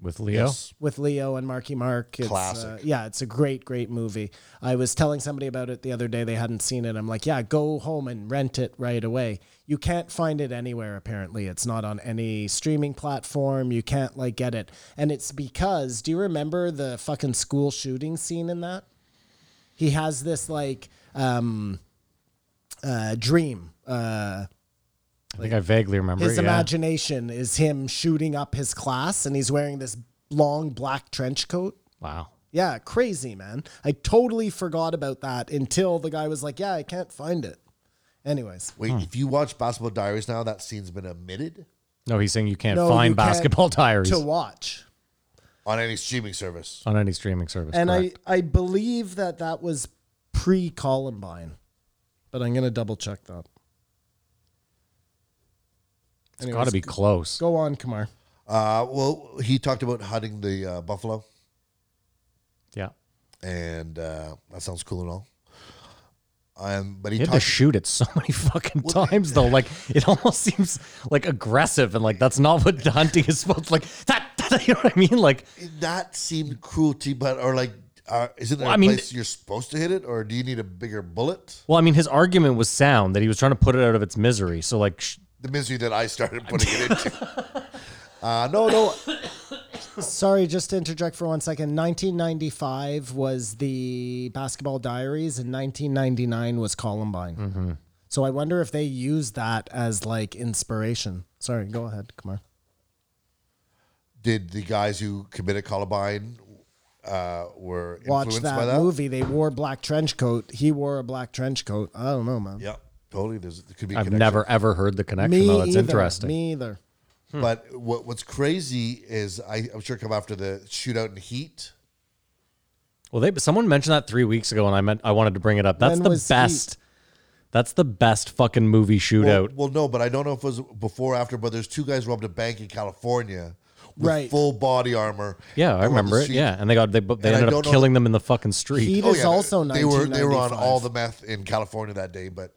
[SPEAKER 6] with Leo.
[SPEAKER 7] with Leo and Marky Mark. It's, Uh,
[SPEAKER 5] Classic.
[SPEAKER 7] yeah, it's a great, great movie. I was telling somebody about it the other day. They hadn't seen it. I'm like, yeah, go home and rent it right away. You can't find it anywhere, apparently. It's not on any streaming platform. You can't, like, get it. And it's because, do you remember the fucking school shooting scene in that? He has this, like, um, uh, dream. Uh,
[SPEAKER 6] I think I vaguely remember.
[SPEAKER 7] his
[SPEAKER 6] it, yeah.
[SPEAKER 7] imagination is him shooting up his class, and he's wearing this long black trench coat.
[SPEAKER 6] Wow.
[SPEAKER 7] Yeah, crazy, man. I totally forgot about that until the guy was like, Yeah, I can't find it. Anyways.
[SPEAKER 5] wait. If you watch Basketball Diaries now, that scene's been omitted
[SPEAKER 6] No, he's saying you can't
[SPEAKER 7] No,
[SPEAKER 6] find
[SPEAKER 7] you can't
[SPEAKER 6] basketball diaries
[SPEAKER 7] To watch.
[SPEAKER 5] on any streaming service.
[SPEAKER 6] on any streaming service.
[SPEAKER 7] And
[SPEAKER 6] correct.
[SPEAKER 7] I, I believe that that was pre Columbine, but I'm going to double check that.
[SPEAKER 6] it's got to be close.
[SPEAKER 7] Go on, Kumar.
[SPEAKER 5] Uh, well, he talked about hunting the uh, buffalo.
[SPEAKER 6] Yeah.
[SPEAKER 5] and uh, that sounds cool and all. Um, but he
[SPEAKER 6] He had to
[SPEAKER 5] talked,
[SPEAKER 6] shoot it so many fucking times though. Like it almost seems like aggressive and like that's not what hunting is supposed to like that, that- you know what I mean? Like
[SPEAKER 5] that seemed cruelty, but or like, uh, isn't there
[SPEAKER 6] Well,
[SPEAKER 5] a
[SPEAKER 6] I mean-
[SPEAKER 5] place you're supposed to hit it, or do you need a bigger bullet?
[SPEAKER 6] well, I mean his argument was sound that he was trying to put it out of its misery. So like sh-
[SPEAKER 5] The misery that I started putting it into. Uh, no, no,
[SPEAKER 7] Sorry, just to interject for one second. 1995 was the Basketball Diaries, and 1999 was Columbine.
[SPEAKER 5] Mm-hmm.
[SPEAKER 7] So I wonder if they used that as like inspiration. Sorry, go ahead, Kumar.
[SPEAKER 5] did the guys who committed Columbine uh, were
[SPEAKER 7] Watch
[SPEAKER 5] influenced by
[SPEAKER 7] that,
[SPEAKER 5] that?
[SPEAKER 7] movie. They wore black trench coat. He wore a black trench coat. I don't know, man.
[SPEAKER 5] Yeah, totally. There's, there could be. a
[SPEAKER 6] I've
[SPEAKER 5] connection.
[SPEAKER 6] never ever heard the connection
[SPEAKER 7] Me
[SPEAKER 6] though. It's
[SPEAKER 7] either.
[SPEAKER 6] interesting.
[SPEAKER 7] Me either.
[SPEAKER 5] But what, what's crazy is I, I'm sure come after the shootout in Heat.
[SPEAKER 6] Well, they someone mentioned that three weeks ago, and I meant I wanted to bring it up. That's
[SPEAKER 7] When
[SPEAKER 6] the
[SPEAKER 7] was
[SPEAKER 6] best. That's the best fucking movie
[SPEAKER 5] Well,
[SPEAKER 6] shootout.
[SPEAKER 5] well, no, but I don't know if it was before or after, but there's two guys robbed a bank in California with
[SPEAKER 7] Right.
[SPEAKER 5] full body armor.
[SPEAKER 6] Yeah, I
[SPEAKER 5] around the
[SPEAKER 6] remember it.
[SPEAKER 5] street.
[SPEAKER 6] Yeah, and they got they bu- they
[SPEAKER 5] And I
[SPEAKER 6] ended
[SPEAKER 5] don't
[SPEAKER 6] up
[SPEAKER 5] know
[SPEAKER 6] killing them in the fucking street.
[SPEAKER 7] He is also
[SPEAKER 5] Oh, they were they were on
[SPEAKER 7] 1995.
[SPEAKER 5] all the meth in California that day, but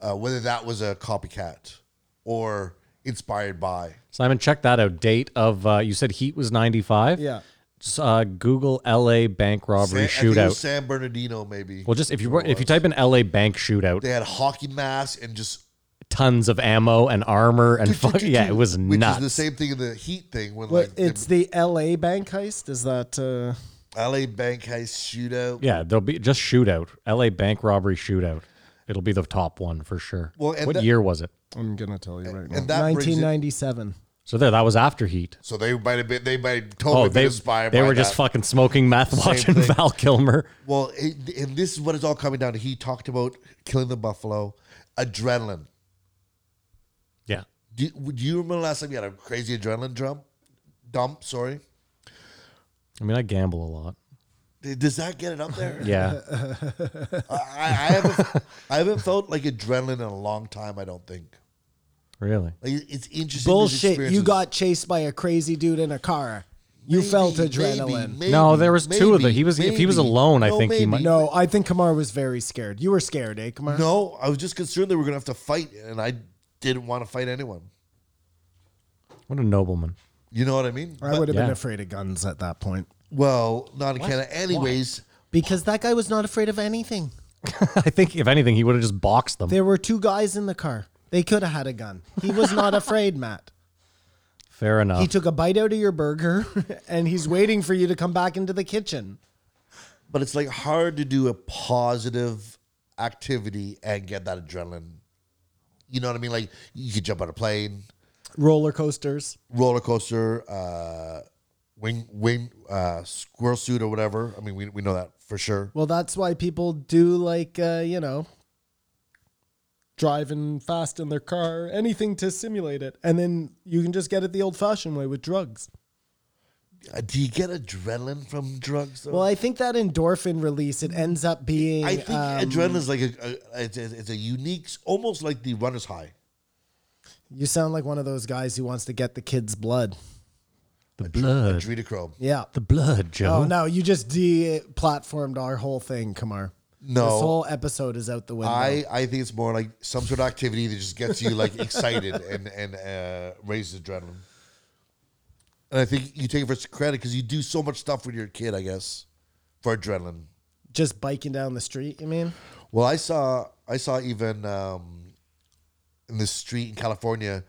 [SPEAKER 5] uh, whether that was a copycat or inspired by,
[SPEAKER 6] Simon, check that out. Date of uh, you said Heat was ninety five.
[SPEAKER 7] Yeah.
[SPEAKER 6] S- Uh, Google L.A. bank
[SPEAKER 5] San- I
[SPEAKER 6] robbery
[SPEAKER 5] think it was
[SPEAKER 6] shootout.
[SPEAKER 5] San Bernardino maybe.
[SPEAKER 6] Well, just if you if you type in L.A. bank shootout,
[SPEAKER 5] they had hockey masks and just
[SPEAKER 6] tons of ammo and armor and fuck yeah, it was
[SPEAKER 5] which
[SPEAKER 6] nuts.
[SPEAKER 5] is the same thing in the heat thing when
[SPEAKER 7] Well,
[SPEAKER 5] like the
[SPEAKER 7] it's the L.A. bank heist. Is that uh,
[SPEAKER 5] LA bank heist shootout.
[SPEAKER 6] yeah, there'll be just shootout. L.A. bank robbery shootout. It'll be the top one for sure.
[SPEAKER 5] Well, and
[SPEAKER 6] what
[SPEAKER 5] that-
[SPEAKER 6] year was it?
[SPEAKER 7] I'm gonna tell you right now.
[SPEAKER 5] and that brings it-
[SPEAKER 7] 1997.
[SPEAKER 6] So there, that was after Heat.
[SPEAKER 5] So they might have been they might have totally
[SPEAKER 6] Oh,
[SPEAKER 5] been
[SPEAKER 6] they
[SPEAKER 5] inspired.
[SPEAKER 6] they
[SPEAKER 5] by
[SPEAKER 6] were just
[SPEAKER 5] that.
[SPEAKER 6] fucking smoking meth, watching
[SPEAKER 5] thing.
[SPEAKER 6] Val Kilmer.
[SPEAKER 5] Well, it, and this is what it's all coming down to. He talked about killing the buffalo, adrenaline.
[SPEAKER 6] Yeah,
[SPEAKER 5] Do, do you remember last time you had a crazy adrenaline dump? Dump, sorry.
[SPEAKER 6] I mean, I gamble a lot.
[SPEAKER 5] Does that get it up there?
[SPEAKER 6] Yeah,
[SPEAKER 5] I, I haven't, I haven't felt like adrenaline in a long time. I don't think.
[SPEAKER 6] really.
[SPEAKER 5] Like it- it's interesting. those
[SPEAKER 7] Bullshit! You
[SPEAKER 5] experiences.
[SPEAKER 7] got chased by a crazy dude in a car. You felt
[SPEAKER 5] Maybe,
[SPEAKER 7] adrenaline.
[SPEAKER 5] maybe,
[SPEAKER 6] No, there was two of
[SPEAKER 5] maybe,
[SPEAKER 6] them. He was- if he was
[SPEAKER 5] maybe.
[SPEAKER 6] alone, I think he might-
[SPEAKER 7] No, I think Kamar was very scared. You were scared, eh, Kamar?
[SPEAKER 5] No, I was just concerned they were gonna have to fight, and I didn't want to fight anyone.
[SPEAKER 6] What a nobleman.
[SPEAKER 5] You know what I mean?
[SPEAKER 7] I
[SPEAKER 5] But-
[SPEAKER 7] would have
[SPEAKER 6] Yeah.
[SPEAKER 7] been afraid of guns at that point
[SPEAKER 5] well, not in Canada. Anyways,
[SPEAKER 7] because that guy was not afraid of anything.
[SPEAKER 6] I think if anything, he would have just boxed them.
[SPEAKER 7] There were two guys in the car. They could have had a gun. He was not afraid, Matt.
[SPEAKER 6] Fair enough.
[SPEAKER 7] He took a bite out of your burger and he's waiting for you to come back into the kitchen.
[SPEAKER 5] but it's like hard to do a positive activity and get that adrenaline. You know what I mean? Like you could jump on a plane,
[SPEAKER 7] Roller coasters.
[SPEAKER 5] roller coaster, uh, wing wing uh, squirrel suit or whatever. I mean, we we know that for sure.
[SPEAKER 7] Well, that's why people do like, uh, you know, driving fast in their car, anything to simulate it. And then you can just get it the old fashioned way with drugs.
[SPEAKER 5] Uh, Do you get adrenaline from drugs? Though?
[SPEAKER 7] Well, I think that endorphin release, it ends up being.
[SPEAKER 5] I think
[SPEAKER 7] um,
[SPEAKER 5] adrenaline is like a, a it's, a- it's a unique, almost like the runner's high.
[SPEAKER 7] You sound like one of those guys who wants to get the kid's blood.
[SPEAKER 6] the blood.
[SPEAKER 5] Adrenochrome.
[SPEAKER 7] Yeah.
[SPEAKER 6] The blood,
[SPEAKER 7] Oh
[SPEAKER 6] Joe.
[SPEAKER 7] no, you just de-platformed our whole thing, Kamar.
[SPEAKER 5] No.
[SPEAKER 7] this whole episode is out the window.
[SPEAKER 5] I, I think it's more like some sort of activity that just gets you like excited and and uh, raises adrenaline. And I think you take it for credit because you do so much stuff when you're a kid, I guess, for adrenaline.
[SPEAKER 7] just biking down the street. You mean?
[SPEAKER 5] Well, I saw I saw even um, in the street in California,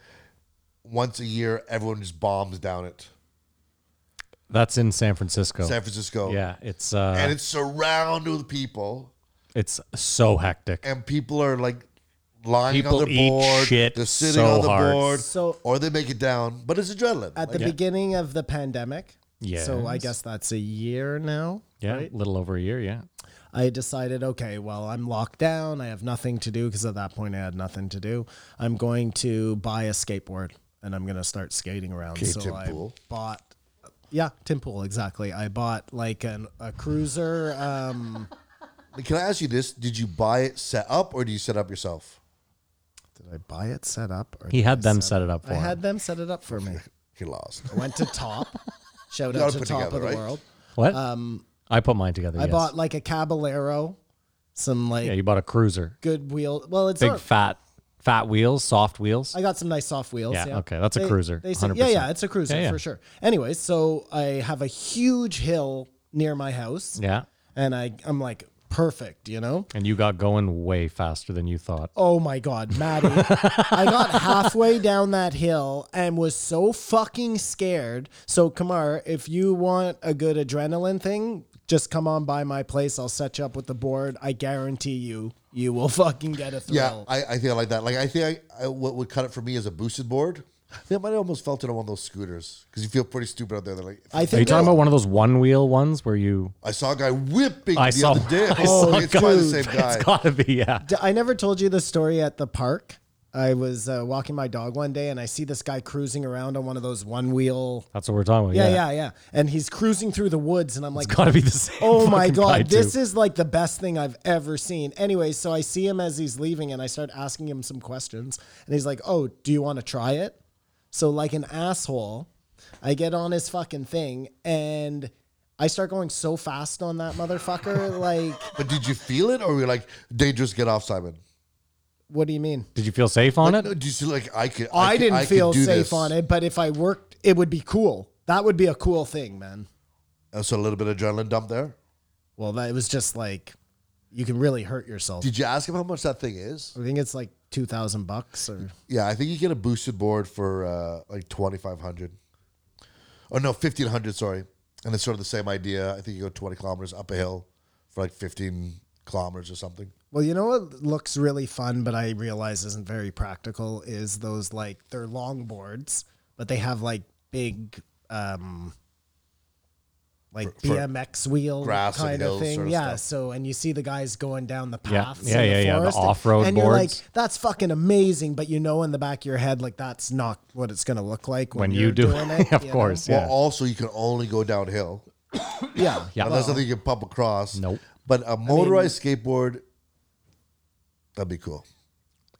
[SPEAKER 5] once a year everyone just bombs down it.
[SPEAKER 6] That's in San Francisco.
[SPEAKER 5] San Francisco.
[SPEAKER 6] Oh. yeah, it's uh,
[SPEAKER 5] And it's surrounded with people.
[SPEAKER 6] it's so hectic.
[SPEAKER 5] and people are like lying
[SPEAKER 6] People
[SPEAKER 5] on the
[SPEAKER 6] eat
[SPEAKER 5] board.
[SPEAKER 6] shit
[SPEAKER 5] they're sitting
[SPEAKER 6] so
[SPEAKER 5] on the
[SPEAKER 6] hard.
[SPEAKER 5] board,
[SPEAKER 7] So-
[SPEAKER 5] or they make it down. But it's adrenaline.
[SPEAKER 7] At
[SPEAKER 5] Like,
[SPEAKER 7] the beginning of the pandemic. So I
[SPEAKER 6] Yes.
[SPEAKER 7] guess that's a year now.
[SPEAKER 6] Yeah,
[SPEAKER 7] right?
[SPEAKER 6] a little over a year. Yeah,
[SPEAKER 7] I decided, okay, well, I'm locked down. I have nothing to do because at that point I had nothing to do. I'm going to buy a skateboard and I'm going to start skating around. so
[SPEAKER 5] Tim
[SPEAKER 7] I
[SPEAKER 5] Pool.
[SPEAKER 7] bought, yeah, Tim Pool, exactly. I bought like an, a cruiser. Um,
[SPEAKER 5] can I ask you this? Did you buy it set up, or do you set up yourself?
[SPEAKER 7] did I buy it set up? Or
[SPEAKER 6] he
[SPEAKER 7] did I
[SPEAKER 6] had them set it up for
[SPEAKER 7] I had
[SPEAKER 6] him.
[SPEAKER 7] them set it up for me.
[SPEAKER 5] He lost.
[SPEAKER 7] Went to Top. Shout
[SPEAKER 5] gotta
[SPEAKER 7] out to
[SPEAKER 5] put
[SPEAKER 7] Top
[SPEAKER 5] together,
[SPEAKER 7] of the
[SPEAKER 5] right?
[SPEAKER 7] World.
[SPEAKER 6] What? I put mine together.
[SPEAKER 7] I
[SPEAKER 6] yes.
[SPEAKER 7] bought like a Caballero, some like
[SPEAKER 6] Yeah, you bought a cruiser.
[SPEAKER 7] good wheel. Well, it's
[SPEAKER 6] Big
[SPEAKER 7] not,
[SPEAKER 6] fat, fat wheels, soft wheels.
[SPEAKER 7] I got some nice soft wheels.
[SPEAKER 6] Yeah,
[SPEAKER 7] Yeah,
[SPEAKER 6] okay, that's a cruiser,
[SPEAKER 7] They said, yeah, yeah,
[SPEAKER 6] 100%.
[SPEAKER 7] it's a cruiser
[SPEAKER 6] Yeah, yeah.
[SPEAKER 7] for sure. Anyway, so I have a huge hill near my house,
[SPEAKER 6] yeah,
[SPEAKER 7] and I I'm like perfect, you know.
[SPEAKER 6] and you got going way faster than you thought.
[SPEAKER 7] Oh my god, Maddie! I got halfway down that hill and was so fucking scared. So Kamar, if you want a good adrenaline thing. Just come on by my place. I'll set you up with the board. I guarantee you, you will fucking get a
[SPEAKER 5] Yeah,
[SPEAKER 7] thrill.
[SPEAKER 5] I, I think I like that. Like I think I, I, what would cut it for me is a boosted board. I think I might have almost felt it on one of those scooters because you feel pretty stupid out there. They're like,
[SPEAKER 7] I
[SPEAKER 6] Are
[SPEAKER 7] think
[SPEAKER 6] you talking
[SPEAKER 7] that-
[SPEAKER 6] about one of those one wheel ones where you?
[SPEAKER 5] I saw a guy whipping
[SPEAKER 6] I
[SPEAKER 5] the
[SPEAKER 6] saw.
[SPEAKER 5] other day.
[SPEAKER 6] I saw
[SPEAKER 5] it's probably the
[SPEAKER 6] guys-
[SPEAKER 5] same guy.
[SPEAKER 6] It's gotta be. Yeah.
[SPEAKER 7] D- I never told you this story at the park. I was uh, walking my dog one day and I see this guy cruising around on one of those one wheel.
[SPEAKER 6] That's what we're talking about.
[SPEAKER 7] Yeah,
[SPEAKER 6] Yeah,
[SPEAKER 7] yeah, yeah, And he's cruising through the woods and I'm like,
[SPEAKER 6] It's got to be the same.
[SPEAKER 7] oh my
[SPEAKER 6] fucking guy,
[SPEAKER 7] God, this
[SPEAKER 6] too.
[SPEAKER 7] is like the best thing I've ever seen. Anyway, so I see him as he's leaving and I start asking him some questions. And he's like, oh, do you want to try it? So, like an asshole, I get on his fucking thing and I start going so fast on that motherfucker. like,
[SPEAKER 5] But did you feel it, or were you like, dangerous, get off, Simon?
[SPEAKER 7] what do you mean?
[SPEAKER 6] Did you feel safe on
[SPEAKER 5] No,
[SPEAKER 7] uh,
[SPEAKER 6] it?
[SPEAKER 5] do you feel like I could?
[SPEAKER 7] I,
[SPEAKER 5] could-
[SPEAKER 7] didn't
[SPEAKER 5] could
[SPEAKER 7] feel
[SPEAKER 5] do
[SPEAKER 7] safe
[SPEAKER 5] this?
[SPEAKER 7] on it, but if I worked, it would be cool. That would be a cool thing, man.
[SPEAKER 5] Uh, So a little bit of adrenaline dump there.
[SPEAKER 7] Well, that it was just like you can really hurt yourself.
[SPEAKER 5] Did you ask him how much that thing is?
[SPEAKER 7] I think it's like two thousand bucks or
[SPEAKER 5] Yeah, I think you get a boosted board for uh, like twenty five hundred. Oh no, fifteen hundred. Sorry, and it's sort of the same idea. I think you go twenty kilometers up a hill for like fifteen kilometers or something.
[SPEAKER 7] Well, you know what looks really fun, but I realize isn't very practical is those like they're longboards, but they have like big, um, like
[SPEAKER 5] for
[SPEAKER 7] BMX wheel
[SPEAKER 5] grass and
[SPEAKER 7] kind
[SPEAKER 5] hills
[SPEAKER 7] of thing.
[SPEAKER 5] sort of
[SPEAKER 7] yeah.
[SPEAKER 5] stuff.
[SPEAKER 7] So, and you see the guys going down the
[SPEAKER 6] Yeah.
[SPEAKER 7] paths.
[SPEAKER 6] Yeah,
[SPEAKER 7] in
[SPEAKER 6] yeah,
[SPEAKER 7] the
[SPEAKER 6] yeah, the
[SPEAKER 7] forest,
[SPEAKER 6] off-road
[SPEAKER 7] And you're like,
[SPEAKER 6] boards.
[SPEAKER 7] that's fucking amazing. But you know, in the back of your head, like that's not what it's going to look like
[SPEAKER 6] When
[SPEAKER 7] when, you're
[SPEAKER 6] you do
[SPEAKER 7] doing it.
[SPEAKER 6] of
[SPEAKER 7] you know?
[SPEAKER 6] course.
[SPEAKER 5] Well,
[SPEAKER 6] Yeah.
[SPEAKER 5] also you can only go downhill.
[SPEAKER 7] Yeah.
[SPEAKER 6] yeah.
[SPEAKER 5] Unless I think you can pump across.
[SPEAKER 6] Nope.
[SPEAKER 5] But a motorized skateboard, that'd be cool.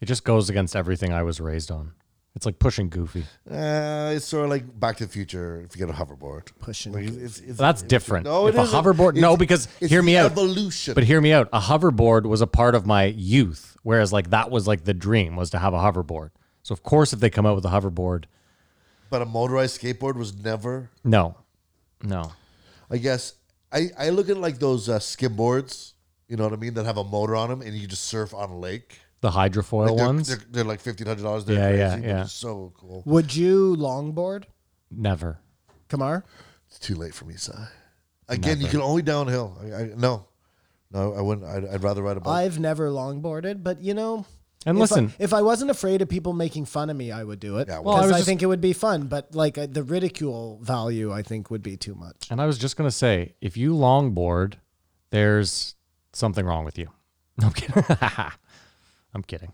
[SPEAKER 6] It just goes against everything I was raised on. It's like pushing Goofy.
[SPEAKER 5] Uh, it's sort of like Back to the Future if you get a hoverboard.
[SPEAKER 7] Pushing
[SPEAKER 5] Like,
[SPEAKER 7] Goofy.
[SPEAKER 5] it's, it's,
[SPEAKER 6] That's different.
[SPEAKER 5] No,
[SPEAKER 6] if
[SPEAKER 5] it
[SPEAKER 6] a
[SPEAKER 5] isn't.
[SPEAKER 6] hoverboard, no,
[SPEAKER 5] It's-
[SPEAKER 6] because
[SPEAKER 5] it's
[SPEAKER 6] hear me
[SPEAKER 5] the
[SPEAKER 6] out.
[SPEAKER 5] evolution.
[SPEAKER 6] But hear me out. A hoverboard was a part of my youth, whereas like that was like the dream was to have a hoverboard. So of course, if they come out with a hoverboard,
[SPEAKER 5] but a motorized skateboard was never.
[SPEAKER 6] no, no,
[SPEAKER 5] I guess I, I look at like those uh, skim boards. You know what I mean? That have a motor on them, and you just surf on a lake.
[SPEAKER 6] the hydrofoil
[SPEAKER 5] They're,
[SPEAKER 6] ones,
[SPEAKER 5] they're, they're like fifteen hundred dollars. They're
[SPEAKER 6] Yeah, yeah,
[SPEAKER 5] crazy, but
[SPEAKER 6] yeah.
[SPEAKER 5] it's So cool.
[SPEAKER 7] Would you longboard,
[SPEAKER 6] never.
[SPEAKER 7] Kamar?
[SPEAKER 5] It's too late for me, Si. Again, you can only downhill. I, I, no, no, I wouldn't. I'd, I'd rather ride a bike.
[SPEAKER 7] I've never longboarded, but you know,
[SPEAKER 6] And
[SPEAKER 7] if
[SPEAKER 6] listen-
[SPEAKER 7] I, if I wasn't afraid of people making fun of me, I would do it.
[SPEAKER 5] Yeah,
[SPEAKER 6] well-
[SPEAKER 7] well, I,
[SPEAKER 6] Well, I was just-
[SPEAKER 7] think it would be fun, but like uh, the ridicule value, I think would be too much.
[SPEAKER 6] And I was just gonna say, if you longboard, there's something wrong with you. No, I'm kidding. I'm kidding.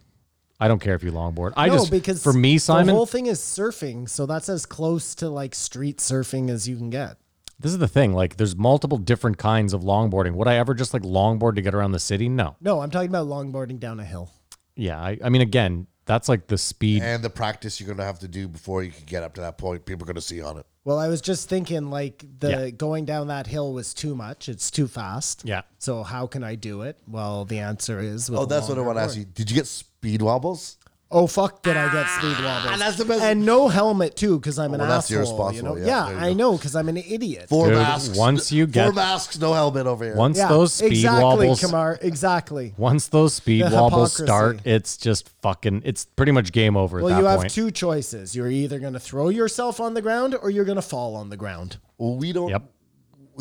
[SPEAKER 6] I don't care if you longboard. I
[SPEAKER 7] no,
[SPEAKER 6] just
[SPEAKER 7] because
[SPEAKER 6] for me,
[SPEAKER 7] the
[SPEAKER 6] Simon,
[SPEAKER 7] whole thing is surfing, so that's as close to like street surfing as you can get.
[SPEAKER 6] this is the thing. Like, there's multiple different kinds of longboarding. Would I ever just like longboard to get around the city? No.
[SPEAKER 7] No, I'm talking about longboarding down a hill.
[SPEAKER 6] Yeah, I, I mean, again, that's like the speed.
[SPEAKER 5] and the practice you're going to have to do before you can get up to that point. People are going to see on it.
[SPEAKER 7] Well, I was just thinking like the
[SPEAKER 6] Yeah.
[SPEAKER 7] going down that hill was too much. It's too fast.
[SPEAKER 6] Yeah.
[SPEAKER 7] So how can I do it? Well, the answer is with
[SPEAKER 5] Oh,
[SPEAKER 7] a
[SPEAKER 5] that's what I
[SPEAKER 7] longer
[SPEAKER 5] want to ask you. Did you get speed wobbles?
[SPEAKER 7] Oh fuck! Did I get speed wobbles?
[SPEAKER 5] Ah, that's the best-
[SPEAKER 7] And no helmet too, because
[SPEAKER 6] Oh,
[SPEAKER 7] I'm an
[SPEAKER 5] Well, that's
[SPEAKER 7] asshole. you know?
[SPEAKER 5] irresponsible. Yeah,
[SPEAKER 7] Yeah,
[SPEAKER 5] there you
[SPEAKER 7] I
[SPEAKER 5] go.
[SPEAKER 7] know, because I'm an idiot.
[SPEAKER 5] Four
[SPEAKER 6] Dude,
[SPEAKER 5] masks.
[SPEAKER 6] once you
[SPEAKER 5] four
[SPEAKER 6] get-
[SPEAKER 5] masks, no helmet over here.
[SPEAKER 6] Once
[SPEAKER 7] yeah,
[SPEAKER 6] those speed
[SPEAKER 7] exactly,
[SPEAKER 6] wobbles,
[SPEAKER 7] Kamar. Exactly.
[SPEAKER 6] once those speed
[SPEAKER 7] The
[SPEAKER 6] wobbles
[SPEAKER 7] hypocrisy.
[SPEAKER 6] start, it's just fucking. It's pretty much game over.
[SPEAKER 7] Well,
[SPEAKER 6] at that
[SPEAKER 7] you have
[SPEAKER 6] point.
[SPEAKER 7] two choices. You're either going to throw yourself on the ground, or you're going to fall on the ground.
[SPEAKER 5] Well, we don't.
[SPEAKER 6] Yep.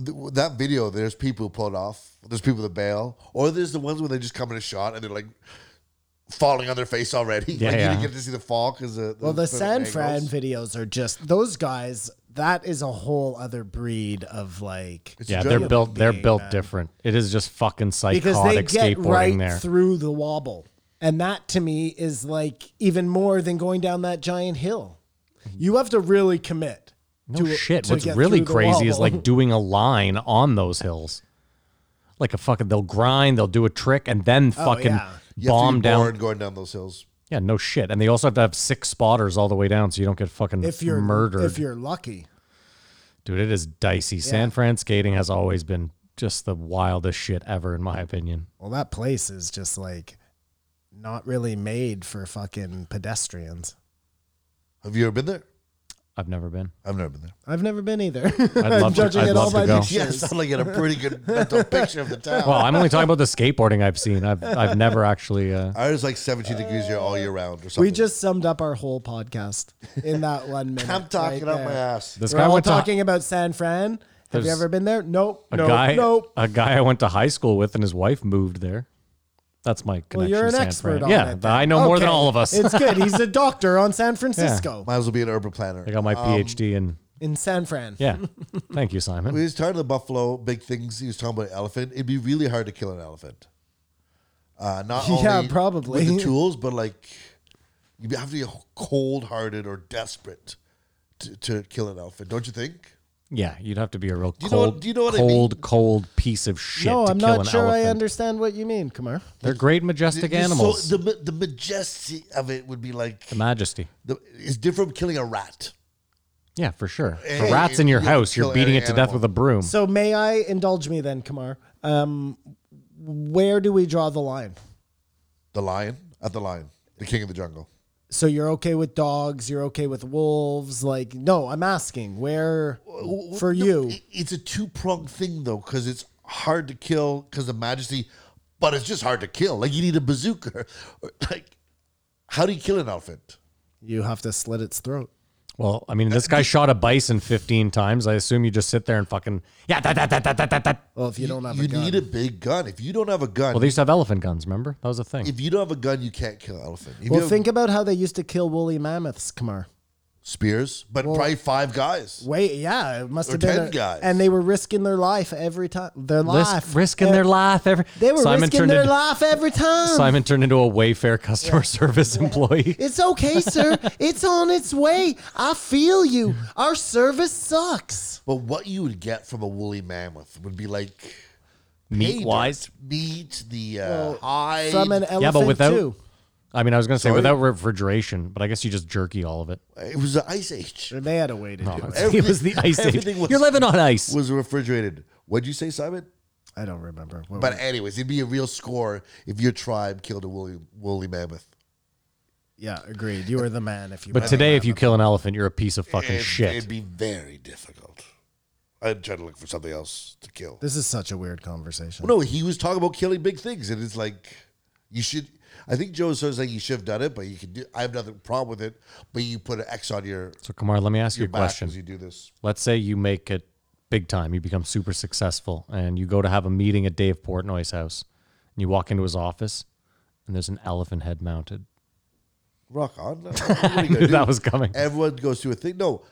[SPEAKER 5] th- That video, there's people who pull it off. There's people that bail, or there's the ones where they just come in a shot and they're like falling on their face already.
[SPEAKER 6] Yeah,
[SPEAKER 5] like you didn't
[SPEAKER 6] yeah.
[SPEAKER 5] get to see the fall because the,
[SPEAKER 7] Well, the San
[SPEAKER 5] angles.
[SPEAKER 7] Fran videos are just those guys. That is a whole other breed of like
[SPEAKER 6] Yeah,
[SPEAKER 5] Enjoy
[SPEAKER 6] they're
[SPEAKER 5] it.
[SPEAKER 6] built. They're built different. It is just fucking psychotic
[SPEAKER 7] uh, because they get
[SPEAKER 6] skateboarding
[SPEAKER 7] right
[SPEAKER 6] there.
[SPEAKER 7] through the wobble, and that to me is like even more than going down that giant hill. You have to really commit.
[SPEAKER 6] no
[SPEAKER 7] to-
[SPEAKER 6] shit.
[SPEAKER 7] to
[SPEAKER 6] What's
[SPEAKER 7] get
[SPEAKER 6] really
[SPEAKER 7] through the
[SPEAKER 6] crazy is
[SPEAKER 7] wobble.
[SPEAKER 6] like doing a line on those hills. Like a fucking, they'll grind, they'll do a trick, and then fucking
[SPEAKER 7] Oh, yeah.
[SPEAKER 5] You have to be
[SPEAKER 6] bomb down.
[SPEAKER 5] born going down those hills.
[SPEAKER 6] Yeah, no shit. And they also have to have six spotters all the way down, so you don't get fucking
[SPEAKER 7] if you're
[SPEAKER 6] murdered.
[SPEAKER 7] If you're lucky,
[SPEAKER 6] Dude, it is dicey. San Fran skating has always been just the wildest shit ever, in my opinion.
[SPEAKER 7] well, that place is just like not really made for fucking pedestrians.
[SPEAKER 5] Have you ever been there?
[SPEAKER 6] I've never been.
[SPEAKER 5] I've never been there.
[SPEAKER 7] I've never been either.
[SPEAKER 6] I'd love to- I'd love to go.
[SPEAKER 5] Yeah, it sounds like you had a pretty good mental picture of the town.
[SPEAKER 6] Well, I'm only talking about the skateboarding I've seen. I've I've never actually. Uh,
[SPEAKER 5] I was like 17 degrees here all year round or something.
[SPEAKER 7] We just summed up our whole podcast in that one minute.
[SPEAKER 5] I'm talking
[SPEAKER 7] right
[SPEAKER 5] out my
[SPEAKER 7] there.
[SPEAKER 5] ass.
[SPEAKER 6] this
[SPEAKER 7] We're
[SPEAKER 6] guy
[SPEAKER 7] all
[SPEAKER 6] went
[SPEAKER 7] talking
[SPEAKER 6] to
[SPEAKER 7] about San Fran. Have you
[SPEAKER 6] There's
[SPEAKER 7] ever been there? Nope.
[SPEAKER 6] a
[SPEAKER 7] nope.
[SPEAKER 6] guy.
[SPEAKER 7] Nope.
[SPEAKER 6] A guy I went to high school with, and his wife moved there. That's my connection.
[SPEAKER 7] Well, you're
[SPEAKER 6] to
[SPEAKER 7] an
[SPEAKER 6] San
[SPEAKER 7] expert
[SPEAKER 6] Fran.
[SPEAKER 7] on
[SPEAKER 6] yeah,
[SPEAKER 7] it. then.
[SPEAKER 6] I know more than
[SPEAKER 7] Okay.
[SPEAKER 6] all of us.
[SPEAKER 7] it's good. He's a doctor on San Francisco
[SPEAKER 5] Might as well be an urban planner. Um,
[SPEAKER 6] I got my PhD in.
[SPEAKER 7] in San Fran.
[SPEAKER 6] Yeah, thank you,
[SPEAKER 5] He
[SPEAKER 6] Simon.
[SPEAKER 5] was talking about buffalo, big things. He was talking about elephant. It'd be really hard to kill an elephant. Uh, not
[SPEAKER 7] Yeah,
[SPEAKER 5] only
[SPEAKER 7] probably.
[SPEAKER 5] with the tools, but like you have to be cold-hearted or desperate to, to kill an elephant, don't you think?
[SPEAKER 6] Yeah, you'd have to be a real
[SPEAKER 5] you
[SPEAKER 6] cold,
[SPEAKER 5] know what- do you know what I
[SPEAKER 6] cold, cold piece of shit.
[SPEAKER 7] No,
[SPEAKER 6] to
[SPEAKER 7] I'm
[SPEAKER 6] kill
[SPEAKER 7] not
[SPEAKER 6] an
[SPEAKER 7] sure
[SPEAKER 6] elephant.
[SPEAKER 7] I understand what you mean, Kumar.
[SPEAKER 6] They're great, majestic
[SPEAKER 5] It's so-
[SPEAKER 6] animals.
[SPEAKER 5] the, ma- the majesty of it would be like
[SPEAKER 6] Majesty.
[SPEAKER 5] the, it's different from killing a rat.
[SPEAKER 6] Yeah, for sure.
[SPEAKER 5] Hey,
[SPEAKER 6] For rats in your
[SPEAKER 5] you
[SPEAKER 6] house, you're
[SPEAKER 5] kill
[SPEAKER 6] beating
[SPEAKER 5] every
[SPEAKER 6] it to death
[SPEAKER 5] animal.
[SPEAKER 6] with a broom.
[SPEAKER 7] So may I indulge me then, Kamar? Um, where do we draw the line?
[SPEAKER 5] The lion at the lion, the king of the jungle.
[SPEAKER 7] So you're okay with dogs? You're okay with wolves? Like, no, I'm asking where for
[SPEAKER 5] No,
[SPEAKER 7] you.
[SPEAKER 5] i- It's a two pronged thing though, because it's hard to kill because of majesty, but it's just hard to kill. Like you need a bazooka. like, how do you kill an elephant?
[SPEAKER 7] You have to slit its throat.
[SPEAKER 6] Well, I mean, this guy shot a bison 15 times. I assume you just sit there and fucking yeah. That, that, that, that, that, that, that.
[SPEAKER 7] Well, if you, don't have
[SPEAKER 5] You
[SPEAKER 7] a gun,
[SPEAKER 5] need a big gun. If you don't have a gun,
[SPEAKER 6] Well, they used to have elephant guns. Remember that was a thing.
[SPEAKER 5] if you don't have a gun, you can't kill an elephant. If you
[SPEAKER 7] well,
[SPEAKER 5] have
[SPEAKER 7] think about how they used to kill woolly mammoths, Kamar.
[SPEAKER 5] spears, but probably five guys.
[SPEAKER 7] Wait, yeah, it must
[SPEAKER 5] Or
[SPEAKER 7] have been
[SPEAKER 5] 10
[SPEAKER 7] a-
[SPEAKER 5] guys.
[SPEAKER 7] and they were risking their life every time. Their
[SPEAKER 6] Risk-
[SPEAKER 7] life,
[SPEAKER 6] risking their life every.
[SPEAKER 7] They were risking
[SPEAKER 6] turned
[SPEAKER 7] their
[SPEAKER 6] into,
[SPEAKER 7] life every time.
[SPEAKER 6] Simon turned into a Wayfair customer service employee.
[SPEAKER 7] It's okay, sir. it's on its way. I feel you. Our service sucks.
[SPEAKER 5] But what you would get from a woolly mammoth would be like
[SPEAKER 6] Meat
[SPEAKER 5] hey,
[SPEAKER 6] wise,
[SPEAKER 5] dirt, meat, the uh, hide.
[SPEAKER 7] From an elephant
[SPEAKER 6] but without-
[SPEAKER 7] too.
[SPEAKER 6] I mean, I was gonna say
[SPEAKER 5] Sorry?
[SPEAKER 6] without refrigeration, but I guess you just jerky all of it.
[SPEAKER 5] it was the ice age.
[SPEAKER 7] They had a way to do it.
[SPEAKER 6] it was the
[SPEAKER 5] Everything-
[SPEAKER 6] ice age.
[SPEAKER 5] everything was-
[SPEAKER 6] You're living on ice.
[SPEAKER 5] Was refrigerated. What'd you say, Simon?
[SPEAKER 7] I don't remember. What
[SPEAKER 5] But
[SPEAKER 7] was-
[SPEAKER 5] anyways, it'd be a real score if your tribe killed a woolly, woolly mammoth.
[SPEAKER 7] yeah, agreed. You were the man if you.
[SPEAKER 6] but
[SPEAKER 7] were.
[SPEAKER 6] today, if you kill an elephant, you're a piece of fucking
[SPEAKER 5] It'd-
[SPEAKER 6] shit.
[SPEAKER 5] It'd be very difficult. I'd try to look for something else to kill.
[SPEAKER 7] this is such a weird conversation.
[SPEAKER 5] No, he was talking about killing big things, and it's like you should. I think Joe was sort of saying you should have done it, but you can do. I have nothing problem with it, but you put an X on your
[SPEAKER 6] so, Kamar, let me ask you
[SPEAKER 5] your
[SPEAKER 6] a
[SPEAKER 5] back
[SPEAKER 6] question.
[SPEAKER 5] as you do this.
[SPEAKER 6] Let's say you make it big time, you become super successful, and you go to have a meeting at Dave Portnoy's house, and you walk into his office, and there's an elephant head mounted.
[SPEAKER 5] Rock on. What are you gonna
[SPEAKER 6] Knew
[SPEAKER 5] do?
[SPEAKER 6] that was coming.
[SPEAKER 5] Everyone goes through a thing. No,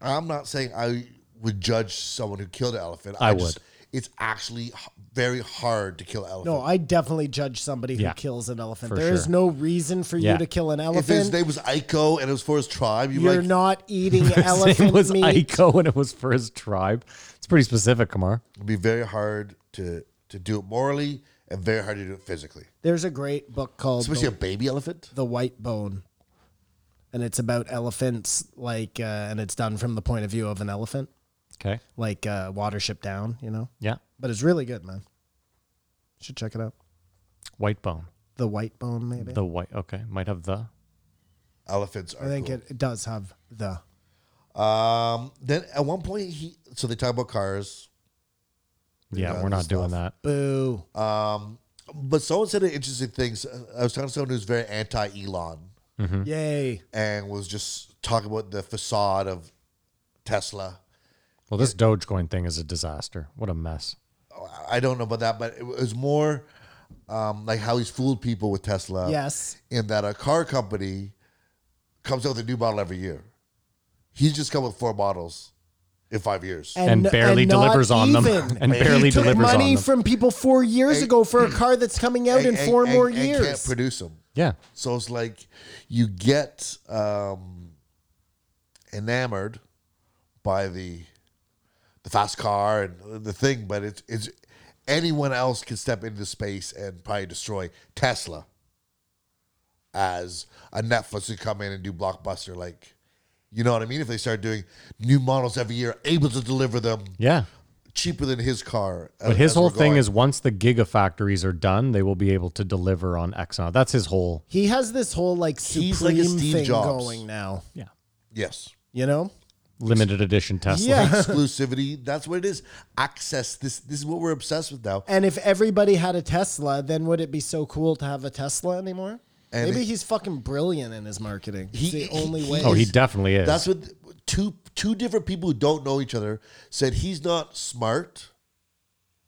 [SPEAKER 5] I'm not saying I would judge someone who killed an elephant.
[SPEAKER 6] I would.
[SPEAKER 5] it's actually h- very hard to kill an elephant.
[SPEAKER 7] No, I definitely judge somebody who
[SPEAKER 6] Yeah,
[SPEAKER 7] kills an elephant.
[SPEAKER 6] for
[SPEAKER 7] There is
[SPEAKER 6] sure.
[SPEAKER 7] no reason for
[SPEAKER 6] Yeah.
[SPEAKER 7] you to kill an
[SPEAKER 5] if his
[SPEAKER 7] elephant.
[SPEAKER 5] name was Iko and it was for his tribe, you'd be
[SPEAKER 7] You're
[SPEAKER 5] like,
[SPEAKER 7] not eating
[SPEAKER 6] His
[SPEAKER 7] elephant
[SPEAKER 6] name was
[SPEAKER 7] meat.
[SPEAKER 6] Aiko, and it was for his tribe. It's pretty specific, Kamar.
[SPEAKER 5] it'd be very hard to to do it morally and very hard to do it physically,
[SPEAKER 7] There's a great book called
[SPEAKER 5] especially
[SPEAKER 7] The
[SPEAKER 5] a baby elephant.
[SPEAKER 7] the white bone and it's about elephants like uh, and it's done from the point of view of an elephant
[SPEAKER 6] Okay.
[SPEAKER 7] like uh, watership down you know
[SPEAKER 6] Yeah.
[SPEAKER 7] but it's really good man should check it out
[SPEAKER 6] White bone.
[SPEAKER 7] the white bone maybe
[SPEAKER 6] The white. Okay. Might have the.
[SPEAKER 5] Elephants
[SPEAKER 7] i
[SPEAKER 5] are.
[SPEAKER 7] think
[SPEAKER 5] cool.
[SPEAKER 7] it, it does have the
[SPEAKER 5] Um, then at one point he so they talk about cars,
[SPEAKER 6] Yeah,
[SPEAKER 5] Yeah,
[SPEAKER 6] we're not
[SPEAKER 5] the
[SPEAKER 6] doing
[SPEAKER 5] stuff.
[SPEAKER 6] that.
[SPEAKER 7] boo
[SPEAKER 5] but someone said an interesting thing. So- I was talking to someone who's very anti Elon
[SPEAKER 6] Uh-huh.
[SPEAKER 7] yay
[SPEAKER 5] and was just talking about the facade of Tesla.
[SPEAKER 6] Well, this Dogecoin thing is a disaster. What a mess.
[SPEAKER 5] I don't know about that, but it was more um, like how he's fooled people with Tesla.
[SPEAKER 7] yes
[SPEAKER 5] in that a car company comes out with a new model every year. He's just come with four models in five years.
[SPEAKER 6] And barely
[SPEAKER 7] not
[SPEAKER 6] delivers on them.
[SPEAKER 7] even.
[SPEAKER 6] And barely
[SPEAKER 7] he took
[SPEAKER 6] delivers on
[SPEAKER 7] money
[SPEAKER 6] them.
[SPEAKER 7] from people four years ago for a car that's coming out in
[SPEAKER 5] And-
[SPEAKER 7] four
[SPEAKER 5] and-
[SPEAKER 7] more
[SPEAKER 5] and
[SPEAKER 7] years
[SPEAKER 5] can't produce them.
[SPEAKER 6] Yeah.
[SPEAKER 5] So it's like you get um, enamored by the the fast car and the thing, but it's it's anyone else can step into space and probably destroy Tesla as a Netflix could come in and do blockbuster like you know what I mean? If they start doing new models every year, able to deliver them
[SPEAKER 6] Yeah.
[SPEAKER 5] cheaper than his car. uh,
[SPEAKER 6] But his whole thing is once the gigafactories are done, they will be able to deliver on Exxon. That's his whole.
[SPEAKER 7] he has this whole like supreme
[SPEAKER 5] He's like a Steve
[SPEAKER 7] thing
[SPEAKER 5] Jobs.
[SPEAKER 7] going now
[SPEAKER 6] Yeah.
[SPEAKER 5] yes.
[SPEAKER 7] you know
[SPEAKER 6] Limited edition Tesla.
[SPEAKER 7] Yeah.
[SPEAKER 5] exclusivity. That's what it is. Access. This this is what we're obsessed with now.
[SPEAKER 7] And if everybody had a Tesla, then would it be so cool to have a Tesla anymore?
[SPEAKER 5] And
[SPEAKER 7] Maybe
[SPEAKER 5] it-
[SPEAKER 7] he's fucking brilliant in his marketing. It's
[SPEAKER 5] He-
[SPEAKER 7] the only
[SPEAKER 5] he-
[SPEAKER 7] way.
[SPEAKER 6] Oh, he definitely is.
[SPEAKER 5] That's what two two different people who don't know each other said. He's not smart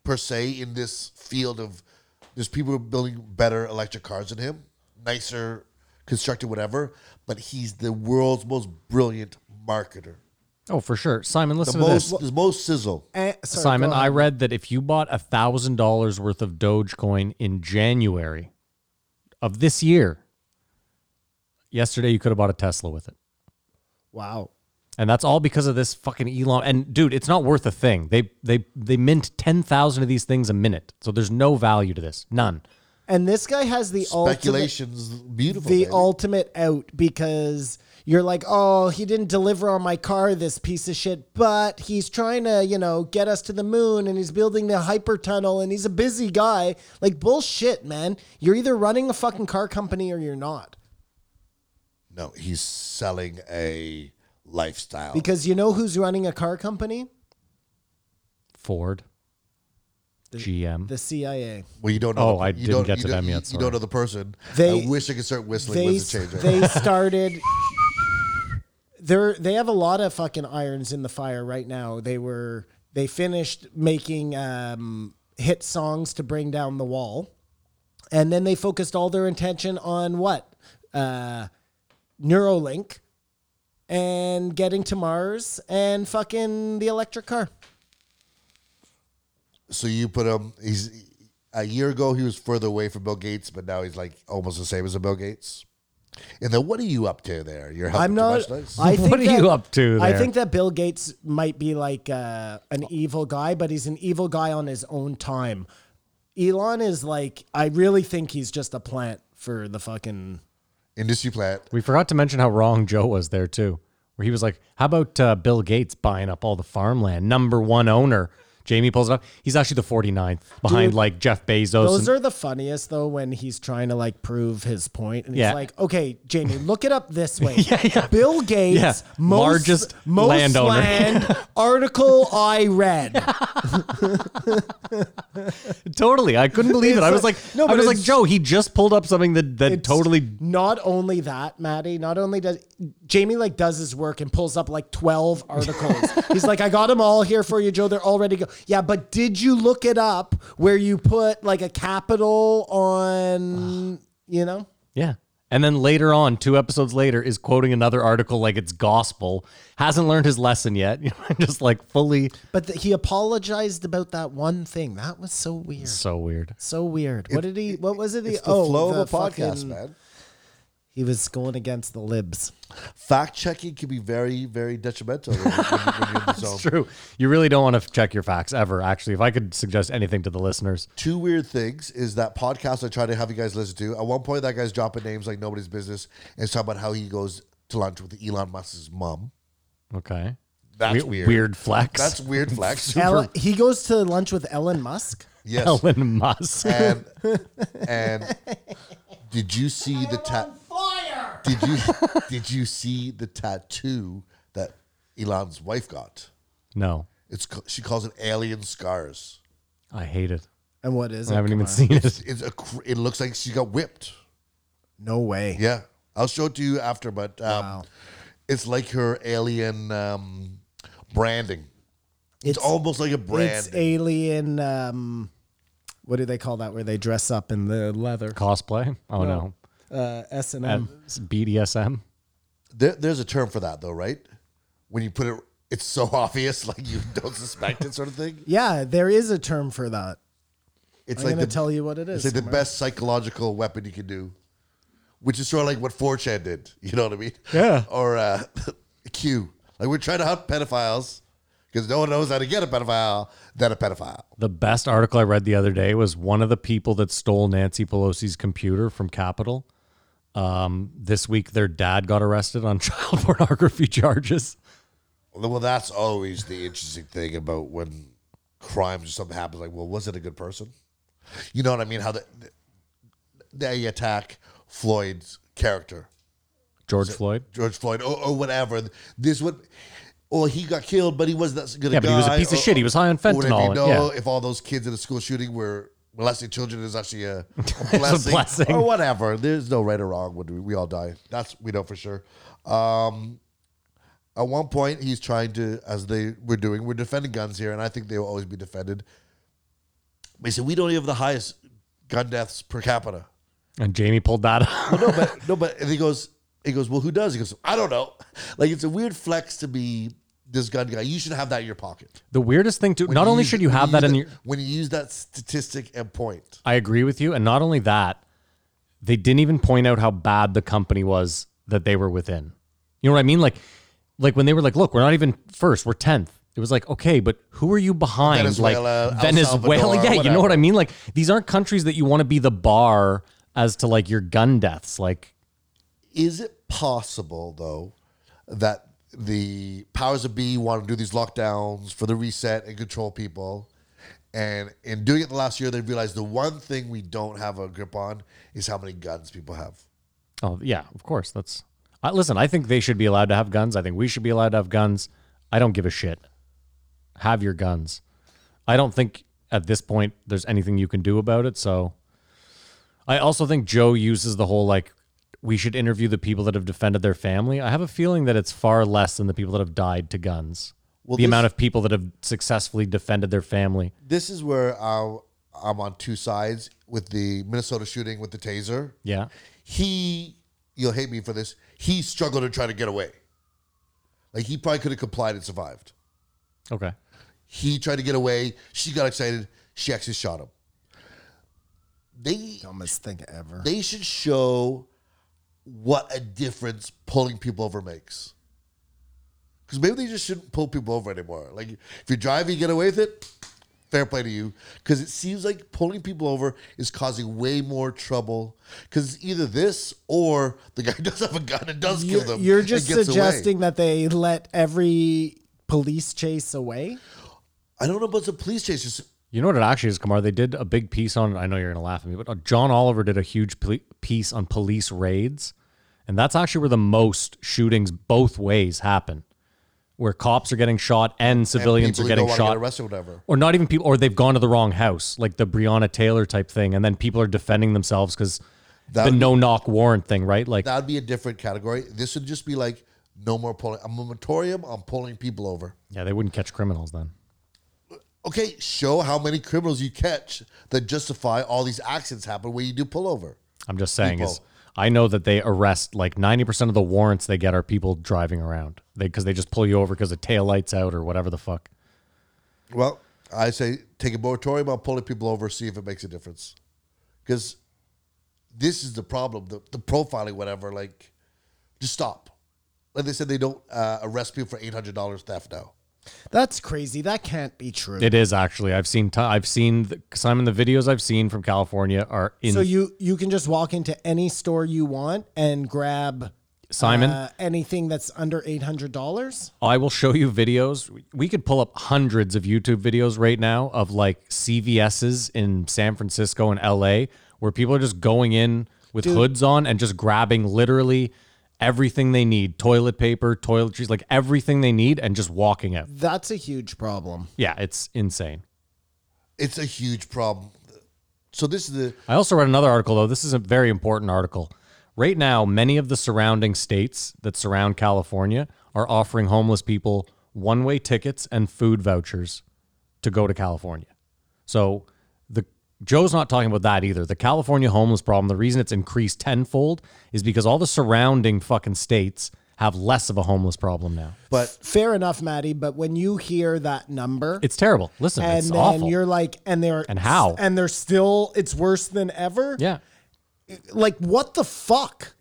[SPEAKER 5] per se in this field of there's people who are building better electric cars than him, nicer constructed whatever, but he's the world's most brilliant marketer.
[SPEAKER 6] oh, for sure. Simon,
[SPEAKER 5] The
[SPEAKER 6] listen to this.
[SPEAKER 5] most the most sizzle.
[SPEAKER 7] Eh, sorry,
[SPEAKER 6] Simon,
[SPEAKER 7] go on.
[SPEAKER 6] I read that if you bought thousand dollars worth of Dogecoin in January of this year, yesterday you could have bought a Tesla with it.
[SPEAKER 7] wow.
[SPEAKER 6] And that's all because of this fucking Elon. And dude, it's not worth a thing. They they they mint ten thousand of these things a minute, so there's no value to this, none.
[SPEAKER 7] And this guy has the ultimate,
[SPEAKER 5] Speculation's beautiful.
[SPEAKER 7] the
[SPEAKER 5] baby.
[SPEAKER 7] ultimate out because you're like, oh, he didn't deliver on my car, this piece of shit, but he's trying to, you know, get us to the moon and he's building the hyper tunnel and he's a busy guy. Like, bullshit, man. You're either running a fucking car company or you're not.
[SPEAKER 5] No, he's selling a lifestyle.
[SPEAKER 7] Because you know who's running a car company?
[SPEAKER 6] Ford, GM.
[SPEAKER 7] The CIA.
[SPEAKER 5] well, you don't know.
[SPEAKER 6] Oh, I
[SPEAKER 5] you
[SPEAKER 6] didn't
[SPEAKER 5] don't-
[SPEAKER 6] get
[SPEAKER 5] you
[SPEAKER 6] to
[SPEAKER 5] don't-
[SPEAKER 6] them
[SPEAKER 5] you-
[SPEAKER 6] yet,
[SPEAKER 5] You don't
[SPEAKER 6] sorry.
[SPEAKER 5] know the person.
[SPEAKER 7] They-
[SPEAKER 5] I wish I could start whistling
[SPEAKER 7] they
[SPEAKER 5] with the changer.
[SPEAKER 7] they started they're they have a lot of fucking irons in the fire right now they were they finished making um hit songs to bring down the wall and then they focused all their attention on what uh neuralink and getting to mars and fucking the electric car
[SPEAKER 5] so you put him. He's a year ago. He was further away from Bill Gates, but now he's like almost the same as a Bill Gates. And then what are you up to there? You're helping
[SPEAKER 7] i'm not
[SPEAKER 5] Too much nice?
[SPEAKER 7] i think
[SPEAKER 6] What are
[SPEAKER 7] that-
[SPEAKER 6] you up to
[SPEAKER 7] i
[SPEAKER 6] there?
[SPEAKER 7] think that bill gates might be like uh, an evil guy but he's an evil guy on his own time elon is like i really think he's just a plant for the fucking
[SPEAKER 5] Industry plant.
[SPEAKER 6] We forgot to mention how wrong Joe was there too, where he was like, "How about uh, Bill Gates buying up all the farmland? Number one owner." Jamie pulls it up. He's actually the 49th behind like Jeff Bezos.
[SPEAKER 7] those
[SPEAKER 6] and-
[SPEAKER 7] are the funniest though when he's trying to like prove his point and
[SPEAKER 6] Yeah.
[SPEAKER 7] he's like okay jamie look it up this way bill gates
[SPEAKER 6] Yeah.
[SPEAKER 7] most,
[SPEAKER 6] Largest
[SPEAKER 7] most
[SPEAKER 6] landowner.
[SPEAKER 7] land article i read
[SPEAKER 6] Totally. I couldn't believe it. I was like,
[SPEAKER 7] no,
[SPEAKER 6] no,
[SPEAKER 7] but
[SPEAKER 6] I was like,
[SPEAKER 7] it's-
[SPEAKER 6] Joe, he just pulled up something that, that
[SPEAKER 7] It's
[SPEAKER 6] totally
[SPEAKER 7] Not only that, Maddie. Not only does Jamie like does his work and pulls up like twelve articles. He's like, I got them all here for you, Joe. They're all ready to go. Yeah, but did you look it up where you put like a capital on? you know,
[SPEAKER 6] Yeah. And then later on, two episodes later, is quoting another article like it's gospel. Hasn't learned his lesson yet. You know, Just like fully
[SPEAKER 7] but th- he apologized about that one thing. That was so weird.
[SPEAKER 6] so weird.
[SPEAKER 7] So weird. What did he? What was it? He, oh,
[SPEAKER 5] It's the flow
[SPEAKER 7] the
[SPEAKER 5] of a podcast,
[SPEAKER 7] fucking-
[SPEAKER 5] man.
[SPEAKER 7] He was going against the libs.
[SPEAKER 5] Fact checking can be very, very detrimental. when, when, when you're in the zone.
[SPEAKER 6] True. You really don't want to check your facts ever, actually. If I could suggest anything to the listeners.
[SPEAKER 5] two weird things is that podcast I try to have you guys listen to. At one point, that guy's dropping names like nobody's business and it's talking about how he goes to lunch with Elon Musk's mom.
[SPEAKER 6] Okay.
[SPEAKER 5] That's
[SPEAKER 6] We-
[SPEAKER 5] weird.
[SPEAKER 6] Weird flex.
[SPEAKER 5] That's weird flex.
[SPEAKER 7] Ellen, he goes to lunch with Elon Musk.
[SPEAKER 5] yes.
[SPEAKER 6] Elon Musk.
[SPEAKER 5] And and did you see the ta- Did you did you see the tattoo that Elon's wife got?
[SPEAKER 6] No.
[SPEAKER 5] It's ca- she calls it alien scars.
[SPEAKER 6] I hate it.
[SPEAKER 7] And what is it?
[SPEAKER 6] I haven't
[SPEAKER 7] Come
[SPEAKER 6] even
[SPEAKER 7] on.
[SPEAKER 6] seen it.
[SPEAKER 5] It's a cr- it looks like she got whipped.
[SPEAKER 7] No way.
[SPEAKER 5] Yeah, I'll show it to you after, but um, it's like her alien um, branding. It's, almost like a brand.
[SPEAKER 7] It's alien. Um, what do they call that? Where they dress up in the leather?
[SPEAKER 6] Cosplay? Oh, no.
[SPEAKER 7] Uh, S and M.
[SPEAKER 5] Mm.
[SPEAKER 6] It's BDSM?
[SPEAKER 5] there, there's a term for that, though, right? When you put it, it's so obvious, like you don't suspect it, sort of thing.
[SPEAKER 7] Yeah, there is a term for that.
[SPEAKER 5] It's
[SPEAKER 7] I'm
[SPEAKER 5] like
[SPEAKER 7] gonna
[SPEAKER 5] the,
[SPEAKER 7] tell you what it is.
[SPEAKER 5] it's like the
[SPEAKER 7] Mark.
[SPEAKER 5] best psychological weapon you can do, which is sort of like what 4chan did. You know what I mean?
[SPEAKER 6] Yeah.
[SPEAKER 5] Or uh, Q. Like we're trying to hunt pedophiles because no one knows how to get a pedophile than a pedophile.
[SPEAKER 6] The best article I read the other day was one of the people that stole Nancy Pelosi's computer from Capitol. Um, this week, their dad got arrested on child pornography charges.
[SPEAKER 5] Well, that's always the interesting thing about when crimes or something happens. Like, well, was it a good person? You know what I mean? How the, they attack Floyd's character,
[SPEAKER 6] George Floyd.
[SPEAKER 5] George Floyd, or, or whatever. This would, or he got killed, but he wasn't that good. a
[SPEAKER 6] Yeah, but he was a
[SPEAKER 5] guy,
[SPEAKER 6] piece of
[SPEAKER 5] or-
[SPEAKER 6] shit. He was high on
[SPEAKER 5] or whatever.
[SPEAKER 6] fentanyl
[SPEAKER 5] You
[SPEAKER 6] and-
[SPEAKER 5] know, if all those kids in a school shooting were molesting children is actually a, a blessing,
[SPEAKER 6] blessing.
[SPEAKER 5] or whatever. There's no right or wrong when we, we all die. That's we know for sure. Um, at one point he's trying to as they were doing we're defending guns here and i think they will always be defended but he said we don't have the highest gun deaths per capita
[SPEAKER 6] And Jamie pulled that up.
[SPEAKER 5] no but no but and he goes he goes well who does he goes i don't know like it's a weird flex to be this gun guy you should have that in your pocket
[SPEAKER 6] The weirdest thing, too,
[SPEAKER 5] When
[SPEAKER 6] not only
[SPEAKER 5] use-
[SPEAKER 6] should you
[SPEAKER 5] when
[SPEAKER 6] have that
[SPEAKER 5] use
[SPEAKER 6] in your.
[SPEAKER 5] when you use that statistic and point
[SPEAKER 6] I agree with you. And not only that, they didn't even point out how bad the company was that they were within. You know what I mean? Like, like when they were like, look, we're not even first, we're 10th. It was like, okay, but who are you behind?
[SPEAKER 5] Venezuela,
[SPEAKER 6] like
[SPEAKER 5] El Salvador,
[SPEAKER 6] yeah, you know what
[SPEAKER 5] whatever.
[SPEAKER 6] I mean? Like these aren't countries that you want to be the bar as to like your gun deaths. Like
[SPEAKER 5] is it possible, though, that the powers that be want to do these lockdowns for the reset and control people. And in doing it the last year, they realized the one thing we don't have a grip on is how many guns people have.
[SPEAKER 6] Oh yeah, of course. That's I, listen. I think they should be allowed to have guns. I think we should be allowed to have guns. I don't give a shit. Have your guns. I don't think at this point there's anything you can do about it. So I also think Joe uses the whole like we should interview the people that have defended their family. I have a feeling that it's far less than the people that have died to guns.
[SPEAKER 5] Well,
[SPEAKER 6] the
[SPEAKER 5] this-
[SPEAKER 6] amount of people that have successfully defended their family.
[SPEAKER 5] This is where i I'm on two sides with the Minnesota shooting with the taser.
[SPEAKER 6] Yeah.
[SPEAKER 5] he you'll hate me for this he struggled to try to get away like he probably could have complied and survived
[SPEAKER 6] Okay.
[SPEAKER 5] he tried to get away she got excited she actually shot him they
[SPEAKER 7] Dumbest thing ever.
[SPEAKER 5] they should show what a difference pulling people over makes because maybe they just shouldn't pull people over anymore like if you're driving you get away with it fair play to you because it seems like pulling people over is causing way more trouble because either this or the guy does have a gun and does
[SPEAKER 7] You-
[SPEAKER 5] kill them
[SPEAKER 7] You're
[SPEAKER 5] and
[SPEAKER 7] just
[SPEAKER 5] gets away.
[SPEAKER 7] suggesting that they let every police chase away.
[SPEAKER 5] i don't know about the police chase just
[SPEAKER 6] You know what it actually is, Kamar? They did a big piece on. I know you're going to laugh at me, but uh, John Oliver did a huge pl- piece on police raids, and that's actually where the most shootings both ways happen, where cops are getting shot and civilians
[SPEAKER 5] people
[SPEAKER 6] are
[SPEAKER 5] who
[SPEAKER 6] getting
[SPEAKER 5] don't wanna
[SPEAKER 6] shot,
[SPEAKER 5] get arrested or whatever
[SPEAKER 6] or not even people, or they've gone to the wrong house, like the Breonna Taylor type thing, and then people are defending themselves because the
[SPEAKER 5] That-
[SPEAKER 6] no knock warrant thing, right? Like
[SPEAKER 5] that'd be a different category this would just be like no more pulling a moratorium on pulling people over
[SPEAKER 6] yeah, they wouldn't catch criminals then.
[SPEAKER 5] okay, show how many criminals you catch that justify all these accidents happen when you do pull over.
[SPEAKER 6] I'm just saying is
[SPEAKER 5] People.
[SPEAKER 6] I know that they arrest like 90% of the warrants they get are people driving around. They cuz they just pull you over cuz the tail lights out or whatever the fuck.
[SPEAKER 5] Well, I say take a moratorium on pulling people over, see if it makes a difference. Because this is the problem the, the profiling, whatever, like, just stop. Like they said, they don't uh, arrest people for $800 theft now.
[SPEAKER 7] That's crazy. That can't be true.
[SPEAKER 6] It is actually. I've seen i I've seen the, Simon the videos I've seen from California are in
[SPEAKER 7] so you you can just walk into any store you want and grab
[SPEAKER 6] Simon
[SPEAKER 7] uh, anything that's under eight hundred dollars.
[SPEAKER 6] I will show you videos. We could pull up hundreds of YouTube videos right now of like CVS's in San Francisco and LA where people are just going in with hoods on and just grabbing literally everything they need toilet paper, toiletries, like everything they need and just walking out.
[SPEAKER 7] That's a huge problem.
[SPEAKER 6] Yeah, it's insane.
[SPEAKER 5] It's a huge problem. So this is the
[SPEAKER 6] I also read another article, though. This is a very important article. Right now, many of the surrounding states that surround California are offering homeless people one way tickets and food vouchers to go to California. So the Joe's not talking about that either. The California homeless problem, the reason it's increased tenfold is because all the surrounding fucking states have less of a homeless problem now.
[SPEAKER 5] but
[SPEAKER 7] Fair enough, Maddie. But when you hear that number,
[SPEAKER 6] It's terrible. Listen,
[SPEAKER 7] and
[SPEAKER 6] it's
[SPEAKER 7] then
[SPEAKER 6] awful.
[SPEAKER 7] you're like, and they're
[SPEAKER 6] And how?
[SPEAKER 7] and they're still. It's worse than ever.
[SPEAKER 6] yeah.
[SPEAKER 7] like what the fuck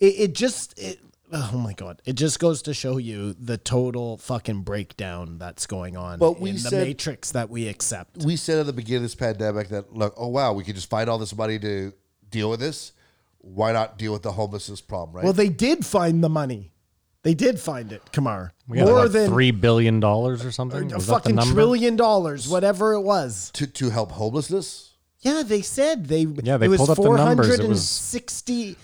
[SPEAKER 7] it, it just it, oh my god it just goes to show you the total fucking breakdown that's going on
[SPEAKER 5] But we
[SPEAKER 7] in the
[SPEAKER 5] said-
[SPEAKER 7] matrix that we accept
[SPEAKER 5] we said at the beginning of this pandemic that look, oh wow, we could just find all this money to deal with this. Why not deal with the homelessness problem, right?
[SPEAKER 7] well they did find the money they did find it kamar
[SPEAKER 6] We got
[SPEAKER 7] more
[SPEAKER 6] like
[SPEAKER 7] than
[SPEAKER 6] three billion dollars or something.
[SPEAKER 7] a
[SPEAKER 6] Was that the
[SPEAKER 7] fucking
[SPEAKER 6] number?
[SPEAKER 7] trillion dollars whatever it was
[SPEAKER 5] to to help homelessness.
[SPEAKER 7] yeah they said they
[SPEAKER 6] Yeah, they
[SPEAKER 7] it was
[SPEAKER 6] pulled up the numbers. It was-
[SPEAKER 7] 460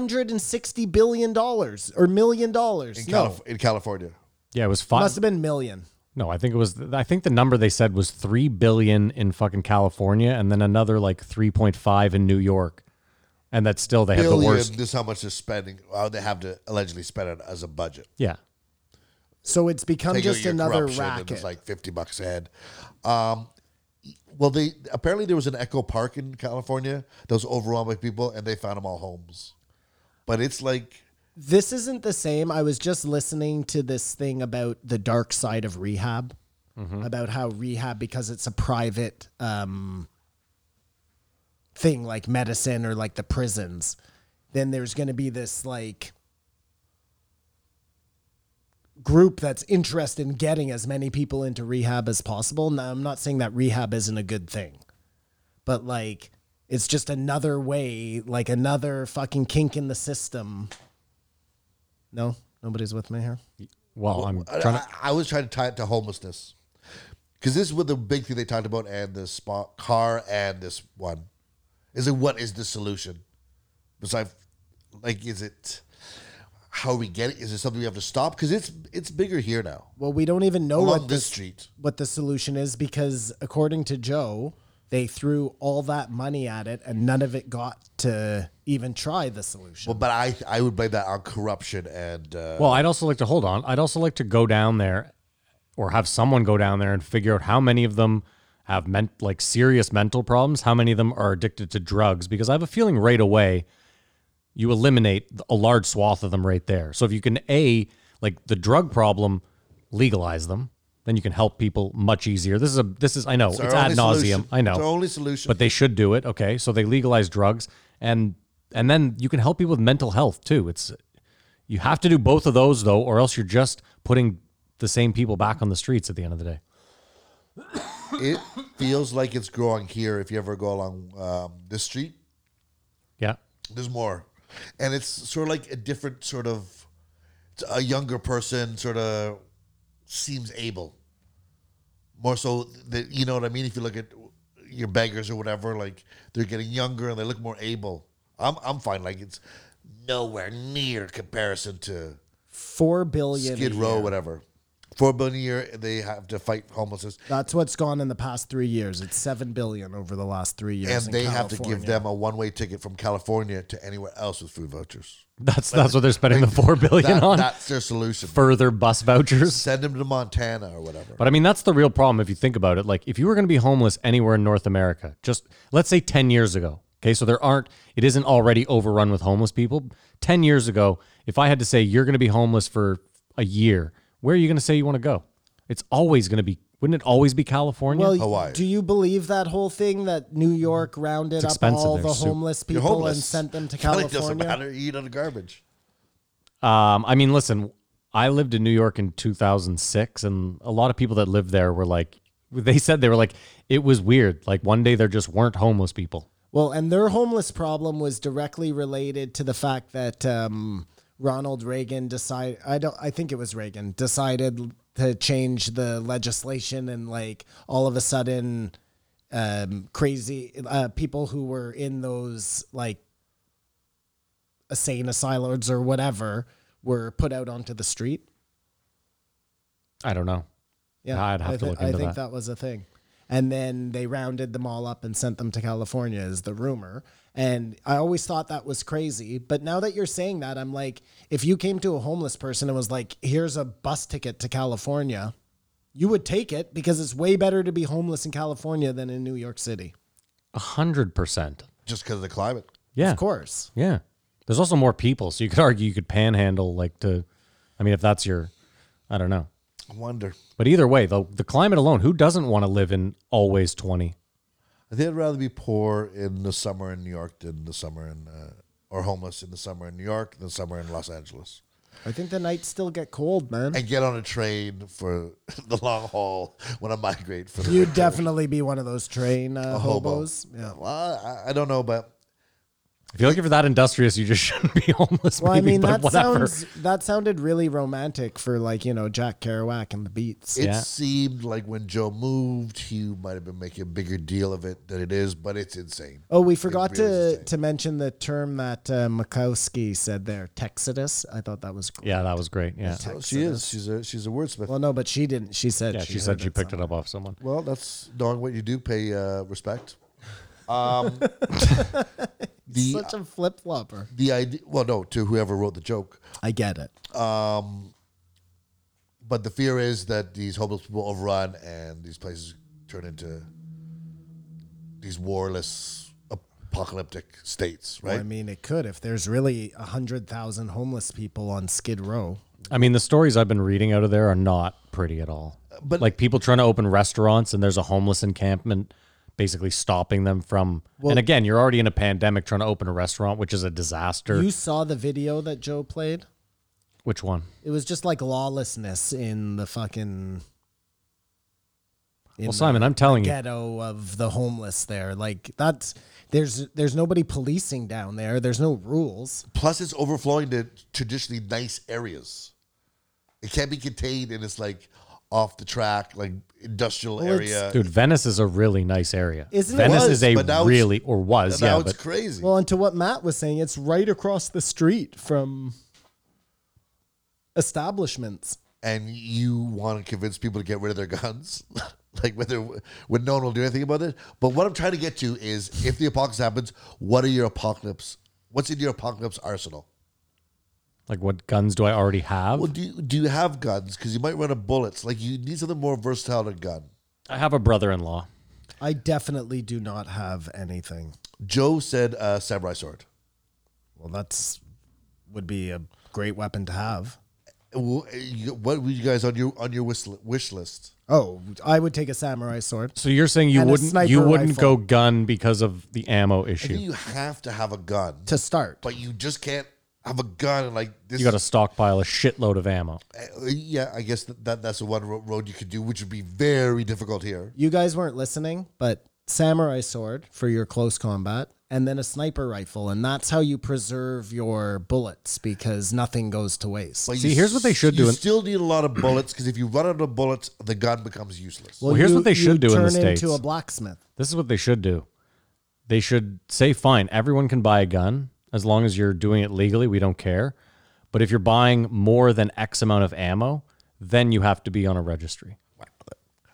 [SPEAKER 7] 460 billion dollars or million dollars
[SPEAKER 5] in,
[SPEAKER 7] no
[SPEAKER 5] Calif- in California.
[SPEAKER 6] Yeah, it was five.
[SPEAKER 7] must have been million
[SPEAKER 6] No, I think it was. I think the number they said was three billion in fucking California, and then another like three point five in New York, and that's still they have the
[SPEAKER 5] Billion,
[SPEAKER 6] worst.
[SPEAKER 5] This is how much they're spending. How they have to allegedly spend it as a budget.
[SPEAKER 6] Yeah,
[SPEAKER 7] so it's become
[SPEAKER 5] Take out
[SPEAKER 7] just
[SPEAKER 5] your
[SPEAKER 7] another
[SPEAKER 5] corruption, and
[SPEAKER 7] racket
[SPEAKER 5] It's like fifty bucks a head. Um, well, they apparently there was an Echo Park in California that was overwhelmed by people, and they found them all homes. But it's like
[SPEAKER 7] this isn't the same. I was just listening to this thing about the dark side of rehab, about how rehab, because it's a private um, thing like medicine or like the prisons, then there's going to be this like group that's interested in getting as many people into rehab as possible. Now, I'm not saying that rehab isn't a good thing, but like it's just another way, like another fucking kink in the system No, nobody's with me here.
[SPEAKER 6] Well, I'm
[SPEAKER 5] I,
[SPEAKER 6] trying to.
[SPEAKER 5] I- I was trying to tie it to homelessness because this is what the big thing they talked about, and this spot, car, and this one is like, what is the solution? Besides, like, is it how we get it? Is it something we have to stop? Because it's it's bigger here now
[SPEAKER 7] Well, we don't even know
[SPEAKER 5] along
[SPEAKER 7] what
[SPEAKER 5] this
[SPEAKER 7] this
[SPEAKER 5] street.
[SPEAKER 7] what the solution is because according to Joe, they threw all that money at it and none of it got to even try the solution.
[SPEAKER 5] Well, but I I would blame that on corruption and uh,
[SPEAKER 6] Well, I'd also like to hold on. I'd also like to go down there, or have someone go down there and figure out how many of them have meant like serious mental problems. How many of them are addicted to drugs? Because I have a feeling right away, you eliminate a large swath of them right there. So if you can a like the drug problem, legalize them, then you can help people much easier. This is a this is I know it's,
[SPEAKER 5] our
[SPEAKER 6] ad
[SPEAKER 5] only
[SPEAKER 6] nauseum.
[SPEAKER 5] solution.
[SPEAKER 6] I know
[SPEAKER 5] It's our only solution.
[SPEAKER 6] but they should do it. Okay, so they legalize drugs, and and then you can help people with mental health too. It's you have to do both of those though, or else you're just putting the same people back on the streets at the end of the day.
[SPEAKER 5] it feels like it's growing here. If you ever go along um, this street,
[SPEAKER 6] Yeah,
[SPEAKER 5] there's more, and it's sort of like a different sort of it's a younger person sort of seems able more so that you know what I mean. If you look at your beggars or whatever, like they're getting younger and they look more able. I'm I'm fine. Like it's nowhere near comparison to
[SPEAKER 7] Four billion.
[SPEAKER 5] Skid
[SPEAKER 7] a
[SPEAKER 5] Row,
[SPEAKER 7] year.
[SPEAKER 5] whatever. Four billion a year, they have to fight homelessness.
[SPEAKER 7] That's what's gone in the past three years. It's seven billion over the last three years.
[SPEAKER 5] and
[SPEAKER 7] in
[SPEAKER 5] they have to give
[SPEAKER 7] California.
[SPEAKER 5] them a one-way ticket from California to anywhere else with food vouchers.
[SPEAKER 6] that's that's what they're spending the four billion
[SPEAKER 5] That,
[SPEAKER 6] on
[SPEAKER 5] that's their solution.
[SPEAKER 6] further bus vouchers.
[SPEAKER 5] Send them to Montana or whatever.
[SPEAKER 6] But I mean, that's the real problem if you think about it. Like, if you were going to be homeless anywhere in North America, just let's say 10 years ago, okay, so there aren't, it isn't already overrun with homeless people. 10 years ago, if I had to say you're going to be homeless for a year, where are you going to say you want to go? It's always going to be, wouldn't it always be California?
[SPEAKER 7] Well,
[SPEAKER 5] Hawaii.
[SPEAKER 7] do you believe that whole thing that New York rounded up
[SPEAKER 6] expensive
[SPEAKER 7] all
[SPEAKER 6] there,
[SPEAKER 7] the
[SPEAKER 6] Sue.
[SPEAKER 7] homeless
[SPEAKER 5] You're
[SPEAKER 7] people
[SPEAKER 5] homeless.
[SPEAKER 7] and sent them to
[SPEAKER 5] Probably doesn't
[SPEAKER 7] California?
[SPEAKER 5] matter. You Eat out of garbage.
[SPEAKER 6] Um, I mean, listen, I lived in New York in 2006, and a lot of people that lived there were like, they said they were like, it was weird. Like, one day there just weren't homeless people.
[SPEAKER 7] Well, and their homeless problem was directly related to the fact that um, Ronald Reagan decided. I don't. I think it was Reagan decided to change the legislation, and like all of a sudden, um, crazy uh, people who were in those like insane asylums or whatever were put out onto the street.
[SPEAKER 6] I don't know.
[SPEAKER 7] Yeah,
[SPEAKER 6] I'd have
[SPEAKER 7] I
[SPEAKER 6] to
[SPEAKER 7] thi-
[SPEAKER 6] look
[SPEAKER 7] I
[SPEAKER 6] into
[SPEAKER 7] think
[SPEAKER 6] that.
[SPEAKER 7] that was a thing. And then they rounded them all up and sent them to California, is the rumor. And I always thought that was crazy. But now that you're saying that, I'm like, if you came to a homeless person and was like, here's a bus ticket to California, you would take it because it's way better to be homeless in California than in New York City.
[SPEAKER 6] A hundred percent.
[SPEAKER 5] Just because of the climate.
[SPEAKER 6] Yeah.
[SPEAKER 7] Of course.
[SPEAKER 6] Yeah. There's also more people, so you could argue you could panhandle like to I mean if that's your I don't know.
[SPEAKER 5] I wonder.
[SPEAKER 6] But either way, the the climate alone, who doesn't want to live in always 20?
[SPEAKER 5] I think I'd rather be poor in the summer in New York than the summer in, uh, or homeless in the summer in New York than summer in Los Angeles.
[SPEAKER 7] I think the nights still get cold, man.
[SPEAKER 5] And get on a train for the long haul when I migrate for the
[SPEAKER 7] You'd
[SPEAKER 5] winter.
[SPEAKER 7] definitely be one of those train uh,
[SPEAKER 5] hobo.
[SPEAKER 7] hobos. Yeah.
[SPEAKER 5] Well, I, I don't know, but
[SPEAKER 6] If you're looking for that industrious, you just shouldn't be homeless.
[SPEAKER 7] Well,
[SPEAKER 6] maybe,
[SPEAKER 7] I mean,
[SPEAKER 6] but
[SPEAKER 7] that
[SPEAKER 6] whatever.
[SPEAKER 7] sounds that sounded really romantic for like you know Jack Kerouac and the Beats.
[SPEAKER 5] It
[SPEAKER 6] Yeah.
[SPEAKER 5] seemed like when Joe moved, he might have been making a bigger deal of it than it is, but it's insane.
[SPEAKER 7] oh, we forgot
[SPEAKER 5] really is the
[SPEAKER 7] to
[SPEAKER 5] same.
[SPEAKER 7] to mention the term that uh, Mikowski said there, Texidus. I thought that was great.
[SPEAKER 6] Yeah, that was great. Yeah.
[SPEAKER 5] Oh, she is. She's a she's a wordsmith.
[SPEAKER 7] Well, no, but she didn't. She said
[SPEAKER 6] Yeah, she, said she picked it up off someone.
[SPEAKER 5] Well, that's knowing what you do. Pay uh, respect. Um, the
[SPEAKER 7] Such a flip flopper.
[SPEAKER 5] the idea. Well, no, to whoever wrote the joke.
[SPEAKER 7] I get it.
[SPEAKER 5] But the fear is that these homeless people overrun and these places turn into these warless apocalyptic states. Right.
[SPEAKER 7] I mean, it could if there's really a hundred thousand homeless people on Skid Row.
[SPEAKER 6] I mean, the stories I've been reading out of there are not pretty at all.
[SPEAKER 7] Uh,
[SPEAKER 5] but-
[SPEAKER 6] like people trying to open restaurants and there's a homeless encampment basically stopping them from and again, you're already in a pandemic trying to open a restaurant, which is a disaster.
[SPEAKER 7] You saw the video that Joe played.
[SPEAKER 6] Which one?
[SPEAKER 7] It was just like lawlessness in the fucking in
[SPEAKER 6] Well, Simon, I'm telling you,
[SPEAKER 7] ghetto of the homeless there. Like that's there's there's nobody policing down there. There's no rules.
[SPEAKER 5] Plus, it's overflowing to traditionally nice areas. It can't be contained, and it's like off the track, like industrial
[SPEAKER 7] Well, it's-
[SPEAKER 5] area.
[SPEAKER 6] dude, Venice is a really nice area.
[SPEAKER 7] uh, Isn't it?
[SPEAKER 6] Venice
[SPEAKER 7] Was,
[SPEAKER 6] is a
[SPEAKER 5] but now it's-
[SPEAKER 6] really or was
[SPEAKER 5] now
[SPEAKER 6] yeah,
[SPEAKER 5] it's
[SPEAKER 6] but
[SPEAKER 5] crazy.
[SPEAKER 7] Well, and to what Matt was saying, it's right across the street from establishments.
[SPEAKER 5] and you want to convince people to get rid of their guns, like whether when no one will do anything about it. But what I'm trying to get to is, if the apocalypse happens, what are your apocalypse? What's in your apocalypse arsenal?
[SPEAKER 6] like what guns do I already have?
[SPEAKER 5] Well, do you, do you have guns? Because you might run out of bullets. Like you need something more versatile than gun.
[SPEAKER 6] I have a brother-in-law.
[SPEAKER 7] I definitely do not have anything.
[SPEAKER 5] Joe said uh, samurai sword.
[SPEAKER 7] Well, that's would be a great weapon to have.
[SPEAKER 5] Well, you- What were you guys on your on your wish, wish list?
[SPEAKER 7] Oh, I would take a samurai sword.
[SPEAKER 6] So you're saying you
[SPEAKER 7] And a
[SPEAKER 6] wouldn't
[SPEAKER 7] sniper
[SPEAKER 6] you wouldn't
[SPEAKER 7] rifle.
[SPEAKER 6] go gun because of the ammo
[SPEAKER 5] I think
[SPEAKER 6] issue?
[SPEAKER 5] you have to have a gun,
[SPEAKER 7] to start.
[SPEAKER 5] but you just can't have a gun. and, Like this,
[SPEAKER 6] You got to stockpile a shitload of ammo.
[SPEAKER 5] Uh, yeah, I guess that, that that's the one ro- road you could do, which would be very difficult here.
[SPEAKER 7] you guys weren't listening, but samurai sword for your close combat, and then a sniper rifle, and that's how you preserve your bullets because nothing goes to waste.
[SPEAKER 5] But
[SPEAKER 6] See,
[SPEAKER 5] you
[SPEAKER 6] here's what they
[SPEAKER 5] s-
[SPEAKER 6] should do
[SPEAKER 5] You
[SPEAKER 6] in-
[SPEAKER 5] still need a lot of bullets because if you run out of bullets, the gun becomes useless.
[SPEAKER 6] Well, here's
[SPEAKER 7] you-
[SPEAKER 6] what they should
[SPEAKER 7] you
[SPEAKER 6] do in the
[SPEAKER 7] turn into
[SPEAKER 6] States.
[SPEAKER 7] a blacksmith.
[SPEAKER 6] This is what they should do. They should say, fine, everyone can buy a gun as long as you're doing it legally. We don't care. But if you're buying more than X amount of ammo, then you have to be on a registry.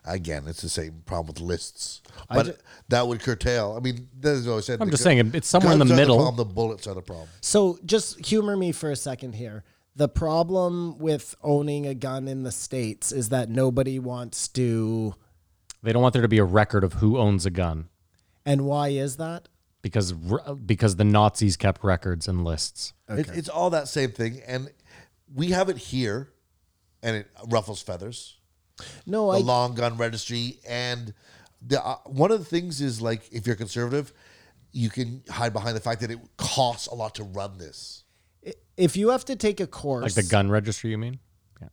[SPEAKER 5] Again, it's the same problem with lists, but that would curtail. I mean, that's what I said.
[SPEAKER 6] I'm
[SPEAKER 5] the
[SPEAKER 6] just
[SPEAKER 5] gu-
[SPEAKER 6] saying, it's somewhere in the
[SPEAKER 5] guns are
[SPEAKER 6] middle.
[SPEAKER 5] problem, the bullets are the problem.
[SPEAKER 7] So just humor me for a second here. The problem with owning a gun in the states is that nobody wants to.
[SPEAKER 6] They don't want there to be a record of who owns a gun
[SPEAKER 7] And why is that?
[SPEAKER 6] because r- because the Nazis kept records and lists.
[SPEAKER 5] It, it's all that same thing, and we have it here, and it ruffles feathers.
[SPEAKER 7] No,
[SPEAKER 5] the
[SPEAKER 7] I
[SPEAKER 5] long gun registry and the uh, one of the things is like if you're conservative you can hide behind the fact that it costs a lot to run this
[SPEAKER 7] if you have to take a course
[SPEAKER 6] Like the gun registry, you mean? Yeah.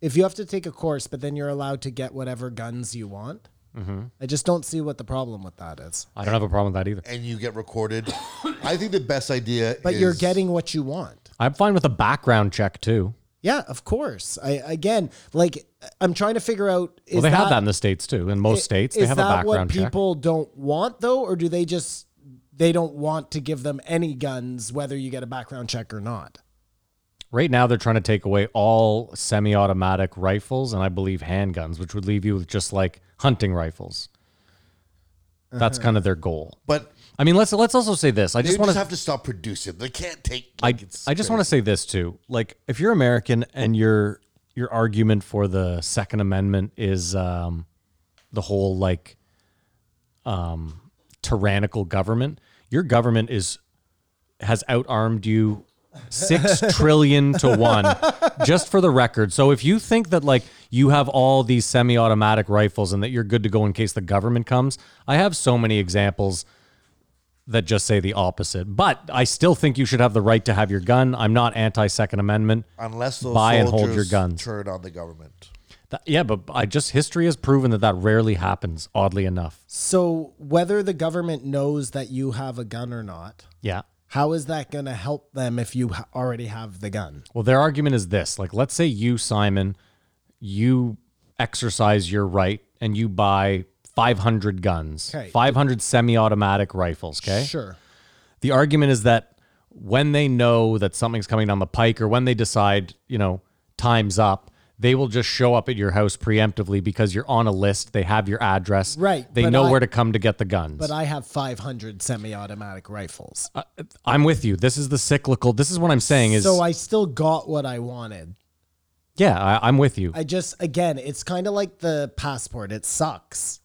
[SPEAKER 7] if you have to take a course, but then you're allowed to get whatever guns you want,
[SPEAKER 6] Mm-hmm.
[SPEAKER 7] I just don't see what the problem with that is.
[SPEAKER 6] I don't have a problem with that either.
[SPEAKER 5] and you get recorded i think the best idea
[SPEAKER 7] But you're
[SPEAKER 5] is-
[SPEAKER 7] getting what you want.
[SPEAKER 6] I'm fine with a background check too.
[SPEAKER 7] Yeah, of course. I again, like, I'm trying to figure out. Is
[SPEAKER 6] well, they have that in the states too. In most states, they
[SPEAKER 7] is
[SPEAKER 6] have a
[SPEAKER 7] that
[SPEAKER 6] background
[SPEAKER 7] what
[SPEAKER 6] check.
[SPEAKER 7] people don't want though, or do they just they don't want to give them any guns, whether you get a background check or not?
[SPEAKER 6] Right now, they're trying to take away all semi automatic rifles and I believe handguns, which would leave you with just like hunting rifles. That's kind of their goal.
[SPEAKER 5] but
[SPEAKER 6] I mean, let's let's also say this. I
[SPEAKER 5] they
[SPEAKER 6] just
[SPEAKER 5] just,
[SPEAKER 6] want
[SPEAKER 5] have to
[SPEAKER 6] to.
[SPEAKER 5] stop producing they can't take
[SPEAKER 6] I,
[SPEAKER 5] like, it's
[SPEAKER 6] I just want to say this too. Like, if you're American and your your argument for the Second Amendment is um, the whole like um, tyrannical government, your government is has outarmed you six trillion to one, just for the record. So if you think that like you have all these semi-automatic rifles and that you're good to go in case the government comes, I have so many examples that just say the opposite. But I still think you should have the right to have your gun. I'm not anti-second amendment.
[SPEAKER 5] unless those
[SPEAKER 6] buy and
[SPEAKER 5] soldiers
[SPEAKER 6] hold your guns.
[SPEAKER 5] turn on the government
[SPEAKER 6] That- yeah, but I just history has proven that that rarely happens. Oddly enough,
[SPEAKER 7] So whether the government knows that you have a gun or not,
[SPEAKER 6] yeah.
[SPEAKER 7] how is that going to help them if you ha- already have the gun?
[SPEAKER 6] Well, their argument is this like, let's say you, Simon, you exercise your right and you buy 500 guns,
[SPEAKER 7] Okay.
[SPEAKER 6] 500 semi automatic rifles. Okay.
[SPEAKER 7] Sure.
[SPEAKER 6] The argument is that when they know that something's coming down the pike or when they decide, you know, time's up, they will just show up at your house preemptively because you're on a list. They have your address.
[SPEAKER 7] Right,
[SPEAKER 6] They
[SPEAKER 7] but
[SPEAKER 6] know
[SPEAKER 7] I-
[SPEAKER 6] where to come to get the guns.
[SPEAKER 7] But I have 500 semi-automatic rifles.
[SPEAKER 6] I'm with you. This is the cyclical. This is what I'm saying is,
[SPEAKER 7] so I still got what I wanted.
[SPEAKER 6] yeah, I, I'm with you.
[SPEAKER 7] I just again, it's kind of like the passport. It sucks.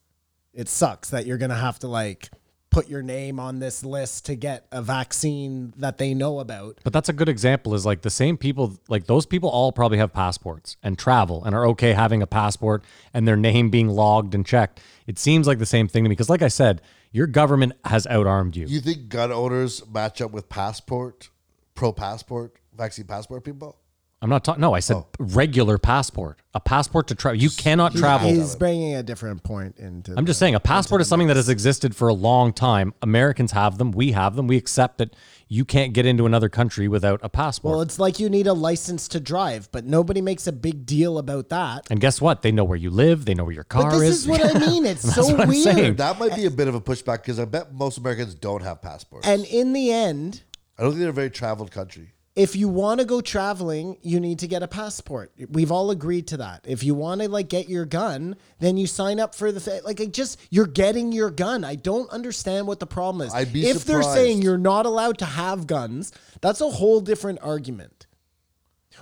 [SPEAKER 7] It sucks that you're gonna have to like put your name on this list to get a vaccine that they know about.
[SPEAKER 6] But that's a good example is like the same people, like those people all probably have passports and travel and are okay having a passport and their name being logged and checked. It seems like the same thing to me because, like I said, your government has outarmed you.
[SPEAKER 5] you think gun owners match up with passport pro passport vaccine passport people
[SPEAKER 6] I'm not talking. No, I
[SPEAKER 7] Oh.
[SPEAKER 6] said regular passport. A passport to travel. You cannot travel.
[SPEAKER 7] He's bringing a different point into.
[SPEAKER 6] I'm just saying a passport is something that has existed for a long time. Americans have them. We have them. We accept that you can't get into another country without a passport.
[SPEAKER 7] Well, it's like you need a license to drive, but nobody makes a big deal about that.
[SPEAKER 6] and guess what? They know where you live. They know where your
[SPEAKER 7] But
[SPEAKER 6] car
[SPEAKER 7] this is what I mean. It's so
[SPEAKER 6] what I'm
[SPEAKER 7] weird.
[SPEAKER 6] saying.
[SPEAKER 5] That might be a bit of a pushback because I bet most Americans don't have passports.
[SPEAKER 7] And in the end,
[SPEAKER 5] I don't think they're a very traveled country.
[SPEAKER 7] if you want to go traveling, you need to get a passport. We've all agreed to that. If you want to like get your gun, then you sign up for the fa- like. I just you're getting your gun. I don't understand what the problem is.
[SPEAKER 5] I'd be
[SPEAKER 7] if they're
[SPEAKER 5] surprised.
[SPEAKER 7] saying you're not allowed to have guns, that's a whole different argument.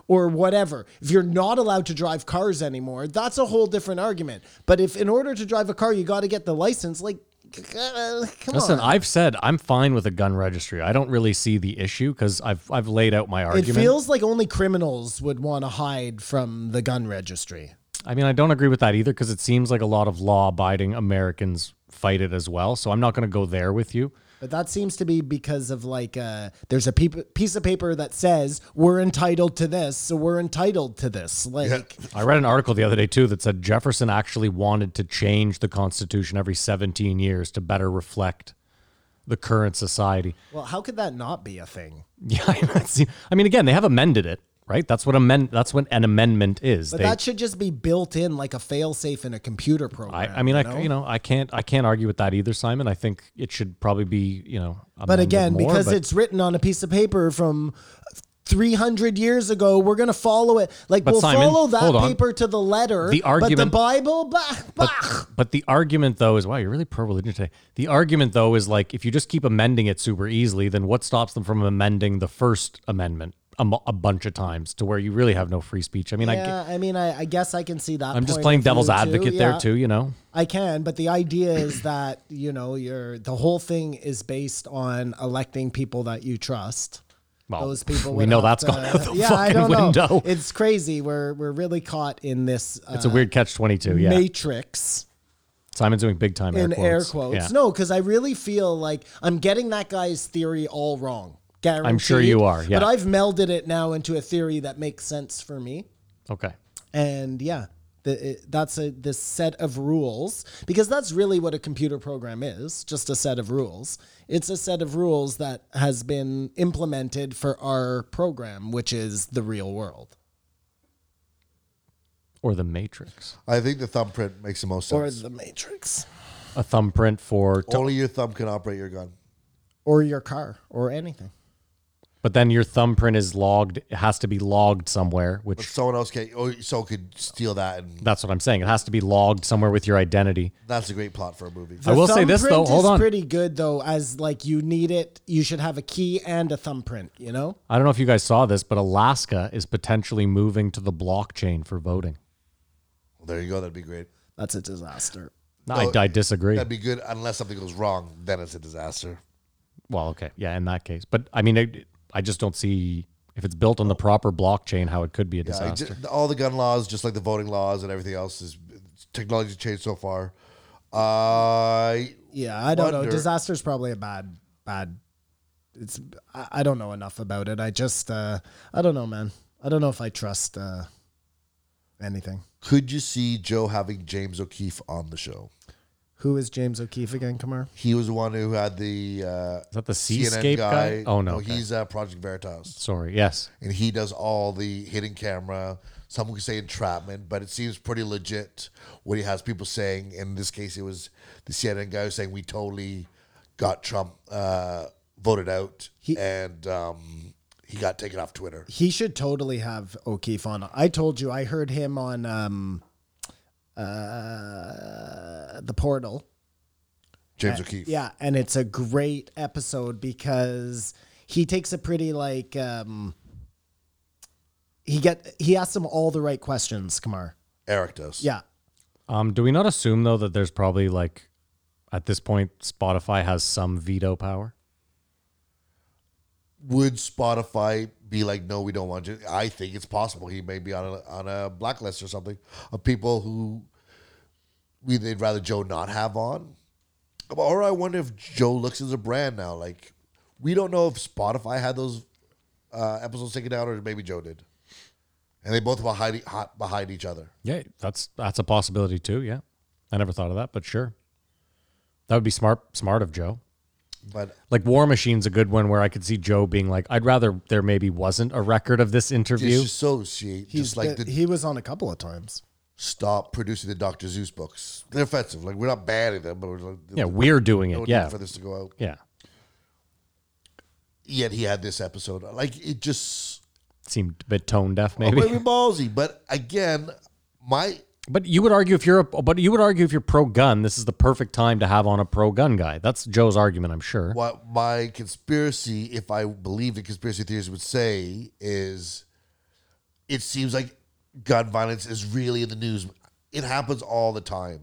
[SPEAKER 7] Or whatever. If you're not allowed to drive cars anymore, that's a whole different argument. But if in order to drive a car, you got to get the license, like, uh, come
[SPEAKER 6] Listen,
[SPEAKER 7] on.
[SPEAKER 6] I've said I'm fine with a gun registry. I don't really see the issue because I've I've laid out my
[SPEAKER 7] It
[SPEAKER 6] argument.
[SPEAKER 7] feels like only criminals would want to hide from the gun registry.
[SPEAKER 6] I mean, I don't agree with that either because it seems like a lot of law-abiding Americans fight it as well. So I'm not going to go there with you.
[SPEAKER 7] But that seems to be because of like uh, there's a peop- piece of paper that says we're entitled to this, so we're entitled to this. Like
[SPEAKER 6] I read an article the other day too that said Jefferson actually wanted to change the Constitution every 17 years to better reflect the current society.
[SPEAKER 7] Well, how could that not be a thing?
[SPEAKER 6] Yeah, I mean, see- I mean, again, they have amended it, right? That's what amend. That's what an amendment is.
[SPEAKER 7] But
[SPEAKER 6] They-
[SPEAKER 7] that should just be built in like a failsafe in a computer program.
[SPEAKER 6] I, I mean, I c- you know, I can't, I can't argue with that either, Simon. I think it should probably be, you know,
[SPEAKER 7] but
[SPEAKER 6] amended
[SPEAKER 7] again,
[SPEAKER 6] more,
[SPEAKER 7] because
[SPEAKER 6] but-
[SPEAKER 7] it's written on a piece of paper from 300 years ago, we're going to follow it. Like we'll
[SPEAKER 6] Simon,
[SPEAKER 7] follow that
[SPEAKER 6] hold on.
[SPEAKER 7] paper to the letter.
[SPEAKER 6] The
[SPEAKER 7] but
[SPEAKER 6] argument-
[SPEAKER 7] the Bible, bah, bah.
[SPEAKER 6] But the argument though is wow, you're really pro religion today. The argument though is like if you just keep amending it super easily, then what stops them from amending the first amendment a, mo- a bunch of times to where you really have no free speech? I mean, I,
[SPEAKER 7] yeah, I mean, I, I guess I can see that.
[SPEAKER 6] am just
[SPEAKER 7] point
[SPEAKER 6] playing
[SPEAKER 7] of view
[SPEAKER 6] devil's
[SPEAKER 7] too,
[SPEAKER 6] advocate there
[SPEAKER 7] yeah.
[SPEAKER 6] too, you know.
[SPEAKER 7] I can, but the idea is that you know you're the whole thing is based on electing people that you trust.
[SPEAKER 6] Well,
[SPEAKER 7] Those people
[SPEAKER 6] we
[SPEAKER 7] would
[SPEAKER 6] know
[SPEAKER 7] have
[SPEAKER 6] that's
[SPEAKER 7] to-
[SPEAKER 6] gone out the
[SPEAKER 7] yeah,
[SPEAKER 6] fucking
[SPEAKER 7] I don't know.
[SPEAKER 6] window.
[SPEAKER 7] It's crazy. We're we're really caught in this. Uh,
[SPEAKER 6] It's a weird catch twenty two. Yeah,
[SPEAKER 7] matrix
[SPEAKER 6] Simon's doing big time air
[SPEAKER 7] in
[SPEAKER 6] quotes.
[SPEAKER 7] air quotes.
[SPEAKER 6] Yeah.
[SPEAKER 7] No, because I really feel like I'm getting that guy's theory all wrong. Guaranteed.
[SPEAKER 6] sure you are, yeah.
[SPEAKER 7] But I've melded it now into a theory that makes sense for me.
[SPEAKER 6] Okay.
[SPEAKER 7] and yeah the, it, that's a this set of rules because that's really what a computer program is just a set of rules it's a set of rules that has been implemented for our program which is the real world
[SPEAKER 6] Or the Matrix,
[SPEAKER 5] I think the thumbprint makes the most
[SPEAKER 7] or
[SPEAKER 5] sense.
[SPEAKER 7] the matrix
[SPEAKER 6] a thumbprint for. to-
[SPEAKER 5] Only your thumb can operate your gun.
[SPEAKER 7] or your car or anything
[SPEAKER 6] but then your thumbprint is logged. It has to be logged somewhere,
[SPEAKER 5] But
[SPEAKER 6] which
[SPEAKER 5] someone else can. Oh, so could steal that, and
[SPEAKER 6] that's what I'm saying. It has to be logged somewhere with your identity.
[SPEAKER 5] that's a great plot for a movie.
[SPEAKER 6] I will say this though.
[SPEAKER 7] Thumbprint
[SPEAKER 6] Hold
[SPEAKER 7] is
[SPEAKER 6] on.
[SPEAKER 7] pretty good though as like you need it you should have a key and a thumbprint you know
[SPEAKER 6] I don't know if you guys saw this, but Alaska is potentially moving to the blockchain for voting.
[SPEAKER 5] Well, there you go. That'd be great.
[SPEAKER 7] that's a disaster
[SPEAKER 6] I, I disagree.
[SPEAKER 5] That'd be good unless something goes wrong. Then it's a disaster.
[SPEAKER 6] well, okay, yeah, in that case, but I mean, I, I just don't see if it's built on the proper blockchain how it could be a
[SPEAKER 5] Yeah, I
[SPEAKER 6] disaster.
[SPEAKER 5] ju- all the gun laws, just like the voting laws and everything else, is technology's changed so far. I
[SPEAKER 7] Yeah, I don't know.
[SPEAKER 5] wonder-
[SPEAKER 7] Disaster's probably a bad bad it's I, I don't know enough about it. I just uh I don't know, man. I don't know if I trust uh anything.
[SPEAKER 5] could you see Joe having James O'Keefe on the show?
[SPEAKER 7] Who is James O'Keefe again, Kamar?
[SPEAKER 5] He was the one who had the uh,
[SPEAKER 6] Is that the seascape guy? Oh no, okay.
[SPEAKER 5] he's uh, Project Veritas,
[SPEAKER 6] sorry. Yes,
[SPEAKER 5] and he does all the hidden camera. Some could say entrapment, but it seems pretty legit what he has people saying. In this case, it was the CNN guy who's saying we totally got Trump uh, voted out, and um, he got taken off Twitter.
[SPEAKER 7] He should totally have O'Keefe on. I told you I heard him on um uh the portal.
[SPEAKER 5] James O'Keefe.
[SPEAKER 7] Yeah, and it's a great episode because he takes a pretty like um he get he asks him all the right questions, Kamar.
[SPEAKER 5] Eric does.
[SPEAKER 7] Yeah.
[SPEAKER 6] Um, do we not assume though that there's probably like, at this point, Spotify has some veto power?
[SPEAKER 5] Would Spotify be like, no, we don't want you? I think it's possible he may be on a, on a blacklist or something of people who we they'd rather Joe not have on. Or I wonder if Joe looks as a brand now. Like, we don't know if Spotify had those uh, episodes taken down or maybe Joe did. and they both were hide, hot behind each other.
[SPEAKER 6] Yeah, that's that's a possibility too. Yeah, I never thought of that, but sure, that would be smart smart of Joe.
[SPEAKER 5] But
[SPEAKER 6] Like War Machine's a good one where I could see Joe being like, I'd rather there maybe wasn't a record of this interview.
[SPEAKER 5] disassociate,
[SPEAKER 7] He's
[SPEAKER 5] just like the,
[SPEAKER 7] he was on a couple of times.
[SPEAKER 5] stop producing the Dr. Zeus books. They're offensive. Like we're not bad at them, but we're like,
[SPEAKER 6] yeah, we're doing
[SPEAKER 5] no
[SPEAKER 6] it.
[SPEAKER 5] need
[SPEAKER 6] Yeah,
[SPEAKER 5] for this to go out.
[SPEAKER 6] yeah,
[SPEAKER 5] Yet he had this episode. Like it just
[SPEAKER 6] seemed a bit tone deaf maybe.
[SPEAKER 5] maybe ballsy. But again, my
[SPEAKER 6] But you would argue if you're a, but you would argue if you're pro gun, this is the perfect time to have on a pro gun guy. That's Joe's argument, I'm sure.
[SPEAKER 5] what my conspiracy, if I believe the conspiracy theories would say, is it seems like gun violence is really in the news. It happens all the time.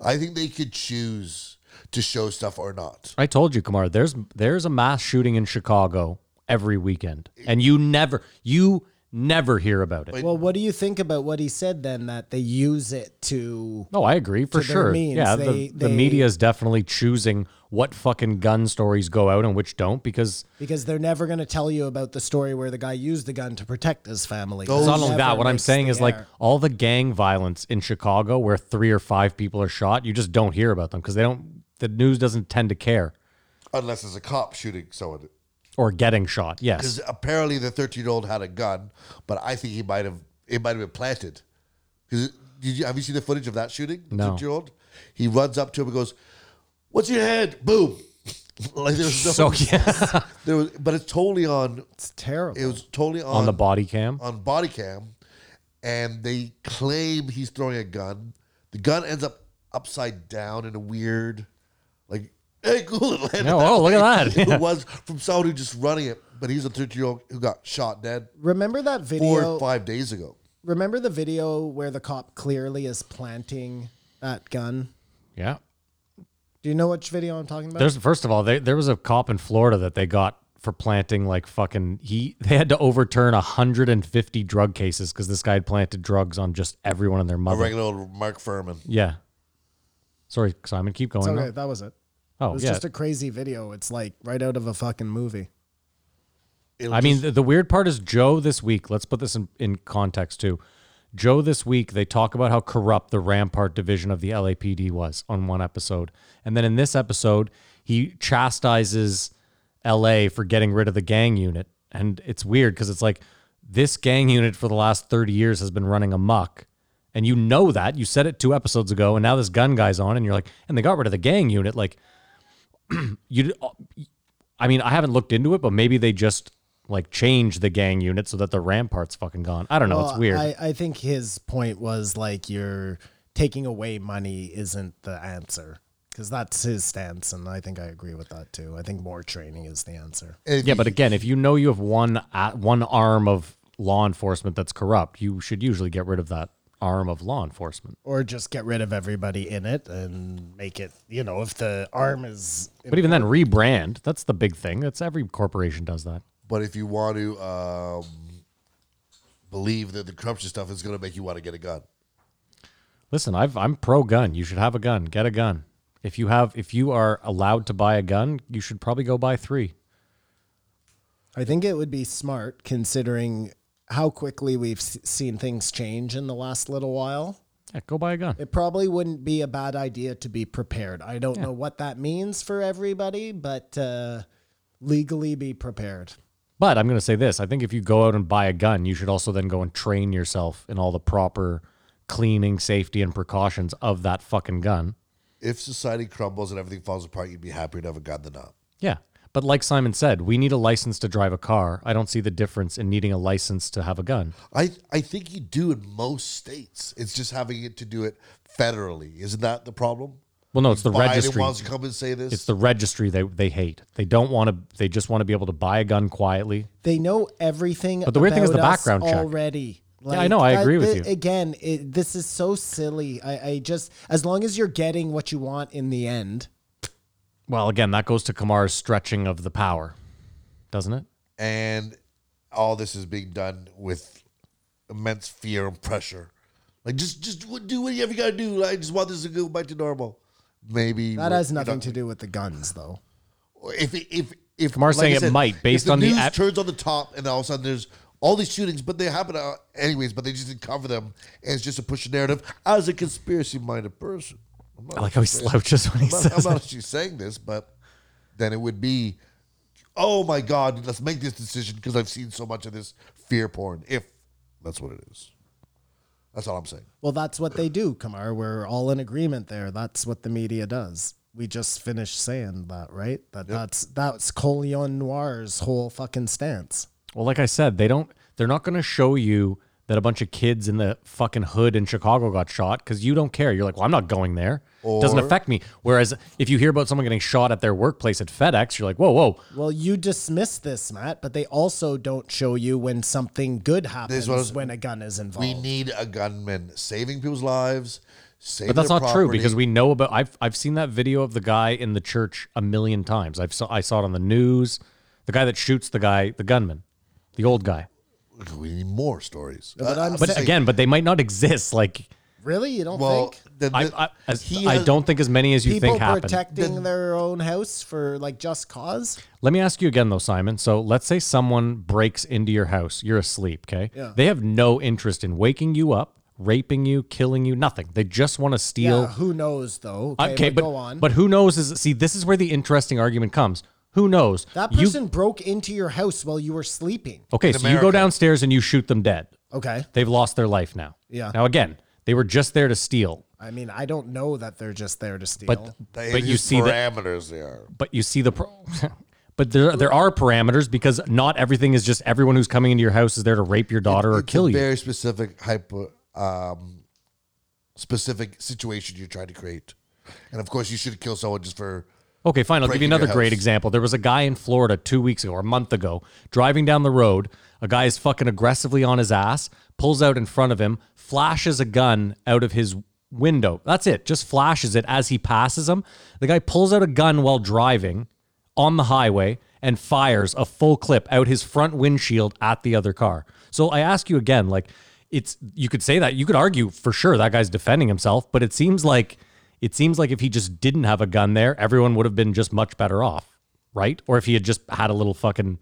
[SPEAKER 5] I think they could choose to show stuff or not.
[SPEAKER 6] I told you, Kamar, there's there's a mass shooting in Chicago every weekend, and you never you never hear about it.
[SPEAKER 7] Well, what do you think about what he said then that they use it to
[SPEAKER 6] No, I agree for
[SPEAKER 7] To their
[SPEAKER 6] sure.
[SPEAKER 7] means,
[SPEAKER 6] yeah, the,
[SPEAKER 7] they-
[SPEAKER 6] the
[SPEAKER 7] they-
[SPEAKER 6] media is definitely choosing what fucking gun stories go out and which don't because
[SPEAKER 7] because they're never going to tell you about the story where the guy used the gun to protect his family.
[SPEAKER 6] it's
[SPEAKER 7] It
[SPEAKER 6] not only
[SPEAKER 7] never
[SPEAKER 6] that. What I'm
[SPEAKER 7] makes
[SPEAKER 6] saying
[SPEAKER 7] the
[SPEAKER 6] is like
[SPEAKER 7] air.
[SPEAKER 6] all the gang violence in Chicago where three or five people are shot, you just don't hear about them because they don't. The news doesn't tend to care
[SPEAKER 5] Unless there's a cop shooting someone.
[SPEAKER 6] or getting shot. Yes,
[SPEAKER 5] Because apparently the 13 year old had a gun, but I think he might have, it might have been planted. 'Cause it- did you, have you seen the footage of that shooting? The
[SPEAKER 6] No.
[SPEAKER 5] 13 year old? He runs up to him and goes, What's your head? Boom. like there was no,
[SPEAKER 6] so yeah,
[SPEAKER 5] there was, but it's totally on,
[SPEAKER 7] it's terrible.
[SPEAKER 5] it was totally on,
[SPEAKER 6] on the body cam.
[SPEAKER 5] on body cam, and they claim he's throwing a gun. The gun ends up upside down in a weird, like, hey, cool. It landed
[SPEAKER 6] No,
[SPEAKER 5] that
[SPEAKER 6] oh, look at
[SPEAKER 5] way.
[SPEAKER 6] that. Yeah.
[SPEAKER 5] It was from someone who just running it, but he's a 13 year old who got shot dead
[SPEAKER 7] Remember that
[SPEAKER 5] four
[SPEAKER 7] video?
[SPEAKER 5] or five days ago.
[SPEAKER 7] Remember the video where the cop clearly is planting that gun?
[SPEAKER 6] Yeah,
[SPEAKER 7] Do you know which video I'm talking about?
[SPEAKER 6] there's first of all, they, there was a cop in Florida that they got for planting like fucking he they had to overturn 150 drug cases because this guy had planted drugs on just everyone and their
[SPEAKER 5] A
[SPEAKER 6] mother.
[SPEAKER 5] regular old Mark Furman.
[SPEAKER 6] Yeah. Sorry, Simon, keep going.
[SPEAKER 7] It's okay,
[SPEAKER 6] though.
[SPEAKER 7] that was it. It
[SPEAKER 6] Oh,
[SPEAKER 7] was
[SPEAKER 6] yeah.
[SPEAKER 7] just a crazy video. It's like right out of a fucking movie.
[SPEAKER 5] It'll
[SPEAKER 6] I mean,
[SPEAKER 5] just-
[SPEAKER 6] the, the weird part is Joe this week, let's put this in, in context too. Joe this week, they talk about how corrupt the Rampart division of the LAPD was on one episode. And then in this episode, he chastises LA for getting rid of the gang unit. And it's weird because it's like this gang unit for the last 30 years has been running amok. And you know that. You said it two episodes ago. And now this gun guy's on, and you're like, and they got rid of the gang unit. Like, you uh, I mean, I haven't looked into it, but maybe they just like change the gang unit so that the rampart's fucking gone. I don't know. it's
[SPEAKER 7] Well,
[SPEAKER 6] weird.
[SPEAKER 7] I, I think his point was like you're taking away money isn't the answer because that's his stance, and I think I agree with that too. I think more training is the answer.
[SPEAKER 5] if
[SPEAKER 6] yeah,
[SPEAKER 5] he-
[SPEAKER 6] but again, if you know you have one a one arm of law enforcement that's corrupt, you should usually get rid of that arm of law enforcement.
[SPEAKER 7] Or just get rid of everybody in it and make it, you know, if the arm is.
[SPEAKER 6] But even then, rebrand. That's the big thing. That's every corporation does that.
[SPEAKER 5] but if you want to um, believe that the corruption stuff is going to make you want to get a gun,
[SPEAKER 6] Listen, I've, I'm pro gun. You should have a gun. Get a gun. If you have, if you are allowed to buy a gun, you should probably go buy three.
[SPEAKER 7] I think it would be smart considering how quickly we've s- seen things change in the last little while.
[SPEAKER 6] Yeah, go buy a gun.
[SPEAKER 7] It probably wouldn't be a bad idea to be prepared. I don't know what that means for everybody, but uh, legally be prepared.
[SPEAKER 6] But I'm going to say this. I think if you go out and buy a gun, you should also then go and train yourself in all the proper cleaning, safety, and precautions of that fucking gun.
[SPEAKER 5] if society crumbles and everything falls apart, you'd be happier to have a gun than not.
[SPEAKER 6] Yeah. But like Simon said, we need a license to drive a car. I don't see the difference in needing a license to have a gun.
[SPEAKER 5] I I think you do in most states. It's just having it to do it federally. Isn't that the problem?
[SPEAKER 6] Well, no, it's the
[SPEAKER 5] Biden
[SPEAKER 6] registry.
[SPEAKER 5] wants to come and say this.
[SPEAKER 6] It's the registry they, they hate. They don't want to, they just want to be able to buy a gun quietly.
[SPEAKER 7] They know everything. But
[SPEAKER 6] the weird thing is the background check.
[SPEAKER 7] already.
[SPEAKER 6] I know, I agree with
[SPEAKER 7] thi-
[SPEAKER 6] you.
[SPEAKER 7] Again, it, this is so silly. I, I just, as long as you're getting what you want in the end,
[SPEAKER 6] Well, again, that goes to Kamar's stretching of the power, doesn't it?
[SPEAKER 5] and all this is being done with immense fear and pressure. Like just just do whatever you gotta do. I just want this to go back to normal. Maybe
[SPEAKER 7] that has nothing to do with the guns, though.
[SPEAKER 5] If if if
[SPEAKER 6] Kamar's
[SPEAKER 5] I
[SPEAKER 6] saying it might,
[SPEAKER 5] if
[SPEAKER 6] based
[SPEAKER 5] the
[SPEAKER 6] on the
[SPEAKER 5] news
[SPEAKER 6] app-
[SPEAKER 5] turns on the top, and all of a sudden there's all these shootings, but they happen uh, anyways. But they just didn't cover them, and it's just to push a narrative. As a conspiracy-minded person, I'm not
[SPEAKER 6] I like how he slouches when he
[SPEAKER 5] I'm
[SPEAKER 6] says
[SPEAKER 5] not, I'm
[SPEAKER 6] it.
[SPEAKER 5] not actually saying this, but then it would be, oh my God, let's make this decision because I've seen so much of this fear porn. If that's what it is, that's all I'm saying.
[SPEAKER 7] Well, that's what they do, Kamar. We're all in agreement there. That's what the media does. We just finished saying that, right? That that's that's Colion Noir's whole fucking stance.
[SPEAKER 6] Well, like I said, they don't. They're not going to show you that a bunch of kids in the fucking hood in Chicago got shot because you don't care. You're like, well, I'm not going there. It Doesn't
[SPEAKER 5] Or-
[SPEAKER 6] affect me. Whereas if you hear about someone getting shot at their workplace at FedEx, you're like, whoa, whoa.
[SPEAKER 7] Well, you dismiss this, Matt, but they also don't show you when something good happens
[SPEAKER 5] is what I was-
[SPEAKER 7] when a gun is involved.
[SPEAKER 5] We need a gunman saving people's lives. Saving
[SPEAKER 6] But that's
[SPEAKER 5] their
[SPEAKER 6] not true
[SPEAKER 5] property.
[SPEAKER 6] because we know about. I've I've seen that video of the guy in the church a million times. I've saw, I saw it on the news. The guy that shoots the guy, the gunman, the old guy.
[SPEAKER 5] we need more stories. Uh,
[SPEAKER 7] but I'm
[SPEAKER 6] But
[SPEAKER 5] saying-
[SPEAKER 6] again, but they might not exist. Like
[SPEAKER 7] really, you don't
[SPEAKER 5] well,
[SPEAKER 7] think
[SPEAKER 5] the, the,
[SPEAKER 6] I I, as,
[SPEAKER 5] he
[SPEAKER 6] I
[SPEAKER 5] has-
[SPEAKER 6] don't think as many as you
[SPEAKER 7] people
[SPEAKER 6] think happen.
[SPEAKER 7] protecting their own house for like just cause?
[SPEAKER 6] Let me ask you again, though, Simon. So let's say someone breaks into your house. You're asleep, okay?
[SPEAKER 7] Yeah.
[SPEAKER 6] They have no interest in waking you up, raping you, killing you, nothing. They just want to steal.
[SPEAKER 7] Yeah, who knows though?
[SPEAKER 6] okay, but,
[SPEAKER 7] go on.
[SPEAKER 6] but who knows? Is See, this is where the interesting argument comes. Who knows?
[SPEAKER 7] that
[SPEAKER 6] You-
[SPEAKER 7] person broke into your house while you were sleeping.
[SPEAKER 6] okay,
[SPEAKER 5] In
[SPEAKER 6] so you go
[SPEAKER 5] America.
[SPEAKER 6] downstairs and you shoot them dead.
[SPEAKER 7] Okay.
[SPEAKER 6] They've lost their life now.
[SPEAKER 7] Yeah.
[SPEAKER 6] Now, again, they were just there to steal.
[SPEAKER 7] I mean, I don't know that they're just there to steal.
[SPEAKER 6] But,
[SPEAKER 5] they-
[SPEAKER 6] but you
[SPEAKER 5] his
[SPEAKER 6] see that
[SPEAKER 5] parameters there.
[SPEAKER 6] but you see the pro- but there there are parameters because not everything is just everyone who's coming into your house is there to rape your daughter or
[SPEAKER 5] It's
[SPEAKER 6] kill
[SPEAKER 5] a
[SPEAKER 6] you.
[SPEAKER 5] Very specific hyper um, specific situation you're trying to create, and of course you should kill someone just for.
[SPEAKER 6] Okay, fine. I'll give you
[SPEAKER 5] breaking your
[SPEAKER 6] another great
[SPEAKER 5] house.
[SPEAKER 6] example. There was a guy in Florida two weeks ago or a month ago driving down the road. A guy is fucking aggressively on his ass, pulls out in front of him, flashes a gun out of his window. That's it. Just flashes it as he passes him. The guy pulls out a gun while driving on the highway and fires a full clip out his front windshield at the other car. So I ask you again, like, it's you could say that you could argue for sure that guy's defending himself, but it seems like it seems like if he just didn't have a gun there, everyone would have been just much better off, right? Or if he had just had a little fucking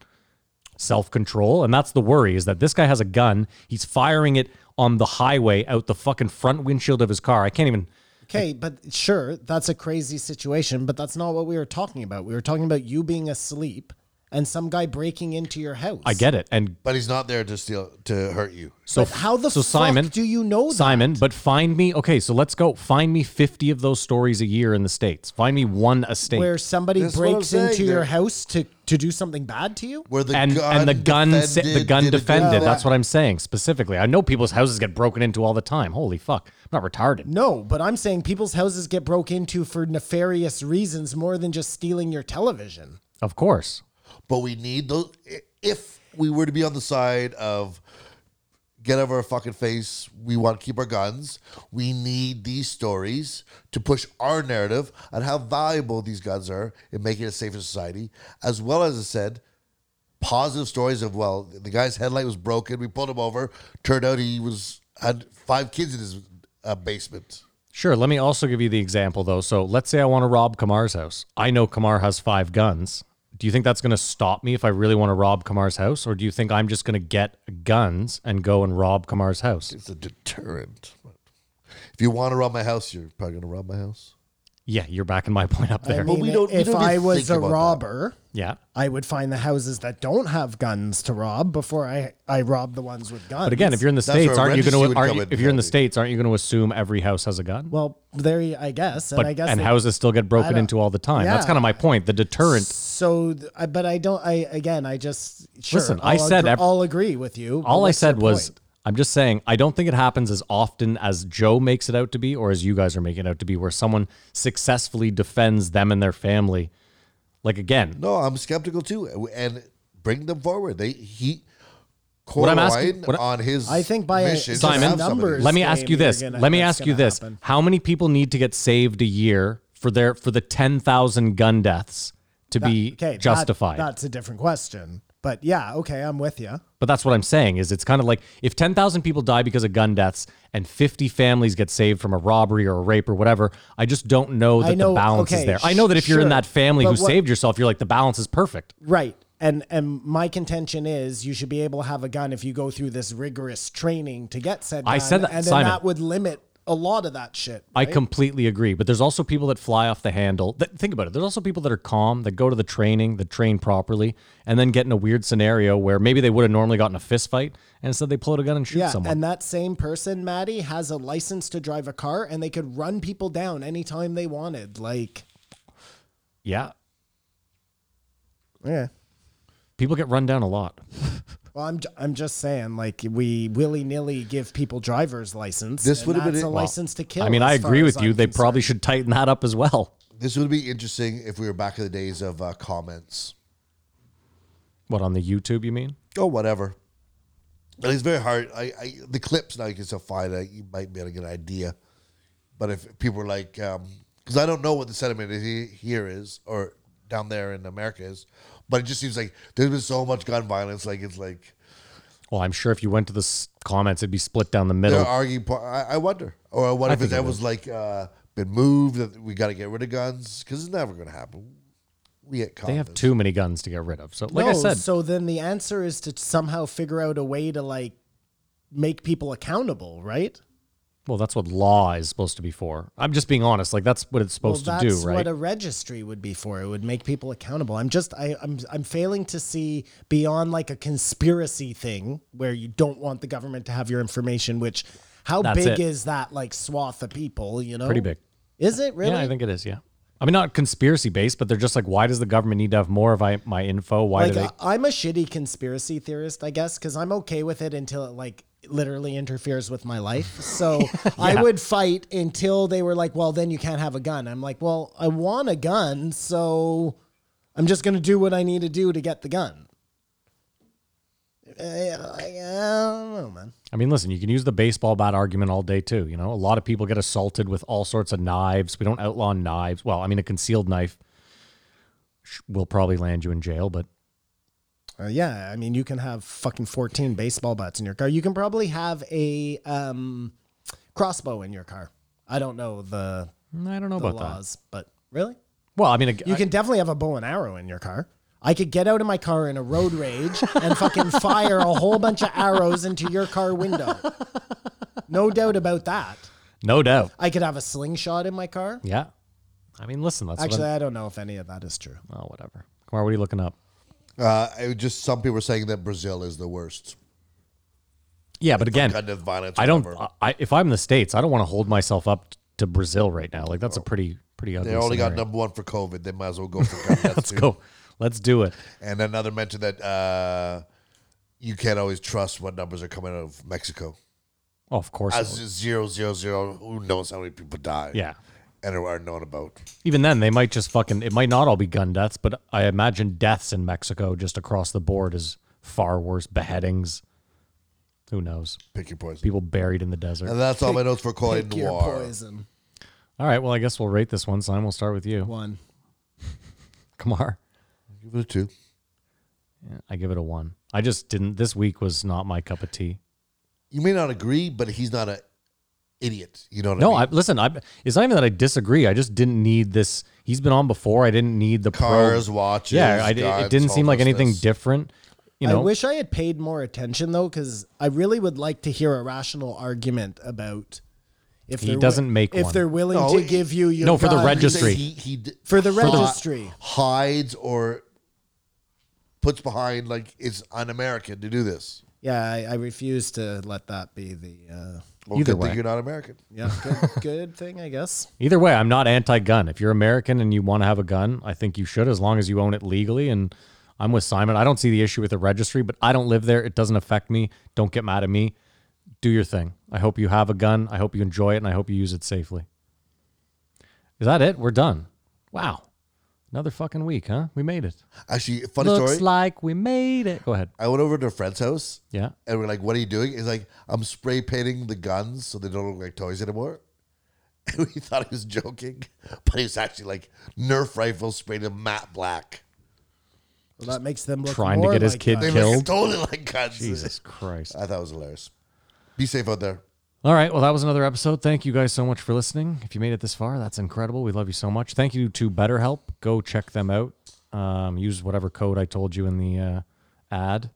[SPEAKER 6] self control. And that's the worry is that this guy has a gun. He's firing it on the highway out the fucking front windshield of his car. I can't even.
[SPEAKER 7] okay, but sure, that's a crazy situation, but that's not what we were talking about. We were talking about you being asleep and some guy breaking into your house.
[SPEAKER 6] I get it. And
[SPEAKER 5] But he's not there to steal to hurt you.
[SPEAKER 6] so
[SPEAKER 7] But how the
[SPEAKER 6] so
[SPEAKER 7] fuck
[SPEAKER 6] Simon
[SPEAKER 7] do you know that?
[SPEAKER 6] Simon? But find me. Okay, so let's go. Find me fifty of those stories a year in the states. Find me one a state.
[SPEAKER 7] where somebody
[SPEAKER 5] That's what I'm
[SPEAKER 7] breaks
[SPEAKER 5] saying,
[SPEAKER 7] into your
[SPEAKER 5] that-
[SPEAKER 7] house to, to do something bad to you?
[SPEAKER 5] Where the
[SPEAKER 6] and
[SPEAKER 5] gun
[SPEAKER 6] and the gun se- the
[SPEAKER 5] defended
[SPEAKER 6] gun
[SPEAKER 5] did a good
[SPEAKER 6] defended.
[SPEAKER 5] job.
[SPEAKER 6] That's what I'm saying specifically. I know people's houses get broken into all the time. Holy fuck! I'm not retarded.
[SPEAKER 7] No, but I'm saying people's houses get broke into for nefarious reasons more than just stealing your television.
[SPEAKER 6] Of course.
[SPEAKER 5] But we need those. i- If we were to be on the side of get over our fucking face, we want to keep our guns. We need these stories to push our narrative on how valuable these guns are in making a safer society, as well as I said, positive stories of well, the guy's headlight was broken. We pulled him over. Turned out he was had five kids in his uh, basement.
[SPEAKER 6] Sure. Let me also give you the example, though. So let's say I want to rob Kamar's house. I know Kamar has five guns. Do you think that's going to stop me if I really want to rob Kamar's house? Or do you think I'm just going to get guns and go and rob Kamar's house?
[SPEAKER 5] It's a deterrent. If you want to rob my house, you're probably gonna rob my house.
[SPEAKER 6] Yeah, you're backing my point up there.
[SPEAKER 7] I mean,
[SPEAKER 5] we don't- we
[SPEAKER 7] if
[SPEAKER 5] don't even
[SPEAKER 7] I was
[SPEAKER 5] think
[SPEAKER 7] a
[SPEAKER 5] about that.
[SPEAKER 7] robber,
[SPEAKER 6] yeah.
[SPEAKER 7] I would find the houses that don't have guns to rob before I, I rob the ones with guns.
[SPEAKER 6] But again, if you're in the
[SPEAKER 5] That's
[SPEAKER 6] states,
[SPEAKER 5] where
[SPEAKER 6] aren't you
[SPEAKER 5] registry
[SPEAKER 6] going
[SPEAKER 5] would
[SPEAKER 6] to? Aren't
[SPEAKER 5] come
[SPEAKER 6] you,
[SPEAKER 5] in
[SPEAKER 6] if you're in the
[SPEAKER 5] handy.
[SPEAKER 6] states, aren't you going to assume every house has a gun?
[SPEAKER 7] well, there you- I guess, and
[SPEAKER 6] but
[SPEAKER 7] I guess
[SPEAKER 6] and
[SPEAKER 7] it-
[SPEAKER 6] houses still get broken
[SPEAKER 7] don't-
[SPEAKER 6] into all the time. That's
[SPEAKER 7] Yeah.
[SPEAKER 6] kind of my point. The deterrent.
[SPEAKER 7] So, th- I- but I don't. I again, I just sure,
[SPEAKER 6] Listen,
[SPEAKER 7] I'll
[SPEAKER 6] I said
[SPEAKER 7] agr-
[SPEAKER 6] ev-
[SPEAKER 7] I'll agree with you. but
[SPEAKER 6] All I
[SPEAKER 7] what's your
[SPEAKER 6] said was,
[SPEAKER 7] point?
[SPEAKER 6] I'm just saying, I don't think it happens as often as Joe makes it out to be, or as you guys are making it out to be, where someone successfully defends them and their family. Like again,
[SPEAKER 5] No, I'm skeptical too, and bring them forward. They he.
[SPEAKER 6] I'm
[SPEAKER 5] Corwin
[SPEAKER 6] asking- what I-
[SPEAKER 5] on his
[SPEAKER 7] I think by
[SPEAKER 5] mission to
[SPEAKER 6] Simon,
[SPEAKER 5] have some of
[SPEAKER 7] numbers-
[SPEAKER 5] these.
[SPEAKER 6] let me
[SPEAKER 7] game
[SPEAKER 6] ask you this.
[SPEAKER 7] you're gonna-
[SPEAKER 6] Let me
[SPEAKER 7] that's
[SPEAKER 6] ask you
[SPEAKER 7] gonna
[SPEAKER 6] this.
[SPEAKER 7] happen.
[SPEAKER 6] How many people need to get saved a year for their for the ten thousand gun deaths to be
[SPEAKER 7] okay, that-
[SPEAKER 6] justified?
[SPEAKER 7] that's a different question. But yeah, okay, I'm with you.
[SPEAKER 6] But that's what I'm saying is it's kind of like if 10,000 people die because of gun deaths and 50 families get saved from a robbery or a rape or whatever, I just don't know that
[SPEAKER 7] I know-
[SPEAKER 6] the balance
[SPEAKER 7] okay,
[SPEAKER 6] is there. I know that if you're in
[SPEAKER 7] sure.
[SPEAKER 6] that family
[SPEAKER 7] But
[SPEAKER 6] who
[SPEAKER 7] what-
[SPEAKER 6] saved yourself, you're like the balance is perfect.
[SPEAKER 7] Right. And and my contention is you should be able to have a gun if you go through this rigorous training to get said.
[SPEAKER 6] I
[SPEAKER 7] gun,
[SPEAKER 6] said that,
[SPEAKER 7] and then
[SPEAKER 6] Simon.
[SPEAKER 7] that would limit a lot of that shit.
[SPEAKER 6] I completely agree. But there's also people that fly off the handle. Th- think about it. There's also people that are calm, that go to the training, that train properly, and then get in a weird scenario where maybe they would have normally gotten a fist fight, and instead they pull out a gun and shoot
[SPEAKER 7] Yeah,
[SPEAKER 6] someone.
[SPEAKER 7] and that same person, Maddie, has a license to drive a car, and they could run people down anytime they wanted. Like,
[SPEAKER 6] yeah.
[SPEAKER 7] yeah.
[SPEAKER 6] People get run down a lot.
[SPEAKER 7] Well, I'm, ju- I'm just saying, like, we willy nilly give people driver's license.
[SPEAKER 5] This
[SPEAKER 7] and
[SPEAKER 5] would've been
[SPEAKER 7] that's
[SPEAKER 5] it-
[SPEAKER 7] a
[SPEAKER 5] Well,
[SPEAKER 7] license to kill.
[SPEAKER 6] I mean, I
[SPEAKER 7] as far
[SPEAKER 6] agree
[SPEAKER 7] as
[SPEAKER 6] with you.
[SPEAKER 7] I'm
[SPEAKER 6] They
[SPEAKER 7] concerned.
[SPEAKER 6] probably should tighten that up as well.
[SPEAKER 5] This would be interesting if we were back in the days of uh, comments.
[SPEAKER 6] What on the YouTube? You mean?
[SPEAKER 5] Oh, whatever. But it's very hard. I, I the clips now you can still find. it. you might be able to get an idea. But if people are like, because I don't know what the sentiment is he- here is or down there in America is, but it just seems like there's been so much gun violence. Like it's like
[SPEAKER 6] Well, I'm sure if you went to the s- comments, it'd be split down the
[SPEAKER 5] they're
[SPEAKER 6] middle.
[SPEAKER 5] arguing. po- I, I wonder, or what if
[SPEAKER 6] think
[SPEAKER 5] it, that
[SPEAKER 6] it
[SPEAKER 5] was like uh, been moved that we got to get rid of guns because it's never going to happen. We get caught.
[SPEAKER 6] they
[SPEAKER 5] in
[SPEAKER 6] have
[SPEAKER 5] this.
[SPEAKER 6] too many guns to get rid of. So, like I
[SPEAKER 7] No,
[SPEAKER 6] said,
[SPEAKER 7] So then the answer is to somehow figure out a way to, like, make people accountable, right?
[SPEAKER 6] well, that's what law is supposed to be for. I'm just being honest. Like that's what it's supposed
[SPEAKER 7] well,
[SPEAKER 6] to do,
[SPEAKER 7] that's
[SPEAKER 6] right?
[SPEAKER 7] what a registry would be for. It would make people accountable. I'm just I, I'm I'm failing to see beyond like a conspiracy thing where you don't want the government to have your information. Which how
[SPEAKER 6] That's it.
[SPEAKER 7] big is that like swath of people? You know,
[SPEAKER 6] Pretty big.
[SPEAKER 7] Is it really?
[SPEAKER 6] Yeah, I think it is. Yeah. I mean, not conspiracy based, but they're just like, why does the government need to have more of I, my info? Why
[SPEAKER 7] like uh,
[SPEAKER 6] do they?
[SPEAKER 7] I- I'm a shitty conspiracy theorist, I guess, because I'm okay with it until it like literally interferes with my life. So I would fight until they were like, "Well, then you can't have a gun." I'm like, "Well, I want a gun, so I'm just gonna do what I need to do to get the gun." Uh, I, I don't know, man.
[SPEAKER 6] I mean, listen, you can use the baseball bat argument all day too. You know, a lot of people get assaulted with all sorts of knives. We don't outlaw knives. Well, I mean, a concealed knife sh- will probably land you in jail, but
[SPEAKER 7] Uh, yeah, I mean, you can have fucking 14 baseball bats in your car. You can probably have a um, crossbow in your car. I don't know the,
[SPEAKER 6] I don't know
[SPEAKER 7] the
[SPEAKER 6] about
[SPEAKER 7] laws, but really?
[SPEAKER 6] that. Well, I mean,
[SPEAKER 7] You can definitely have a bow and arrow in your car. I could get out of my car in a road rage and fucking fire a whole bunch of arrows into your car window. No doubt about that.
[SPEAKER 6] no doubt.
[SPEAKER 7] I could have a slingshot in my car.
[SPEAKER 6] Yeah. I mean, listen, that's
[SPEAKER 7] Actually,
[SPEAKER 6] what I'm-
[SPEAKER 7] I don't know if any of that is true.
[SPEAKER 6] oh, whatever. Kumar, what are you looking up?
[SPEAKER 5] Uh, it was just some people are saying that Brazil is the worst.
[SPEAKER 6] Yeah, but again,
[SPEAKER 5] gun of violence.
[SPEAKER 6] I don't. uh,
[SPEAKER 5] whatever.
[SPEAKER 6] I, if I'm in the states, I don't want to hold myself up t- to Brazil right now. Like that's a pretty pretty ugly.
[SPEAKER 5] Oh. They only got
[SPEAKER 6] scenario.
[SPEAKER 5] number one for COVID. They might as well go for gun. deaths
[SPEAKER 6] Let's
[SPEAKER 5] too.
[SPEAKER 6] go. Let's do it.
[SPEAKER 5] And another mention that uh, you can't always trust what numbers are coming out of Mexico.
[SPEAKER 6] Oh, of course.
[SPEAKER 5] As zero zero zero, who knows how many people die?
[SPEAKER 6] Yeah.
[SPEAKER 5] and are known about.
[SPEAKER 6] Even then, they might just fucking. It might not all be gun deaths, but I imagine deaths in Mexico just across the board is far worse. Beheadings. Who knows?
[SPEAKER 5] Pick your poison.
[SPEAKER 6] People buried in the desert.
[SPEAKER 5] and that's all my notes for Coin
[SPEAKER 7] Pick your
[SPEAKER 5] Noir.
[SPEAKER 7] poison.
[SPEAKER 6] All right. Well, I guess we'll rate this one. Simon, we'll start with you.
[SPEAKER 7] One.
[SPEAKER 6] Kamar.
[SPEAKER 5] Give it a two.
[SPEAKER 6] I give it a one. I just didn't. This week was not my cup of tea.
[SPEAKER 5] You may not agree, but he's not a idiot. You know what
[SPEAKER 6] No,
[SPEAKER 5] I
[SPEAKER 6] I,
[SPEAKER 5] mean?
[SPEAKER 6] listen. I, it's not even that I disagree. I just didn't need this. He's been on before. I didn't need the probe.
[SPEAKER 5] Cars, watches.
[SPEAKER 6] Yeah, I, di-
[SPEAKER 5] guns,
[SPEAKER 6] it didn't seem like anything
[SPEAKER 5] homelessness.
[SPEAKER 6] different. You know,
[SPEAKER 7] I wish I had paid more attention though, because I really would like to hear a rational argument about if
[SPEAKER 6] He
[SPEAKER 7] they're wi-
[SPEAKER 6] doesn't make
[SPEAKER 7] if
[SPEAKER 6] one.
[SPEAKER 7] they're willing
[SPEAKER 5] No,
[SPEAKER 7] to
[SPEAKER 5] he-
[SPEAKER 7] give you your
[SPEAKER 6] No, for the
[SPEAKER 7] gun.
[SPEAKER 6] regist-
[SPEAKER 5] Say
[SPEAKER 6] Registry.
[SPEAKER 5] He, he d-
[SPEAKER 7] For the
[SPEAKER 5] hi-
[SPEAKER 7] registry.
[SPEAKER 5] hides or puts behind like it's un-American to do this.
[SPEAKER 7] Yeah, I, I refuse to let that be the. Uh,
[SPEAKER 5] Well,
[SPEAKER 6] Either
[SPEAKER 5] good thing
[SPEAKER 6] way.
[SPEAKER 5] you're not American.
[SPEAKER 7] yeah, good, good thing I guess.
[SPEAKER 6] either way, I'm not anti-gun. If you're American and you want to have a gun, I think you should, as long as you own it legally. And I'm with Simon. I don't see the issue with the registry, but I don't live there. It doesn't affect me. Don't get mad at me. Do your thing. I hope you have a gun. I hope you enjoy it, and I hope you use it safely. Is that it? We're done. Wow, another fucking week, huh? We made it.
[SPEAKER 5] Actually, funny
[SPEAKER 6] Looks
[SPEAKER 5] story.
[SPEAKER 6] like we made it. Go ahead.
[SPEAKER 5] I went over to a friend's house
[SPEAKER 6] Yeah.
[SPEAKER 5] and we're like, "What are you doing?" He's like, "I'm spray painting the guns so they don't look like toys anymore." And we thought he was joking, but he was actually like Nerf rifles sprayed in matte black.
[SPEAKER 7] Well, that makes them look
[SPEAKER 6] Trying to
[SPEAKER 7] more
[SPEAKER 6] get his
[SPEAKER 7] like
[SPEAKER 6] kid
[SPEAKER 7] us.
[SPEAKER 5] They
[SPEAKER 6] Killed?
[SPEAKER 5] look totally like guns.
[SPEAKER 6] Jesus Christ.
[SPEAKER 5] I thought it was hilarious. Be safe out there.
[SPEAKER 6] All right. Well, that was another episode. Thank you guys so much for listening. If you made it this far, that's incredible. We love you so much. Thank you to BetterHelp. Go check them out. Um, use whatever code I told you in the uh, ad.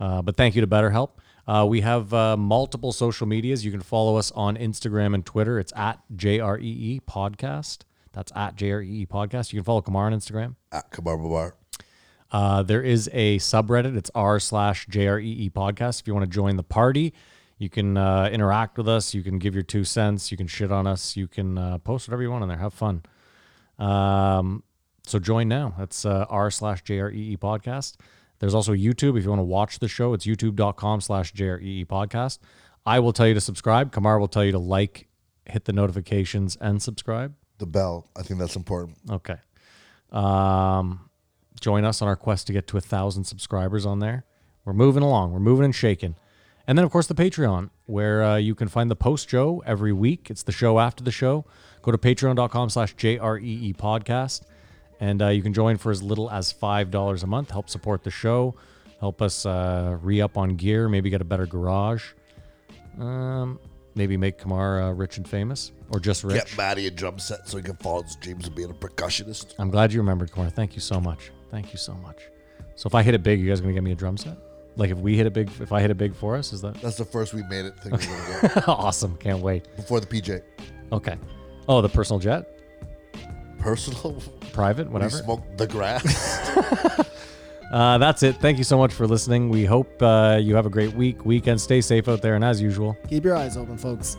[SPEAKER 6] Uh, but thank you to BetterHelp. Uh, we have uh, multiple social medias. You can follow us on Instagram and Twitter. It's at JREE E Podcast. That's at JREE E Podcast. You can follow Kamar on Instagram.
[SPEAKER 5] At Kabarba Bar.
[SPEAKER 6] Uh, there is a subreddit. It's r slash JREE podcast. If you want to join the party, you can uh, interact with us. You can give your two cents. You can shit on us. You can uh, post whatever you want on there. Have fun. Um, so join now. That's uh, r slash JREE podcast. There's also YouTube. If you want to watch the show, it's youtube.com slash JREE E podcast. I will tell you to subscribe. Kamar will tell you to like, hit the notifications, and subscribe.
[SPEAKER 5] The bell. I think that's important.
[SPEAKER 6] Okay. Um, join us on our quest to get to a thousand subscribers on there. We're moving along. We're moving and shaking. And then, of course, the Patreon, where uh, you can find the post show every week. It's the show after the show. Go to patreon.com slash JREE E podcast. And uh, you can join for as little as $5 a month. Help support the show. Help us uh, re up on gear. Maybe get a better garage. Um, maybe make Kamar uh, rich and famous or just rich.
[SPEAKER 5] Get Maddie a drum set so he can follow his dreams of being a percussionist.
[SPEAKER 6] I'm glad you remembered, Kamar. Thank you so much. Thank you so much. So if I hit it big, you guys gonna get me a drum set? Like if we hit it big, if I hit it big for us, is that
[SPEAKER 5] That's the first we made it thing we're gonna get
[SPEAKER 6] awesome? Can't wait.
[SPEAKER 5] before the PJ.
[SPEAKER 6] Okay. Oh, the personal jet,
[SPEAKER 5] Personal.
[SPEAKER 6] private,
[SPEAKER 5] We
[SPEAKER 6] whatever.
[SPEAKER 5] smoked the grass.
[SPEAKER 6] Uh, that's it. Thank you so much for listening. We hope uh, you have a great week, weekend. Stay safe out there, and as usual,
[SPEAKER 7] Keep your eyes open, folks.